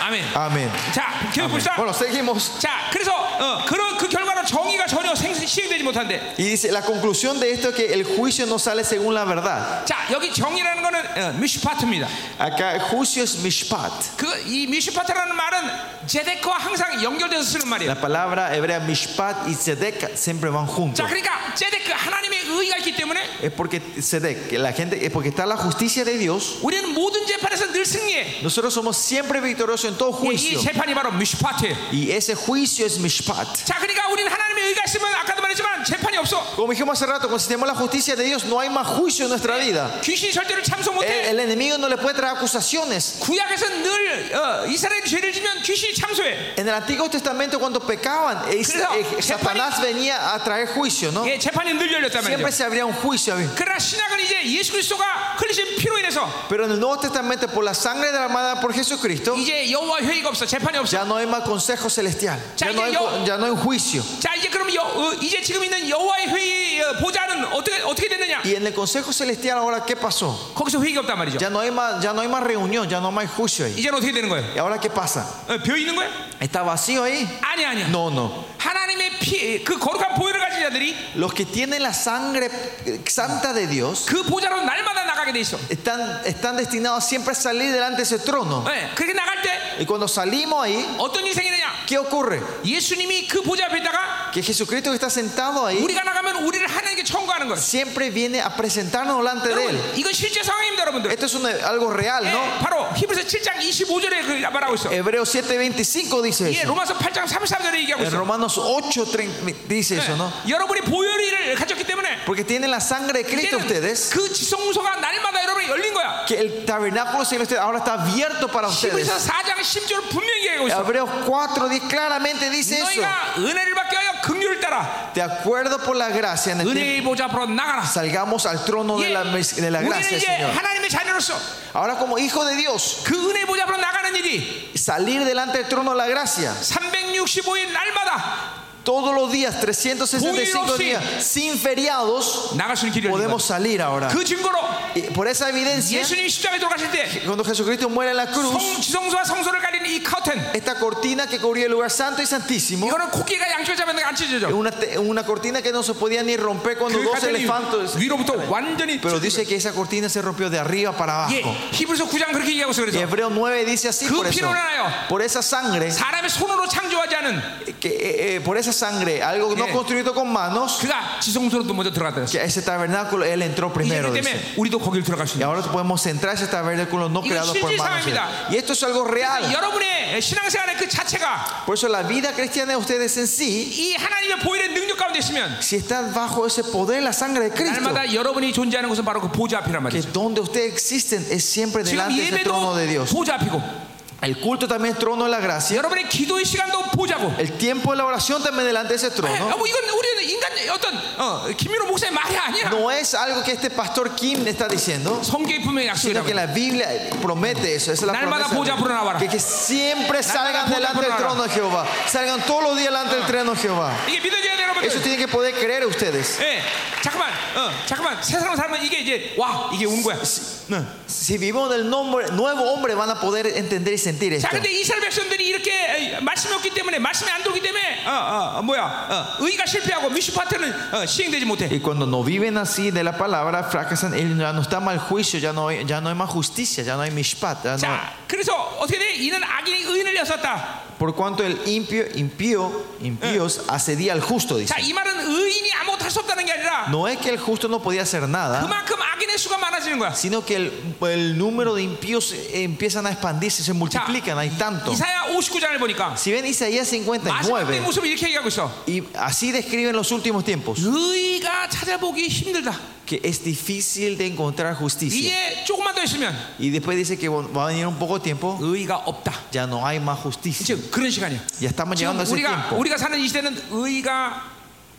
B: 아멘.
A: Amén.
B: 자, 계속 봅시다.
A: Bueno, seguimos.
B: 자, 그래서 어, 그런 그 결과로 정의가 전혀 생, 시행되지 못한데,
A: Y dice, la conclusión de esto es que el juicio no sale según la verdad.
B: 자, 여기 정의라는 거는 어, 미슈파트입니다.
A: Acá el juicio es mishpat.
B: 그 이 미슈파트라는 말은 제데크와 항상 연결돼서 쓰는 말이에요.
A: La palabra hebrea mishpat y zedek siempre van
B: 자,
A: juntos.
B: 그러니까 제데크 하나님의 의가 있기 때문에.
A: Es porque zedek, la gente, es porque está la justicia de Dios.
B: 우리는 모든 재판에서 늘 승리해.
A: Nosotros somos siempre victoriosos en todo
B: 예, 이
A: juicio.
B: 재판이 바로 미슈파트예요.
A: Y ese juicio es mishpat.
B: 자, 그러니까 우리는 하나님의 의가 있으면 아까도 말했지만 재판이 없어.
A: Como dijimos hace rato, cuando tenemos la justicia de Dios, no hay más juicio en nuestra vida.
B: 귀신이 절대로 참소 못해.
A: El, el enemigo no le puede traer acusaciones.
B: 구약에서 늘 어, 이스라엘 죄를 지면 귀신이 참소해.
A: En el Antiguo Testamento, cuando pecaban, es-
B: Claro,
A: eh, Satanás venía a traer juicio, ¿no?
B: 예, 재판이 늘 열렸단 말이죠.
A: Siempre se abría un juicio.
B: 그러나 신약은 이제 예수 그리스도가 흘리신 피로 인해서
A: Pero en el Nuevo Testamento, por la sangre derramada por Jesucristo,
B: 이제 여호와 회의가 없어. 재판이 없어.
A: ya no hay más consejo celestial. Ya no hay, ya no hay juicio.
B: 자, 이제 그럼 여, 어, 이제 지금 있는 여호와의 회의 어, 보좌는 어떻게 어떻게 됐느냐?
A: Y en el consejo celestial, ahora, ¿qué pasó?
B: 거기서 회의가 없단 말이죠.
A: Ya no hay más, ya no hay más reunión, ya no hay más juicio ahí.
B: 이제는 어떻게 되는 거예요?
A: ¿Y ahora qué pasa?
B: 어, 비어 있는 거예요?
A: ¿Está vacío ahí?
B: 아니야, 아니야.
A: No, no.
B: 하나님의 피, 그 거룩한 보혈을 가진 자들이
A: Los que tienen la sangre eh, santa de Dios
B: 그 보좌로 날마다 나가게 돼 있어.
A: están, están destinados siempre a salir delante de ese trono.
B: 네, 그렇게 나갈 때
A: Y cuando salimos ahí,
B: 어떤 인생이 되냐?
A: ¿qué ocurre?
B: 예수님이 그 보좌 앞에 있다가
A: Que Jesucristo que está sentado ahí
B: 우리가 나가면 우리를 하나님께 청구하는 거예요.
A: siempre viene a presentarnos delante de Él.
B: 여러분, 이건 실제 상황입니다, 여러분들.
A: Esto es una- algo real,
B: 예,
A: ¿no?
B: 바로 히브리서 7장 25절에 그 말하고 있어.
A: Hebreos 7:25 dice
B: 예,
A: eso.
B: 로마서 8장 33절에 얘기하고
A: En
B: 있어.
A: Romanos 8:30 dice eso, ¿no?
B: 예, 여러분이 보혈을 가졌기 때문에
A: Porque tienen la sangre de Cristo
B: 이제는
A: ustedes.
B: 그 지성소가 날마다 여러분이 열린 거야.
A: Que el tabernáculo celestial ahora está abierto para ustedes.
B: 히브리서 4장 10절을 분명히 얘기하고 있어.
A: Hebreos 4:10 claramente dice eso.
B: 너희가 은혜를 받게 하여 긍휼을 따라
A: De acuerdo por la gracia, en el tiempo
B: 은혜의 bo좌 앞으로 나가라. 예.
A: salgamos al trono de la, de la
B: 우리는
A: gracia,
B: 이제
A: Señor.
B: 하나님의 자녀로서
A: Ahora como hijo de Dios,
B: 그 은혜 보좌 앞으로 나가는 일이
A: salir delante del trono de la gracia
B: 365일 날마다
A: todos los días, 365
B: 공휴일
A: días, sin feriados,
B: 나갈 수 있는 길이 열린
A: podemos
B: 거예요.
A: salir ahora.
B: 그 증거로
A: Y por esa evidencia,
B: 예수님이 십자가에 돌아가실 때
A: cuando Jesucristo muere en la
B: 성,
A: cruz,
B: 지성소와 성소를 가리는 이 커튼
A: esta cortina que cubría el lugar santo y santísimo,
B: 이거는 코끼리가 양쪽에 잡으면 안 찢어져.
A: una, te- una cortina que no se podía ni romper cuando
B: 그
A: dos
B: 커튼이
A: elefantes.
B: 위로부터 완전히
A: 네. Pero
B: 찢어져요.
A: dice "Ah, que esa cortina se rompió de arriba para
B: 예,
A: abajo.
B: 히브리서 9장 그렇게 얘기하고 있어
A: Y
B: 그래서
A: Hebreo 9 dice así:
B: 그
A: por, eso,
B: 피로 나요.
A: por esa sangre,
B: 사람의 손으로 창조하지 않은
A: que, eh, eh, por esa sangre, algo no
B: 예.
A: construido con manos,
B: 그가 지성소로 또 먼저 들어갔다 그랬어.
A: que a ese tabernáculo él entró 예. primero.
B: 이기
A: dice.
B: 때문에 우리도 거길 들어갈 수
A: Y
B: 있는.
A: ahora podemos entrar a ese tabernáculo no
B: 이거
A: creado por manos.
B: 실질상입니다.
A: Y esto es algo
B: 그러니까
A: real.
B: 여러분의 신앙생활의 그 자체가
A: Por eso la vida cristiana de ustedes en sí,
B: 이 하나님의 보일의 능력 가운데 있으면
A: si están bajo ese poder, la sangre de Cristo,
B: 날마다 여러분이 존재하는 곳은 바로 그 보좌 앞이란
A: que
B: 말이죠.
A: donde ustedes existen es siempre
B: 지금
A: 그 delante del trono de
B: 예배도
A: Dios. 예.
B: 보좌 앞이고
A: El culto también es trono de la gracia.
B: 여러분의 기도의 시간도 보좌고.
A: El tiempo de la oración también delante de ese
B: 예,
A: trono.
B: 어, 뭐 이건 우리는 인간 어떤 어, 김민호 목사의 말이 아니야.
A: No es algo que este pastor Kim le está diciendo,
B: 성경의 분명히
A: sino
B: 약속이라고.
A: que la Biblia promete eso. Esa es la
B: 날마다 보좌 앞으로 나와라.
A: promesa. Que, que siempre salgan
B: 보좌
A: delante
B: 앞으로
A: del trono de Jehová. Salgan todos los días delante del trono de Jehová.
B: 이게 믿어져야 돼 여러분들.
A: Eso tienen que poder creer ustedes.
B: 예, 잠깐만, 어, 잠깐만. 세상으로 살면 이게 이제 와 이게 온 거야.
A: Si vivimos en el nombre- nuevo hombre, van a poder entender y sentir esto.
B: 자, 근데 이스라엘 백성들이 이렇게 에, 말씀이 없기 때문에 말씀이 안 들기 때문에 어, 어, 어, 뭐야, 어, 의가 실패하고 미슈파트는 어, 시행되지 못해.
A: Y cuando no viven así de la palabra, fracasan. y Ya no está mal juicio, ya no hay, ya no hay más justicia, ya no hay mishpat. ya no-
B: 자, 그래서 어떻게 돼? 이는 악인이 의인을 였었다.
A: por cuanto el impio, impío, impíos asedía al justo, dice.
B: 자, 이 말은 의인이 아무것도 할 수 없다는 게 아니라
A: No es que el justo no podía hacer nada,
B: 그만큼 악인의 수가 많아지는 거야.
A: sino que el, el número de impíos eh, empiezan a expandirse, se multiplican, hay tanto.
B: 이사야 59장을 보니까
A: Si ven Isaías
B: 마지막 때
A: 59,
B: 모습을 이렇게 얘기하고 있어.
A: y así describen los últimos tiempos,
B: 의가 찾아보기 힘들다.
A: que es difícil de encontrar justicia.
B: 이제 조금만 더 있으면
A: Y después dice que va a venir un poco tiempo,
B: 의가 없다.
A: ya no hay más justicia.
B: 지금 그런 시간이야.
A: Ya estamos
B: 지금
A: llegando a ese
B: 우리가
A: tiempo.
B: 우리가 사는 이 시대는 의가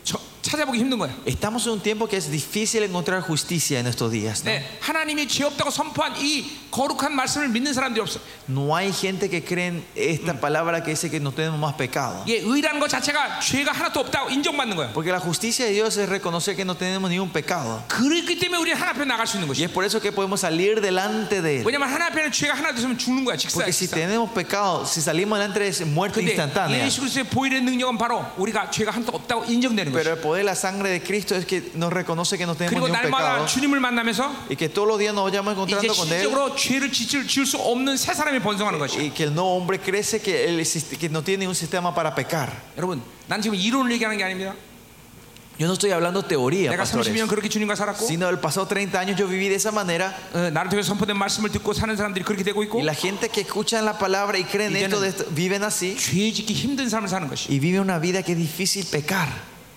B: 저- 찾아보기 힘든 거야.
A: Estamos en un tiempo que es difícil encontrar justicia en estos días. ¿no?
B: 네, 하나님이 죄 없다고 선포한 이 거룩한 말씀을 믿는 사람들이 없어.
A: No hay gente que cree en esta palabra que dice que no tenemos más pecado.
B: 이게 의라는 것 자체가 죄가 하나도 없다고 인정받는 거야.
A: Porque la justicia de Dios es reconocer que no tenemos ningún pecado.
B: 그렇기 때문에 우리 하나 앞에 나갈 수 있는
A: Y
B: 것이.
A: es por eso que podemos salir delante de Él.
B: 왜냐면 하나 앞에는 죄가 하나도 있으면 죽는 거야. 직사야.
A: Porque si
B: 직사.
A: tenemos pecado, si salimos delante es muerte
B: 근데
A: instantánea.
B: 예수 그리스도의 보일의 능력은 바로 우리가 죄가 하나도 없다고 인정되는 것이.
A: Pero el poder de la sangre de Cristo es que nos reconoce que no tenemos
B: 그리고
A: ningún
B: 날마다
A: pecado.
B: 주님을 만나면서
A: Y que todos los días nos vayamos
B: 이제
A: encontrando con Él.
B: 실질적으로 죄를 지을, 지을 수 없는 새 사람이 번성하는 것이.
A: Y que el nuevo hombre crece, que, él existe- que no tiene ningún sistema para pecar.
B: 여러분, 난 지금 이론을 얘기하는 게 아닙니다.
A: Yo no estoy hablando teoría,
B: 내가 30년
A: pastores.
B: 그렇게 주님과 살았고
A: Sino el pasado 30 años yo viví de esa manera.
B: 어, 나를 통해 서 선포된 말씀을 듣고 사는 사람들이 그렇게 되고 있고
A: Y la gente que escucha la palabra y creen
B: 이제는-
A: esto, de esto, viven así.
B: 죄짓기 힘든 삶을 사는 것이.
A: Y viven una vida que es difícil pecar.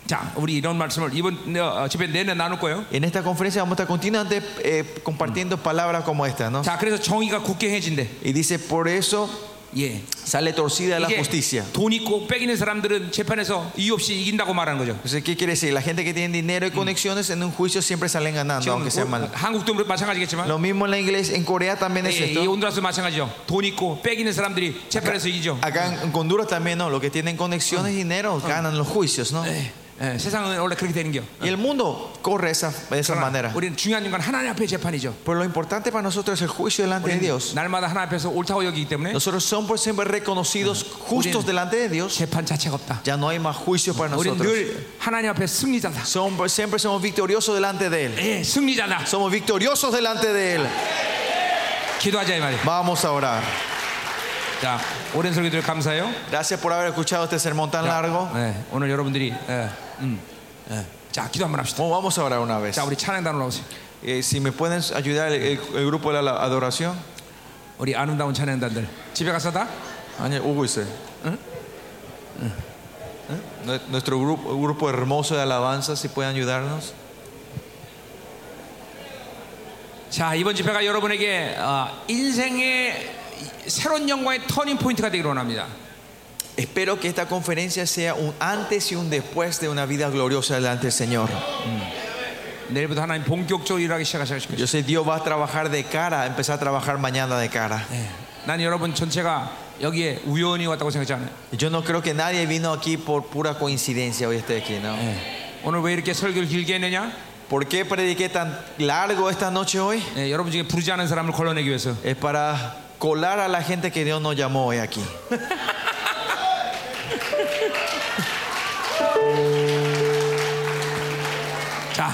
B: 자, 우리 이런 말씀을 이번 어, 어, 집에 내내 나눌 거예요.
A: En esta conferencia vamos a estar continuamente eh, compartiendo palabras como esta, ¿no?
B: 자, 그래서 정의가 굳게 해진대.
A: Y dice, por eso
B: 예.
A: sale torcida la
B: 이게
A: justicia.
B: 돈 있고 빼기는 사람들은 재판에서 이유 없이 이긴다고 말하는 거죠.
A: Entonces, ¿qué quiere decir? La gente que tiene dinero y conexiones en un juicio siempre salen ganando,
B: 지금
A: aunque sea
B: 우-
A: mal.
B: 어, 한국도 마찬가지겠지만
A: Lo mismo en la iglesia, en Corea también es
B: 예, 이
A: esto.
B: 온두라스 마찬가지죠. 돈 있고 빼기는 사람들이 재판에서 이기죠.
A: Acá en Honduras también, ¿no? Los que tienen conexiones y dinero ganan los juicios, ¿no?
B: 예, 예, 세상은 원래 그렇게 되는 겨.
A: Y el mundo corre esa, de esa manera.
B: 우리는 중요한 건 하나님 앞에 재판이죠.
A: Pero lo importante para nosotros es el juicio delante de Dios.
B: 날마다 하나님 앞에서 옳다고 여기기 때문에
A: Nosotros somos siempre reconocidos justos delante de Dios.
B: 재판 자체가 없다.
A: Ya no hay más juicio para
B: 우리는
A: nosotros.
B: 늘 하나님 앞에 승리자다.
A: Somos- siempre somos victoriosos delante de Él.
B: 예, 승리자다.
A: Somos victoriosos delante de Él.
B: 기도하자 이 말이야.
A: Vamos a orar.
B: 자, 오랜 설교들 감사해요.
A: Gracias por haber escuchado este sermón tan largo.
B: 예, 오늘 여러분들이 예, 음, 예. 자, 기도 한번 합시다.
A: Bueno, vamos a orar una vez.
B: 자, 우리 찬양단 올라오세요.
A: Eh, si me pueden ayudar el, el- el grupo de la adoración.
B: 우리 아름다운 찬양단들 집에 가서 다
A: Añe- Hugo dice. ¿eh? Nue- Nuestro grupo, grupo hermoso de alabanza, si pueden ayudarnos.
B: 자, 이번 집회가 여러분에게 어, 인생의 이- 새로운 영광의 터닝 포인트가 되기를 원합니다.
A: Espero que esta conferencia sea un antes y un después de una vida gloriosa delante del Señor.
B: 내일부터 하나님 본격적으로 일하기 시작하실 거예요. Eh.
A: Yo sé, Dios va a trabajar de cara, a empezar a trabajar mañana de cara.
B: 난 여러분 전체가 여기에 우연히 왔다고 생각하지 않아요.
A: Yo no creo que nadie vino aquí por pura coincidencia hoy esté aquí, ¿no?
B: 예. 오늘 왜 이렇게 설교를 길게 했느냐?
A: ¿Por qué prediqué tan largo esta noche hoy?
B: 예, 여러분 중에 부르지 않은 사람을 걸러내기 위해서.
A: Es para colar a la gente que Dios nos llamó hoy aquí.
B: 자,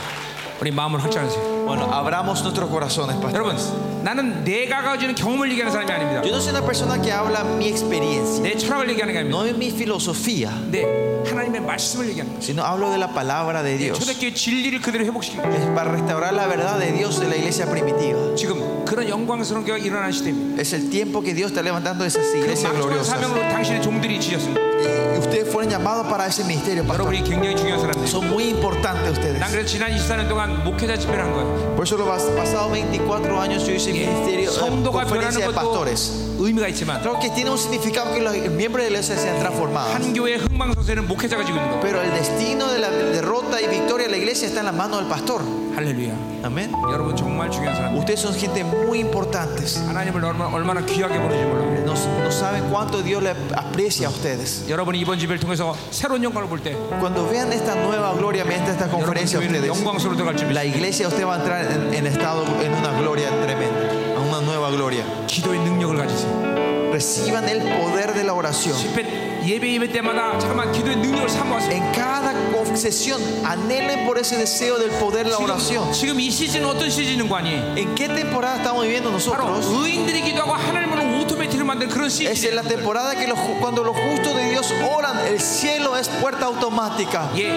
B: 우리 마음을 확장하세요.
A: Bueno, abramos nuestros corazones, pastor.
B: 여러분, 나는 내가 가지고 있는 경험을 얘기하는 사람이 아닙니다.
A: Yo no soy una persona que habla mi experiencia,
B: 내 철학을 얘기하는 게 아닙니다.
A: no es mi filosofía,
B: 내 하나님의 말씀을 얘기하는 거예요.
A: sino hablo de la palabra de Dios.
B: 초대교회 진리를 그대로 회복시키는 거예요.
A: Es para restaurar la verdad de Dios de la iglesia primitiva.
B: 지금 그런 영광스러운 교회가 일어난 시대입니다.
A: Es el tiempo que Dios está levantando esas
B: 그
A: iglesias
B: 막중한
A: gloriosas.
B: 사명으로 당신의 종들이 지셨습니다.
A: Y ustedes fueron llamados para ese ministerio, pastor.
B: 여러분이 굉장히 중요한 사람들.
A: Son muy
B: 난
A: importantes ustedes.
B: 그래서 지난 24년 동안 목회자 집회를 한 거예요.
A: Por eso los pas- pasados 24 años yo hice
B: 예,
A: ministerio, eh,
B: 성도가
A: conferencia
B: 변하는
A: de
B: 것도
A: pastores.
B: 의미가 있지만
A: Claro que tiene un significado que los miembros de la iglesia sean transformados.
B: 한 교회의 흥망성쇠는 목회자가 지고 있는 거.
A: Pero el destino de la derrota y victoria de la iglesia está en las manos del pastor.
B: 할렐루야.
A: Amén.
B: 여러분 정말 중요한 사람.
A: Ustedes son gente muy importantes.
B: 하나님을 얼마- 얼마나 귀하게 보는지 몰라.
A: No, no saben cuánto Dios le aprecia a ustedes.
B: 여러분이 이번 집회를 통해서 새로운 영광을 볼 때
A: Cuando vean esta nueva gloria mientras esta
B: 여러분
A: conferencia
B: 교회는
A: ustedes.
B: 영광스러워 들어갈 준비.
A: La iglesia usted va a entrar en, en estado en una gloria tremenda, a una nueva gloria.
B: 기도의 능력을 가지세요.
A: Reciban el poder de la oración.
B: 집회 예배 예배 때마다 잠깐만 기도의 능력을 사모하세요.
A: En cada sesión anhelen por ese deseo del poder de la oración.
B: 지금, 지금 이 시즌은 어떤 시즌인 거 아니?
A: ¿En qué temporada estamos viviendo
B: 바로
A: nosotros?
B: 의인들이 기도하고 하나님을 오토매틱으로 만든 그런
A: Es
B: 시즌.
A: en la temporada que los ju- cuando los justos de Dios oran, el cielo es puerta automática.
B: 예,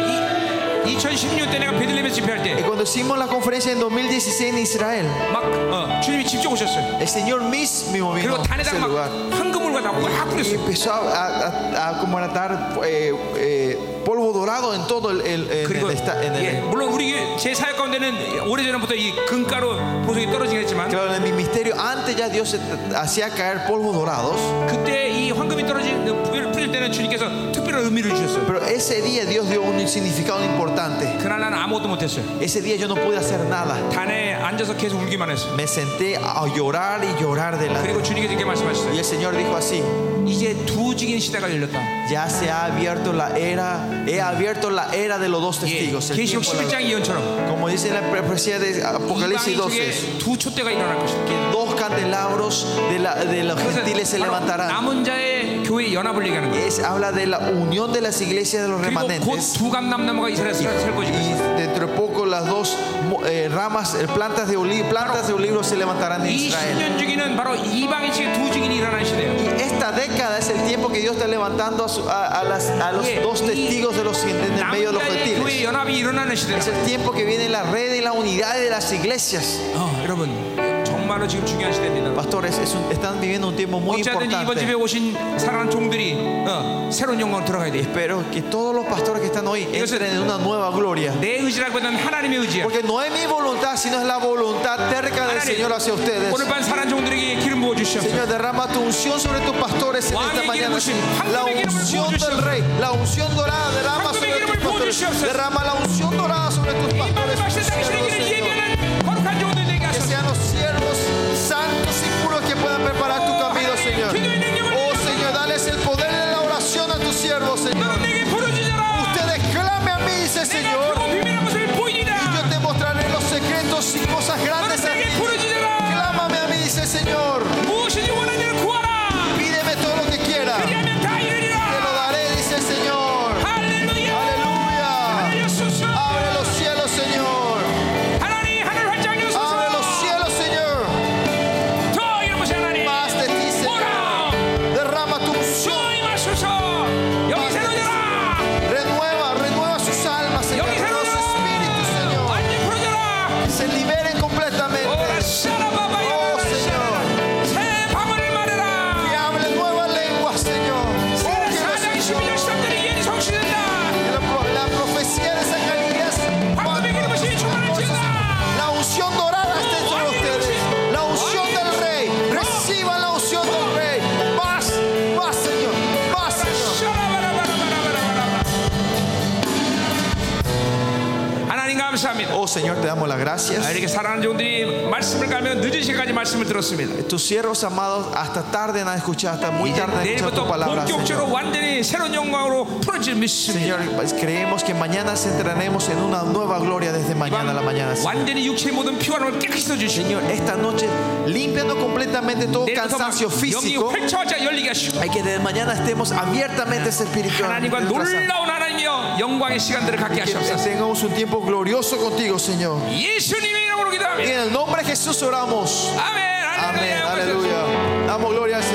B: 2016년 때 내가 베들레헴에서 집회할
A: Y
B: 때.
A: cuando hicimos la conferencia en 2016 en Israel,
B: 막 어, 주님이 직접 오셨어요.
A: el Señor mismo vino
B: 그리고
A: a ese
B: 어, 단에다가 막
A: lugar.
B: 황금을 갖다 막
A: Y
B: 뿌렸어요.
A: empezó a, a- a- a como a atar, eh, eh, polvo dorado en todo el, el- en
B: 그리고
A: el esta- en el-
B: 예, 물론 우리 교회, 제 사역 가운데는 오래 전부터 이 금가루 보석이 떨어지긴 했지만
A: claro, en el ministerio antes ya Dios hacía caer polvos dorados
B: 그때 이 황금이 떨어진 그 부를 뿌릴 때는 주님께서 특별한 의미를 주셨어요.
A: pero ese día Dios dio un significado importante
B: 그날 나는 아무것도 못했어요.
A: ese día yo no pude hacer nada
B: 단에 앉아서 계속 울기만 했어요.
A: me senté a llorar y llorar delante
B: 그리고 주님께서 이렇게 말씀하셨어요.
A: y el Señor dijo así
B: 이제 두 증인 시대가 열렸다.
A: ya se ha abierto la era he abierto la era de los dos
B: 예,
A: testigos el
B: 계시록
A: tiempo de la-
B: 11장 예언처럼
A: como dice la profecía de Apocalipsis
B: 이방인
A: 12
B: 중에 두 촛대가 일어날 것이다.
A: que dos candelabros de, la- de los gentiles
B: 그래서
A: se
B: 바로
A: levantarán.
B: 남은 자의 교회 연합을 얘기하는 거예요.
A: Es, habla de la unión de las iglesias de los
B: 그리고 곧
A: remanentes.
B: 두 감남나무가 이스라엘에서 살 것이고
A: Y dentro de poco las dos mo- eh, ramas, eh, plantas de olivo, plantas de olivo se levantarán en
B: 이
A: Israel.
B: 10년 주기는 바로 이방인 측의 두 증인이 일어나는 시대예요.
A: Y esta década es el tiempo que Dios está levantando a, su- a- a las- a los
B: Yeah.
A: dos
B: Y-
A: testigos de los gentiles, en el medio de los
B: 남자의 교회
A: gentiles.
B: 연합이 일어나는
A: Es
B: 시대예요.
A: el tiempo que viene la red y la unidad de las iglesias.
B: 어, 여러분 정말로 지금 중요한 시대입니다.
A: Pastores, es un- están viviendo un tiempo muy
B: 어찌하든지 이번 집에
A: importante.
B: 오신 사랑하는 종들이 어, 새로운 영광 들어가야 돼.
A: Espero que todos los pastores que están hoy entren en una nueva gloria.
B: 내 의지라기보다는 하나님의 의지야.
A: Porque no es mi voluntad, sino es la voluntad terca del
B: 하나님,
A: Señor hacia ustedes.
B: 오늘 밤 사랑하는 종들에게 기름 부어 주시옵소서.
A: Señor, derrama tu unción sobre tus pastores en esta
B: 왕의 기름을
A: mañana. La
B: 하나님의 기름을
A: unción del
B: 부어주시옵소서.
A: Rey, la unción dorada,
B: 하나님의
A: derrama sobre tus
B: 기름을
A: pastores.
B: 부어주시옵소서.
A: Derrama la unción dorada sobre tus
B: 이 밤에
A: pastores.
B: 마신 당신의
A: Señor,
B: 길을
A: Señor.
B: 예배하는 거룩한 종들 되게
A: Que
B: 하소서.
A: sean los siervos santos y puros que puedan preparar tu camino, Señor. Oh, Señor, dales el poder de la oración a tus siervos, Señor.
B: 너는 내게 부르짖어라.
A: Ustedes clame a mí, dice
B: 내가
A: Señor.
B: 크고 비밀한 모습을
A: y Yo
B: 보이리라.
A: te mostraré los secretos y cosas
B: 너는
A: grandes a
B: 내게
A: ti.
B: 부르짖어라.
A: Clámame a mí, dice Señor.
B: 무엇이지 원하는 구하라.
A: Pídeme todo lo que quiera.
B: 그리하면 다
A: Te lo
B: 이르리라.
A: daré, dice el Señor.
B: 할렐루야.
A: Aleluya.
B: 예수스.
A: Abre los cielos, Señor. Oh,
B: 감사합니다.
A: Oh Señor, te damos las gracias.
B: 아, 이렇게 사랑하는 종들이 말씀을 가며 늦은 시간까지 말씀을 들었습니다.
A: Tus siervos amados hasta tarde han escuchado, hasta muy
B: 이제
A: tarde han escuchado
B: 내일부터
A: tu palabra, Señor.
B: 본격적으로 완전히 새로운 영광으로 풀어질 믿습니다.
A: Señor, pues, creemos que mañana entraremos en una nueva gloria desde mañana a la mañana. Señor.
B: 완전히 육체의 모든 피곤함을 깨끗이 씻어주시고
A: Señor, esta noche limpiando completamente todo
B: 내일부터
A: cansancio
B: 영이
A: físico.
B: 활처하자 열리게 하시고
A: Hay que desde mañana estemos abiertamente espiritualmente.
B: 하나님과
A: entrelazados.
B: 놀라운 하나님이여 영광의 시간들을 갖게
A: Que
B: 하시옵소서
A: tengamos un tiempo glorioso contigo, Señor.
B: 예수님의 이름으로
A: Y
B: 기도합니다
A: en el nombre de Jesús oramos.
B: 아멘
A: Amén,
B: 할렐루야
A: aleluya. Damos gloria al